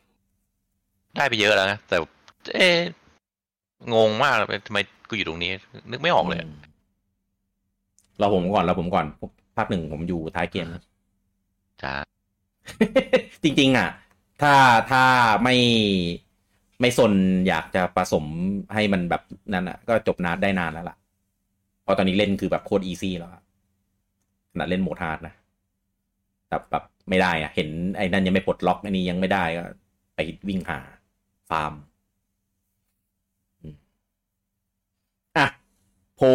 ได้ไปเยอะแล้วนะ แต่ เอ๊ะงงมากเลยทำไมกูอยู่ตรงนี้ นึกไม่ออกเลยอะ มเราผมก่อนเราผมก่อนภาคหนึ่งผมอยู่ท้ายเกม จ้า จริงๆอ่ะ ถ้าถ้าไม่ไม่สนอยากจะผสมให้มันแบบนั้นอ่ะ ก็จบนาดได้นานแล้วล่ะเพราะตอนนี้เล่นคือแบบโคตรอีซี่แล้วอะขนาดเล่นโหมดฮาร์ดนะแต่แบบไม่ได้อ่ะ เห็นไอ้นั่นยังไม่ปลดล็อกอันนี้ยังไม่ได้ก็ไปวิ่งหาฟาร์มอืมอ่ะโพล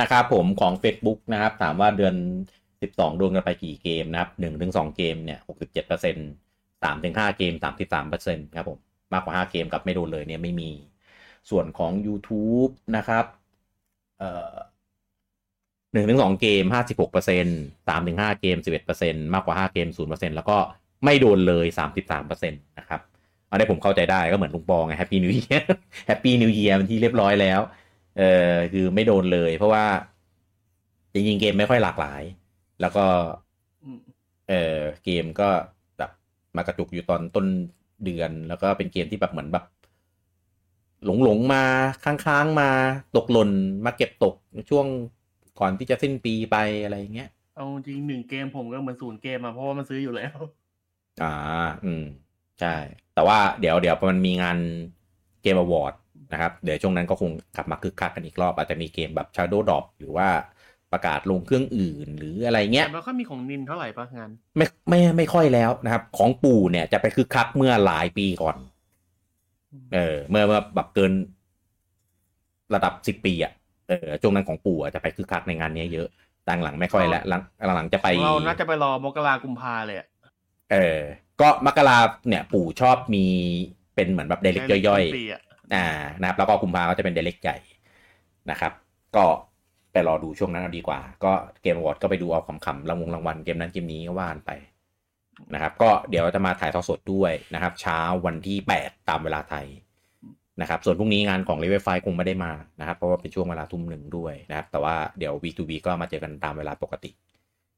นะครับผมของ Facebook นะครับ ถามว่าเดือน 12 ดวงกันไปกี่เกมนะครับหนึ่งถึงสองเกมเนี่ย 67%เปอร์เซ็นสามถึงห้าเกม 33%เปอร์เซ็นครับผม มากกว่าห้าเกมกับไม่โดนเลยเนี่ยไม่มี ส่วนของ YouTube นะครับ เอ่อหนึ่งถึงสองเกม 56%เปอร์เซ็นสามถึงห้าเกม 11%เปอร์เซ็นมากกว่าห้าเกม 0%เปอร์เซ็นแล้วก็ไม่โดนเลย 33%เปอร์เซ็นนะครับ อันนี้ผมเข้าใจได้ก็เหมือนลุงปองไงแฮปปี้นิวเยี ยร์แฮปปี้นิวเยียร์เป็นที่เรียบร้อยแล้ว เออคือไม่โดนเลย เพราะว่า จริงๆเกมไม่ค่อยหลากหลาย แล้วก็ อืม เออเกมก็แบบมากระจุกอยู่ตอนต้นเดือน แล้วก็เป็นเกมที่แบบเหมือนแบบ หลงหลงๆมาค้างๆมาตกหล่นมาเก็บตกช่วงก่อนที่จะสิ้นปีไปอะไรอย่างเงี้ย เอาจริงหนึ่งเกมผมก็เหมือนศูนย์เกมอะเพราะว่ามันซื้ออยู่แล้ว อ่า อืม ใช่ แต่ว่าเดี๋ยวเดี๋ยวมันมีงานเกมอวอร์ดนะครับ เดี๋ยวช่วงนั้นก็คงกลับมาคึกคักกันอีกรอบ อาจจะมีเกมแบบ Shadow Drop หรือว่าประกาศลงเครื่องอื่น หรืออะไรเงี้ย แต่ไม่ค่อยมีของนินเท่าไหร่ปะงาน ไม่ไม่ไม่ค่อยแล้วนะครับ ของปู่เนี่ยจะไปคึกคักเมื่อหลายปีก่อน เออเมื่อเมื่อแบบเกินระดับสิบปีอะ่ะเออช่วงนั้นของปู่อะจะไปคึกคักในงานเนี้ยเยอะต่างหลังไม่ค่อยแล้วหลังหลังๆจะไป ของเราน่าจะไปรอมกรากุมภาเลยอะ เออ ก็มกราเนี่ยปู่ชอบมีเป็นเหมือนแบบเดลิกย่อย ปีะ ๆ อ่านะครับ แล้วก็คุมภาก็จะเป็นเดลิกใหญ่นะครับ ก็ไปรอดูช่วงนั้นเอาดีกว่า ก็เกมวอร์ดก็ไปดูเอาขำๆรางวงรางวัลเกมนั้นเกมนี้ก็ว่านไปนะครับ ก็เดี๋ยวจะมาถ่ายทอดสดด้วยนะครับ เช้าวันที่ 8 ตามเวลาไทยนะครับ ส่วนพรุ่งนี้งานของเลเวลไฟคงไม่ได้มานะครับ เพราะว่าเป็นช่วงเวลาทุ่มหนึ่งด้วยนะครับ แต่ว่าเดี๋ยว V2V ก็มาเจอกันตามเวลาปกติ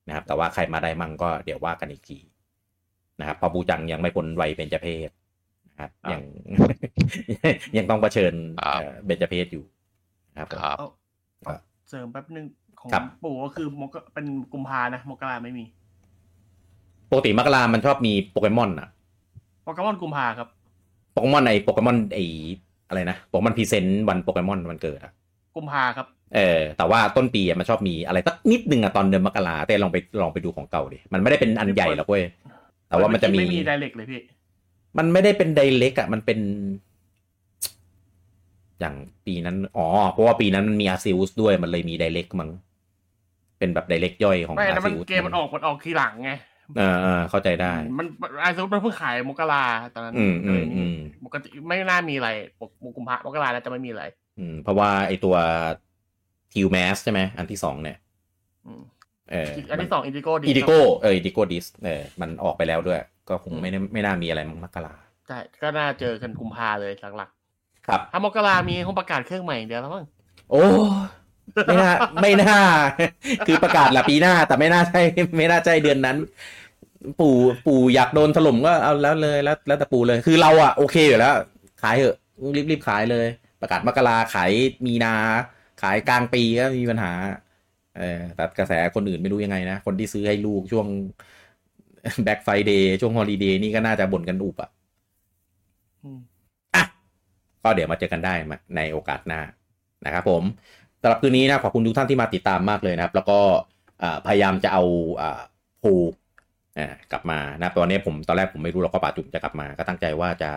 นะครับ แต่ว่าใครมาได้มั่งก็เดี๋ยวว่ากันอีกทีนะครับเพอบูจังยังไม่พ้นวัยเบญจเพศนะครับยัง ยังต้องเผชิญ ครับ เอ่อเบญจเพศอยู่นะครับ ครับ เสริมแป๊บนึงของ ครับ ปู่ก็คือมกเป็นกุมภานะมกราไม่มี ปกติมกรามันชอบมีโปเกมอนอะ โปเกมอนกุมภาครับ โปเกมอนไอโปเกมอนไออะไรนะโปเกมอนพรีเซนต์วันโปเกมอนวันเกิดอะ กุมภาครับ เออแต่ว่าต้นปีอะมันชอบมีอะไรสักนิดนึงอะตอนเดือนมกราแต่ลองไปลองไปดูของเก่าดิมันไม่ได้เป็นอันใหญ่หรอกเว้ยแต่ว่ามันจะมี ไม่มีไดเรกเลยพี่ มันไม่ได้เป็นไดเล็กอะมันเป็น อย่างปีนั้น อ๋อ เพราะว่าปีนั้นมันมีอาซิอุสด้วยมันเลยมีไดเล็กมั้งเป็นแบบไดเล็กย่อยของ ไม่ อา นะมั ซิ น อุส เกมมันออกมันออกทีหลังไง เออเออเข้าใจได้ มันไอซูมันเพิ่งขายมกราตอนนั้น อืมอืม เลย อืม ปกติไม่น่ามีอะไรปกกุมภามกราแล้วจะไม่มีอะไร อืมเพราะว่าไอตัวทิวแมสใช่ไหมอันที่สองเนี่ย อืม เออ อันที่สองอินดิโกดี อีดิโกเอออีดิโกดิสเออมันออกไปแล้วด้วย ก็คงไม่ได้ไม่น่ามีอะไรมั้งมกรา ใช่ก็น่าเจอกันกุมภาเลยหลัก ครับ ๆถ้ามกรามีคงประกาศเครื่องใหม่อย่างเดียวแล้วมั้ง โอ้ไม่น่าไม่น่า คือประกาศละปีหน้า แต่ไม่น่าใช่ไม่น่าใช่เดือนนั้น ปู่ปู่อยากโดนถล่มก็เอาแล้วเลยแล้วแล้วแต่ปู่เลย คือเราอะโอเคอยู่แล้ว ขายเถอะรีบรีบขายเลย ประกาศมกราขายมีนา ขายกลางปีก็มีปัญหา เออแต่กระแสคนอื่นไม่รู้ยังไงนะ คนที่ซื้อให้ลูกช่วง แบ็คไฟเดย์ช่วงฮอลิเดย์นี่ก็น่าจะบ่นกันอุบอะ อืม ก็เดี๋ยวมาเจอกันได้ในโอกาสหน้านะครับผมสำหรับคืนนี้นะขอบคุณทุกท่านที่มาติดตามมากเลยนะครับ แล้วก็อ่าพยายามจะเอาอ่าโพล อ่ากลับมานะตอนนี้ผมตอนแรกผมไม่รู้หรอกว่าป่าจุ่มจะกลับมา ก็ตั้งใจว่าจะ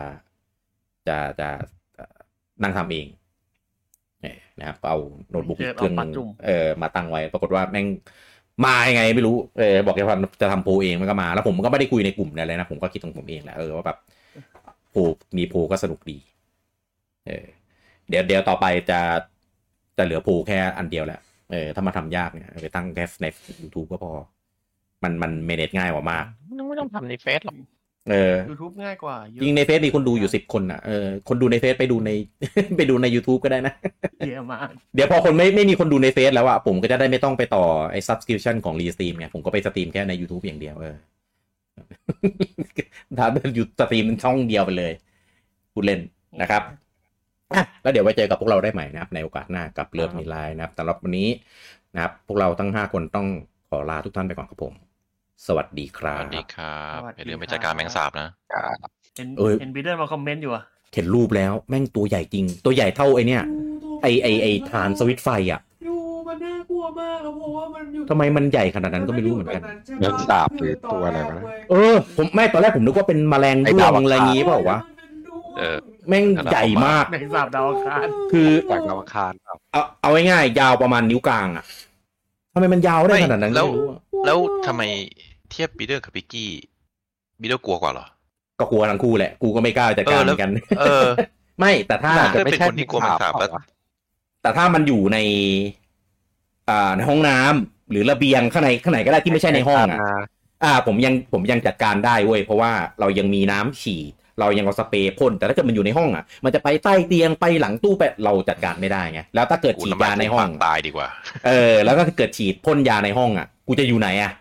จะจะเอ่อนั่งทำเองเนี่ยนะครับก็เอาโน้ตบุ๊ก เจอ เครื่องหนึ่ง เอาป่าจุ่ม เออมาตั้งไว้ ปรากฏว่าแม่งมายังไงไม่รู้เออบอกแกว่าจะทำโพลเองมันก็มา แล้วผมก็ไม่ได้คุยในกลุ่มอะไรเลยนะ ผมก็คิดของผมเองแหละเออว่าแบบโพลมีโพลก็สนุกดี เออ เดี๋ยวเดี๋ยวต่อไปจะจะเหลือโพลแค่อันเดียวแหละ เออถ้ามาทำยากเนี่ยไปตั้งแค่ใน YouTube ก็พอ มันมันเมเนจง่ายกว่ามาก ไม่ต้องทำในเฟซหรอก เออ YouTube ง่ายกว่าเยอะ จริงในเฟซมีคนดูอยู่สิบคนอ่ะเออคนดูในเฟซไปดูใน ไปดูใน YouTube ก็ได้นะ เยอะมาก เดี๋ยวพอคนไม่ไม่มีคนดูในเฟซแล้วอ่ะผมก็จะได้ไม่ต้องไปต่อไอ้ subscription ของ r e s t e a m ไงผมก็ไปสตรีมแค่ใน YouTube อย่างเดียวเอ อ ถ้าอยู่สตรีมช่องเดียวไปเลยพูดเล่นนะครับอ่ะแล้วเดี๋ยวไว้เจอกับพวกเราได้ใหม่นะครับ ในโอกาสหน้ากับเลิฟนิไลน์นะครับสำหรับวันนี้นะครับ พวกเราทั้ง 5 คนต้องขอลาทุกท่านไปก่อนครับผม สวัสดีค ส รับ วัสดีครับอย่าลืมไปจัดการแมงสาบนะ เห็น เอ้ย เห็นบีเดอร์มาคอมเมนต์อยู่อะ เห็นรูปแล้วแม่งตัวใหญ่จริง ตัวใหญ่เท่าไอเนี่ย ไอไอไอฐานสวิตช์ไฟอ่ะ ดูมันน่ากลัวมากครับเพราะว่ามันอยู่ ทำไมมันใหญ่ขนาดนั้นก็ไม่รู้เหมือนกัน ใช่ปะ เหมือนสาบหรือตัวอะไรวะนะ เออ ผมแม่ตอนแรกผมนึกว่าเป็นแมลง ไอ้ ด้ว ดาง วอังคาร อะไรงี้เปล่าวะ เออ แม่งใหญ่มาก ในสาบดาวอังคาร คือ จากดาวอังคารครับ เอาเอาง่ายๆยาวประมาณนิ้วกลางอะทำไมมันยาวได้ขนาดนั้น ไม่แล้ว ไม่รู้อะ แล้วทำไมเทียบบีเดอร์กับพิกกี้บีเดอร์กลัวกว่าเหรอ ก็กลัวทั้งคู่แหละกูก็ไม่กล้าจัดการ เออ เห แล้ มื ว อนกัน เออ ไม่แต่ถ้า น่าจะ เป็นคนที่กลัวแมงสาบแล้ว แต่ถ้ามันอยู่ใน อ่าในห้องน้ำหรือระเบียงข้างในข้างไหนก็ได้ที่ไม่ใช่ในห้องอะ อ่าผมยังผมยังจัดการได้เว้ยเพราะว่าเรายังมีน้ำฉี่ เรายังเอาสเปรย์พ่นแต่ถ้าเกิดมันอยู่ในห้องอ่ะ มันจะไปใต้เตียงไปหลังตู้ไปเราจัดการไม่ได้ไงแล้วถ้าเกิดฉีดยาในห้อง ตายดีกว่า เออแล้วถ้าเกิดฉีดพ่นยาในห้องอ่ะกูจะอยู่ไหนอ่ะ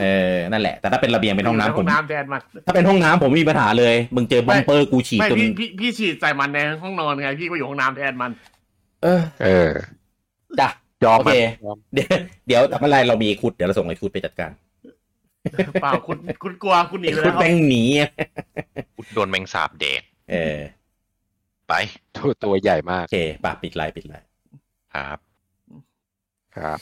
เออนั่นแหละ แต่ถ้าเป็นระเบียงเป็นห้องน้ำ ยู่ผให้อ ม งน้ำแดนมัน ถ้าเป็นห้องน้ำผมไม่มีปัญหาเลยมึงเจอบอมเปอร์กูฉีด ไม่ จน พี่พี่พี่ฉีดใส่มันในห้องนอนไง พี่ก็อยู่ห้องน้ำแท นมัน เออ เออ จ้ะ ยอม โอเค ยอม เดี๋ยวเดี๋ยวแต่เมื่อไรเรามีคุดเดี๋ยวเราส่งไอ้คุดไปจัดการ เปล่าคุณคุณกลัวคุณหนี ไอ้ เลย คุด เอา แม่งหนีอะ โดนแมงสาบเด็ก เออ ไป ตัวตัวใหญ่มา โอก เคปะปิดไลน์ปิดไลน์ ครับ ครับ